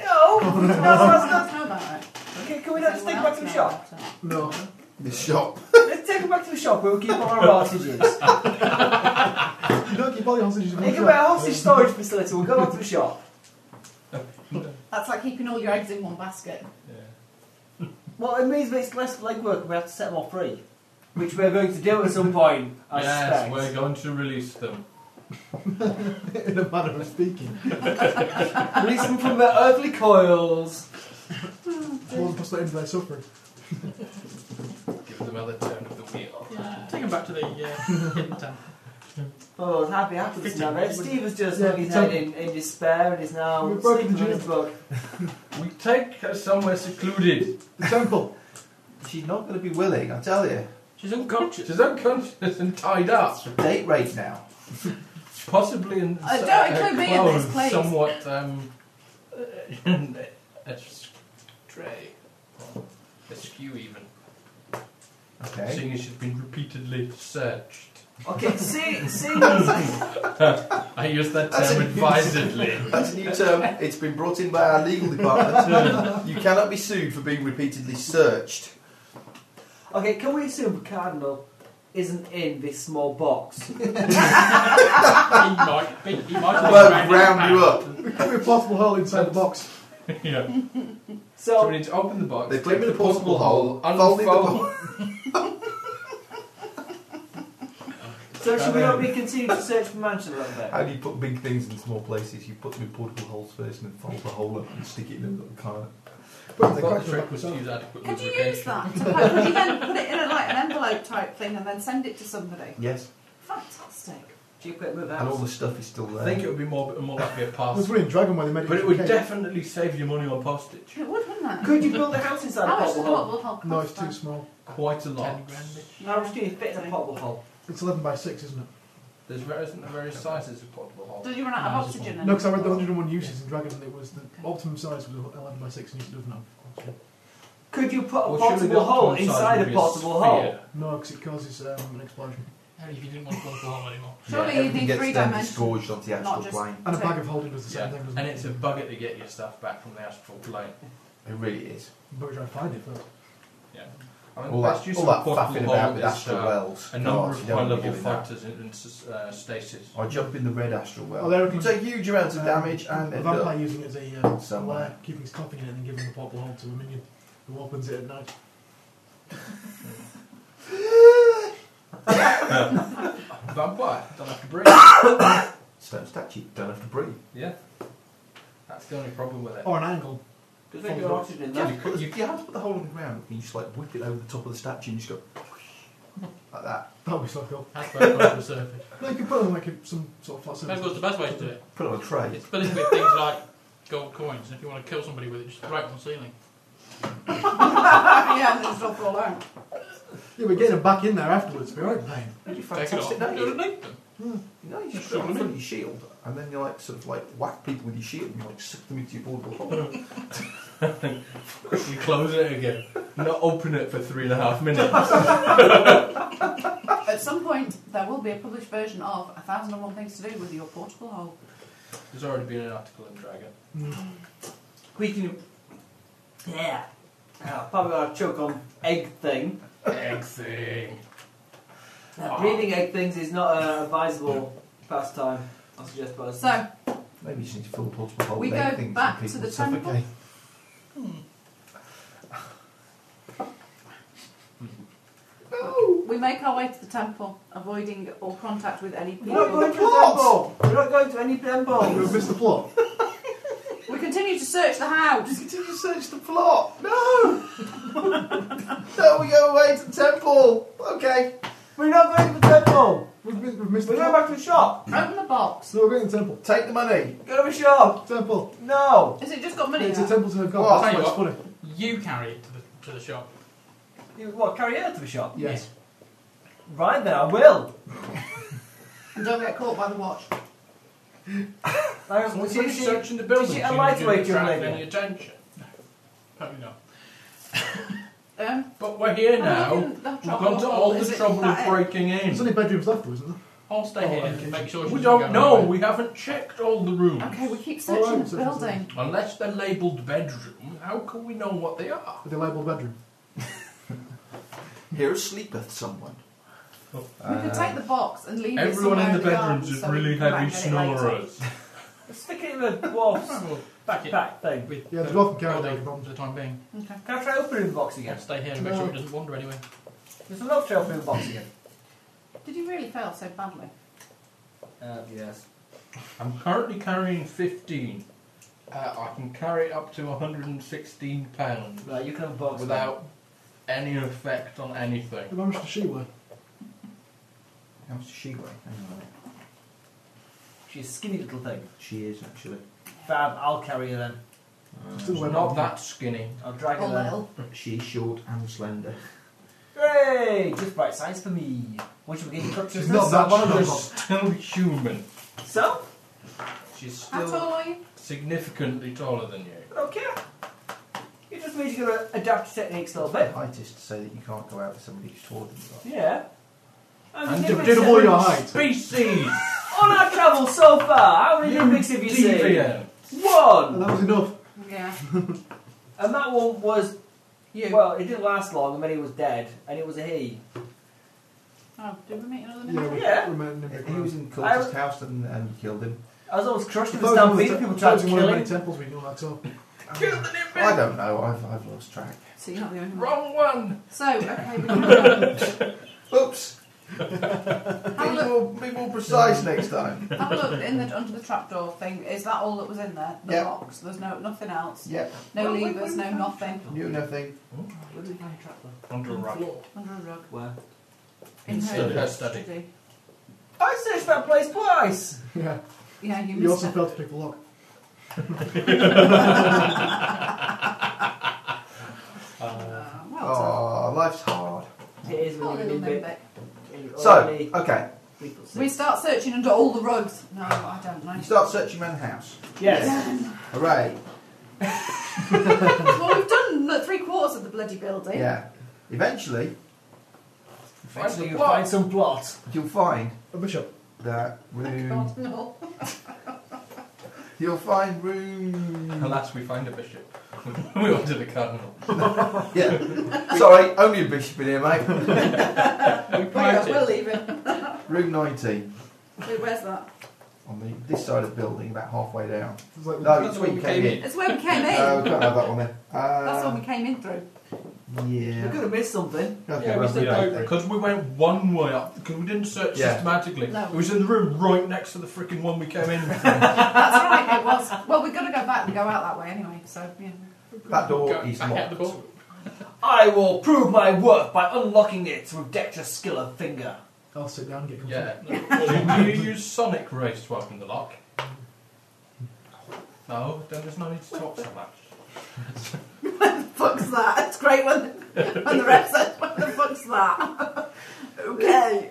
Speaker 6: No, no, that's
Speaker 5: Someone
Speaker 6: not.
Speaker 5: else know about it?
Speaker 6: Can, can we not just take it back to the shop?
Speaker 5: Someone else
Speaker 11: No.
Speaker 3: The shop.
Speaker 6: Let's take it back to the shop where we keep all our hostages.
Speaker 11: You don't keep all your hostages in one
Speaker 6: Think
Speaker 11: shop.
Speaker 6: about a hostage storage facility. We'll go back to the shop.
Speaker 5: know. That's like keeping all your eggs in one basket.
Speaker 6: Well, it means that it's less legwork. and We have to set them all free, which we're going to do at some point. I
Speaker 4: Yes,
Speaker 6: suspect.
Speaker 4: we're going to release them.
Speaker 11: in a manner of speaking.
Speaker 6: Release them from their earthly coils.
Speaker 11: One must let into their suffering.
Speaker 4: Give them another turn of the wheel.
Speaker 7: Yeah. Take him back to the uh, hidden temple.
Speaker 6: Oh, it's happy happens now. Then Steve has just
Speaker 11: Yeah,
Speaker 6: hung his
Speaker 11: it's
Speaker 6: head
Speaker 11: okay.
Speaker 6: in, in despair and is now
Speaker 11: We've broken
Speaker 6: sleeping
Speaker 11: the
Speaker 6: on his book.
Speaker 11: gym.
Speaker 4: We take her somewhere secluded.
Speaker 11: The temple.
Speaker 3: She's not going to be willing, I tell you.
Speaker 7: She's unconscious.
Speaker 4: She's unconscious and tied up.
Speaker 3: It's a date raid now.
Speaker 4: Possibly in
Speaker 5: Uh,
Speaker 4: s-
Speaker 5: don't
Speaker 4: uh,
Speaker 5: include me in
Speaker 4: clothes,
Speaker 5: this, please.
Speaker 4: somewhat um, astray, askew even,
Speaker 3: Okay.
Speaker 4: seeing as she's been repeatedly searched.
Speaker 6: Okay, see, see, that's
Speaker 4: I use that
Speaker 3: That's
Speaker 4: term
Speaker 3: a-
Speaker 4: advisedly.
Speaker 3: That's a new term. It's been brought in by our legal department. you cannot be sued for being repeatedly searched.
Speaker 6: okay. Can we assume Cardinal isn't in this small box?
Speaker 7: he might be. He might have
Speaker 3: Well,
Speaker 7: been
Speaker 3: round you up.
Speaker 11: There could be a portable hole inside the box.
Speaker 4: yeah. So
Speaker 6: So
Speaker 4: we need to open the box.
Speaker 3: They put
Speaker 4: take
Speaker 3: him in a portable hole, fold in the
Speaker 4: unfold.
Speaker 3: box.
Speaker 6: so should we not be continuing to search for mansion a little bit?
Speaker 3: How do you put big things in small places? You put them in portable holes first and then fold the hole up and stick it in a little corner.
Speaker 11: Put
Speaker 4: I
Speaker 11: the
Speaker 4: thought the
Speaker 11: crack in the
Speaker 4: trick
Speaker 11: back
Speaker 4: was
Speaker 11: of
Speaker 4: to
Speaker 11: the
Speaker 4: use adequate
Speaker 5: Could you
Speaker 4: lubrication.
Speaker 5: use that? To, like, could you then put it in a, like an envelope type thing and then send it to somebody?
Speaker 3: Yes.
Speaker 5: Fantastic.
Speaker 6: Do you quit with
Speaker 3: And all
Speaker 6: that?
Speaker 3: the stuff is still there.
Speaker 4: I think it would be more, more likely a
Speaker 11: It was
Speaker 4: pass.
Speaker 11: really Dragon when they made it.
Speaker 4: but it
Speaker 11: into
Speaker 4: would
Speaker 11: the cave.
Speaker 4: definitely save you money on postage.
Speaker 5: It would, wouldn't it?
Speaker 6: Could you build a house inside
Speaker 5: How
Speaker 6: a
Speaker 5: much does
Speaker 6: potable
Speaker 5: the
Speaker 6: hole?
Speaker 5: bottle hole cost?
Speaker 11: No, it's too
Speaker 5: then?
Speaker 11: small.
Speaker 4: Quite a lot.
Speaker 7: Ten grand.
Speaker 6: How much can you fit in a potable hole?
Speaker 11: It's 11 by 6, isn't it?
Speaker 4: There's ver- isn't there various sizes of portable holes.
Speaker 5: Does you run out
Speaker 7: No,
Speaker 5: of
Speaker 7: it's
Speaker 5: oxygen?
Speaker 11: No,
Speaker 5: and-
Speaker 11: because I read the 101 uses in Dragon and it was the optimum size was 11 by 6 and you could have none.
Speaker 6: Could you put a
Speaker 4: Well, surely the
Speaker 6: portable hole
Speaker 4: optimum size
Speaker 6: inside a
Speaker 4: would be
Speaker 6: portable
Speaker 4: sphere.
Speaker 6: hole?
Speaker 11: No, because it causes um, an explosion.
Speaker 7: Only if you didn't want to go to the home anymore.
Speaker 5: Surely you
Speaker 3: Everything
Speaker 5: need
Speaker 3: gets
Speaker 5: three
Speaker 3: then
Speaker 5: dimensions.
Speaker 3: disgorged onto the
Speaker 5: not
Speaker 3: actual
Speaker 5: just-
Speaker 3: plane.
Speaker 11: And a
Speaker 5: Okay.
Speaker 11: bag of holding does the same
Speaker 4: Yeah,
Speaker 11: thing, doesn't
Speaker 4: and
Speaker 11: it?
Speaker 4: it's a bugger to get your stuff back from the astral plane.
Speaker 3: It really is.
Speaker 11: But we try to find it first.
Speaker 4: Yeah. I mean,
Speaker 3: All
Speaker 4: best
Speaker 3: that,
Speaker 4: use
Speaker 3: all
Speaker 4: of
Speaker 3: that
Speaker 4: portable
Speaker 3: faffing
Speaker 4: hole
Speaker 3: about with
Speaker 4: is,
Speaker 3: astral
Speaker 4: uh,
Speaker 3: wells.
Speaker 4: A number
Speaker 3: God, you
Speaker 4: of
Speaker 3: don't
Speaker 4: high
Speaker 3: wanna be
Speaker 4: level
Speaker 3: doing that.
Speaker 4: fighters in, in uh, stasis.
Speaker 3: I jump in the red astral well.
Speaker 11: Oh, there it
Speaker 3: you
Speaker 11: comes.
Speaker 3: take huge amounts of damage and
Speaker 11: a
Speaker 3: end
Speaker 11: um, vampire
Speaker 3: up
Speaker 11: using it as a uh,
Speaker 3: Somewhere.
Speaker 11: lair, keeping his coffee in it and then giving the portable hole to a minion who opens it at night.
Speaker 4: Vampire, don't have to breathe.
Speaker 3: stone statue. Don't have to breathe.
Speaker 4: yeah. That's the only problem with it.
Speaker 11: Or an angle.
Speaker 4: Because
Speaker 3: Do
Speaker 4: they
Speaker 3: you
Speaker 4: do
Speaker 3: have
Speaker 4: oxygen in
Speaker 3: to
Speaker 4: that.
Speaker 3: put- do you have to put the hole in the ground? Can you just like whip it over the top of the statue and just go like that?
Speaker 11: That would be so cool.
Speaker 7: That's very close to the surface.
Speaker 11: No, you could put it on like a, some sort of flat
Speaker 7: That's
Speaker 11: surface.
Speaker 7: what's the best way to do it.
Speaker 3: Put it on a tray.
Speaker 7: It's filling with things like gold coins. If you want to kill somebody with it, just throw it on the ceiling.
Speaker 5: yeah, and it's not all out.
Speaker 11: Yeah, but getting it back in there afterwards would be right pain.
Speaker 3: That'd be
Speaker 7: Take it
Speaker 3: fantastic.
Speaker 7: off.
Speaker 3: No,
Speaker 7: Go to
Speaker 3: you,
Speaker 7: Nathan.
Speaker 3: no, you just put it on front of your shield, and then you like sort of like whack people with your shield, and you like suck them into your portable.
Speaker 4: You close it again. Not open it for three and a half minutes.
Speaker 5: At some point, there will be a published version of A Thousand and One Things to Do with Your Portable Hole.
Speaker 4: There's already been an article in Dragon.
Speaker 6: We can. Yeah. Oh, probably got to choke on egg thing.
Speaker 4: Egg thing.
Speaker 5: Oh.
Speaker 6: Now, breeding egg things is not an advisable pastime, I suggest, by the
Speaker 5: So,
Speaker 3: Maybe you just need to fill the portable hole
Speaker 5: We
Speaker 3: with egg
Speaker 5: go
Speaker 3: things and
Speaker 5: back to
Speaker 3: people
Speaker 5: the
Speaker 3: suffocate.
Speaker 5: temple? we make our way to the temple, avoiding all contact with any
Speaker 6: We're
Speaker 5: people.
Speaker 6: not going to the temple! We're not going to any
Speaker 11: You've
Speaker 6: temples!
Speaker 11: missed the plot.
Speaker 5: We continue to search the house.
Speaker 3: Just continue to search the plot. No! no, we go away to the temple. Okay.
Speaker 6: We're not going to the temple!
Speaker 11: We've, mi- we've missed the
Speaker 6: We're going
Speaker 11: plot.
Speaker 6: back to the shop!
Speaker 5: Open the box.
Speaker 11: So we're going to the temple.
Speaker 3: Take the money.
Speaker 6: Go to the shop!
Speaker 11: Temple.
Speaker 6: No!
Speaker 5: Has it just got money?
Speaker 11: It's
Speaker 5: in
Speaker 11: a
Speaker 5: it?
Speaker 11: temple to her
Speaker 3: Well,
Speaker 11: god.
Speaker 7: I'll
Speaker 11: That's why it's
Speaker 7: tell
Speaker 11: funny.
Speaker 7: You carry it to the, to the shop.
Speaker 6: You, what, carry her to the shop?
Speaker 11: Yes.
Speaker 6: Right then, I will!
Speaker 3: And don't get caught by the watch.
Speaker 6: Like,
Speaker 4: Once
Speaker 6: did
Speaker 4: you
Speaker 6: she-
Speaker 4: search in the building,
Speaker 6: did she
Speaker 4: do you
Speaker 6: allow
Speaker 4: give
Speaker 6: to wake
Speaker 4: the
Speaker 6: you up
Speaker 4: traffic
Speaker 6: later?
Speaker 4: any attention? Probably not.
Speaker 5: Um,
Speaker 4: But we're here
Speaker 5: I'm
Speaker 4: now.
Speaker 5: looking at the
Speaker 4: We've
Speaker 5: trouble
Speaker 4: gone to all
Speaker 5: hole. Is
Speaker 4: the
Speaker 5: it
Speaker 4: trouble
Speaker 5: that
Speaker 4: of
Speaker 5: it?
Speaker 4: breaking in.
Speaker 11: There's only bedrooms left, though, isn't there?
Speaker 7: I'll stay
Speaker 11: Oh,
Speaker 7: here
Speaker 11: okay.
Speaker 7: and make sure she
Speaker 4: We
Speaker 7: doesn't
Speaker 4: don't
Speaker 7: go
Speaker 4: know.
Speaker 7: away.
Speaker 4: We haven't checked all the rooms.
Speaker 5: Okay, we keep
Speaker 11: Oh,
Speaker 5: searching
Speaker 11: I'm
Speaker 5: the
Speaker 11: searching the
Speaker 5: building.
Speaker 4: Unless they're labelled bedroom, how can we know what they are?
Speaker 11: With the labelled bedroom.
Speaker 3: Here sleepeth someone.
Speaker 5: We could take the box and leave
Speaker 4: Everyone
Speaker 5: it
Speaker 4: in
Speaker 5: somewhere
Speaker 4: the bedrooms
Speaker 5: garden
Speaker 4: is
Speaker 5: so we
Speaker 4: really
Speaker 5: can come
Speaker 4: heavy
Speaker 5: back and get it later.
Speaker 4: snorers.
Speaker 6: Stick it in the dwarf's
Speaker 7: Well, back it.
Speaker 6: backpack thing.
Speaker 7: With
Speaker 11: Yeah,
Speaker 7: the
Speaker 11: the dwarf can carry
Speaker 7: holiday
Speaker 11: it, no problem.
Speaker 7: for the time being.
Speaker 5: Okay.
Speaker 6: Can I try opening the box
Speaker 7: Yeah,
Speaker 6: again?
Speaker 7: stay here and make sure it doesn't wander anywhere.
Speaker 6: There's another try opening the box again.
Speaker 5: Did you really fail so badly?
Speaker 3: Um,
Speaker 6: Uh, yes.
Speaker 4: I'm currently carrying 15. Uh, I can carry up to 116 pounds
Speaker 6: Right, you can have a box.
Speaker 4: without any effect on anything.
Speaker 11: How much does she weigh?
Speaker 9: How much does she weigh? Hang on a minute.
Speaker 6: She's a skinny little thing.
Speaker 9: She is actually.
Speaker 6: Fab, I'll carry her then.
Speaker 11: Still
Speaker 4: We're
Speaker 11: weigh
Speaker 4: not
Speaker 11: more than
Speaker 4: that skinny.
Speaker 6: I'll drag
Speaker 3: Oh,
Speaker 5: Or
Speaker 6: her then.
Speaker 5: little.
Speaker 9: She is short and slender.
Speaker 6: Hooray! Just right size for me. What should we get cut to?
Speaker 11: She's not that
Speaker 4: We're
Speaker 11: short.
Speaker 4: still human.
Speaker 6: So?
Speaker 4: She's
Speaker 5: How
Speaker 4: still
Speaker 5: tall are you?
Speaker 4: significantly taller than you.
Speaker 6: I don't care. It just means you're going to adapt your techniques a little bit.
Speaker 3: Heightist to say that you can't go out with somebody who's taller than you.
Speaker 6: Yeah.
Speaker 4: And
Speaker 6: different
Speaker 11: you did all your
Speaker 6: settings.
Speaker 11: height.
Speaker 4: Species!
Speaker 6: On our travels so far, how many gimmicks have you seen?
Speaker 4: Deviant!
Speaker 11: And
Speaker 6: One!
Speaker 11: that was enough.
Speaker 5: Yeah.
Speaker 6: And that one was,
Speaker 5: You.
Speaker 6: well, it didn't last long, and then he was dead, and it was a he.
Speaker 5: oh, did we meet another
Speaker 11: Yeah,
Speaker 5: name?
Speaker 11: we
Speaker 6: Yeah.
Speaker 11: we met in the
Speaker 3: He- He
Speaker 11: background.
Speaker 3: was in Cultist House and, and you killed him.
Speaker 6: I was almost crushed in the
Speaker 11: Those were
Speaker 6: stampede,
Speaker 11: the te-
Speaker 6: people tried
Speaker 11: those
Speaker 6: to
Speaker 11: were the
Speaker 6: kill
Speaker 11: many
Speaker 6: him.
Speaker 11: temples we know that's all.
Speaker 3: I don't know. I've, I've lost track.
Speaker 5: So you're not the only one.
Speaker 4: Wrong one!
Speaker 5: So, okay, we can
Speaker 3: Oops. Be
Speaker 5: have a look,
Speaker 3: more, be more precise next time.
Speaker 5: have a look in the, under the trapdoor thing. Is that all that was in there? The
Speaker 3: Yeah.
Speaker 5: box. There's no nothing else.
Speaker 3: Yep.
Speaker 5: No
Speaker 6: Well, we-
Speaker 5: levers,
Speaker 6: we
Speaker 5: no
Speaker 6: found
Speaker 5: nothing.
Speaker 3: Knew nothing.
Speaker 6: Where did we find a trap then?
Speaker 4: Under a rock.
Speaker 5: Under a rug.
Speaker 6: Where?
Speaker 5: In
Speaker 4: Instead
Speaker 5: her
Speaker 4: of study.
Speaker 6: I searched that place twice!
Speaker 11: Yeah.
Speaker 5: Yeah, you
Speaker 11: You
Speaker 5: missed
Speaker 11: also
Speaker 5: it.
Speaker 11: failed to pick the lock.
Speaker 5: Uh,
Speaker 3: Oh,
Speaker 5: well,
Speaker 3: life's hard.
Speaker 6: It is
Speaker 5: it's a
Speaker 6: really
Speaker 5: little
Speaker 6: big.
Speaker 5: bit.
Speaker 3: So, okay.
Speaker 5: We start searching under all the rugs. No, I don't know.
Speaker 3: You start searching around the house.
Speaker 6: Yes.
Speaker 3: Hooray.
Speaker 5: well, we've done like, three quarters of the bloody building.
Speaker 3: Yeah. Eventually,
Speaker 4: Find
Speaker 6: Actually,
Speaker 4: the
Speaker 6: you
Speaker 4: plot.
Speaker 6: find some plot.
Speaker 3: you'll find
Speaker 11: A bishop.
Speaker 3: that room.
Speaker 5: God, no.
Speaker 3: You'll find room.
Speaker 4: Alas, we find a bishop. we wanted a cardinal.
Speaker 3: Yeah. Sorry, only a bishop in here, mate.
Speaker 4: We
Speaker 5: We'll,
Speaker 4: piped
Speaker 5: we'll
Speaker 4: it.
Speaker 5: leave it.
Speaker 3: Room 19
Speaker 5: Wait, where's that?
Speaker 3: on the this side of the building, about halfway down.
Speaker 11: It was like
Speaker 3: No,
Speaker 4: That's
Speaker 3: it's
Speaker 4: the
Speaker 3: where
Speaker 4: one
Speaker 3: you
Speaker 4: we
Speaker 3: came
Speaker 4: came
Speaker 3: in. Uh,
Speaker 5: It's where we came in.
Speaker 3: No, we can't have that one there.
Speaker 5: That's
Speaker 3: Uh,
Speaker 5: what we came in through.
Speaker 3: Yeah.
Speaker 6: We could have missed something.
Speaker 3: Okay,
Speaker 4: yeah, we
Speaker 3: well,
Speaker 4: said
Speaker 3: yeah.
Speaker 4: no because we went one way up because we didn't search
Speaker 3: Yeah.
Speaker 4: systematically.
Speaker 5: No.
Speaker 4: It was in the room right next to the freaking one we came in from.
Speaker 5: That's right, it was. Well, we've got to go back and go out that way anyway, so yeah.
Speaker 12: That door
Speaker 4: Go
Speaker 12: is
Speaker 4: back out the
Speaker 12: locked.
Speaker 4: ball.
Speaker 6: I will prove my worth by unlocking it with Dexter's skill of finger.
Speaker 8: I'll sit down and get comfortable.
Speaker 4: Yeah. No. Do you use Sonic Rays to open the lock? No, then there's no need to talk so much.
Speaker 5: Fuck's that? It's great when, when the ref says, what the fuck's that? okay.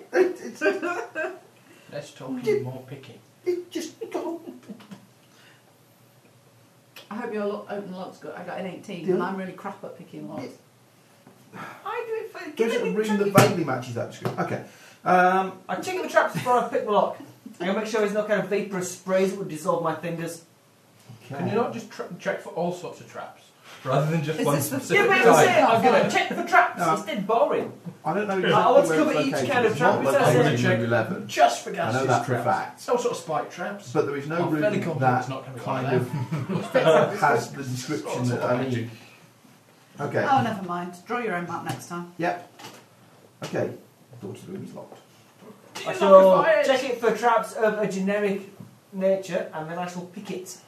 Speaker 4: Let's talk in more picky.
Speaker 3: It just got
Speaker 5: I hope your lo- open lock's good. I got an 18 and I'm really crap at picking locks. I do it for
Speaker 3: does it ring the vaguely matches that description? Okay. Um,
Speaker 6: I check the traps before I pick the lock. I'm gonna make sure there's no kind of vaporous sprays that would dissolve my fingers.
Speaker 4: Can you not just tra- check for all sorts of traps rather than just
Speaker 5: Is
Speaker 4: one
Speaker 5: this the-
Speaker 4: specific
Speaker 5: Yeah, but it was
Speaker 4: type?
Speaker 5: it.
Speaker 6: I'm gonna check for traps.
Speaker 3: No.
Speaker 6: It's dead boring.
Speaker 3: I don't know.
Speaker 6: I want to
Speaker 3: where
Speaker 6: cover
Speaker 3: it's
Speaker 6: each
Speaker 3: located.
Speaker 6: kind of
Speaker 3: It's
Speaker 6: trap.
Speaker 3: not
Speaker 6: Is that
Speaker 3: located
Speaker 4: it?
Speaker 3: in
Speaker 4: Check.
Speaker 3: room 11,
Speaker 4: Just for
Speaker 3: I
Speaker 4: gas
Speaker 3: know that for a
Speaker 4: traps.
Speaker 3: fact.
Speaker 4: All sorts of spike traps.
Speaker 3: But there is no
Speaker 4: I'm
Speaker 3: room
Speaker 4: Oh, fairly confident it's
Speaker 3: that
Speaker 4: not gonna be
Speaker 3: kind
Speaker 4: like
Speaker 3: of has the description that I need. Okay.
Speaker 5: Oh, never mind. Draw your own map next time.
Speaker 3: Yep. Okay. Door to the room is locked.
Speaker 6: I shall check it for traps of a generic nature, and then I shall pick it.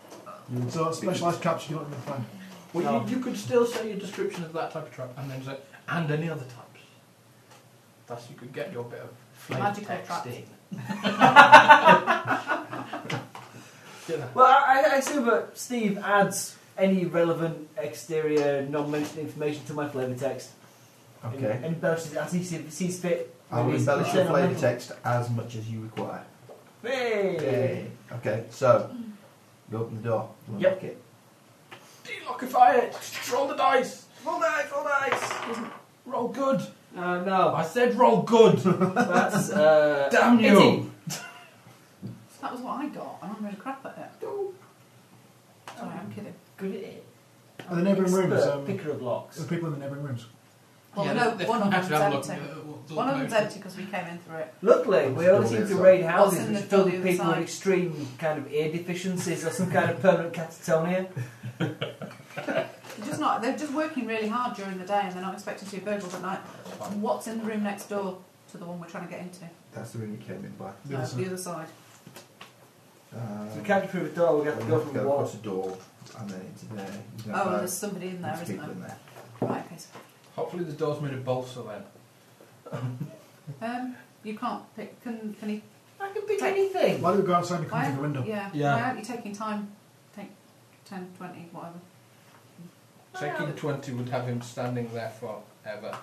Speaker 8: So specialised traps you're not going to find.
Speaker 4: Well,
Speaker 6: No.
Speaker 4: you, you could still say your description of that type of trap and then say, and any other types. Thus, you could get your bit of flavour
Speaker 5: Magical
Speaker 4: text
Speaker 5: traps.
Speaker 4: in. You know,
Speaker 6: Well, I, I assume that Steve adds any relevant exterior, non-mentioned information to my flavour text.
Speaker 3: Okay.
Speaker 6: And, and embellishes it as he sees, sees fit.
Speaker 3: I will
Speaker 6: Maybe it's
Speaker 3: embellish your
Speaker 6: internal
Speaker 3: flavour
Speaker 6: metal.
Speaker 3: text as much as you require.
Speaker 6: Hey!
Speaker 3: Yay. Okay, so you open the door. you
Speaker 6: Yep.
Speaker 3: unlock it.
Speaker 4: Delockify it! Roll the dice!
Speaker 6: Roll dice, roll dice!
Speaker 4: Roll good!
Speaker 5: Oh,
Speaker 6: Uh, no,
Speaker 4: I said roll good!
Speaker 6: that's uh,
Speaker 4: Damn you!
Speaker 5: That was what I got, and I'm really crap at it. Sorry, I'm kidding.
Speaker 6: Good at it.
Speaker 8: And the neighbouring rooms,
Speaker 6: Expert
Speaker 8: um,
Speaker 6: picker of locks.
Speaker 8: the people in the neighbouring rooms.
Speaker 5: Well,
Speaker 7: Yeah, they-
Speaker 5: no,
Speaker 7: they
Speaker 5: one of
Speaker 7: have
Speaker 5: them's
Speaker 7: to have a look.
Speaker 5: empty.
Speaker 7: uh, what-
Speaker 5: One of
Speaker 7: what-
Speaker 5: them's empty because we came in through it.
Speaker 6: Luckily, we only seem to raid houses
Speaker 5: What's in
Speaker 6: which
Speaker 5: the
Speaker 6: fill with
Speaker 5: building
Speaker 6: people with
Speaker 5: inside?
Speaker 6: extreme kind of ear deficiencies or some kind of permanent catatonia.
Speaker 5: They're just not. They're just working really hard during the day, and they're not expected to be burgled at night. What's in the room next door to the one we're trying to get into?
Speaker 3: That's the room you came in by.
Speaker 8: The
Speaker 5: No,
Speaker 8: other
Speaker 5: the
Speaker 8: side.
Speaker 5: other side.
Speaker 3: Um,
Speaker 6: So we can't prove a door, we
Speaker 3: you
Speaker 6: have to go
Speaker 3: have
Speaker 6: from
Speaker 3: to
Speaker 6: the
Speaker 3: go
Speaker 6: wall.
Speaker 3: across the door and then into there. You don't
Speaker 5: Oh,
Speaker 3: know.
Speaker 5: and there's somebody in there,
Speaker 3: There's
Speaker 5: isn't
Speaker 3: people in
Speaker 5: there?
Speaker 3: there.
Speaker 5: Right. Okay. so-
Speaker 4: Hopefully, the door's made of balsa then.
Speaker 5: Um, you can't pick. Can can he?
Speaker 6: I can pick
Speaker 5: Take-
Speaker 6: anything.
Speaker 8: Why do we go outside and come
Speaker 5: Why?
Speaker 8: through the window?
Speaker 5: Yeah.
Speaker 4: Yeah.
Speaker 5: Why aren't you taking time? Take 10, 20, whatever.
Speaker 4: Taking 20 would have him standing there forever.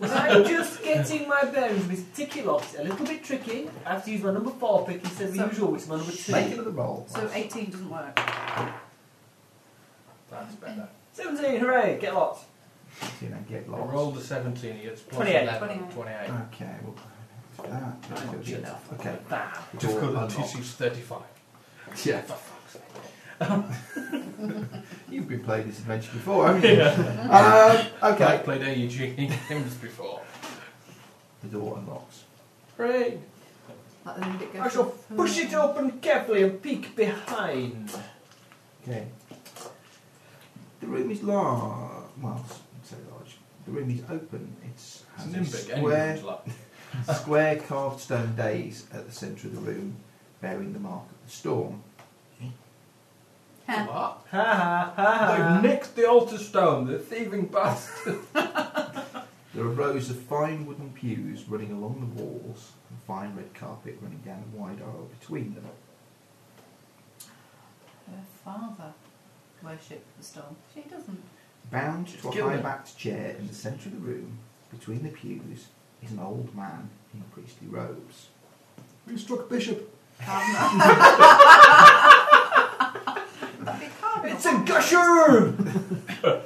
Speaker 6: Was I just getting my bearings with ticky locks? A little bit tricky. I have to use my number four pick instead of the
Speaker 5: So-
Speaker 6: usual, which is my number two.
Speaker 3: Make another roll.
Speaker 5: So 18 doesn't work.
Speaker 4: That's better.
Speaker 6: 17, hooray, get lots.
Speaker 3: Eighteen and get
Speaker 4: Roll
Speaker 3: lost.
Speaker 4: Rolled a 17, he gets plus
Speaker 6: 28.
Speaker 4: 11,
Speaker 5: 28.
Speaker 4: 28.
Speaker 3: Okay, well, that.
Speaker 6: That won't be enough.
Speaker 3: Okay.
Speaker 6: Bam.
Speaker 4: Just
Speaker 3: Door
Speaker 4: go to
Speaker 3: unlocked.
Speaker 4: TC's 35.
Speaker 3: Yeah.
Speaker 4: For fuck's sake.
Speaker 3: You've been playing this adventure before, haven't you? um,
Speaker 4: I
Speaker 3: okay.
Speaker 4: played AEG games before.
Speaker 3: The door unlocks.
Speaker 4: Great.
Speaker 5: Like the minute it goes
Speaker 6: I shall
Speaker 5: through.
Speaker 6: push it open carefully and peek behind.
Speaker 3: Okay. The room is large. Well, s- say large. The room is open. It's
Speaker 4: It's
Speaker 3: has a
Speaker 4: Nimbic,
Speaker 3: square,
Speaker 4: anyone's like.
Speaker 3: square carved stone dais at the centre of the room, bearing the mark of the storm.
Speaker 5: Huh.
Speaker 4: What?
Speaker 6: Ha ha ha ha.
Speaker 4: They've nicked the altar stone, the thieving bastard.
Speaker 3: There are rows of fine wooden pews running along the walls, and fine red carpet running down a wide aisle between them.
Speaker 5: Her father worshipped the storm. She doesn't.
Speaker 3: Bound to a
Speaker 4: Kill me.
Speaker 3: high backed chair in the centre of the room, between the pews, is an old man in priestly robes.
Speaker 8: We struck Bishop.
Speaker 5: Cardinal. That'd be cardinal.
Speaker 6: It's a gusher!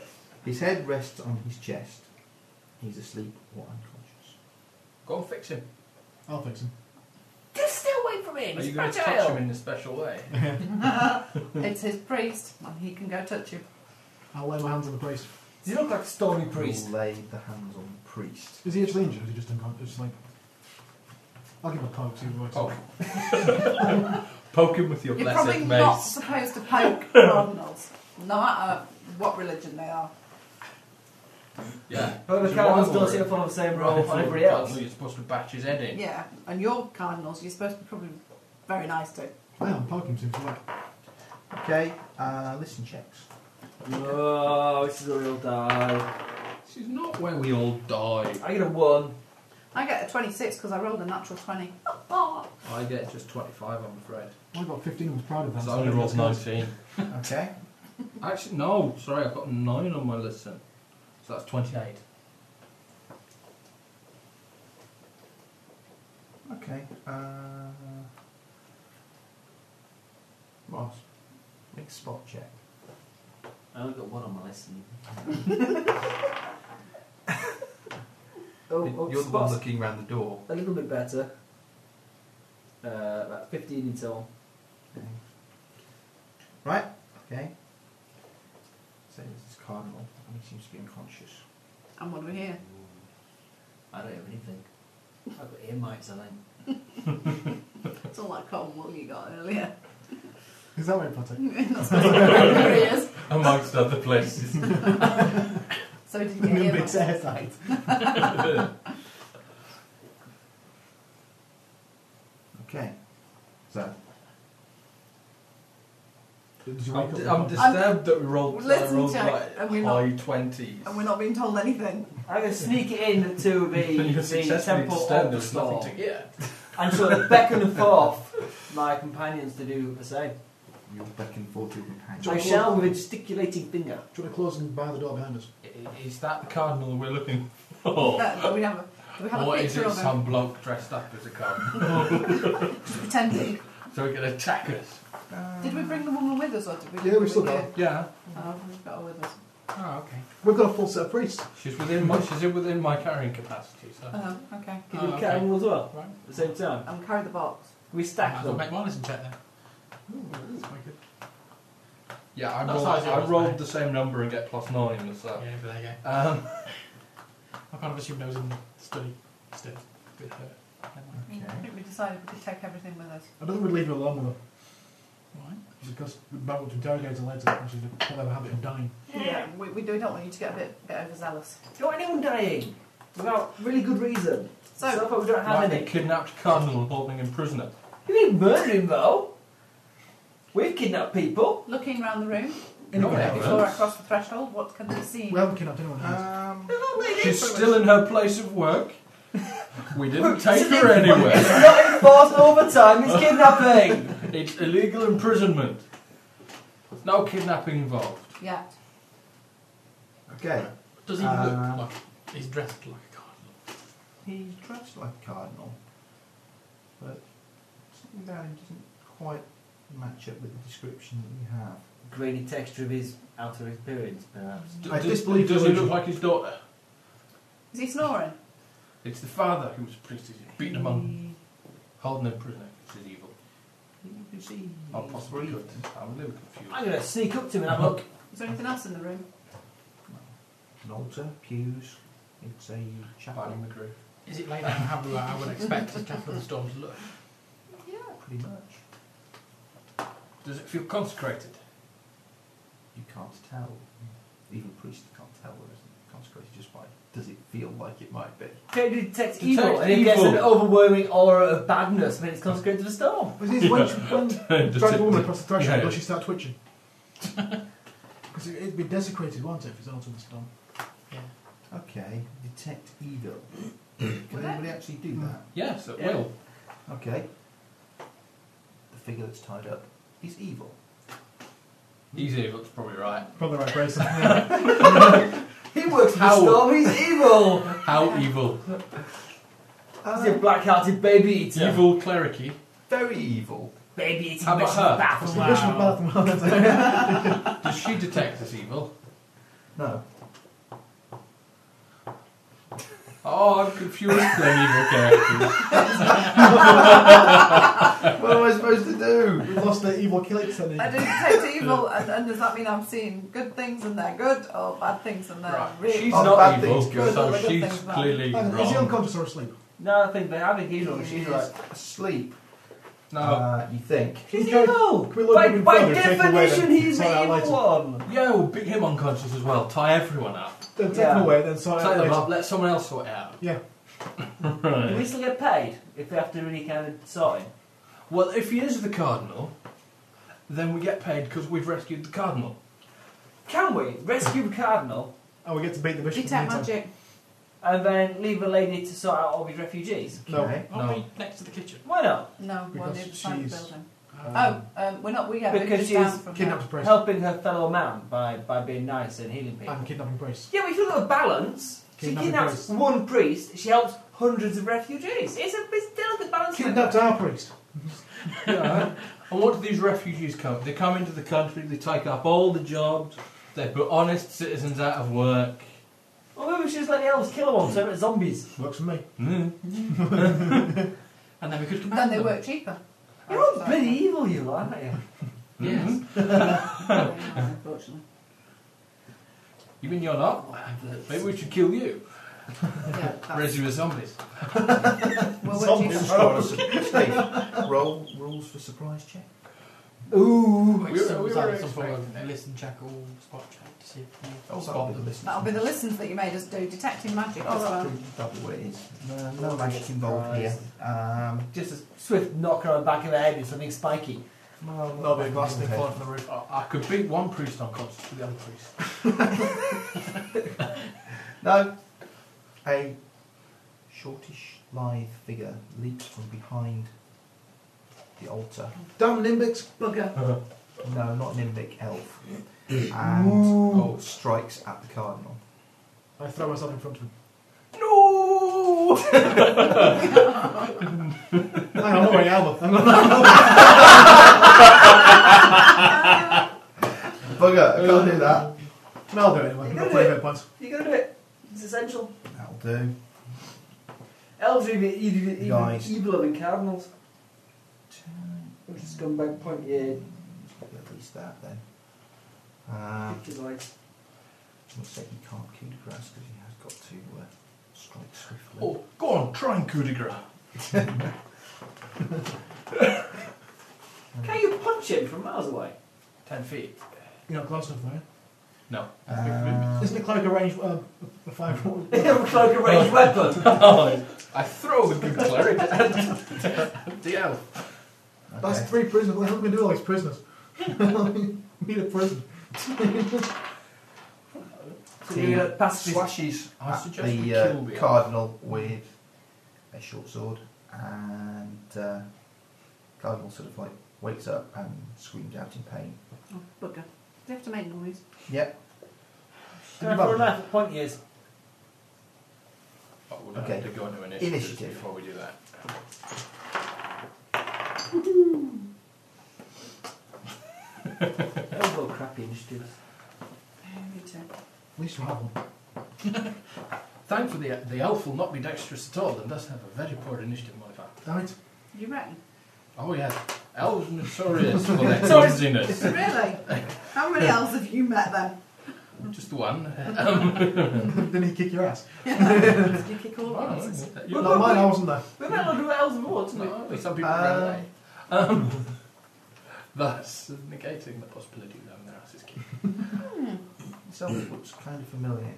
Speaker 3: His head rests on his chest. He's asleep or unconscious.
Speaker 4: Go and fix him.
Speaker 8: I'll fix him.
Speaker 6: Just stay away from him.
Speaker 4: Are
Speaker 6: He's
Speaker 4: you going to touch him
Speaker 6: fragile.
Speaker 4: in a special way?
Speaker 5: It's his priest, and he can go touch him.
Speaker 8: I'll lay my hands on the priest.
Speaker 6: You look like a stormy
Speaker 3: Will
Speaker 6: priest.
Speaker 3: Lay the hands on the priest.
Speaker 8: Is he actually injured? Or is he just unconscious? Just like I'll give him a poke. See what
Speaker 4: Poke.
Speaker 8: works.
Speaker 4: Poke him with your
Speaker 5: You're
Speaker 4: blessed
Speaker 5: probably
Speaker 4: mace.
Speaker 5: not supposed to poke cardinals, no matter what religion they are.
Speaker 4: Yeah.
Speaker 6: Whoever
Speaker 4: So
Speaker 6: cardinals
Speaker 4: rivalry-
Speaker 6: don't sit up on the same roll
Speaker 4: rivalry
Speaker 6: for everybody
Speaker 4: tells
Speaker 6: else.
Speaker 4: you You're supposed to batch his head in.
Speaker 5: Yeah, and your cardinals, you're supposed to be probably very nice to.
Speaker 8: Yeah, I'm Parkinson for that.
Speaker 3: Okay, uh, listen checks.
Speaker 6: Whoa, Oh, this is a real die.
Speaker 4: This is not where we all die.
Speaker 6: I get a one.
Speaker 5: I get a 26 because I rolled a natural 20.
Speaker 4: I get just 25, I'm afraid.
Speaker 8: I got 15 and was proud of that.
Speaker 4: Because
Speaker 8: so
Speaker 4: I only
Speaker 8: think
Speaker 4: rolled
Speaker 8: that's nice.
Speaker 4: 19.
Speaker 3: Okay.
Speaker 4: Actually, no, sorry, I've got 9 on my list then. So that's 28.
Speaker 3: Okay. Uh, Ross, make a spot check.
Speaker 6: I only got one on my list. oh, oh,
Speaker 13: You're the one
Speaker 6: spots.
Speaker 13: looking round the door.
Speaker 6: A little bit better. Uh, about 15 in total.
Speaker 3: Okay. Right. Okay. So this is cardinal. and He seems to be unconscious.
Speaker 5: And what do we hear?
Speaker 6: I don't have anything. I've got ear mites, I think.
Speaker 5: It's all that cotton wool you got earlier.
Speaker 8: Is that right, Potter?
Speaker 5: That's what it is.
Speaker 4: Amongst other places.
Speaker 5: So did you
Speaker 8: The
Speaker 5: get
Speaker 8: new
Speaker 5: ear
Speaker 8: big
Speaker 5: muffs?
Speaker 8: air sight.
Speaker 3: Okay. So
Speaker 8: Did you wake
Speaker 4: I'm,
Speaker 8: up?
Speaker 4: di-
Speaker 8: with
Speaker 4: I'm
Speaker 8: that?
Speaker 4: disturbed that we rolled, I
Speaker 5: Let's
Speaker 4: rolled
Speaker 5: check,
Speaker 4: like
Speaker 5: and we're not-
Speaker 4: high 20s.
Speaker 5: And we're not being told anything.
Speaker 6: I'm going to sneak it in to the,
Speaker 4: You're
Speaker 6: the
Speaker 4: successfully
Speaker 6: temple
Speaker 4: disturbed,
Speaker 6: of the
Speaker 4: there's nothing
Speaker 6: store
Speaker 4: to get.
Speaker 6: and sort of beckon forth my companions to do the same.
Speaker 3: you'll beckon forth your companion.
Speaker 6: I shall with a gesticulating finger.
Speaker 8: Do you want to close and bar the door behind us?
Speaker 4: I- Is that the cardinal we're looking for?
Speaker 5: That, that we have a, do we have
Speaker 4: Or
Speaker 5: a
Speaker 4: Oh. is
Speaker 5: picture
Speaker 4: it
Speaker 5: of him
Speaker 4: some bloke dressed up as a cardinal?
Speaker 5: pretending?
Speaker 4: so he can attack us?
Speaker 5: Did we bring the woman with us or did we?
Speaker 8: Yeah, we still got her.
Speaker 4: Yeah.
Speaker 5: Oh, we've got her with us.
Speaker 4: Oh, okay.
Speaker 8: We've got a full set of priests.
Speaker 4: She's within my, she's within my carrying capacity, so.
Speaker 5: Oh, okay.
Speaker 6: Can
Speaker 7: Oh,
Speaker 6: you
Speaker 7: okay.
Speaker 6: carry them all as well
Speaker 7: Right.
Speaker 6: at the same time?
Speaker 5: Um, carry the box.
Speaker 6: Can we stack
Speaker 7: I'll
Speaker 6: them?
Speaker 7: make my listen check then.
Speaker 4: Yeah, I
Speaker 7: That's
Speaker 4: rolled,
Speaker 7: how it
Speaker 4: I
Speaker 7: was,
Speaker 4: rolled
Speaker 7: mate.
Speaker 4: the same number and get plus nine, so.
Speaker 7: Yeah, but there you
Speaker 4: Um,
Speaker 7: go. I kind of assumed I was in the study still. Good hurt. Never mind.
Speaker 5: I think we decided we could take everything with us.
Speaker 8: I don't think we'd leave her alone with her.
Speaker 7: Why?
Speaker 8: Because we'd battle to interrogate her later, and she's probably have a habit of dying.
Speaker 5: Yeah, we, we do not want you to get a bit, bit overzealous.
Speaker 6: Don't want anyone dying without really good reason. So,
Speaker 5: So-
Speaker 6: far we don't have
Speaker 4: like
Speaker 6: any.
Speaker 4: a kidnapped cardinal and holding him prisoner.
Speaker 6: You didn't murder him though. We've kidnapped people.
Speaker 5: Looking round the room
Speaker 6: In
Speaker 4: No,
Speaker 6: a way.
Speaker 4: we haven't.
Speaker 5: before I cross the threshold, what can they see?
Speaker 8: We haven't kidnapped anyone else.
Speaker 3: Um,
Speaker 4: She's still in her place of work. We didn't take
Speaker 6: It's
Speaker 4: her anywhere.
Speaker 6: not enforced overtime, it's kidnapping.
Speaker 4: It's illegal imprisonment. There's no kidnapping involved.
Speaker 5: yeah.
Speaker 3: okay.
Speaker 7: Does he
Speaker 3: Uh,
Speaker 7: look like he's dressed like a cardinal?
Speaker 3: He's dressed like a cardinal, but something about him doesn't quite match up with the description that you have.
Speaker 6: Grainy texture of his outer appearance, perhaps.
Speaker 4: D-
Speaker 3: I
Speaker 4: does-
Speaker 3: disbelieve
Speaker 4: does
Speaker 3: the
Speaker 4: he look
Speaker 3: original-
Speaker 4: like his daughter?
Speaker 5: Is he snoring?
Speaker 4: It's the father who was priest. He's beaten him on, holding him prisoner. This is evil.
Speaker 3: You can see.
Speaker 4: Or
Speaker 3: he's
Speaker 4: possibly good.
Speaker 3: breathing.
Speaker 4: I'm a little
Speaker 6: I'm
Speaker 4: confused.
Speaker 6: going to sneak up to him and have a look.
Speaker 5: Is there anything else in the room?
Speaker 3: An altar, pews. It's a
Speaker 4: Barney
Speaker 3: chapel,
Speaker 4: McGrew.
Speaker 7: Is it laid out how I would expect the Chapel of the Storm to look?
Speaker 3: pretty much.
Speaker 4: Does it feel consecrated?
Speaker 3: You can't tell. Even priests can't tell whether it's consecrated just by does it feel like it might be.
Speaker 6: Can you detect,
Speaker 4: Detect
Speaker 6: evil? And it gets
Speaker 4: evil.
Speaker 6: an overwhelming aura of badness when it's consecrated to the storm.
Speaker 8: But it is when, she- when the dragged woman across the threshold, does she start twitching? Because it, it'd be desecrated, won't it, if it's out on the storm?
Speaker 7: Yeah.
Speaker 3: Okay, detect evil. Can anybody actually do that?
Speaker 4: Yes, it
Speaker 6: Yeah.
Speaker 4: will.
Speaker 3: Okay. The figure that's tied up is evil.
Speaker 4: He's evil. It's probably right.
Speaker 8: Probably the right person. Yeah.
Speaker 6: He works for
Speaker 4: How?
Speaker 6: the storm, he's evil!
Speaker 4: How evil?
Speaker 6: he's a black hearted baby eater.
Speaker 4: Evil clericy.
Speaker 3: Very evil.
Speaker 6: Baby eating
Speaker 4: How about
Speaker 6: bitch in
Speaker 4: her?
Speaker 6: the bath.
Speaker 8: Just a bath and all that.
Speaker 4: Does she detect as evil?
Speaker 3: No.
Speaker 4: Oh, I'm confused playing evil characters.
Speaker 3: What am I supposed to do?
Speaker 8: We've lost the evil killing technique.
Speaker 5: I do detect evil, and, and does that mean I'm seeing good things and they're good, or bad things and they're really?
Speaker 4: She's
Speaker 3: Oh,
Speaker 4: not
Speaker 3: bad
Speaker 4: evil,
Speaker 3: things good.
Speaker 5: All the
Speaker 4: so
Speaker 5: good
Speaker 4: she's
Speaker 5: things bad.
Speaker 4: clearly
Speaker 8: Hang on, Is he
Speaker 4: wrong.
Speaker 8: unconscious or asleep?
Speaker 6: No, I think they have it. He's on. She's like,
Speaker 3: Asleep.
Speaker 4: No,
Speaker 3: Uh, you think.
Speaker 6: she's
Speaker 8: Can we
Speaker 6: evil!
Speaker 8: can we look
Speaker 6: By,
Speaker 8: even
Speaker 6: by
Speaker 8: further and take away
Speaker 6: definition,
Speaker 8: the-
Speaker 6: he's
Speaker 8: sorry,
Speaker 6: the
Speaker 8: I
Speaker 6: evil
Speaker 8: lied to-
Speaker 6: one!
Speaker 4: yeah, we'll beat him unconscious as well. Tie everyone up.
Speaker 8: Then take them away, then sort it out
Speaker 4: Take them
Speaker 8: later.
Speaker 4: up, let someone else sort it out.
Speaker 8: Yeah.
Speaker 6: Do we still get paid if we have to really kind of sort him?
Speaker 4: Well, if he is the cardinal, then we get paid because we've rescued the cardinal.
Speaker 6: Can we rescue the cardinal
Speaker 8: And Oh, we get to beat the bishop. in the
Speaker 5: Detect
Speaker 8: meantime.
Speaker 5: magic.
Speaker 6: and then leave a lady to sort out all these refugees?
Speaker 8: No.
Speaker 3: Okay.
Speaker 7: Are
Speaker 4: No.
Speaker 7: we next to the kitchen? Uh,
Speaker 6: Why not?
Speaker 5: No, one
Speaker 8: Because
Speaker 5: near the side of the
Speaker 8: she's,
Speaker 5: building.
Speaker 8: Um,
Speaker 5: oh, um, we're not. We get
Speaker 6: because
Speaker 5: because
Speaker 6: she's
Speaker 5: down from
Speaker 8: Kidnapped
Speaker 5: there.
Speaker 8: a priest.
Speaker 6: Helping her fellow man by, by being nice and healing people.
Speaker 8: And kidnapping priest.
Speaker 6: Yeah, but if you look at balance, she
Speaker 8: Uh-huh. Kidnapping
Speaker 6: kidnaps
Speaker 8: priest.
Speaker 6: one priest, she helps hundreds of refugees. It's a it's delicate balance.
Speaker 8: Kidnapped our priest.
Speaker 4: Yeah. and what do these refugees come? They come into the country, they take up all the jobs, they put honest citizens out of work.
Speaker 6: Or maybe we should just let the elves kill them all, so it's zombies.
Speaker 8: Works for me.
Speaker 4: Mm.
Speaker 7: And then we could
Speaker 5: Then
Speaker 7: command
Speaker 5: they
Speaker 7: them.
Speaker 5: work cheaper. Oh,
Speaker 6: You're all bloody evil, you lot, aren't you?
Speaker 7: Yes.
Speaker 4: Mm-hmm.
Speaker 5: Unfortunately.
Speaker 4: You mean you're not? Maybe we should kill you.
Speaker 5: Yeah,
Speaker 4: Raise
Speaker 5: that's-
Speaker 4: you as zombies.
Speaker 5: we'll work
Speaker 3: Zombies
Speaker 5: cheaper.
Speaker 3: destroy us. Steve, roll rules for surprise check.
Speaker 6: Ooh.
Speaker 7: We
Speaker 4: We were-
Speaker 7: were,
Speaker 4: we were
Speaker 7: some form of listen check or spot check to see if we
Speaker 3: Oh,
Speaker 7: spot
Speaker 3: that'll
Speaker 7: them.
Speaker 3: be the
Speaker 5: That'll be the listens that you made us do. Detecting magic
Speaker 3: Oh,
Speaker 5: as well.
Speaker 3: that's pretty double what it is. No, no magic involved here. Um,
Speaker 6: Just a swift knock on the back of the head with something spiky.
Speaker 3: well,
Speaker 8: Not a big glass thing falling from the roof.
Speaker 4: I, I could beat one priest unconscious with the other priest.
Speaker 3: No. A shortish, lithe figure leaps from behind the altar.
Speaker 8: Damn Nimbics, bugger.
Speaker 3: No, not Nimbic, elf. And oh, strikes at the cardinal.
Speaker 8: I throw myself in front of him.
Speaker 6: No!
Speaker 8: Hang on, I'm not wearing armour. I'm not-
Speaker 3: Bugger, I can't do that.
Speaker 8: No, I'll do it anyway. I've got 20 hit points.
Speaker 6: You're gonna do it. It's essential.
Speaker 3: That'll do.
Speaker 6: Elves are even, even, even
Speaker 3: Guys.
Speaker 6: eviler than cardinals. We'll just come back, point your
Speaker 3: At least that then. Um,
Speaker 6: pictures like.
Speaker 3: we'll say he can't coup de grace because he has got to uh, strike swiftly.
Speaker 4: Oh, go on, try and coup de grace.
Speaker 6: Can you punch him from miles away?
Speaker 4: Ten feet.
Speaker 8: You're not close enough, though.
Speaker 4: No.
Speaker 3: Um,
Speaker 8: Isn't it cleric arranged um, a five foot?
Speaker 6: Cloak a ranged weapon.
Speaker 4: I throw the good cleric at the elf.
Speaker 8: That's
Speaker 3: okay.
Speaker 8: three prisoners. What am I going to do with all these prisoners? Meet a prison.
Speaker 6: So you're gonna pass this.
Speaker 3: slashes
Speaker 4: I
Speaker 3: at
Speaker 4: suggest we
Speaker 3: the uh,
Speaker 4: kill the
Speaker 3: cardinal with a short sword, and uh, cardinal sort of like wakes up and screams out in pain.
Speaker 5: Oh, bugger. They have to make noise.
Speaker 3: Yep.
Speaker 6: Can I throw a knife at point yours?
Speaker 4: Oh, we're going
Speaker 3: Okay.
Speaker 4: to go into initiative,
Speaker 3: Initiative.
Speaker 4: before we do that.
Speaker 6: Elves are crappy initiatives.
Speaker 5: Me too.
Speaker 8: At least you have one.
Speaker 4: Thankfully, the elf will not be dexterous at all and does have a very poor initiative modifier.
Speaker 8: Damn it.
Speaker 5: You reckon?
Speaker 4: Oh, yeah. Elves notorious for their clumsiness.
Speaker 5: Really? How many elves have you met then?
Speaker 4: Just one.
Speaker 8: Didn't he kick your ass?
Speaker 5: Did you kick all the
Speaker 4: Oh,
Speaker 5: asses?
Speaker 4: you
Speaker 8: Not mine, I wasn't there.
Speaker 6: We might not do what elves more, didn't we?
Speaker 4: no, some people
Speaker 3: Uh,
Speaker 4: ran away. Um, thus, negating the possibility of having their asses kicked.
Speaker 3: Someone looks kind of familiar.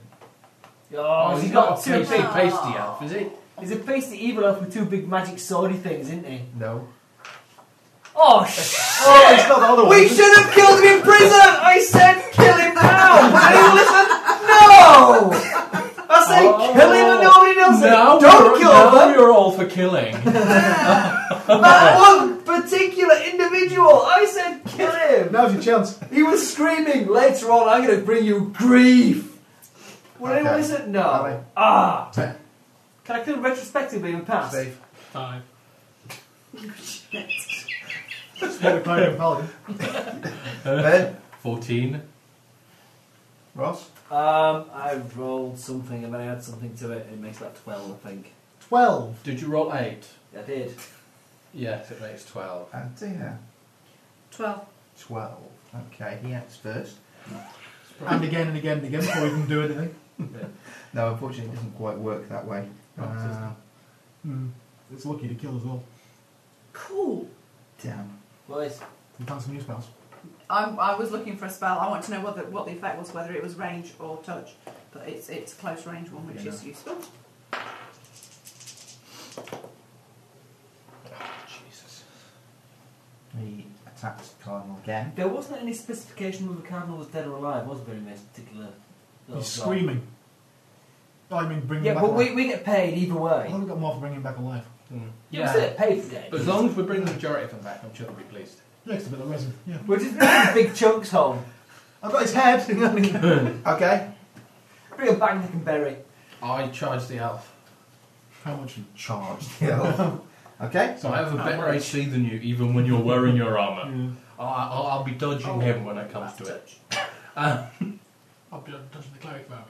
Speaker 6: Oh, he's got two
Speaker 4: pasty,
Speaker 6: big.
Speaker 4: pasty
Speaker 6: Oh.
Speaker 4: elf, is he?
Speaker 6: He's a pasty evil elf with two big magic swordy things, isn't he?
Speaker 3: No.
Speaker 6: Oh shit!
Speaker 3: Oh, it's not the other one.
Speaker 6: We should have killed him in prison! I said kill him now! Did you listen? No! I say kill him and nobody knows
Speaker 4: Now
Speaker 6: it! Don't
Speaker 4: we're-
Speaker 6: kill
Speaker 4: now
Speaker 6: him!
Speaker 4: you're all for killing.
Speaker 6: That one particular individual! I said kill him!
Speaker 8: Now's your chance.
Speaker 6: He was screaming, later on I'm gonna bring you grief! Would anyone
Speaker 3: Okay.
Speaker 6: listen?
Speaker 3: Alright.
Speaker 6: No. Ah! Can I kill him retrospectively in the past?
Speaker 3: Save.
Speaker 7: Five.
Speaker 8: It's not a cleric and paladin.
Speaker 3: Ben,
Speaker 4: 14.
Speaker 3: Ross,
Speaker 6: Um, I rolled something and then I had something to it and it makes that 12 I think.
Speaker 8: 12.
Speaker 4: Did you roll 8?
Speaker 6: I did.
Speaker 4: Yes, it makes 12.
Speaker 3: and Tina.
Speaker 5: Twelve.
Speaker 3: Twelve. Okay, he acts first.
Speaker 8: And again and again and again before we can do anything.
Speaker 3: No, unfortunately, it doesn't quite work that way.
Speaker 4: Oh, it doesn't.
Speaker 3: Uh,
Speaker 8: Hmm. It's lucky to kill as well.
Speaker 5: Cool.
Speaker 3: damn.
Speaker 6: Well, it's
Speaker 8: We found some new spells.
Speaker 5: I'm, I was looking for a spell. I want to know what the, what the effect was, whether it was range or touch. but it's it's a close range one, which
Speaker 9: Yeah.
Speaker 5: is useful.
Speaker 4: Oh,
Speaker 9: Jesus. He attacks the cardinal again.
Speaker 6: There wasn't any specification whether Cardinal was dead or alive, was there, in this particular. little
Speaker 8: He's
Speaker 6: job?
Speaker 8: screaming. Oh, I mean, bring
Speaker 6: Yeah,
Speaker 8: him back
Speaker 6: but
Speaker 8: alive.
Speaker 6: we, we get paid either way.
Speaker 8: I think we got more for bringing him back alive.
Speaker 6: You yeah. said paid for dead.
Speaker 4: But Hmm. as long as we bring the majority of them back, I'm sure they'll be pleased.
Speaker 8: Yeah, it's a bit of resin. Yeah.
Speaker 6: We're just bringing big chunks home.
Speaker 8: I've got his head.
Speaker 3: Okay.
Speaker 6: Bring a bag they can bury.
Speaker 4: I charge the elf.
Speaker 8: How much?
Speaker 3: Charged. Yeah. okay.
Speaker 4: So I have a better AC than you, even when you're wearing your armour. I- I'll, I'll be dodging
Speaker 6: Oh,
Speaker 4: him when it comes to it. Uh,
Speaker 7: I'll be done the cleric value.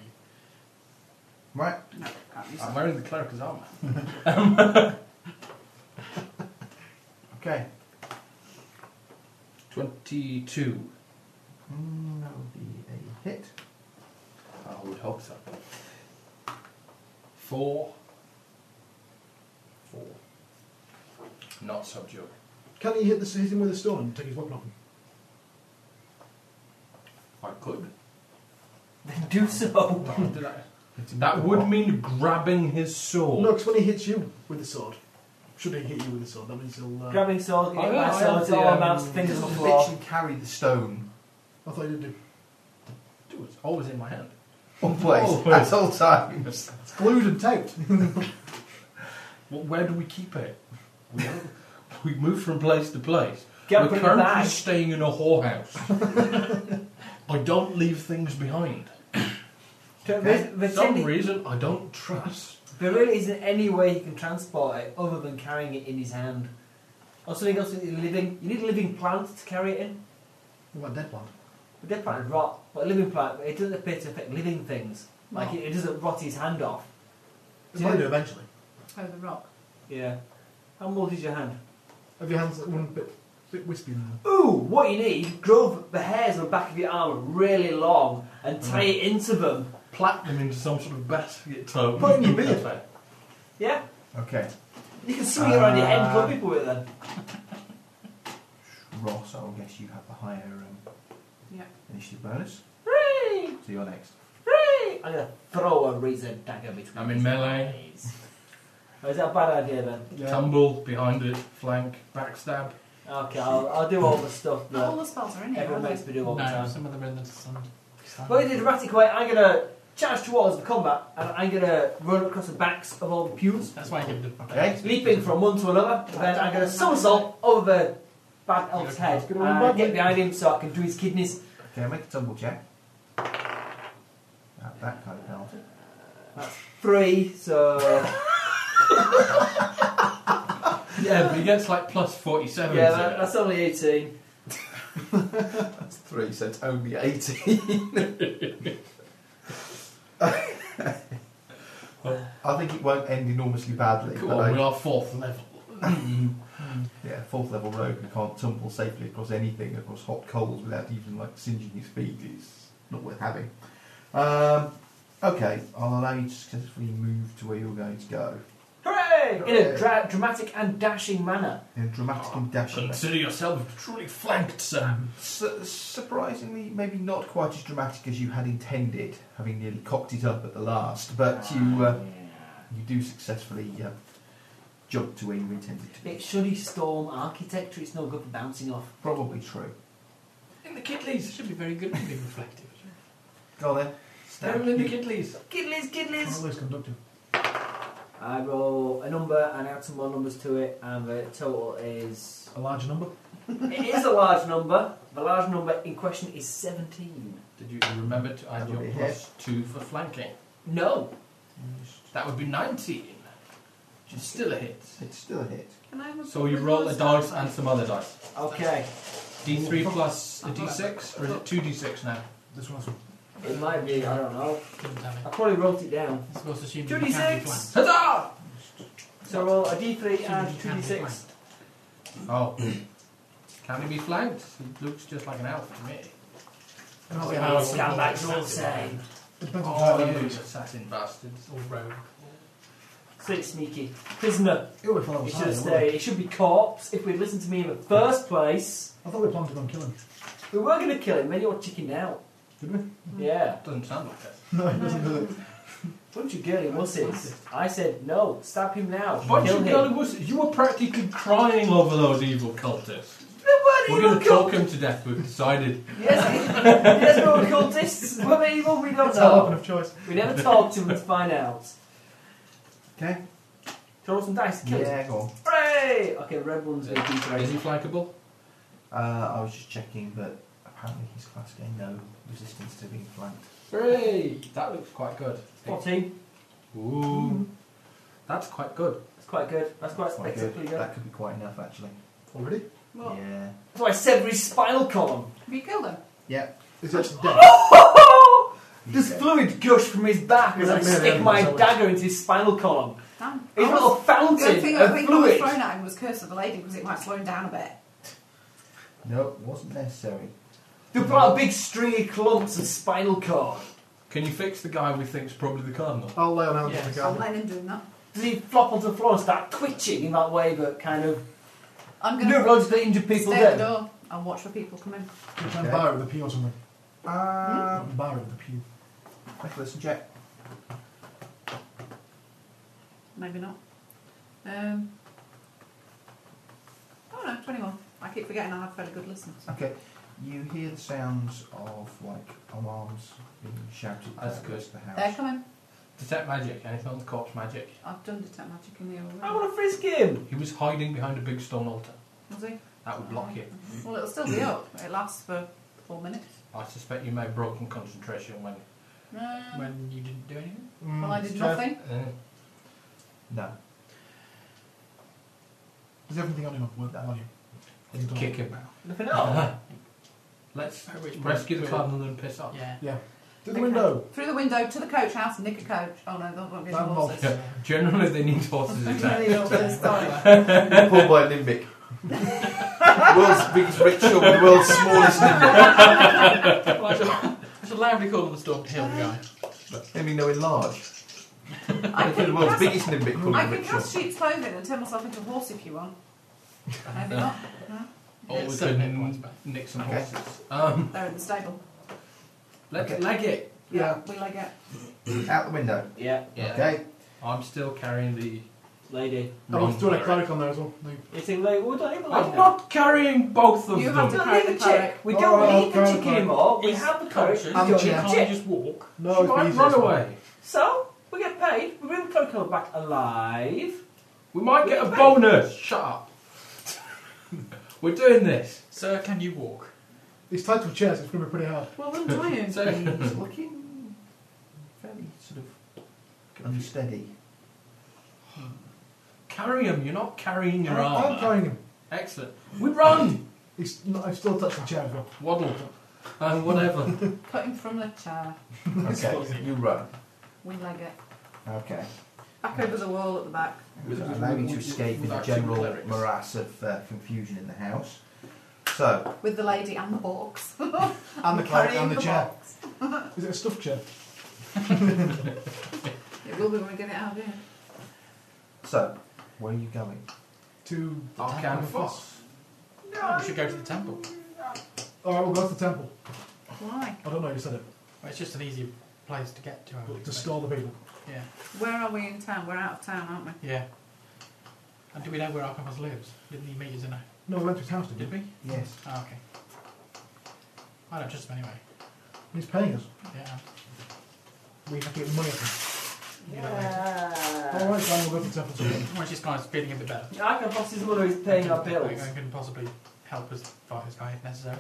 Speaker 3: Right.
Speaker 5: No, can't use
Speaker 4: I'm
Speaker 5: that.
Speaker 4: wearing the cleric's armour.
Speaker 3: Okay.
Speaker 4: 22.
Speaker 9: Mm, that would be a hit.
Speaker 4: I would hope so. Four. Four. Not subdued.
Speaker 8: Can he hit, the, hit him with a stone and take his weapon off him?
Speaker 4: I could.
Speaker 6: Then do so.
Speaker 4: but I'll do that. that would mean grabbing his
Speaker 6: Oh.
Speaker 4: sword.
Speaker 8: No, 'cause when he hits you with the sword, should he hit you with the sword, that means he'll. Uh,
Speaker 6: Grabbing sword,
Speaker 4: I
Speaker 6: getting
Speaker 4: know,
Speaker 6: my
Speaker 4: I
Speaker 6: sword,
Speaker 4: have
Speaker 6: it's
Speaker 4: the,
Speaker 6: all
Speaker 4: um,
Speaker 6: amounts of
Speaker 3: Does
Speaker 6: things on
Speaker 3: the
Speaker 6: the floor.
Speaker 3: bitch carry the stone
Speaker 8: I thought he did do.
Speaker 4: Dude, it's always in my hand.
Speaker 3: one place
Speaker 4: Oh.
Speaker 3: at all times?
Speaker 8: It's glued and taped.
Speaker 4: Well, where do we keep it? We, don't- we move from place to place.
Speaker 6: Get up
Speaker 4: We're
Speaker 6: in the
Speaker 4: currently
Speaker 6: bag.
Speaker 4: staying in a whorehouse. I don't leave things behind.
Speaker 6: There's-
Speaker 4: For
Speaker 6: there's
Speaker 4: some
Speaker 6: any-
Speaker 4: reason, I don't trust.
Speaker 6: There really isn't any way he can transport it other than carrying it in his hand. Oh, Or something else, a living. You need a living plant to carry it in.
Speaker 8: what about dead one?
Speaker 6: A dead plant would rot, but a living plant, it doesn't appear to affect living things. Like it, it doesn't rot his hand off.
Speaker 8: Oh. It might do eventually.
Speaker 5: Oh, the rock.
Speaker 6: Yeah. How old is your hand?
Speaker 8: Have your hands one bit, bit wispy now?
Speaker 6: Ooh, what you need, grow the hairs on the back of your arm really long and
Speaker 8: Mm-hmm.
Speaker 6: tie it into them.
Speaker 4: Plap them into some sort of basket type.
Speaker 8: Put in your beard.
Speaker 6: Yeah?
Speaker 3: Okay.
Speaker 6: You can swing it around your head and club
Speaker 3: Uh,
Speaker 6: people with it then.
Speaker 3: Ross, I will guess you have the higher um,
Speaker 5: Yeah.
Speaker 3: initiative bonus.
Speaker 6: Hooray!
Speaker 3: So you're next.
Speaker 6: Hooray! I'm gonna throw a razor dagger between
Speaker 4: I'm in
Speaker 6: his
Speaker 4: melee.
Speaker 6: eyes. Oh, is that a bad idea then?
Speaker 4: Tumble behind it, flank, backstab.
Speaker 6: Okay, I'll, I'll do all the stuff
Speaker 5: Not all
Speaker 6: that
Speaker 5: the spells are in here.
Speaker 6: everyone
Speaker 5: Are they?
Speaker 6: makes me do all the
Speaker 7: No,
Speaker 6: time.
Speaker 7: some of them are in the sun.
Speaker 6: Well, in a dramatic way, I'm gonna charge towards the combat and I'm gonna run across the backs of all the pews,
Speaker 7: That's why I give them.
Speaker 3: Okay.
Speaker 6: leaping from one to another, and then I'm gonna somersault over the bad elf's head
Speaker 8: Gonna run
Speaker 6: and
Speaker 8: back,
Speaker 6: get
Speaker 8: mate.
Speaker 6: behind him so I can do his kidneys.
Speaker 3: Okay, make a tumble check. That, that kind of penalty.
Speaker 6: Three, so.
Speaker 4: Yeah, but he gets like plus 47.
Speaker 6: yeah,
Speaker 4: to
Speaker 6: that,
Speaker 4: it.
Speaker 6: that's only 18.
Speaker 3: That's three, so it's only 18. I think it won't end enormously badly.
Speaker 4: Come
Speaker 3: but I-
Speaker 4: on, we are fourth level.
Speaker 3: yeah, fourth level rogue who can't tumble safely across anything, across hot coals without even like singeing his feet is not worth having. Um, okay, I'll allow you to successfully move to where you're going to go
Speaker 6: Hooray! In a
Speaker 3: Hooray.
Speaker 6: dra- dramatic and dashing manner.
Speaker 3: in a dramatic and dashing. manner.
Speaker 4: Consider yourself truly flanked, Sam.
Speaker 3: Su- surprisingly, maybe not quite as dramatic as you had intended, having nearly cocked it up at the last, but
Speaker 6: Ah,
Speaker 3: you uh, you do successfully uh, jump to where you intended to be.
Speaker 6: It's shoddy storm architecture, it's no good for bouncing off.
Speaker 3: Probably true.
Speaker 7: In the kidleys, should be very good at being reflective.
Speaker 3: Go on then.
Speaker 4: They're in the kidleys.
Speaker 6: Kidleys, kidleys!
Speaker 8: Always conductive.
Speaker 6: I roll a number and add some more numbers to it, and the total is.
Speaker 8: A large number.
Speaker 6: it is a large number. The large number in question is 17.
Speaker 4: Did you remember to add
Speaker 3: That'll
Speaker 4: your
Speaker 3: be a
Speaker 4: plus two for flanking?
Speaker 6: No!
Speaker 4: That would be 19. Which is still a hit.
Speaker 3: It's still a hit.
Speaker 5: Can I have a
Speaker 4: So you roll a dice and some other dice.
Speaker 6: Okay,
Speaker 4: D3 plus a D6, or is it 2D6 now?
Speaker 8: This one's
Speaker 6: it might be, I don't know.
Speaker 7: Couldn't tell me.
Speaker 6: I probably wrote it down.
Speaker 7: It's supposed to assume that you can't be
Speaker 6: 2d6!
Speaker 7: flanked.
Speaker 6: Huzzah! So roll a d3 and
Speaker 7: Assuming you can't be
Speaker 6: 2d6.
Speaker 7: flanked.
Speaker 4: Oh. Can he be flanked? It looks just like an elf to me.
Speaker 8: Oh,
Speaker 7: yeah.
Speaker 6: Oh, Scumbags all the same.
Speaker 8: Depends on how
Speaker 4: Oh,
Speaker 8: it
Speaker 4: you
Speaker 8: is.
Speaker 4: assassin bastards.
Speaker 7: Or rogue.
Speaker 6: Six sneaky. Prisoner.
Speaker 8: Ew, I thought it
Speaker 6: He
Speaker 8: was
Speaker 6: should have
Speaker 8: higher,
Speaker 6: stayed.
Speaker 8: wasn't
Speaker 6: He should be corpse. If we'd listened to me in the first place,
Speaker 8: it? I thought we planned to go and kill him.
Speaker 6: we were going to kill him, then you're chicken out.
Speaker 8: Did we?
Speaker 6: Yeah.
Speaker 4: Doesn't sound like it.
Speaker 8: No, it doesn't, does it?
Speaker 6: Bunch of girly wusses. I said no. Stab him now.
Speaker 4: Bunch
Speaker 6: Kill
Speaker 4: of
Speaker 6: him.
Speaker 4: girly wusses. You were practically crying over those evil cultists.
Speaker 6: Nobody
Speaker 4: We're going to talk them to death. We've decided.
Speaker 6: Yes, yes, we were cultists. Were they evil? We don't
Speaker 8: That's our weapon
Speaker 6: know.
Speaker 8: of choice.
Speaker 6: We never talked to them to find out.
Speaker 9: Okay.
Speaker 6: Throw some dice. Kill him.
Speaker 9: Yeah, go on.
Speaker 6: Hooray! Okay, red one's been deeper.
Speaker 4: Is he flankable?
Speaker 9: Uh, I was just checking, but apparently his class gained no resistance to being flanked.
Speaker 4: Hooray! That looks quite good.
Speaker 6: 14.
Speaker 4: Ooh. That's quite good.
Speaker 6: That's quite good. That's quite
Speaker 9: Quite good.
Speaker 6: spectacularly good.
Speaker 9: That could be quite enough, actually.
Speaker 8: Already?
Speaker 5: What?
Speaker 9: Yeah.
Speaker 6: That's why I severed his spinal column.
Speaker 5: Have you killed him?
Speaker 9: Yeah.
Speaker 8: Is it actually dead?
Speaker 6: There's fluid gushed from his back as I
Speaker 8: Yeah,
Speaker 6: stick
Speaker 8: yeah,
Speaker 6: my
Speaker 8: yeah.
Speaker 6: dagger into his spinal column.
Speaker 5: Damn.
Speaker 6: His
Speaker 5: I
Speaker 6: little
Speaker 5: was- The
Speaker 6: fountain
Speaker 5: only thing I
Speaker 6: of
Speaker 5: think I was
Speaker 6: fluid.
Speaker 5: thrown at him was Curse of the Lady because it might slow him down a bit.
Speaker 9: No, it wasn't necessary.
Speaker 6: They put out big stringy clumps of spinal cord.
Speaker 4: Can you fix the guy we think's probably the cardinal?
Speaker 8: I'll lay on out
Speaker 4: Yes.
Speaker 8: to the
Speaker 5: I'm
Speaker 8: guy.
Speaker 5: letting him do that.
Speaker 6: Does he flop onto the floor and start twitching in that way that kind of
Speaker 5: I'm going to
Speaker 6: neurologically injured people
Speaker 5: stay at the
Speaker 6: do?
Speaker 5: door and watch for people come in.
Speaker 8: Can you try and
Speaker 9: Okay.
Speaker 8: bar it with a pew or something?
Speaker 9: Um,
Speaker 8: Not bar it with a pew.
Speaker 9: make a listen check.
Speaker 5: Maybe not. Um, oh no, 21. I keep forgetting I have fairly good listeners.
Speaker 9: Okay. You hear the sounds of like alarms being shouted
Speaker 4: That's
Speaker 9: across the house.
Speaker 5: They're coming.
Speaker 4: Detect magic. Anything on the corpse magic?
Speaker 5: I've done detect magic in the other
Speaker 6: I
Speaker 5: room.
Speaker 6: want to frisk him.
Speaker 4: He was hiding behind a big stone altar.
Speaker 5: Was he? Mm.
Speaker 4: That would block you.
Speaker 5: Well, it'll still be up. It lasts for four minutes.
Speaker 4: I suspect you may have broken concentration when.
Speaker 5: Um,
Speaker 7: When you didn't do anything?
Speaker 5: well, I did
Speaker 8: Try-
Speaker 5: nothing.
Speaker 4: Uh,
Speaker 9: No.
Speaker 8: Is everything on him? What
Speaker 9: No.
Speaker 8: volume?
Speaker 4: kick him out. Uh-huh.
Speaker 6: Nothing else.
Speaker 4: Let's
Speaker 7: At which point-
Speaker 4: rescue the cardinal and piss off.
Speaker 7: Yeah.
Speaker 8: Through the window.
Speaker 5: Through the window to the coach house, nick a coach. Oh no, that won't be the
Speaker 8: That
Speaker 5: horses.
Speaker 8: horse.
Speaker 4: Generally, they need horses in
Speaker 5: Really
Speaker 4: there.
Speaker 5: horses, sorry.
Speaker 3: Pulled by a limbic. world's biggest ritual with the world's smallest limbic.
Speaker 7: Well, I, should, I should loudly call on the storm to heal the guy.
Speaker 3: Maybe no enlarge.
Speaker 5: I
Speaker 3: The
Speaker 5: can
Speaker 3: world's
Speaker 5: cast,
Speaker 3: biggest limbic pulled
Speaker 5: I
Speaker 3: a
Speaker 5: can
Speaker 3: ritual.
Speaker 5: cast sheep's clothing and turn myself into a horse if you want. Maybe not. No?
Speaker 4: Or we
Speaker 7: It's seven hit points
Speaker 4: could
Speaker 7: back.
Speaker 4: nick some
Speaker 9: Okay.
Speaker 4: horses. Um,
Speaker 5: They're in the stable.
Speaker 4: let's
Speaker 9: Okay.
Speaker 4: leg it.
Speaker 5: Yeah. We leg it.
Speaker 9: Out the window.
Speaker 6: yeah,
Speaker 4: Yeah.
Speaker 9: Okay.
Speaker 4: I'm still carrying the.
Speaker 6: lady.
Speaker 8: I was
Speaker 4: wrong
Speaker 8: doing a
Speaker 4: cleric.
Speaker 8: cleric on there as well. No.
Speaker 6: You think lady? We don't need the lady.
Speaker 4: I'm
Speaker 6: now.
Speaker 4: not carrying both of
Speaker 5: You
Speaker 4: them.
Speaker 5: have
Speaker 6: We
Speaker 5: to-
Speaker 6: don't need the chick. We
Speaker 8: Oh,
Speaker 6: don't
Speaker 8: oh,
Speaker 6: need the
Speaker 8: oh,
Speaker 6: chick
Speaker 8: oh.
Speaker 6: anymore. We
Speaker 7: Is
Speaker 6: have the coach.
Speaker 7: Conscious.
Speaker 6: We
Speaker 8: I'm
Speaker 6: don't
Speaker 8: chick.
Speaker 6: need the
Speaker 7: Can't
Speaker 6: chick.
Speaker 7: you just walk?
Speaker 8: No,
Speaker 4: she
Speaker 8: it's the
Speaker 4: might
Speaker 8: easiest
Speaker 4: run
Speaker 8: one.
Speaker 4: away.
Speaker 6: So we get paid. We bring the coach collar back alive.
Speaker 4: We might get a bonus. Shut up. We're doing this.
Speaker 7: Sir, can you walk?
Speaker 8: It's tied to a chair, so it's going to be pretty hard.
Speaker 5: Well, I'm dying.
Speaker 4: So,
Speaker 9: He's looking fairly sort of unsteady.
Speaker 4: carry him. You're not carrying your
Speaker 8: I'm-
Speaker 4: arm.
Speaker 8: I'm carrying him.
Speaker 4: Excellent. We run.
Speaker 8: He's not, I've still touched the chair as well.
Speaker 4: Waddle. Um, whatever.
Speaker 5: Cut him from the chair.
Speaker 9: Okay. you run.
Speaker 5: We leg it.
Speaker 9: Okay.
Speaker 5: Back over the wall at the back.
Speaker 4: With- with-
Speaker 9: Allow you
Speaker 4: with-
Speaker 9: to
Speaker 4: with-
Speaker 9: escape in
Speaker 4: with
Speaker 9: a
Speaker 4: our two
Speaker 9: general
Speaker 4: clerics.
Speaker 9: morass of uh, confusion in the house. So,
Speaker 5: With the lady and the box.
Speaker 8: And the cleric
Speaker 5: Carrying
Speaker 8: and the
Speaker 5: the
Speaker 8: chair. Is it a stuffed chair?
Speaker 5: It will be when we get it out of here.
Speaker 9: so, where are you going?
Speaker 8: To the
Speaker 4: Arcan
Speaker 8: temple.
Speaker 4: Foss.
Speaker 7: No. We should go to the temple.
Speaker 8: All right, we'll go to oh, the temple.
Speaker 5: Why?
Speaker 8: I don't know. You said it.
Speaker 7: Well, it's just an easy place to get to. I would
Speaker 8: To
Speaker 7: expect.
Speaker 8: stall the people.
Speaker 7: Yeah.
Speaker 5: Where are we in town? We're out of town, aren't we?
Speaker 7: Yeah. And do we know where Archimedes lives? Didn't he meet us in a...
Speaker 8: No, we went to his house,
Speaker 7: Did
Speaker 8: didn't we?
Speaker 7: we?
Speaker 9: Yes.
Speaker 7: Oh, okay. I don't trust him anyway.
Speaker 8: He's paying us.
Speaker 7: Yeah.
Speaker 8: We have to get money off
Speaker 7: You know,
Speaker 8: him. All
Speaker 6: Yeah.
Speaker 8: right, fine. We'll go to the temple. soon.
Speaker 7: Once this guy's feeling a bit better.
Speaker 6: I can boss his mother who's paying our bills.
Speaker 7: I can possibly help us fight this guy if necessary.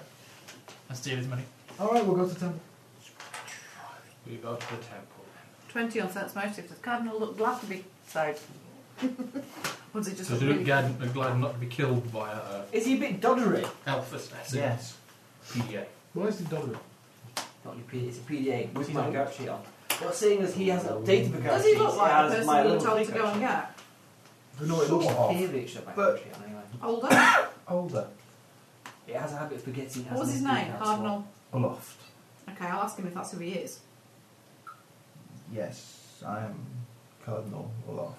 Speaker 7: And steal his money.
Speaker 8: All right, we'll go to the temple.
Speaker 4: We go to the temple.
Speaker 5: 20 on sense motive. Does Cardinal look glad to be saved? or does it just
Speaker 4: So
Speaker 5: look
Speaker 4: she looked
Speaker 5: really
Speaker 4: glad, glad not to be killed by uh, a
Speaker 6: Is he a bit doddery?
Speaker 4: alpha assassin.
Speaker 9: Yes.
Speaker 4: PDA.
Speaker 8: Why is the dollar?
Speaker 6: Not your PDA, it's a PDA with
Speaker 7: He's
Speaker 6: my
Speaker 7: not-
Speaker 6: gout sheet on. But seeing as he hasn't updated the gout
Speaker 5: Does
Speaker 6: sheet,
Speaker 5: he look like
Speaker 6: has
Speaker 5: the
Speaker 6: my
Speaker 5: person you
Speaker 6: little
Speaker 5: told to
Speaker 6: gout
Speaker 5: go and
Speaker 6: sheet.
Speaker 5: get?
Speaker 8: We know what it looks like.
Speaker 9: Sort of.
Speaker 6: Here it should have my
Speaker 9: But-
Speaker 6: gout sheet on anyway.
Speaker 5: Older?
Speaker 9: Older.
Speaker 6: It has a habit of forgetting. it
Speaker 5: what was
Speaker 6: has
Speaker 5: his
Speaker 6: no
Speaker 5: name?
Speaker 6: gout sheet on.
Speaker 5: Cardinal.
Speaker 9: Aloft.
Speaker 5: Okay, I'll ask him if that's who he is.
Speaker 9: Yes, I am Cardinal Aloft.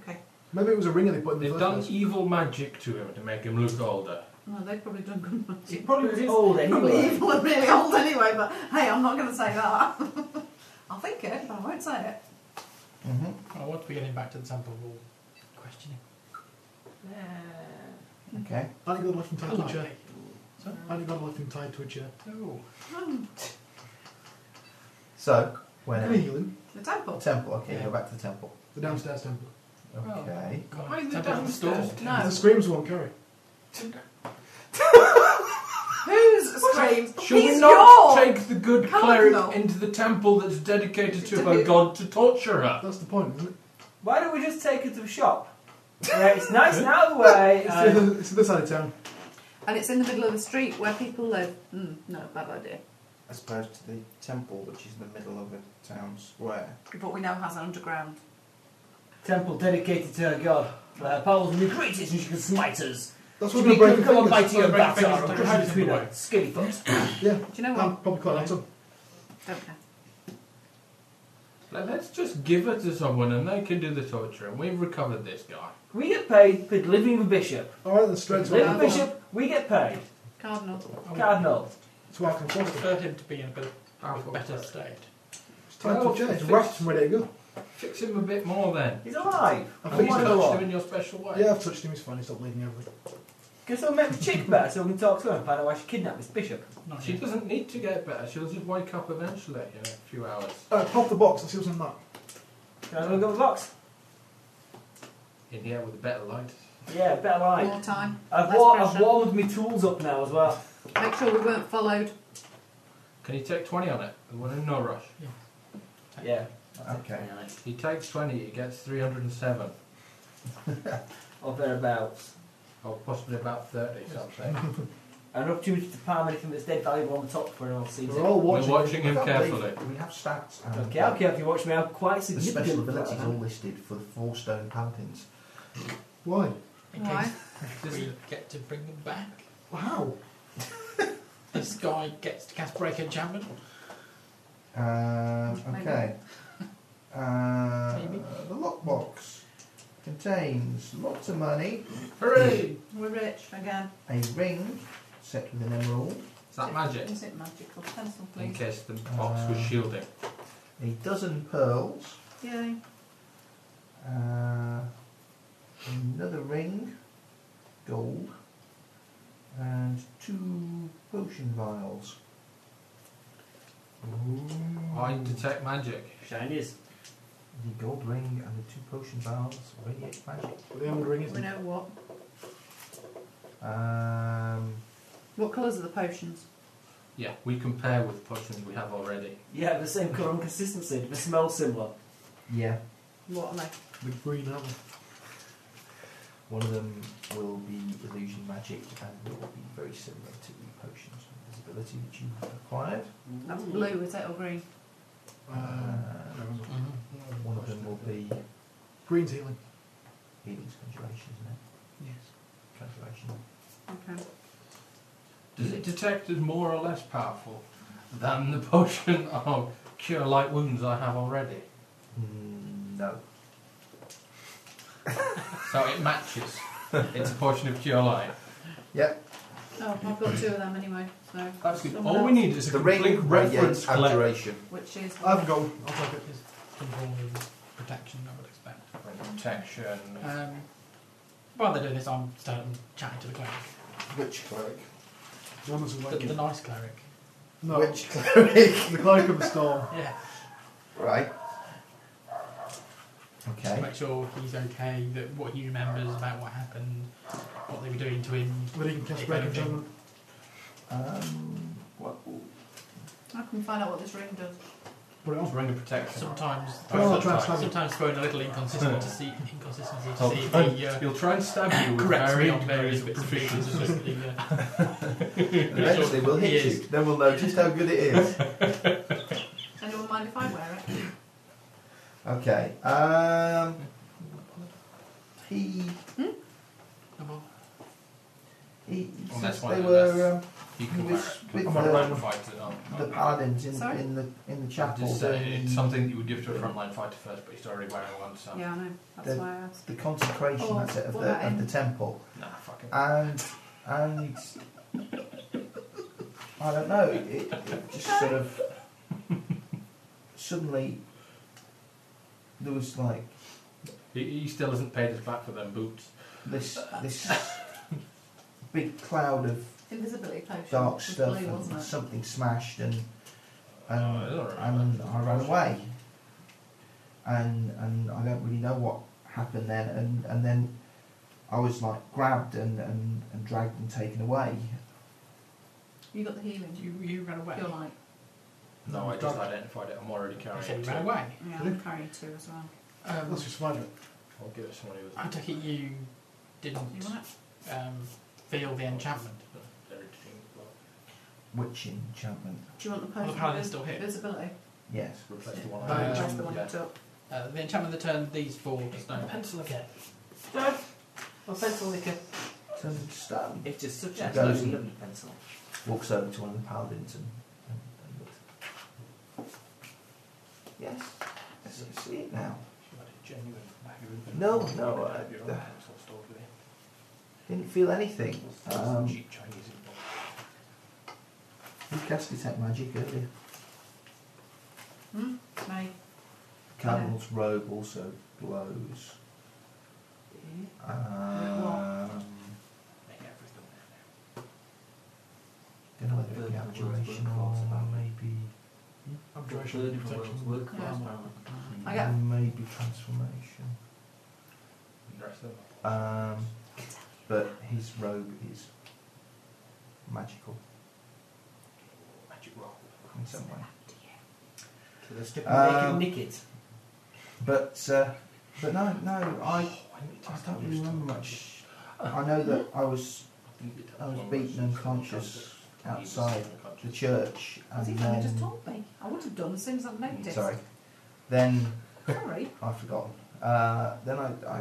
Speaker 5: Okay.
Speaker 8: Maybe it was a ringer they put in the
Speaker 4: They've
Speaker 8: first
Speaker 4: done
Speaker 8: place.
Speaker 4: evil magic to him to make him look older.
Speaker 5: No, they've probably done good money.
Speaker 6: It probably was old
Speaker 5: Probably
Speaker 6: anyway.
Speaker 5: evil and really old anyway, but hey, I'm not going to say that. I'll think it, but I won't say it.
Speaker 14: Mm-hmm.
Speaker 7: I want to be Oh, getting back to the temple rule questioning.
Speaker 5: Uh, Yeah.
Speaker 14: Okay.
Speaker 8: I got left him tied to a chair.
Speaker 7: Politely.
Speaker 8: I got left him tied to a chair.
Speaker 7: No.
Speaker 5: um,
Speaker 14: So,
Speaker 8: In
Speaker 14: when
Speaker 8: England,
Speaker 5: The temple.
Speaker 14: temple, okay,
Speaker 7: Yeah.
Speaker 14: go back to the temple.
Speaker 8: the downstairs temple.
Speaker 7: Oh.
Speaker 14: Okay.
Speaker 7: God,
Speaker 5: Why is it
Speaker 7: temple of the storm.
Speaker 5: downstairs?
Speaker 8: The
Speaker 5: No.
Speaker 8: screams won't carry.
Speaker 5: Who's screams?
Speaker 4: Should
Speaker 5: He's
Speaker 4: we not
Speaker 5: your.
Speaker 4: take the good
Speaker 5: Can't
Speaker 4: cleric
Speaker 5: though.
Speaker 4: into the temple that's dedicated to
Speaker 5: To
Speaker 4: her
Speaker 5: be-
Speaker 4: god to torture her?
Speaker 8: That's the point, isn't it?
Speaker 6: Why don't we just take it to the shop? Where it's nice and out of the way.
Speaker 8: It's,
Speaker 6: and-
Speaker 8: the, it's the other side of town.
Speaker 5: And it's in the middle of the street where people live. Mm, no, bad idea.
Speaker 3: As opposed to the temple, which is in the middle of a town square.
Speaker 5: But we know has an underground.
Speaker 6: Temple dedicated to her god. Her powers will be greatest and she can smite us.
Speaker 8: That's
Speaker 6: She
Speaker 8: what we're going to
Speaker 6: come
Speaker 8: break
Speaker 6: and
Speaker 8: the
Speaker 6: bite
Speaker 8: fingers.
Speaker 6: you and
Speaker 7: break
Speaker 6: bat
Speaker 7: fingers
Speaker 6: our
Speaker 7: and
Speaker 6: crush
Speaker 7: punches
Speaker 6: between
Speaker 7: in the
Speaker 6: us. Skinny fucks.
Speaker 8: Yeah.
Speaker 5: Do you know what?
Speaker 4: Um,
Speaker 8: I'm probably quite handsome.
Speaker 5: Don't care.
Speaker 4: Let- Let's just give it to someone and they can do the torturing. We've recovered this guy.
Speaker 6: We get paid for delivering the bishop.
Speaker 8: Alright, then straight to
Speaker 6: Deliver
Speaker 8: our
Speaker 6: the bishop, we get paid.
Speaker 4: oh,
Speaker 5: Cardinal.
Speaker 6: Cardinal.
Speaker 8: to our
Speaker 7: I
Speaker 8: Foster.
Speaker 7: prefer him to be in a bit of a better state.
Speaker 8: It's tied to
Speaker 4: Well,
Speaker 8: a chair. It's
Speaker 4: fix-
Speaker 8: wrapped from where they go.
Speaker 4: Fix him a bit more then.
Speaker 6: He's alive.
Speaker 8: I've
Speaker 4: At least
Speaker 8: touched him.
Speaker 4: touch him in your special way.
Speaker 8: Yeah, I've touched him. He's fine. He's not bleeding everything.
Speaker 6: Can someone make the chick better so we can talk to her and find out why she kidnapped this bishop?
Speaker 7: Not
Speaker 4: She
Speaker 7: yet.
Speaker 4: doesn't need to get better. She'll just wake up eventually in a few hours.
Speaker 8: Uh, pop the box. Let's see what's in that.
Speaker 6: Can I look at the box?
Speaker 4: In here with a better light.
Speaker 6: Yeah, better light.
Speaker 5: More time.
Speaker 6: I've,
Speaker 5: Less
Speaker 6: war- I've
Speaker 5: pressure.
Speaker 6: warmed my tools up now as well.
Speaker 5: Make sure we weren't followed.
Speaker 4: Can you take 20 on it? We're in no rush.
Speaker 6: Yeah.
Speaker 14: Okay.
Speaker 4: He takes 20, he gets 307.
Speaker 6: Or thereabouts.
Speaker 4: Or possibly about 30 something.
Speaker 6: An opportunity to palm anything that's dead valuable on the top for anyone else sees
Speaker 8: We're
Speaker 6: it.
Speaker 8: all
Speaker 4: We're
Speaker 8: watching.
Speaker 4: watching him
Speaker 3: I can't believe
Speaker 4: carefully.
Speaker 3: it. We have stats. And
Speaker 6: Okay, okay, if you watch me, I'm quite
Speaker 3: The special
Speaker 6: significant.
Speaker 3: abilities all listed for the four stone paladins.
Speaker 8: Why?
Speaker 7: In
Speaker 5: Why?
Speaker 7: case we get to bring them back.
Speaker 8: Wow.
Speaker 7: This guy gets to cast break enchantment.
Speaker 3: Um,
Speaker 5: Maybe.
Speaker 3: okay. Uh,
Speaker 7: Maybe.
Speaker 3: the lockbox contains lots of money,
Speaker 4: Hooray!
Speaker 5: We're rich again.
Speaker 3: a ring set with an emerald,
Speaker 4: Is that magic?
Speaker 5: Is it magical? Pencil,
Speaker 4: In
Speaker 5: please.
Speaker 4: case the box was
Speaker 3: Uh,
Speaker 4: shielding.
Speaker 3: a dozen pearls,
Speaker 5: Yay.
Speaker 3: uh, another ring, gold, and two potion vials.
Speaker 4: I detect magic.
Speaker 6: Shinies.
Speaker 3: The gold ring and the two potion vials radiate magic.
Speaker 8: But the emerald ring
Speaker 5: We
Speaker 8: isn't.
Speaker 5: know what.
Speaker 3: Um,
Speaker 5: What colours are the potions?
Speaker 4: Yeah, we compare with potions we have already.
Speaker 6: Yeah, the same colour and consistency. The smell similar.
Speaker 3: yeah,
Speaker 5: What are they?
Speaker 8: The green apple.
Speaker 3: One of them will be illusion magic and will be very similar to the potions of invisibility that you have acquired.
Speaker 5: That's blue, is it, or green?
Speaker 8: Uh, I don't remember.
Speaker 7: Mm-hmm.
Speaker 3: One of them will be
Speaker 8: Green's healing.
Speaker 3: healing's conjuration, isn't it?
Speaker 7: Yes.
Speaker 3: Conjuration.
Speaker 5: Okay.
Speaker 4: Does it detect as more or less powerful than the potion of cure light wounds I have already?
Speaker 3: Mm, no.
Speaker 4: So it matches. It's a potion of cure light.
Speaker 3: Yep.
Speaker 5: Oh, I've got two of them anyway, so.
Speaker 4: That's good.
Speaker 5: Someone
Speaker 4: All we
Speaker 5: else,
Speaker 4: need is a
Speaker 3: the
Speaker 4: complete
Speaker 3: ring
Speaker 4: reference
Speaker 3: radiates
Speaker 4: collection.
Speaker 3: abjuration.
Speaker 5: Which is.
Speaker 8: I haven't got one. I'll take it.
Speaker 7: Is some form of protection, I would expect.
Speaker 4: Protection.
Speaker 7: Um, while they're doing this, I'm standing chatting to the cleric.
Speaker 3: Which cleric?
Speaker 8: One was
Speaker 7: The, the
Speaker 8: awakened.
Speaker 7: nice cleric.
Speaker 8: No.
Speaker 3: Which cleric?
Speaker 8: The cloak of the storm.
Speaker 7: Yeah.
Speaker 3: right.
Speaker 7: Just to
Speaker 3: Okay.
Speaker 7: make sure he's okay, that what he remembers about what happened, what they were doing to him.
Speaker 8: But he can cast break enchantment.
Speaker 3: Um, what?
Speaker 5: I can find out what this ring does.
Speaker 8: Put it on.
Speaker 4: Ring of protection.
Speaker 7: Sometimes,
Speaker 8: Oh, I'll try and stab you.
Speaker 7: sometimes throwing a little inconsistent to see inconsistency to see if
Speaker 4: Oh,
Speaker 7: the uh,
Speaker 4: He'll try and stab you with
Speaker 7: corrects me
Speaker 4: very,
Speaker 7: on
Speaker 4: very
Speaker 7: various bits and pieces.
Speaker 4: proficiency.
Speaker 7: It's just the, uh,
Speaker 3: Eventually we'll hit
Speaker 7: Yes.
Speaker 3: you. Then we'll know just how good it is.
Speaker 5: Anyone mind if I wear it?
Speaker 3: Okay. Um, he
Speaker 7: well,
Speaker 3: He, since
Speaker 4: Well, that's one
Speaker 3: they
Speaker 4: of the
Speaker 3: were um,
Speaker 4: You can
Speaker 3: With-
Speaker 4: wear it.
Speaker 3: with
Speaker 4: I'm
Speaker 3: the-
Speaker 4: a frontline fighter. aren't I?
Speaker 3: the paladins in,
Speaker 5: Sorry?
Speaker 3: in the in the
Speaker 4: I'm
Speaker 3: chapel.
Speaker 4: just saying,
Speaker 3: the-
Speaker 4: it's something that you would give to a frontline fighter first, but he's already wearing one,
Speaker 3: Oh.
Speaker 4: so.
Speaker 5: Yeah, I know. That's
Speaker 3: The-
Speaker 5: why I asked.
Speaker 3: The consecration,
Speaker 5: Oh,
Speaker 3: that's it, of
Speaker 5: what
Speaker 3: the,
Speaker 5: about
Speaker 3: of
Speaker 5: him?
Speaker 3: the temple,
Speaker 4: Nah, fuck it.
Speaker 3: and and I don't know, it, it, it just sort of suddenly there was like
Speaker 4: He, he still hasn't paid us back for them boots.
Speaker 3: this this big cloud of
Speaker 5: Invisibility potion.
Speaker 3: dark
Speaker 5: was
Speaker 3: stuff
Speaker 5: blue,
Speaker 3: and
Speaker 5: wasn't it?
Speaker 3: something smashed and and,
Speaker 4: Oh, I don't remember
Speaker 3: and
Speaker 4: that.
Speaker 3: I ran away and and I don't really know what happened then and, and then I was like grabbed and, and, and dragged and taken away
Speaker 5: You got the healing.
Speaker 7: You, you ran away.
Speaker 5: You're like,
Speaker 4: No, I just identified it. I'm already carrying
Speaker 7: I said
Speaker 4: it.
Speaker 7: you ran away.
Speaker 5: yeah, I'm carrying two as well.
Speaker 7: Um,
Speaker 11: Let's just find it.
Speaker 4: I'll give it to someone who
Speaker 7: I take it you didn't
Speaker 5: You want it?
Speaker 7: um, feel the enchantment.
Speaker 4: Everything. Well,
Speaker 3: witch enchantment
Speaker 5: Do you want the
Speaker 7: Well,
Speaker 5: potion?
Speaker 7: apparently
Speaker 5: of
Speaker 7: it's still here.
Speaker 5: Invisibility.
Speaker 3: yes
Speaker 4: replace the one
Speaker 7: Um,
Speaker 5: That's
Speaker 4: I
Speaker 7: Right.
Speaker 5: the one you
Speaker 4: yeah.
Speaker 5: took.
Speaker 7: Uh, the enchantment that turned these four to stone. Pencil again.
Speaker 6: My pencil liquor.
Speaker 3: turns into stone
Speaker 6: It's just such
Speaker 3: Yeah,
Speaker 6: a
Speaker 3: it's lovely.
Speaker 6: lovely, lovely pencil.
Speaker 3: walks over to one of the paladins and, and, and looks yes yes I see it now
Speaker 4: She had a genuine bag of infinite
Speaker 3: No,
Speaker 4: gold.
Speaker 3: no,
Speaker 4: You could
Speaker 3: I-
Speaker 4: have your own
Speaker 3: uh,
Speaker 4: pencil stored with it.
Speaker 3: didn't feel anything um,
Speaker 4: cheap Chinese involved.
Speaker 3: who cast detect magic earlier
Speaker 5: Hmm? May.
Speaker 3: Cardinal's robe also glows. Um,
Speaker 4: Make everything there
Speaker 3: don't know whether it'd be
Speaker 6: The- the words
Speaker 3: abjuration
Speaker 6: were
Speaker 3: or
Speaker 6: close about
Speaker 3: maybe
Speaker 11: Abjuration and protection.
Speaker 5: Yeah. I
Speaker 3: or
Speaker 5: got
Speaker 3: maybe transformation.
Speaker 4: now. The rest of them are-
Speaker 3: Um, but his robe is magical
Speaker 4: magic roll.
Speaker 3: in some way.
Speaker 6: So they're stupid.
Speaker 3: Um,
Speaker 6: they can nick it.
Speaker 3: But uh, but no no I
Speaker 4: I need to
Speaker 3: I
Speaker 4: test
Speaker 3: don't
Speaker 4: those
Speaker 3: really
Speaker 4: two.
Speaker 3: remember much. I know that I was
Speaker 4: Didn't get
Speaker 3: I was
Speaker 4: that
Speaker 3: beaten
Speaker 4: one.
Speaker 3: unconscious
Speaker 4: He was
Speaker 3: outside
Speaker 4: unconscious.
Speaker 3: the church
Speaker 5: As
Speaker 3: and
Speaker 5: if you just
Speaker 3: then
Speaker 5: told me. I would have done as soon as I've noticed.
Speaker 3: sorry then
Speaker 5: Sorry.
Speaker 3: I've forgotten. Uh, then I, I, I, I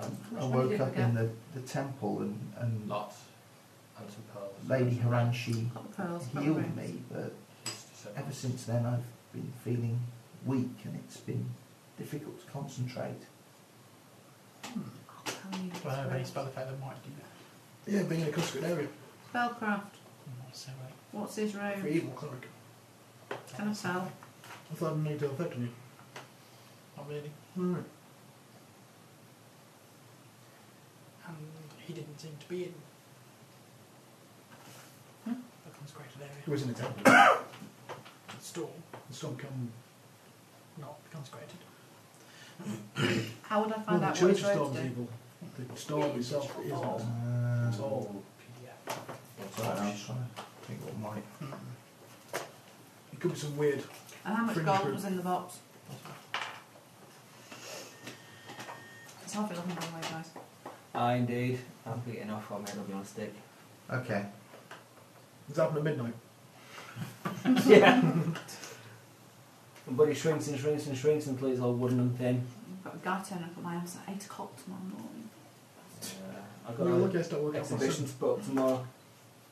Speaker 5: Which one
Speaker 3: woke
Speaker 5: did you
Speaker 3: up in the, the temple and, and
Speaker 4: Lots. And some pearls.
Speaker 3: Lady Haranshi
Speaker 5: Got the pearls. got the
Speaker 3: healed
Speaker 5: rings.
Speaker 3: me, but
Speaker 4: It's December.
Speaker 3: ever since then I've been feeling weak and it's been difficult to concentrate.
Speaker 7: Hmm.
Speaker 5: I'll tell you
Speaker 7: Do I have any
Speaker 5: what's
Speaker 7: spell effect that might do
Speaker 11: Yeah, being in a conscript area
Speaker 5: wrong. Spellcraft.
Speaker 7: that? Not so uh,
Speaker 5: What's his
Speaker 11: for
Speaker 5: room?
Speaker 11: evil cleric.
Speaker 5: Can I tell?
Speaker 11: I thought I didn't need to affect you.
Speaker 7: Not really.
Speaker 11: Alright.
Speaker 7: And he didn't seem to be in
Speaker 5: Hmm?
Speaker 7: the consecrated
Speaker 11: It
Speaker 7: area.
Speaker 11: was in the temple. the
Speaker 7: Storm,
Speaker 11: storm come.
Speaker 7: not consecrated.
Speaker 5: How would I
Speaker 11: Well,
Speaker 5: find
Speaker 11: the
Speaker 5: out what
Speaker 11: church
Speaker 5: his room
Speaker 11: storm
Speaker 5: to
Speaker 11: is
Speaker 5: do?
Speaker 11: evil. The storm itself is
Speaker 3: Uh,
Speaker 11: not. It's all.
Speaker 4: PDF.
Speaker 3: sorry, I was trying to think what might.
Speaker 11: It could be some weird.
Speaker 5: And how much
Speaker 11: Fringe
Speaker 5: gold
Speaker 11: group.
Speaker 5: was in the box? It's half eleven, by the way, guys.
Speaker 6: Ah, indeed. I'm getting off on my head, I'll be on a stick.
Speaker 3: Okay.
Speaker 11: It's happened at midnight.
Speaker 6: yeah. But it shrinks and shrinks and shrinks until it's all wooden and thin.
Speaker 5: I've got a guy turning up at my house at eight o'clock tomorrow morning.
Speaker 6: Uh, I've
Speaker 11: We were
Speaker 6: got
Speaker 11: lucky I started
Speaker 6: an
Speaker 11: working out myself.
Speaker 6: exhibition spot tomorrow.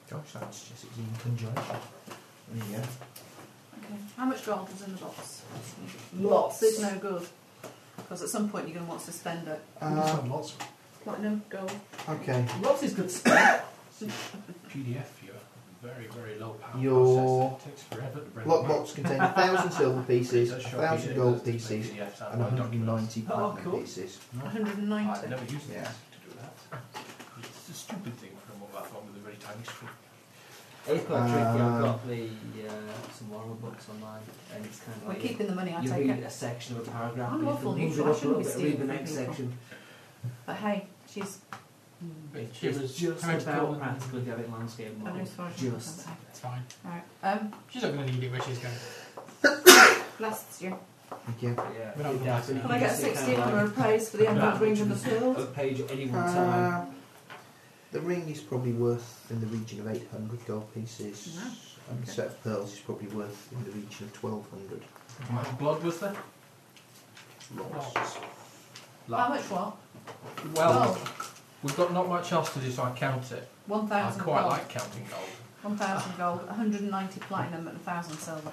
Speaker 3: Gosh, that suggests it was in conjunction. There you go.
Speaker 5: Okay. How much gold was in the box?
Speaker 6: Lots.
Speaker 5: It's no good. Because at some point you're going to want to spend it.
Speaker 11: We just
Speaker 3: Uh,
Speaker 11: found lots.
Speaker 5: Platinum, gold.
Speaker 3: okay.
Speaker 6: Lots is good stuff.
Speaker 4: PDF viewer. Very, very low power
Speaker 3: Your
Speaker 4: processor. It takes forever to bring them up.
Speaker 3: Lockbox contained a thousand silver
Speaker 4: It
Speaker 3: pieces, a
Speaker 4: does show
Speaker 3: thousand
Speaker 4: PDF
Speaker 3: gold
Speaker 4: to make
Speaker 3: pieces,
Speaker 4: PDFs out
Speaker 3: and
Speaker 4: of my documents.
Speaker 3: 190
Speaker 6: Oh,
Speaker 3: platinum
Speaker 6: cool.
Speaker 3: pieces.
Speaker 4: I've
Speaker 5: 190.
Speaker 4: never used
Speaker 3: Yeah.
Speaker 4: this to do that. It's a stupid thing for a mobile phone with a very tiny screen.
Speaker 6: It's quite tricky.
Speaker 3: Uh,
Speaker 6: I've got the uh, some Warren books online, and it's kind of
Speaker 5: We're
Speaker 6: like you,
Speaker 5: keeping the money, I
Speaker 6: you
Speaker 5: take
Speaker 6: read
Speaker 5: it.
Speaker 6: a section of a paragraph,
Speaker 5: I'm
Speaker 6: and you
Speaker 5: awful
Speaker 6: can move it
Speaker 5: neutral, I
Speaker 6: up a little bit,
Speaker 5: shouldn't be
Speaker 6: read the next
Speaker 5: stealing from people.
Speaker 6: section.
Speaker 5: But hey, she's. Mm,
Speaker 7: But
Speaker 6: It's
Speaker 7: was
Speaker 6: just
Speaker 7: how much
Speaker 6: about
Speaker 7: gold-
Speaker 6: practically having landscape
Speaker 5: I know
Speaker 6: model.
Speaker 5: as far as I can
Speaker 6: Just.
Speaker 5: say.
Speaker 7: It's fine.
Speaker 5: Alright. Um,
Speaker 7: She's not going to need it where she's going.
Speaker 5: bless you.
Speaker 3: Thank you.
Speaker 6: Yeah.
Speaker 7: We're not gonna
Speaker 6: that's-
Speaker 7: do that.
Speaker 5: Can I get a
Speaker 6: it's kind of
Speaker 5: 16
Speaker 6: like-
Speaker 5: on a praise for the
Speaker 6: Nah,
Speaker 5: emerald ring in the
Speaker 6: just
Speaker 5: field?
Speaker 6: A page at any one time.
Speaker 3: Uh, the ring is probably worth in the region of 800 gold pieces,
Speaker 5: Wow.
Speaker 3: and
Speaker 5: Okay.
Speaker 3: the set of pearls is probably worth in the region of 1200.
Speaker 4: How much blood was there?
Speaker 7: Lots.
Speaker 5: How much what?
Speaker 4: Well, we've got not much else to do, so I count it. I
Speaker 5: 1,000
Speaker 4: quite
Speaker 5: gold.
Speaker 4: like counting gold.
Speaker 5: 1,000 gold, 190 platinum, and 1,000 silver.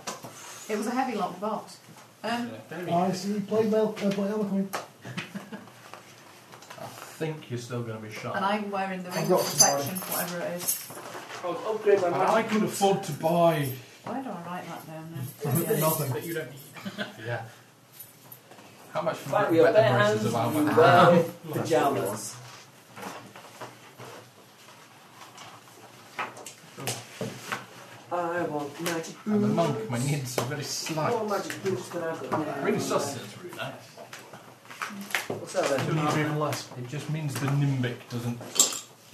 Speaker 5: It was a heavy locked box. Um,
Speaker 4: Yeah, very
Speaker 11: I see. Play Mel. Uh, play Alchemy.
Speaker 4: think you're still going to be shot.
Speaker 5: And I'm wearing the
Speaker 4: I've
Speaker 5: ring of
Speaker 4: got some
Speaker 5: protection, whatever it is.
Speaker 6: I'll Oh, upgrade my
Speaker 4: And
Speaker 6: magic.
Speaker 4: I could afford to buy.
Speaker 5: Why do I write that down
Speaker 4: Nothing.
Speaker 5: then?
Speaker 7: That you don't need.
Speaker 4: Yeah. How much for
Speaker 6: Back
Speaker 4: better
Speaker 6: with your bare
Speaker 4: braces
Speaker 6: hands,
Speaker 4: have I
Speaker 6: you
Speaker 4: went-
Speaker 6: wear pyjamas. I want magic
Speaker 4: I'm a
Speaker 5: Mm.
Speaker 6: boots.
Speaker 4: monk, my needs are very slight.
Speaker 6: More magic boots than I've got now.
Speaker 4: Ring of sustenance would be nice.
Speaker 6: What's that then?
Speaker 4: even less. It just means the nimbic doesn't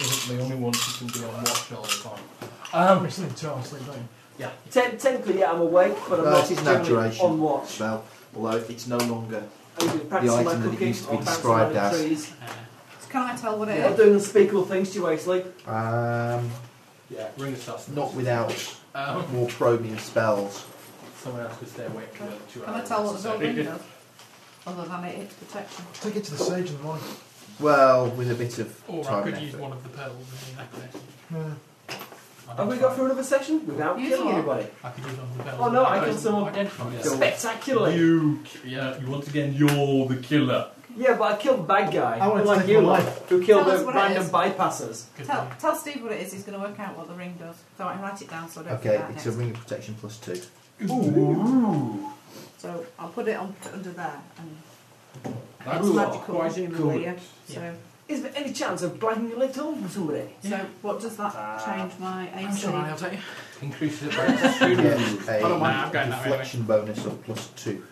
Speaker 4: isn't the only one who can be on watch all the time.
Speaker 8: I'm
Speaker 4: Um,
Speaker 8: still in two hours sleep, don't you?
Speaker 6: Ten, technically, yeah, I'm awake, but I'm
Speaker 3: No,
Speaker 6: not
Speaker 3: it is an
Speaker 6: generally
Speaker 3: abjuration.
Speaker 6: on watch.
Speaker 3: Spell, although it's no longer.
Speaker 6: I'm just practicing my
Speaker 3: item that it
Speaker 6: cooking
Speaker 3: used to be
Speaker 6: or bouncing
Speaker 3: described
Speaker 6: around
Speaker 3: as.
Speaker 6: trees.
Speaker 7: uh,
Speaker 5: Can I tell what it
Speaker 6: I'm
Speaker 5: is?
Speaker 6: doing unspeakable things to you, Wesley.
Speaker 3: Um,
Speaker 4: yeah, ring of sustenance.
Speaker 3: not without
Speaker 7: uh,
Speaker 4: Um,
Speaker 3: more probing spells.
Speaker 4: someone else could stay awake for another two
Speaker 5: Can I
Speaker 4: hours.
Speaker 5: tell what the
Speaker 4: So-
Speaker 5: gold ring does? Other than it is protection.
Speaker 8: Take it to the sage in the morning.
Speaker 3: Well, with a bit of
Speaker 7: Or I
Speaker 3: time
Speaker 7: could
Speaker 3: and
Speaker 7: use
Speaker 3: effort.
Speaker 7: one of the pearls and then that
Speaker 8: Yeah.
Speaker 6: Have we got through another session without
Speaker 5: You
Speaker 6: killing
Speaker 5: are.
Speaker 6: anybody?
Speaker 7: I could use one of the pearls.
Speaker 6: Oh, no, I
Speaker 4: No,
Speaker 6: killed
Speaker 4: it's
Speaker 6: someone
Speaker 7: Identify.
Speaker 4: Yeah.
Speaker 6: spectacularly.
Speaker 4: You, ki- yeah, you once again, you're the killer.
Speaker 6: Yeah, but I killed a bad guy,
Speaker 8: I wanna
Speaker 6: like
Speaker 8: take
Speaker 6: you,
Speaker 8: my
Speaker 6: lot,
Speaker 8: life.
Speaker 6: who killed
Speaker 5: Tell us
Speaker 6: the
Speaker 5: what it
Speaker 6: random
Speaker 5: is.
Speaker 6: bypassers.
Speaker 7: Good
Speaker 5: Tell,
Speaker 7: thing.
Speaker 5: tell Steve what it is, he's going to work out what the ring does. So I can write it down so I don't
Speaker 3: Okay,
Speaker 5: forget
Speaker 3: it's
Speaker 5: next.
Speaker 3: a ring of protection plus two.
Speaker 4: Ooh,
Speaker 5: So I'll put it on under there. And
Speaker 4: that's
Speaker 5: it's
Speaker 4: not
Speaker 5: magical,
Speaker 4: quite
Speaker 5: presumably, yeah.
Speaker 4: good.
Speaker 5: So,
Speaker 6: Is there any chance of blanking a little from somebody?
Speaker 5: so what does that change my
Speaker 7: I'm
Speaker 5: AC?
Speaker 7: sure I'll take you.
Speaker 4: Increases it by
Speaker 3: You
Speaker 4: two.
Speaker 3: get a
Speaker 7: don't mind, I'm going that way
Speaker 3: deflection bonus of plus two.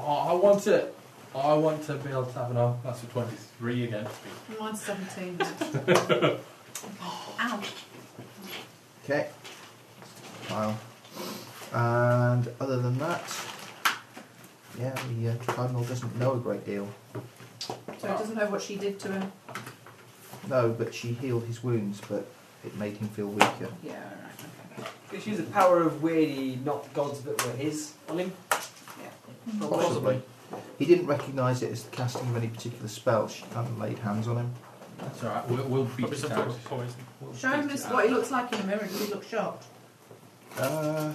Speaker 4: oh, I want to, I want to be able to have an arm. That's a twenty-three against me.
Speaker 5: Mine's 17. Ow.
Speaker 3: Okay. Wow. And other than that, yeah, the uh, tribunal doesn't know a great deal.
Speaker 5: So it doesn't know what she did to him.
Speaker 3: No, but she healed his wounds, but it made him feel weaker.
Speaker 5: Yeah, right.
Speaker 6: Just use the power of weirdy, not gods that were his, on him.
Speaker 3: Possibly. He didn't recognise it as the casting of any particular spell. She hadn't laid hands on him.
Speaker 4: That's all right. We'll, we'll beat
Speaker 7: Probably
Speaker 4: it
Speaker 7: some sort
Speaker 4: out.
Speaker 7: of poison.
Speaker 4: We'll
Speaker 5: Okay. Show him
Speaker 4: beat
Speaker 5: this,
Speaker 4: it out.
Speaker 5: what he looks like in the mirror. Does he look shocked?
Speaker 3: Uh,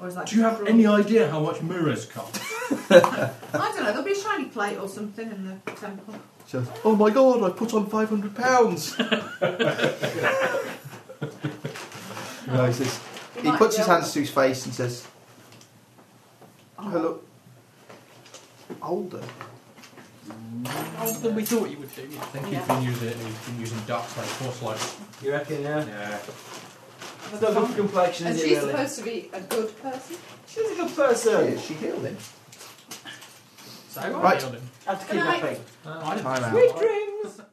Speaker 5: Or is that
Speaker 4: Do you
Speaker 5: just
Speaker 4: have
Speaker 5: cruel?
Speaker 4: any idea how much mirrors cost?
Speaker 5: I don't know. There'll be a shiny plate or something in the temple.
Speaker 3: so, oh my god, I put on 500 pounds! no, he says, he
Speaker 5: might
Speaker 3: puts
Speaker 5: be
Speaker 3: his
Speaker 5: able
Speaker 3: hands to his face and says,
Speaker 5: Oh,
Speaker 3: I look older.
Speaker 7: Older than we thought you would do.
Speaker 4: I think
Speaker 5: Yeah.
Speaker 4: he's been using it. He's been using dark side force light.
Speaker 6: You reckon, yeah?
Speaker 4: Yeah.
Speaker 6: It's not good complexion,
Speaker 5: And
Speaker 6: is it,
Speaker 5: she's
Speaker 6: really?
Speaker 5: supposed to be a good person.
Speaker 6: She's a good person.
Speaker 3: Yeah, she healed him.
Speaker 7: So I
Speaker 3: Right.
Speaker 7: nailed him.
Speaker 6: After
Speaker 5: Good night.
Speaker 6: kidnapping.
Speaker 7: I didn't
Speaker 3: Time out.
Speaker 6: Sweet dreams!